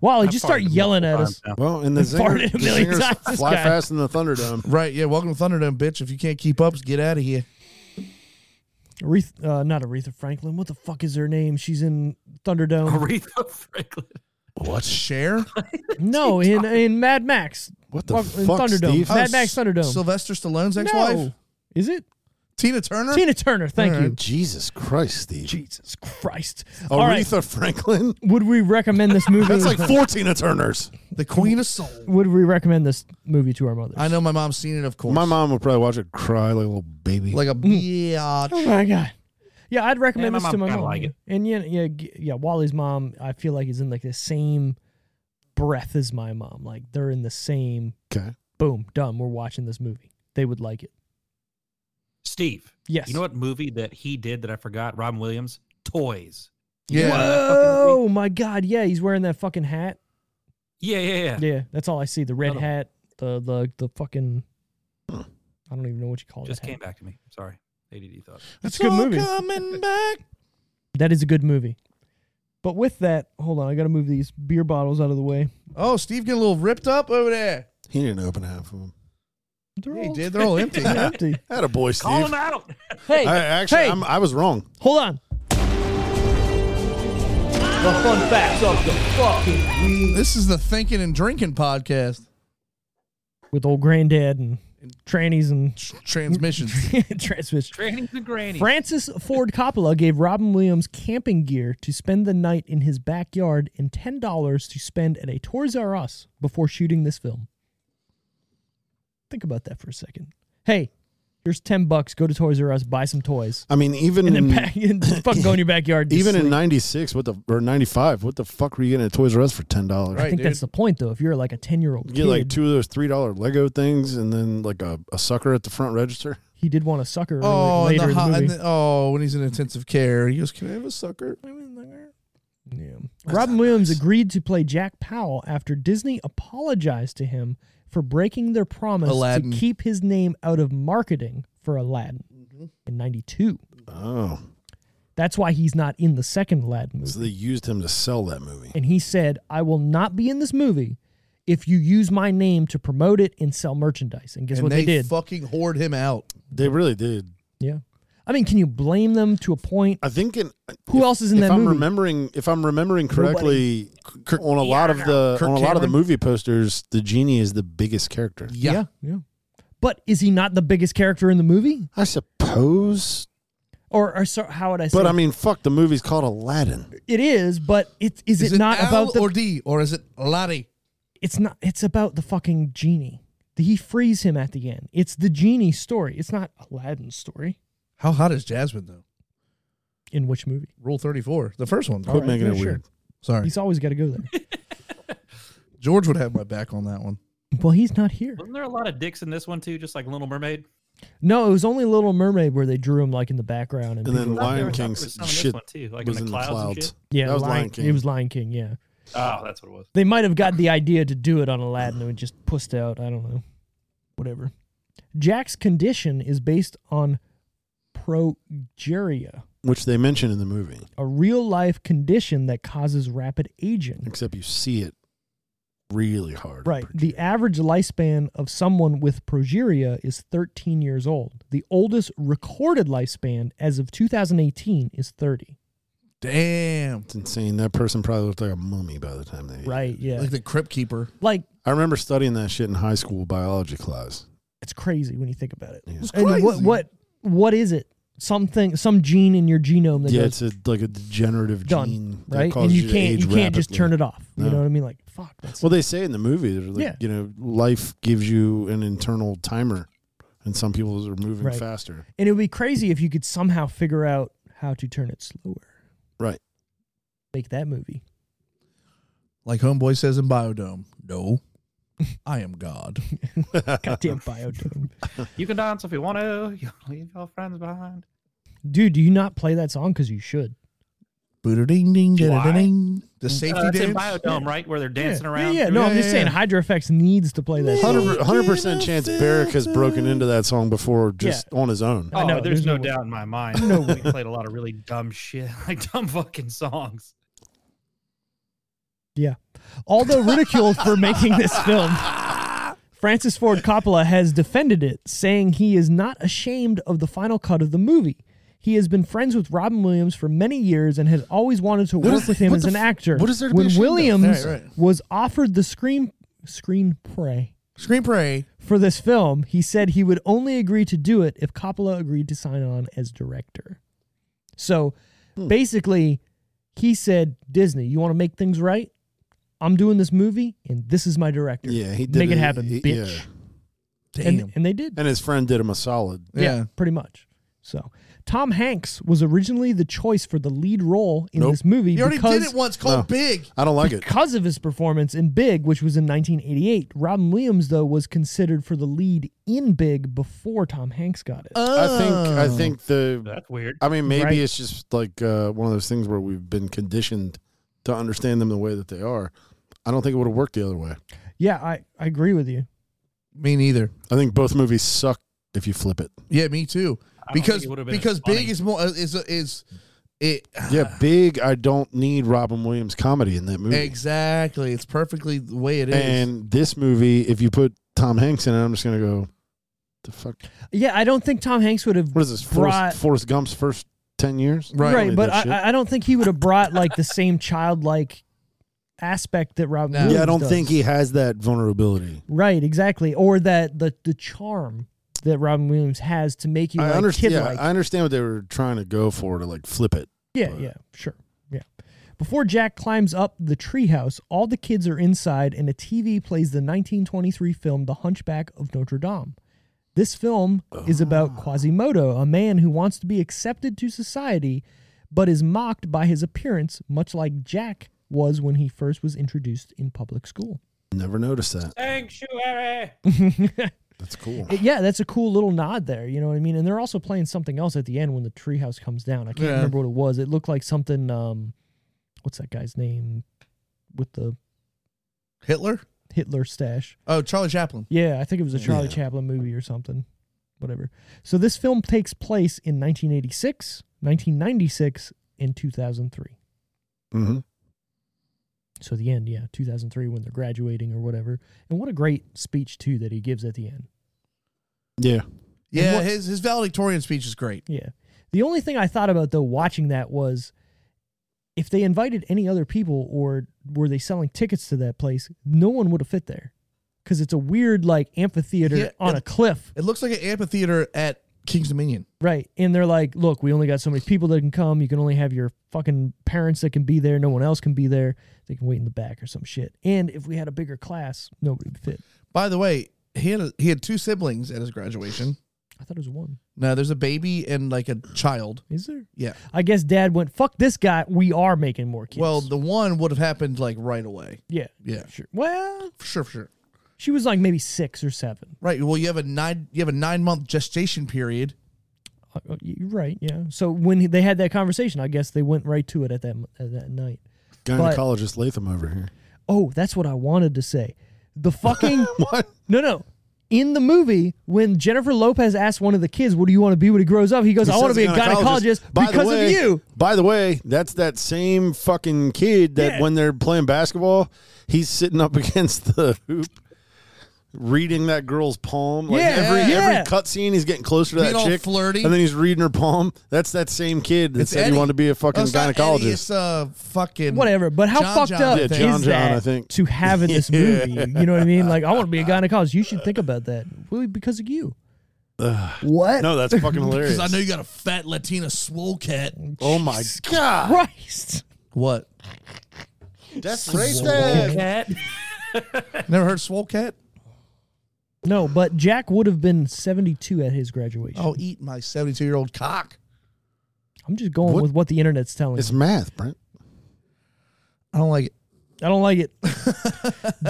Speaker 1: Wally,
Speaker 4: I
Speaker 1: just
Speaker 4: farted
Speaker 1: start yelling at
Speaker 4: multiple
Speaker 1: us.
Speaker 4: times now.
Speaker 3: Well, and the zinger,
Speaker 1: farted a
Speaker 3: the
Speaker 1: million
Speaker 3: zingers
Speaker 1: times, this
Speaker 3: fly
Speaker 1: guy.
Speaker 3: fast in the Thunderdome.
Speaker 2: Right. Yeah. Welcome to Thunderdome, bitch. If you can't keep up, just get out of here.
Speaker 1: Aretha, uh, not Aretha Franklin. What the fuck is her name? She's in Thunderdome.
Speaker 4: <laughs> Aretha Franklin.
Speaker 2: What?
Speaker 1: <laughs>
Speaker 2: Share?
Speaker 1: no, in in Mad Max.
Speaker 3: What the
Speaker 1: Fuck- in
Speaker 3: fuck,
Speaker 1: Thunderdome.
Speaker 3: Steve?
Speaker 1: Mad Max Thunderdome.
Speaker 2: Oh, Sylvester Stallone's ex-wife.
Speaker 1: No. Is it
Speaker 2: Tina Turner.
Speaker 1: Tina Turner? Thank
Speaker 2: All right.
Speaker 1: you.
Speaker 3: Jesus Christ, Steve.
Speaker 1: Jesus Christ. Oh. All right.
Speaker 3: Aretha Franklin. <laughs>
Speaker 1: Would we recommend this movie?
Speaker 3: That's
Speaker 1: <laughs>
Speaker 3: like four Tina Turners.
Speaker 2: the Queen of Soul.
Speaker 1: Would we recommend this movie to our mothers?
Speaker 2: I know my mom's seen it, of course.
Speaker 3: My mom would probably watch it cry like a little baby.
Speaker 2: like a
Speaker 1: Mm. Oh
Speaker 2: bitch.
Speaker 1: my god. Yeah, I'd recommend
Speaker 4: Yeah, my
Speaker 1: this to
Speaker 4: mom
Speaker 1: my
Speaker 4: kinda
Speaker 1: mom.
Speaker 4: like it.
Speaker 1: And yeah, yeah, g- yeah. Wally's mom, I feel like is in like the same breath as my mom. Like they're in the same.
Speaker 3: okay.
Speaker 1: Boom, done. We're watching this movie. They would like it.
Speaker 4: Steve.
Speaker 1: Yes.
Speaker 4: You know what movie that he did that I forgot? Robin Williams? Toys.
Speaker 2: Yeah.
Speaker 1: Whoa, my god. Yeah, he's wearing that fucking hat.
Speaker 4: Yeah, yeah, yeah.
Speaker 1: Yeah, that's all I see. The red
Speaker 4: Another one.
Speaker 1: hat. The the the fucking. I don't even know what you call
Speaker 4: Just
Speaker 1: that. hat.
Speaker 4: came back to me. Sorry. ADD thought.
Speaker 1: That's a good movie.
Speaker 2: Coming back.
Speaker 1: That is a good movie. But with that, hold on. I got to move these beer bottles out of the way.
Speaker 2: Oh, Steve getting a little ripped up over there.
Speaker 3: He didn't open half of them.
Speaker 1: They're
Speaker 2: Yeah, he
Speaker 1: all
Speaker 2: did. They're
Speaker 1: <laughs>
Speaker 2: all empty.
Speaker 1: empty.
Speaker 3: Had a boy,
Speaker 4: Call
Speaker 3: Steve.
Speaker 4: him out.
Speaker 1: Hey,
Speaker 3: I, actually,
Speaker 1: hey.
Speaker 3: I'm, I was wrong.
Speaker 1: Hold on.
Speaker 2: this is the Thinking and Drinking podcast.
Speaker 1: With old granddad and trannies and <laughs>
Speaker 2: Transmissions.
Speaker 1: transmission.
Speaker 4: Trannies and grannies.
Speaker 1: Francis Ford Coppola gave Robin Williams camping gear to spend the night in his backyard and $10 to spend at a Toys R Us before shooting this film. Think about that for a second. Hey, here's 10 bucks. Go to Toys R Us, buy some toys.
Speaker 3: I mean, even
Speaker 1: And then
Speaker 3: in,
Speaker 1: back in, <laughs> just fucking go in your backyard.
Speaker 3: Mm. even in
Speaker 1: I
Speaker 3: '96, what the or '95, what the fuck were you getting at Toys R Us for ten dollars?
Speaker 2: Right.
Speaker 1: think that's the point, though. If you're like a 10 year old
Speaker 3: You
Speaker 1: kid,
Speaker 3: get like two of those three dollar Lego things, and then like a, a sucker at the front register.
Speaker 1: he did want a sucker
Speaker 2: oh,
Speaker 1: later
Speaker 2: and
Speaker 1: in
Speaker 2: the
Speaker 1: the
Speaker 2: hot-
Speaker 1: movie.
Speaker 2: and the- oh, when he's in intensive care, he goes, "Can I have a sucker?"
Speaker 1: Yeah. Robin Williams agreed to play Jack Powell after Disney apologized to him for breaking their promise
Speaker 2: Aladdin.
Speaker 1: to keep his name out of marketing for Aladdin in 92.
Speaker 3: Oh,
Speaker 1: That's why he's not in the second Aladdin movie.
Speaker 3: so they used him to sell that movie.
Speaker 1: And he said, I will not be in this movie if you use my name to promote it and sell merchandise. And guess
Speaker 2: and
Speaker 1: what they, did?
Speaker 2: fucking hoard him out.
Speaker 3: They really did.
Speaker 1: yeah. I mean, can you blame them to a point?
Speaker 3: I think in
Speaker 1: Who else is in
Speaker 3: if
Speaker 1: that
Speaker 3: I'm
Speaker 1: movie?
Speaker 3: remembering if I'm remembering correctly, on a lot of the
Speaker 2: Kirk
Speaker 3: on a lot of the
Speaker 2: Cameron?
Speaker 3: movie posters, the genie is the biggest character.
Speaker 2: Yeah.
Speaker 1: yeah. Yeah. But is he not the biggest character in the movie?
Speaker 3: I suppose,
Speaker 1: Or, or so, how would I say?
Speaker 3: but I mean, fuck, the movie's called Aladdin.
Speaker 1: It is, but it is,
Speaker 2: Is
Speaker 1: it, not
Speaker 2: Al
Speaker 1: about the
Speaker 2: or D or is it Lottie?
Speaker 1: it's not it's about the fucking genie. He frees him at the end. It's the genie story. It's not Aladdin's story.
Speaker 2: How hot is Jasmine though?
Speaker 1: In which movie?
Speaker 2: Rule thirty four, the first one.
Speaker 3: Quit making
Speaker 1: yeah,
Speaker 3: it
Speaker 1: sure.
Speaker 3: weird.
Speaker 2: Sorry,
Speaker 1: He's always got to go there. <laughs>
Speaker 2: George would have my back on that one.
Speaker 1: well, he's not here.
Speaker 4: Wasn't there a lot of dicks in this one too? Just like Little Mermaid?
Speaker 1: No, it was only Little Mermaid where they drew him like in the background. And,
Speaker 3: And then
Speaker 1: people-
Speaker 4: I thought there
Speaker 3: Lion
Speaker 4: was-
Speaker 3: King's
Speaker 4: there was some in this
Speaker 3: shit
Speaker 4: one too, like in
Speaker 3: was
Speaker 4: the clouds. and shit.
Speaker 1: yeah,
Speaker 3: that was
Speaker 1: Lion,
Speaker 3: Lion King.
Speaker 1: It was Lion King. Yeah,
Speaker 4: Oh, that's what it was.
Speaker 1: they might have got the idea to do it on Aladdin and just pushed out. I don't know, whatever. Jack's condition is based on progeria,
Speaker 3: which they mention in the movie,
Speaker 1: a real life condition that causes rapid aging.
Speaker 3: except you see it really hard.
Speaker 1: Right. The average lifespan of someone with progeria is 13 years old. The oldest recorded lifespan as of 2018 is 30.
Speaker 2: Damn.
Speaker 3: It's insane. That person probably looked like a mummy by the time they.
Speaker 1: Right. Yeah.
Speaker 2: Like the Crypt Keeper.
Speaker 1: Like,
Speaker 3: I remember studying that shit in high school biology class.
Speaker 1: it's crazy when you think about it.
Speaker 3: It's
Speaker 1: And what what what is it? Something some gene in your genome that
Speaker 3: yeah,
Speaker 1: goes
Speaker 3: it's a, like a degenerative
Speaker 1: done,
Speaker 3: gene that
Speaker 1: right? And
Speaker 3: causes
Speaker 1: you
Speaker 3: to
Speaker 1: can't
Speaker 3: age
Speaker 1: you can't just
Speaker 3: rapidly.
Speaker 1: turn it off. You
Speaker 3: No.
Speaker 1: know what I mean? Like, fuck. That's
Speaker 3: Well, they say in the movie, they're like,
Speaker 1: Yeah.
Speaker 3: you know, life gives you an internal timer, and some people are moving
Speaker 1: Right.
Speaker 3: faster.
Speaker 1: and it would be crazy if you could somehow figure out how to turn it slower.
Speaker 3: Right.
Speaker 1: Make that
Speaker 3: <laughs>
Speaker 1: movie.
Speaker 2: Like Homeboy says in Biodome.
Speaker 1: <laughs>
Speaker 2: No. I am God.
Speaker 1: Goddamn biodome.
Speaker 4: You can dance if you want to. <laughs> You can leave your friends behind.
Speaker 1: Dude, do you not play that song? Because you should.
Speaker 2: Booter ding ding ding. The safety
Speaker 4: Uh, it's in
Speaker 2: dance.
Speaker 4: Biodome, right, where they're dancing
Speaker 1: yeah.
Speaker 4: around.
Speaker 1: Yeah, yeah. no,
Speaker 2: Yeah,
Speaker 1: I'm just
Speaker 2: yeah,
Speaker 1: saying
Speaker 2: yeah.
Speaker 1: Hydro FX needs to play that. song.
Speaker 3: 100 percent chance Barrick has broken into that song before, just on his own.
Speaker 4: Oh,
Speaker 1: I know,
Speaker 4: there's,
Speaker 1: there's
Speaker 4: no,
Speaker 1: no way.
Speaker 4: doubt in my mind. No, <laughs> we played a lot of really dumb shit, like dumb fucking songs.
Speaker 1: Although ridiculed for making
Speaker 3: <laughs>
Speaker 1: this film, Francis Ford Coppola has defended it, saying he is not ashamed of the final cut of the movie. He has been friends with Robin Williams for many years and has always wanted to
Speaker 3: What
Speaker 1: work
Speaker 3: is-
Speaker 1: with him
Speaker 3: what
Speaker 1: as
Speaker 3: the
Speaker 1: an
Speaker 3: f-
Speaker 1: actor.
Speaker 3: what is there to be
Speaker 1: when
Speaker 3: ashamed of?
Speaker 1: Williams
Speaker 2: Right, right.
Speaker 1: was offered the screen screenplay
Speaker 2: Screenplay.
Speaker 1: for this film, he said he would only agree to do it if Coppola agreed to sign on as director. So
Speaker 3: Hmm.
Speaker 1: basically, he said, Disney, you want to make things right? I'm doing this movie, and this is my director.
Speaker 3: Yeah, he did
Speaker 1: Make it happen,
Speaker 3: he-
Speaker 1: bitch.
Speaker 3: yeah.
Speaker 1: And, and they did.
Speaker 3: and his friend did him a solid.
Speaker 2: yeah. yeah.
Speaker 1: pretty much. So Tom Hanks was originally the choice for the lead role in
Speaker 3: Nope.
Speaker 1: this movie
Speaker 2: You already
Speaker 1: because,
Speaker 2: did it once called
Speaker 3: No.
Speaker 2: Big.
Speaker 3: I don't like it.
Speaker 1: because of his performance in Big, which was in 1988. Robin Williams, though, was considered for the lead in Big before Tom Hanks got it.
Speaker 3: I think
Speaker 2: Um.
Speaker 3: I think the
Speaker 4: That's weird.
Speaker 3: I mean maybe
Speaker 1: Right.
Speaker 3: it's just like uh, one of those things where we've been conditioned to understand them the way that they are. I don't think it would have worked the other way.
Speaker 1: yeah, I, I agree with you.
Speaker 2: Me neither.
Speaker 3: I think both movies suck if you flip it.
Speaker 2: Yeah, me too.
Speaker 4: I don't think
Speaker 2: Because
Speaker 4: it would've been as
Speaker 2: because
Speaker 4: funny.
Speaker 2: Big is more uh, is is it
Speaker 3: Yeah, big. I don't need Robin Williams comedy in that movie.
Speaker 2: exactly. It's perfectly the way it is.
Speaker 3: And this movie, if you put Tom Hanks in it, I'm just gonna go. The fuck?
Speaker 1: Yeah, I don't think Tom Hanks would have
Speaker 3: What is this? Forrest,
Speaker 1: Brought-
Speaker 3: Forrest Gump's first ten years?
Speaker 2: Right.
Speaker 1: right,
Speaker 3: Only
Speaker 1: but
Speaker 3: that shit.
Speaker 1: I, I don't think he would have brought like the same childlike aspect that Robin.
Speaker 2: No.
Speaker 1: Williams
Speaker 3: yeah, I don't
Speaker 1: does.
Speaker 3: think he has that vulnerability.
Speaker 1: Right, exactly, or that the the charm that Robin Williams has to make you
Speaker 3: I
Speaker 1: like,
Speaker 3: understand.
Speaker 1: kid
Speaker 3: Yeah,
Speaker 1: like.
Speaker 3: I understand what they were trying to go for to like flip it.
Speaker 1: Yeah, yeah, sure. Yeah. Before Jack climbs up the treehouse, all the kids are inside and a TV plays the 1923 film The Hunchback of Notre Dame. This film is about Quasimodo, a man who wants to be accepted to society but is mocked by his appearance, much like Jack was when he first was introduced in public school.
Speaker 3: Never noticed that.
Speaker 1: <laughs>
Speaker 4: Sanctuary.
Speaker 3: That's cool.
Speaker 1: yeah, that's a cool little nod there. You know what I mean? And they're also playing something else at the end when the treehouse comes down. I can't
Speaker 2: Yeah.
Speaker 1: remember what it was. It looked like something. Um, what's that guy's name with the
Speaker 2: Hitler?
Speaker 1: Hitler stash?
Speaker 2: Oh, Charlie Chaplin.
Speaker 1: Yeah, I think it was a Charlie
Speaker 3: Yeah.
Speaker 1: Chaplin movie or something. Whatever. So this film takes place in 1986, 1996, and 2003.
Speaker 3: hmm
Speaker 1: So the end, yeah, 2003 when they're graduating or whatever. And what a great speech too that he gives at the end.
Speaker 3: Yeah,
Speaker 2: Yeah,
Speaker 1: what-
Speaker 2: his his valedictorian speech is great.
Speaker 1: Yeah. The only thing I thought about though watching that was if they invited any other people or were they selling tickets to that place, no one would have fit there. Cuz it's a weird like amphitheater
Speaker 2: Yeah,
Speaker 1: on
Speaker 2: it-
Speaker 1: a cliff,
Speaker 2: It looks like an amphitheater at King's Dominion.
Speaker 1: right? And they're like, "Look, we only got so many people that can come. You can only have your fucking parents that can be there. No one else can be there. They can wait in the back or some shit." And if we had a bigger class, nobody would fit.
Speaker 2: By the way, he had a, he had two siblings at his graduation.
Speaker 1: I thought it was one.
Speaker 2: Now there's a baby and like a child.
Speaker 1: Is there?
Speaker 2: Yeah.
Speaker 1: I guess dad went, "Fuck this guy. We are making more kids."
Speaker 2: Well, the one would have happened like right away.
Speaker 1: yeah.
Speaker 2: Yeah.
Speaker 1: Sure. Well,
Speaker 2: For sure, for sure.
Speaker 1: She was like maybe six or seven.
Speaker 2: Right. Well, you have a nine you have a nine month gestation period.
Speaker 1: Uh, uh, You're right. Yeah. So when they had that conversation, I guess they went right to it at that at that night.
Speaker 3: Gynecologist Latham over here. <laughs>
Speaker 1: Oh, that's what I wanted to say. The fucking no no. In the movie, when Jennifer Lopez asks one of the kids, "What do you want to be when he grows up?" He goes, "I want to be a gynecologist
Speaker 3: By the
Speaker 1: because
Speaker 3: way-
Speaker 1: of you."
Speaker 3: By the way, that's that same fucking kid that
Speaker 1: Yeah.
Speaker 3: when they're playing basketball, he's sitting up <laughs> against the hoop, reading that girl's palm. Like
Speaker 1: Yeah,
Speaker 3: every
Speaker 1: yeah.
Speaker 3: every cutscene, he's getting closer to
Speaker 2: Being
Speaker 3: that
Speaker 2: all
Speaker 3: chick,
Speaker 2: flirty.
Speaker 3: and then he's reading her palm. That's that same kid that said
Speaker 2: Eddie.
Speaker 3: he wanted to be a fucking
Speaker 2: Oh, it's not
Speaker 3: gynecologist.
Speaker 2: Eddie, it's uh, fucking
Speaker 1: Whatever, but how
Speaker 2: John
Speaker 1: fucked
Speaker 2: John,
Speaker 1: up
Speaker 2: I
Speaker 3: Yeah,
Speaker 2: think.
Speaker 3: John
Speaker 1: is
Speaker 3: John,
Speaker 1: that
Speaker 3: I think.
Speaker 1: to have in
Speaker 3: <laughs>
Speaker 1: this movie? You know what I mean? Like, I want to be a gynecologist. You should think about that. Really, because of you. what?
Speaker 3: no, that's
Speaker 2: <laughs>
Speaker 3: fucking hilarious.
Speaker 2: Because I know you got a fat Latina swole cat.
Speaker 3: oh my god, <laughs>
Speaker 1: Christ.
Speaker 2: What?
Speaker 3: that's
Speaker 2: Swole
Speaker 3: racist.
Speaker 4: Cat.
Speaker 2: Never heard of swole cat?
Speaker 1: No, but Jack would have been 72 at his graduation.
Speaker 2: Oh, eat my seventy-two year old cock.
Speaker 1: I'm just going
Speaker 3: What?
Speaker 1: with what the internet's telling
Speaker 3: It's
Speaker 1: me.
Speaker 3: math, Brent.
Speaker 2: I don't like it.
Speaker 1: I don't
Speaker 3: <laughs>
Speaker 1: like it.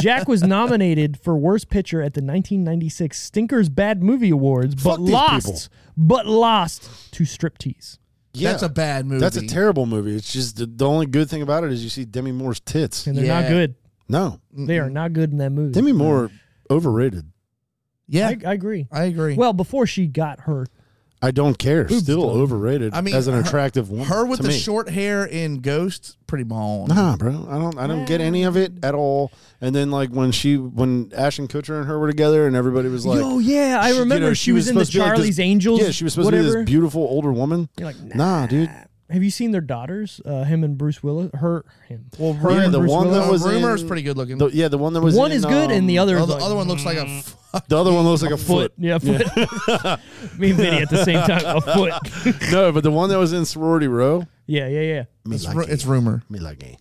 Speaker 1: Jack was nominated for worst picture at the 1996 Stinkers Bad Movie Awards,
Speaker 3: Fuck
Speaker 1: but
Speaker 3: these
Speaker 1: lost,
Speaker 3: people.
Speaker 1: but lost to Striptease.
Speaker 3: Yeah.
Speaker 2: That's a bad movie.
Speaker 3: That's a terrible movie. It's just the, the only good thing about it is you see Demi Moore's tits.
Speaker 1: And they're not
Speaker 2: Yeah.
Speaker 1: good.
Speaker 3: No,
Speaker 1: They are not good in that movie.
Speaker 3: Demi Moore overrated.
Speaker 2: Yeah,
Speaker 1: I, I agree.
Speaker 2: I, agree.
Speaker 1: Well, before she got her,
Speaker 3: I don't care. Still
Speaker 1: done.
Speaker 3: overrated.
Speaker 2: I mean,
Speaker 3: as an
Speaker 2: her-
Speaker 3: attractive woman,
Speaker 2: her with
Speaker 3: to
Speaker 2: the
Speaker 3: me.
Speaker 2: short hair in Ghost, pretty mauled.
Speaker 3: Nah, bro. I don't. I don't get any of it at all. And then like when she, when Ashton Kutcher and her were together, and everybody was like,
Speaker 1: yo, yeah, I
Speaker 3: you
Speaker 1: remember
Speaker 3: know,
Speaker 1: she, was, in the
Speaker 3: supposed to be like this-
Speaker 1: Charlie's Angels.
Speaker 3: Yeah, she was supposed to be
Speaker 1: whatever.
Speaker 3: this beautiful older woman.
Speaker 1: You're like,
Speaker 3: Nah, dude.
Speaker 1: Have you seen their daughters? Uh, him and Bruce Willis. Her, him.
Speaker 2: Well,
Speaker 3: Yeah,
Speaker 2: Rumor-
Speaker 3: the
Speaker 1: Bruce
Speaker 3: one
Speaker 1: Willis?
Speaker 3: that was
Speaker 2: Rumor's
Speaker 3: in-
Speaker 2: pretty good looking.
Speaker 3: The,
Speaker 2: The,
Speaker 3: yeah, the one that was
Speaker 1: One
Speaker 3: in,
Speaker 1: is good,
Speaker 3: um,
Speaker 1: and the other is
Speaker 2: other,
Speaker 1: like,
Speaker 2: other one looks like a. Fuck.
Speaker 3: The other one looks like a
Speaker 1: foot.
Speaker 3: foot.
Speaker 1: Yeah, a foot. <laughs> Me and Vinny at the same time. A foot. <laughs>
Speaker 3: no, but the one that was in Sorority Row.
Speaker 1: yeah, yeah, yeah.
Speaker 3: Me
Speaker 2: It's,
Speaker 3: like
Speaker 2: ru-
Speaker 3: it.
Speaker 2: it's rumor.
Speaker 3: me like it.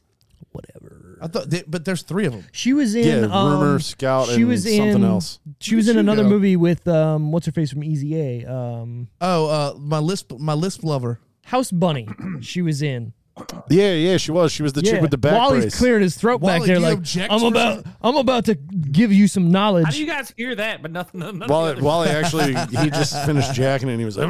Speaker 1: Whatever.
Speaker 2: I thought, they, but there's three of them.
Speaker 1: She was in.
Speaker 3: Yeah, Rumor,
Speaker 1: um,
Speaker 3: Scout,
Speaker 1: she
Speaker 3: and
Speaker 1: was
Speaker 3: something
Speaker 1: in-
Speaker 3: else.
Speaker 1: She was in
Speaker 2: She
Speaker 1: another
Speaker 2: go.
Speaker 1: movie with um, what's her face from Easy A, um,
Speaker 2: Oh, uh, my lisp, my lisp lover.
Speaker 1: House
Speaker 2: <clears throat>
Speaker 1: Bunny. She was in.
Speaker 3: Yeah, yeah, she was. She was the chick
Speaker 1: yeah.
Speaker 3: with the back
Speaker 1: While he's
Speaker 3: brace.
Speaker 1: clearing his throat
Speaker 2: Wally,
Speaker 1: back there,
Speaker 2: you
Speaker 1: like
Speaker 2: object
Speaker 1: I'm
Speaker 2: for
Speaker 1: about,
Speaker 2: some-
Speaker 1: I'm about to give you some knowledge.
Speaker 4: How do you guys hear that? But nothing. <laughs> none
Speaker 3: <laughs>
Speaker 4: of the
Speaker 3: Wally,
Speaker 4: other-
Speaker 3: Wally actually, he <laughs> just finished jacking it and he was like,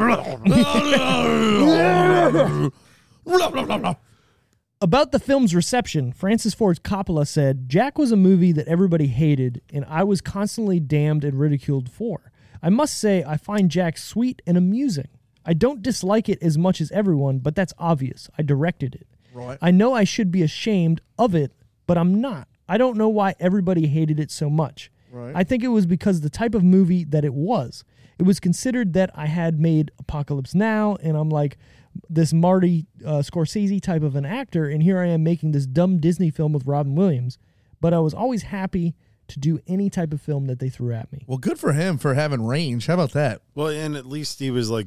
Speaker 1: About the film's reception, Francis Ford Coppola said, Jack was a movie that everybody hated, and I was constantly damned and ridiculed for. I must say, I find Jack sweet and amusing. I don't dislike it as much as everyone, but that's obvious. I directed it.
Speaker 2: Right.
Speaker 1: I know I should be ashamed of it, but I'm not. I don't know why everybody hated it so much.
Speaker 2: Right.
Speaker 1: I think it was because the type of movie that it was. It was considered that I had made Apocalypse Now, and I'm like this Marty uh, Scorsese type of an actor, and here I am making this dumb Disney film with Robin Williams. But I was always happy to do any type of film that they threw at me.
Speaker 2: Well, good for him for having range. How about that?
Speaker 3: well, and at least he was like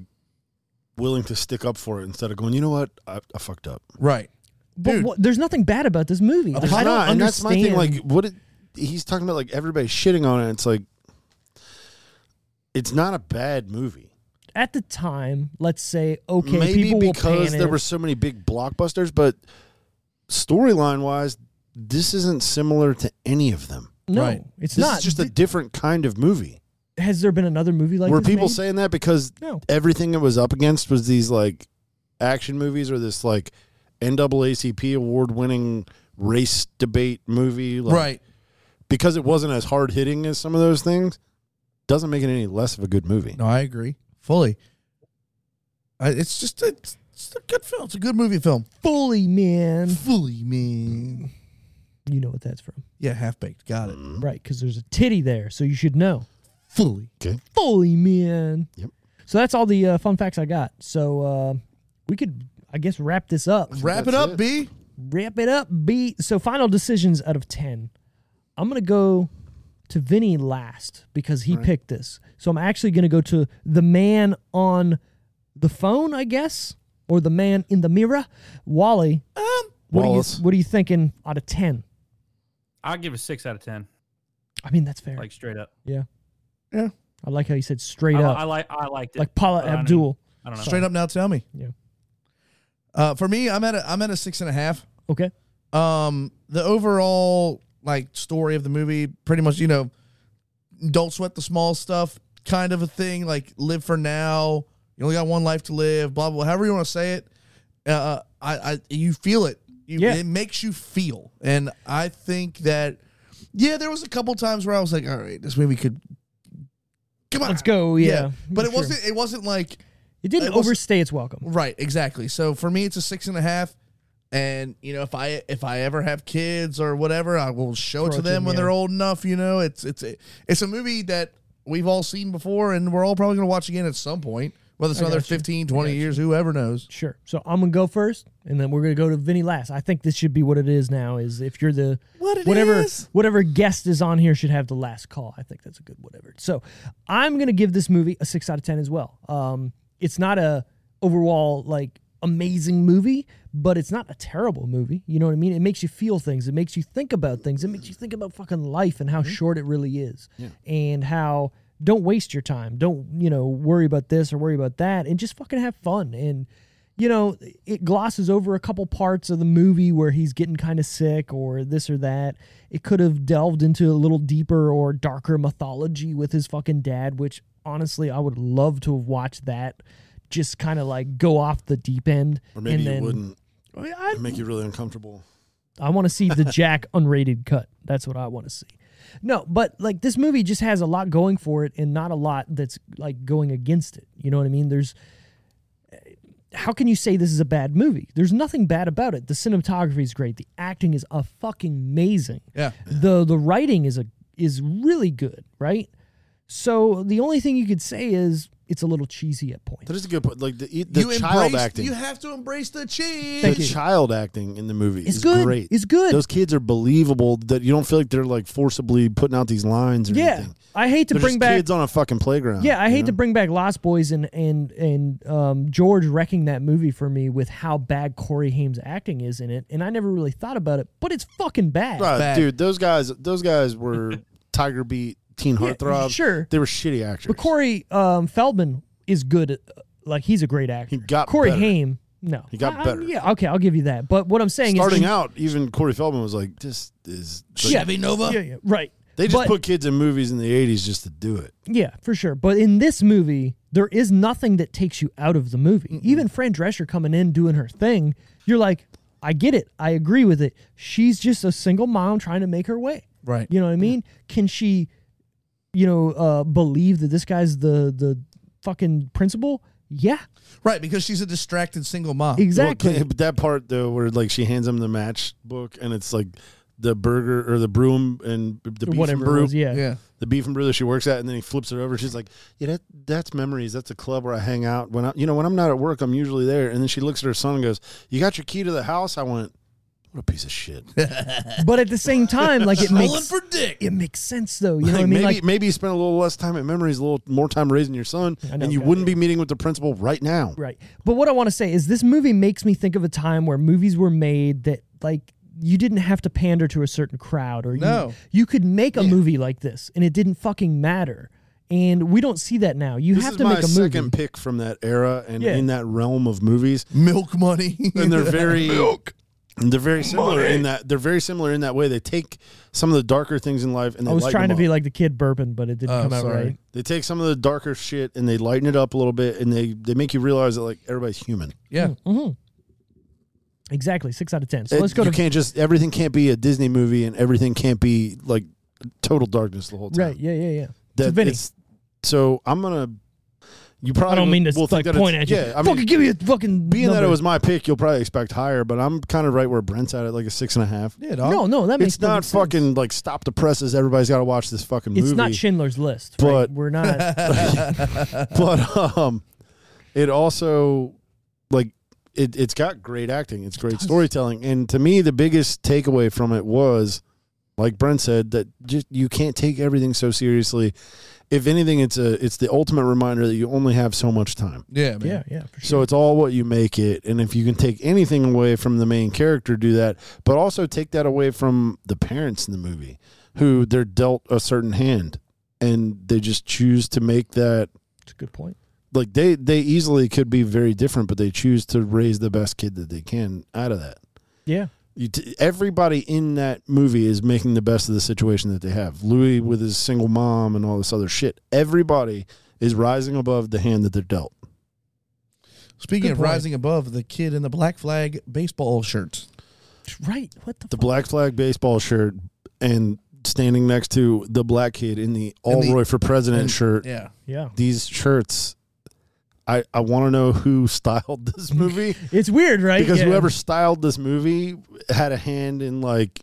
Speaker 3: willing to stick up for it instead of going, you know what? I, I fucked up.
Speaker 2: Right.
Speaker 1: But
Speaker 2: Dude.
Speaker 1: what, there's nothing bad about this movie. There's- I don't
Speaker 3: Nah,
Speaker 1: understand.
Speaker 3: and that's my thing. Like, what it, he's talking about, like everybody shitting on it. It's like, it's not a bad movie.
Speaker 1: at the time, let's say, okay,
Speaker 3: Maybe
Speaker 1: people will
Speaker 3: because
Speaker 1: pan
Speaker 3: there
Speaker 1: it.
Speaker 3: were so many big blockbusters, but storyline wise, this isn't similar to any of them.
Speaker 1: no,
Speaker 2: Right.
Speaker 1: it's
Speaker 3: this
Speaker 1: not.
Speaker 3: is just a different kind of movie.
Speaker 1: Has there been another movie like
Speaker 3: Were
Speaker 1: this
Speaker 3: people
Speaker 1: made?
Speaker 3: saying that because
Speaker 1: No.
Speaker 3: everything it was up against was these like action movies or this like NAACP award winning race debate movie? Like,
Speaker 2: right.
Speaker 3: Because it wasn't as hard hitting as some of those things, doesn't make it any less of a good movie.
Speaker 2: No, I agree fully. I, it's just a, it's it's a good film. It's a good movie film.
Speaker 1: fully, man?
Speaker 2: Fully man.
Speaker 1: You know what that's from,
Speaker 2: Yeah, half baked. Got it.
Speaker 3: Hmm?
Speaker 1: right? Because there's a titty there, so you should know.
Speaker 2: Fully.
Speaker 1: Fully, man.
Speaker 3: Yep.
Speaker 1: So that's all the uh, fun facts I got. So uh, we could, I guess, wrap this up.
Speaker 2: Wrap it
Speaker 3: That's
Speaker 2: up,
Speaker 3: it.
Speaker 2: B.
Speaker 1: Wrap it up, B. So final decisions out of ten. I'm gonna go to Vinny last because he picked this. So I'm actually gonna go to the man on the phone, I guess, or the man in the mirror, Wally. What are you,
Speaker 3: Um, Wallace.
Speaker 1: what are you thinking out of ten?
Speaker 4: I'll give a six out of ten,
Speaker 1: I mean, that's fair.
Speaker 4: like straight up.
Speaker 1: yeah.
Speaker 2: Yeah.
Speaker 1: I like how you said straight
Speaker 4: I,
Speaker 1: up,
Speaker 4: I like I liked it.
Speaker 1: like Paula
Speaker 4: but I mean,
Speaker 1: Abdul.
Speaker 4: I don't know.
Speaker 2: Straight up now, tell me.
Speaker 1: Yeah.
Speaker 2: Uh, for me, I'm at a I'm at a six and a half.
Speaker 1: Okay.
Speaker 2: Um, the overall like story of the movie, pretty much, you know, don't sweat the small stuff kind of a thing. Like live for now. You only got one life to live. Blah blah. blah. However you want to say it. Uh, I, I you feel it. You,
Speaker 1: Yeah.
Speaker 2: It makes you feel, and I think that yeah, there was a couple times where I was like, all right, this maybe could. Come on,
Speaker 1: Let's go. Yeah.
Speaker 2: but it
Speaker 1: Sure.
Speaker 2: wasn't. It wasn't like
Speaker 1: It didn't
Speaker 2: it wasn't-
Speaker 1: overstay its welcome.
Speaker 2: Right, exactly. So for me, it's a six and a half. And you know, if I if I ever have kids or whatever, I will show it
Speaker 1: Throw
Speaker 2: to them when
Speaker 1: yeah.
Speaker 2: they're old enough. You know, it's it's a, it's a movie that we've all seen before, and we're all probably gonna watch again at some point. Whether it's
Speaker 1: I
Speaker 2: another
Speaker 1: gotcha.
Speaker 2: 15, 20 years, whoever knows.
Speaker 1: Sure. So I'm gonna go first, and then we're gonna go to Vinny last. I think this should be what it is now. Is if you're the
Speaker 2: What it
Speaker 1: whatever
Speaker 2: is?
Speaker 1: whatever guest is on here should have the last call. I think that's a good whatever. So I'm gonna give this movie a six out of ten as well. Um, it's not a overall like amazing movie, but it's not a terrible movie. You know what I mean? It makes you feel things. It makes you think about things. It makes you think about fucking life and how
Speaker 2: Mm-hmm.
Speaker 1: short it really is, and how don't waste your time. Don't you know worry about this or worry about that, and just fucking have fun and you know, it glosses over a couple parts of the movie where he's getting kind of sick or this or that. It could have delved into a little deeper or darker mythology with his fucking dad, which honestly, I would love to have watched that. Just kind of like go off the deep end.
Speaker 3: Or maybe
Speaker 1: and
Speaker 3: you
Speaker 1: then,
Speaker 3: wouldn't.
Speaker 1: I mean, I-
Speaker 3: It'd make you really uncomfortable.
Speaker 1: I want to see the Jack <laughs> unrated cut. That's what I want to see. No, but like this movie just has a lot going for it and not a lot that's like going against it. You know what I mean? There's eh, how can you say this is a bad movie? There's nothing bad about it. The cinematography is great. The acting is a fucking amazing.
Speaker 2: Yeah.
Speaker 1: The the writing is a is really good, right? So the only thing you could say is it's a little cheesy at points.
Speaker 3: That is a good point. Like the, e, the
Speaker 2: you
Speaker 3: child
Speaker 2: embrace,
Speaker 3: acting.
Speaker 2: You have to embrace the cheese.
Speaker 3: the child acting in the movie
Speaker 1: It's
Speaker 3: is
Speaker 1: good.
Speaker 3: great.
Speaker 1: It's good.
Speaker 3: Those kids are believable that you don't feel like they're like forcibly putting out these lines or
Speaker 1: yeah.
Speaker 3: anything.
Speaker 1: I hate to
Speaker 3: They're
Speaker 1: bring
Speaker 3: just
Speaker 1: back
Speaker 3: kids on a fucking playground.
Speaker 1: Yeah, I
Speaker 3: you
Speaker 1: hate
Speaker 3: know?
Speaker 1: to bring back Lost Boys and and and um, George wrecking that movie for me with how bad Corey Haim's acting is in it, and I never really thought about it, but it's fucking bad.
Speaker 3: Right,
Speaker 2: back.
Speaker 3: dude. Those guys, those
Speaker 1: <laughs>
Speaker 3: guys were Tiger Beat, Teen
Speaker 1: Yeah,
Speaker 3: Heartthrob.
Speaker 1: sure.
Speaker 3: they were shitty actors.
Speaker 1: But Corey um, Feldman is good. At, like he's a great actor.
Speaker 3: He got
Speaker 1: Corey
Speaker 3: better.
Speaker 1: Haim. No,
Speaker 3: He got
Speaker 1: I- I-
Speaker 3: better.
Speaker 1: yeah, okay, I'll give you that. But what I'm saying
Speaker 3: starting
Speaker 1: is,
Speaker 3: out, even Corey Feldman was like, "This is." like-
Speaker 2: Chevy Nova.
Speaker 1: yeah, yeah, right.
Speaker 3: They just
Speaker 1: But-
Speaker 3: put kids in movies in the '80s just to do it.
Speaker 1: Yeah, for sure. But in this movie, there is nothing that takes you out of the movie. Even Fran Drescher coming in doing her thing, you're like, I get it. I agree with it. She's just a single mom trying to make her way.
Speaker 2: Right.
Speaker 1: You know what I mean? Can she, you know, uh, believe that this guy's the the fucking principal? Yeah,
Speaker 2: Right, because she's a distracted single mom.
Speaker 1: exactly.
Speaker 3: Well, <laughs> but that part though, where like she hands him the matchbook and it's like the burger or the broom and the beef
Speaker 1: Whatever
Speaker 3: and brew,
Speaker 1: it was, yeah.
Speaker 2: yeah.
Speaker 3: the beef and brew that she works at, and then he flips it over. She's like, "Yeah, that that's memories. That's a club where I hang out when I, you know, when I'm not at work, I'm usually there." And then she looks at her son and goes, "You got your key to the house?" I went, "What a piece of shit."
Speaker 1: But at the same time,
Speaker 3: <laughs>
Speaker 1: like it
Speaker 2: Rolling
Speaker 1: makes
Speaker 2: for dick.
Speaker 1: it makes sense though. You know what
Speaker 3: Like,
Speaker 1: I mean?
Speaker 3: maybe
Speaker 1: Like
Speaker 3: maybe you spend a little less time at memories, a little more time raising your son,
Speaker 1: I know,
Speaker 3: and you
Speaker 1: God,
Speaker 3: wouldn't be meeting with the principal right now.
Speaker 1: Right. But what I want to say is this movie makes me think of a time where movies were made that like you didn't have to pander to a certain crowd or
Speaker 2: No.
Speaker 1: you, you could make a movie like this and it didn't fucking matter. And we don't see that now. You
Speaker 3: This
Speaker 1: have
Speaker 3: is
Speaker 1: to
Speaker 3: my
Speaker 1: make a movie.
Speaker 3: second pick from that era and
Speaker 1: Yeah.
Speaker 3: in that realm of
Speaker 1: <laughs>
Speaker 3: movies.
Speaker 2: Milk money.
Speaker 3: and
Speaker 2: <laughs>
Speaker 3: they're very They're very similar in that they're very similar in that way. They take some of the darker things in life and they
Speaker 1: I was
Speaker 3: lighten
Speaker 1: trying to
Speaker 3: them
Speaker 1: be
Speaker 3: up.
Speaker 1: like the kid burping, but it didn't
Speaker 2: Oh,
Speaker 1: come out
Speaker 2: sorry.
Speaker 1: right.
Speaker 3: they take some of the darker shit and they lighten it up a little bit and they they make you realize that like everybody's human.
Speaker 2: yeah.
Speaker 1: Mm-hmm. Exactly. Six out of ten. So
Speaker 3: It-
Speaker 1: let's go
Speaker 3: you
Speaker 1: to
Speaker 3: can't just everything can't be a Disney movie and everything can't be like total darkness the whole time.
Speaker 1: Right, yeah, yeah, yeah.
Speaker 3: That
Speaker 1: so Vinny,
Speaker 3: it's- so I'm gonna you probably
Speaker 1: I don't mean to
Speaker 3: will think
Speaker 1: like
Speaker 3: that
Speaker 1: point at
Speaker 3: it's-
Speaker 1: you.
Speaker 3: Yeah, I mean,
Speaker 1: fucking give me a fucking
Speaker 3: being that
Speaker 1: number.
Speaker 3: it was my pick, you'll probably expect higher, but I'm kind of right where Brent's at at like a six and a half.
Speaker 2: Yeah, dog.
Speaker 1: No, no, that makes
Speaker 3: it's not
Speaker 1: perfect sense.
Speaker 3: fucking like stop the presses. Everybody's got to watch this fucking movie.
Speaker 1: It's not Schindler's List. right?
Speaker 3: But-
Speaker 1: we're not
Speaker 3: <laughs> but um, it also like it, it's got great acting. It's great storytelling, and to me, the biggest takeaway from it was, like Brent said, that just you can't take everything so seriously. If anything, it's a it's the ultimate reminder that you only have so much time.
Speaker 2: Yeah, man.
Speaker 1: Yeah, yeah, for sure.
Speaker 3: So it's all what you make it. And if you can take anything away from the main character, do that. But also take that away from the parents in the movie who they're dealt a certain hand and they just choose to make that
Speaker 1: It's a good point.
Speaker 3: like they they easily could be very different but they choose to raise the best kid that they can out of that
Speaker 1: Yeah.
Speaker 3: You t- everybody in that movie is making the best of the situation that they have. Louis with his single mom and all this other shit. Everybody is rising above the hand that they're dealt.
Speaker 2: Speaking
Speaker 1: Good
Speaker 2: of
Speaker 1: point.
Speaker 2: rising above, the kid in the black flag baseball shirt.
Speaker 1: Right. What the,
Speaker 3: The
Speaker 1: fuck?
Speaker 3: black flag baseball shirt and standing next to the black kid in the All
Speaker 2: the-
Speaker 3: Roy for President
Speaker 2: and-
Speaker 3: shirt.
Speaker 2: Yeah.
Speaker 1: Yeah.
Speaker 3: These shirts, I I want to know who <laughs> styled this movie.
Speaker 1: It's weird, right?
Speaker 3: because
Speaker 1: Yeah.
Speaker 3: whoever styled this movie had a hand in like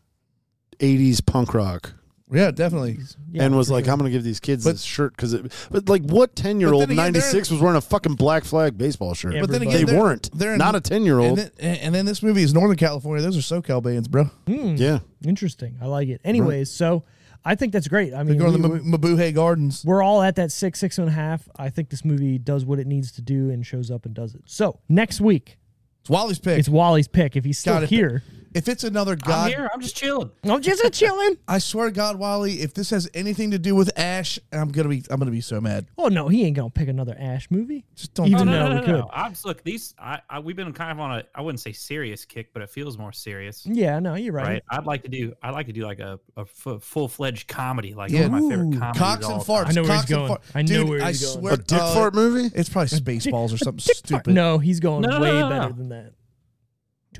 Speaker 3: 80s punk rock
Speaker 2: Yeah, definitely.
Speaker 1: Yeah,
Speaker 3: and was
Speaker 1: for
Speaker 3: like
Speaker 1: sure.
Speaker 3: i'm gonna give these kids
Speaker 2: But-
Speaker 3: this shirt because it but like what 10 year old
Speaker 2: then again, they're-
Speaker 3: 96 was wearing a fucking black flag baseball shirt
Speaker 1: Yeah,
Speaker 3: but
Speaker 2: But then
Speaker 1: Everybody.
Speaker 2: again,
Speaker 3: they
Speaker 2: they're-
Speaker 3: weren't
Speaker 2: they're in-
Speaker 3: not a 10 year
Speaker 2: And
Speaker 3: old
Speaker 2: then, and and then this movie is Northern California. Those are SoCal bands, bro.
Speaker 3: yeah
Speaker 1: Interesting. I like it. Anyways, so I think that's great. I
Speaker 2: They
Speaker 1: mean,
Speaker 2: go to
Speaker 1: we,
Speaker 2: the M- Mabuhay Gardens.
Speaker 1: we're all at that six, six and a half. I think this movie does what it needs to do and shows up and does it. So next week,
Speaker 2: It's Wally's pick.
Speaker 1: it's Wally's pick. If he's still
Speaker 2: God, if-
Speaker 1: here,
Speaker 2: if it's another
Speaker 4: I'm
Speaker 2: god,
Speaker 4: here. I'm just chilling.
Speaker 1: I'm just a chilling.
Speaker 2: I swear to God, Wally, if this has anything to do with Ash, I'm gonna be, I'm gonna be so mad.
Speaker 1: Oh no, he ain't gonna pick another Ash movie.
Speaker 2: Just don't
Speaker 1: Even
Speaker 4: Oh,
Speaker 2: do
Speaker 1: though
Speaker 2: it.
Speaker 4: no, no, <laughs> no,
Speaker 1: we
Speaker 4: no,
Speaker 1: could.
Speaker 4: no. I'm just- look. These I, I we've been kind of on a I wouldn't say serious kick, but it feels more serious,
Speaker 1: Yeah, no, you're
Speaker 4: right?
Speaker 1: right.
Speaker 4: I'd like to do I'd like to do like a, a full fledged comedy, like
Speaker 2: Yeah.
Speaker 4: one of my
Speaker 1: Ooh.
Speaker 4: favorite comedies.
Speaker 2: Cocks
Speaker 4: all
Speaker 2: and
Speaker 4: time.
Speaker 2: farts.
Speaker 1: I know where he's
Speaker 2: cocks and
Speaker 1: going.
Speaker 2: fart-
Speaker 1: I know
Speaker 2: Dude,
Speaker 1: where
Speaker 2: I
Speaker 1: he's going.
Speaker 2: swear,
Speaker 3: a dick
Speaker 2: uh,
Speaker 3: fart movie
Speaker 2: It's probably
Speaker 1: <laughs>
Speaker 2: Spaceballs or something stupid.
Speaker 1: No, he's going
Speaker 4: No, no,
Speaker 1: way
Speaker 4: no, no,
Speaker 1: better
Speaker 4: no.
Speaker 1: than that.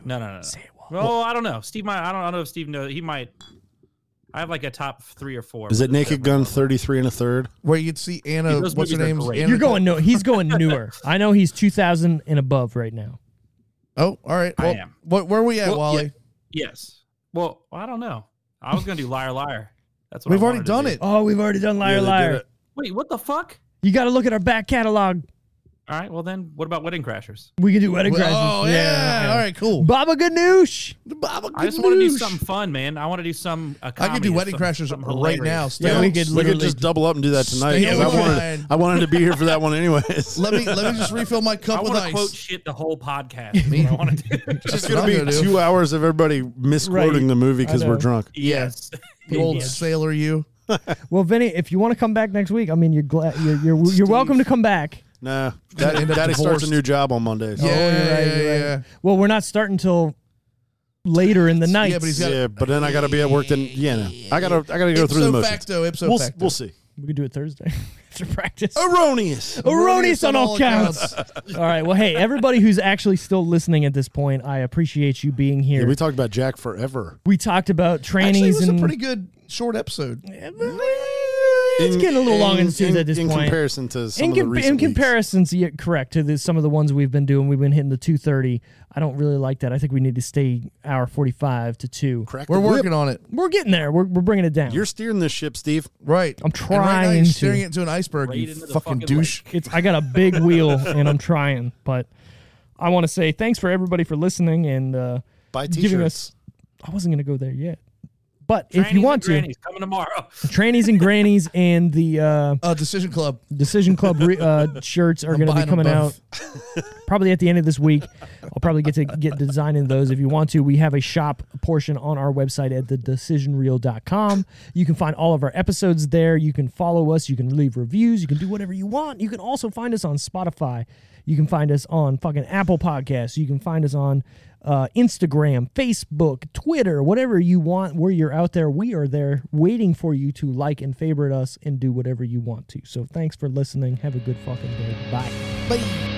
Speaker 4: No, no, no,
Speaker 1: Say
Speaker 4: no.
Speaker 1: it, Wally.
Speaker 4: Well, I don't know. Steve might. I don't, I don't know if Steve knows. He might. I have like a top three or four.
Speaker 3: is
Speaker 4: but
Speaker 3: it
Speaker 4: it's
Speaker 3: naked
Speaker 4: different
Speaker 3: gun
Speaker 4: level.
Speaker 3: 33 and a third
Speaker 2: Where you'd see Anna,
Speaker 4: Dude, those
Speaker 2: what's her
Speaker 4: movies are
Speaker 2: name?
Speaker 4: great.
Speaker 2: Anna-
Speaker 1: You're going no. He's going newer. I know he's 2000 and above right now.
Speaker 2: Oh, all right.
Speaker 4: I
Speaker 2: Well,
Speaker 4: am.
Speaker 2: What, where are we at,
Speaker 4: Well, yeah,
Speaker 2: Wally?
Speaker 4: Yes. Well, I don't know. I was gonna do liar, liar. That's what I
Speaker 2: We've already
Speaker 4: wanted to
Speaker 2: done
Speaker 4: do.
Speaker 2: it.
Speaker 1: Oh, we've already done liar
Speaker 3: Yeah, they did
Speaker 1: liar.
Speaker 3: it.
Speaker 4: Wait, what the fuck?
Speaker 1: You got to look at our back catalog.
Speaker 4: All right. Well, then, what about Wedding Crashers?
Speaker 1: We can do wedding crashes.
Speaker 2: Oh yeah. All right. Cool.
Speaker 1: Baba Ganoush.
Speaker 2: Baba
Speaker 4: I just want to do
Speaker 2: Ganoush.
Speaker 4: something fun, man. I want to do some. A
Speaker 2: I could
Speaker 4: comedy
Speaker 2: do
Speaker 4: or
Speaker 2: Wedding
Speaker 4: some-
Speaker 2: Crashers
Speaker 4: something
Speaker 2: right
Speaker 4: hilarious.
Speaker 2: now.
Speaker 1: Yeah,
Speaker 2: Stay
Speaker 1: we could
Speaker 2: on-
Speaker 3: we could
Speaker 1: literally-
Speaker 3: just double up and do that tonight
Speaker 2: Stay
Speaker 3: 'cause I
Speaker 2: on
Speaker 3: wanted,
Speaker 2: line.
Speaker 3: I wanted to be here for that one anyways
Speaker 2: Let me let me just refill <laughs> my
Speaker 4: I
Speaker 2: cup with
Speaker 4: want to
Speaker 2: ice.
Speaker 4: quote shit the whole podcast. is what I want
Speaker 1: <laughs>
Speaker 4: to do.
Speaker 3: <laughs>
Speaker 4: <laughs>
Speaker 3: it's
Speaker 2: what
Speaker 3: just gonna
Speaker 2: I'm
Speaker 3: be
Speaker 2: gonna do.
Speaker 3: two hours of everybody misquoting
Speaker 1: Right.
Speaker 3: the movie because
Speaker 1: I
Speaker 3: we're
Speaker 1: know.
Speaker 3: drunk
Speaker 4: yes.
Speaker 2: you old
Speaker 1: Yeah.
Speaker 2: sailor, you.
Speaker 1: Well, Vinny, if you want to come back next week, I mean, you're glad you're you're, you're welcome to come back.
Speaker 3: nah
Speaker 2: gonna
Speaker 3: Daddy
Speaker 2: end up
Speaker 3: daddy starts a
Speaker 2: divorced.
Speaker 3: new job on monday
Speaker 2: Yeah,
Speaker 1: Oh, you're right,
Speaker 2: yeah,
Speaker 1: you're right.
Speaker 2: yeah.
Speaker 1: Well, we're not starting till later in the night.
Speaker 2: Yeah, but he's got-
Speaker 3: yeah, but then I got to be at work. Then yeah, no. I gotta I gotta go
Speaker 2: Ipso
Speaker 3: through the motions.
Speaker 2: facto, ipso
Speaker 3: we'll,
Speaker 2: facto.
Speaker 3: we'll see.
Speaker 1: we could do it Thursday <laughs> after practice.
Speaker 3: Erroneous.
Speaker 1: Oh, Erroneous on all counts. <laughs> all right. Well, hey, everybody who's actually still listening at this point, I appreciate you being here.
Speaker 3: Yeah, we
Speaker 1: we,
Speaker 3: talked about Jack forever.
Speaker 1: talked about
Speaker 2: Actually, it
Speaker 1: trannies
Speaker 2: was a
Speaker 1: and
Speaker 2: pretty good short episode.
Speaker 1: it's
Speaker 3: In-
Speaker 1: getting a little long in the tooth
Speaker 3: in,
Speaker 1: at this
Speaker 3: in
Speaker 1: point.
Speaker 3: comparison to some
Speaker 1: in,
Speaker 3: of the
Speaker 1: com-
Speaker 3: recent
Speaker 1: in
Speaker 3: weeks.
Speaker 1: comparison, to- yeah, correct to the, some of the ones we've been doing, we've been hitting the 230. I don't really like that. I think we need to stay hour 45 to two.
Speaker 3: Crack
Speaker 2: We're
Speaker 3: the whip.
Speaker 2: working on it,
Speaker 1: We're getting there. We're, we're bringing it down.
Speaker 3: You're steering this ship, Steve.
Speaker 2: right?
Speaker 1: I'm
Speaker 2: And right now
Speaker 1: trying
Speaker 2: you're
Speaker 1: to.
Speaker 2: staring into an iceberg.
Speaker 4: Right
Speaker 2: you
Speaker 4: into the
Speaker 2: fucking
Speaker 4: fucking
Speaker 2: douche.
Speaker 1: it's I got a big wheel and I'm trying, but I want to say thanks for everybody for listening and uh,
Speaker 3: Buy t-shirts.
Speaker 1: giving us. I wasn't gonna go there yet, but if
Speaker 4: Trannies
Speaker 1: you
Speaker 4: and
Speaker 1: want to,
Speaker 4: grannies coming tomorrow.
Speaker 1: trannies and grannies and the uh,
Speaker 2: Uh, Decision Club.
Speaker 1: Decision Club re- uh, shirts are going to
Speaker 2: buying
Speaker 1: be
Speaker 2: them
Speaker 1: coming out
Speaker 2: both.
Speaker 1: probably at the end of this week. I'll probably get to get designing those if you want to. We have a shop portion on our website at thedecisionreel.com. You can find all of our episodes there. You can follow us. You can leave reviews. You can do whatever you want. You can also find us on Spotify. You can find us on fucking Apple Podcasts. You can find us on uh, Instagram, Facebook, Twitter, whatever you want, where you're out there, we are there waiting for you to like and favorite us and do whatever you want to. So thanks for listening. Have a good fucking day. Bye.
Speaker 2: Bye.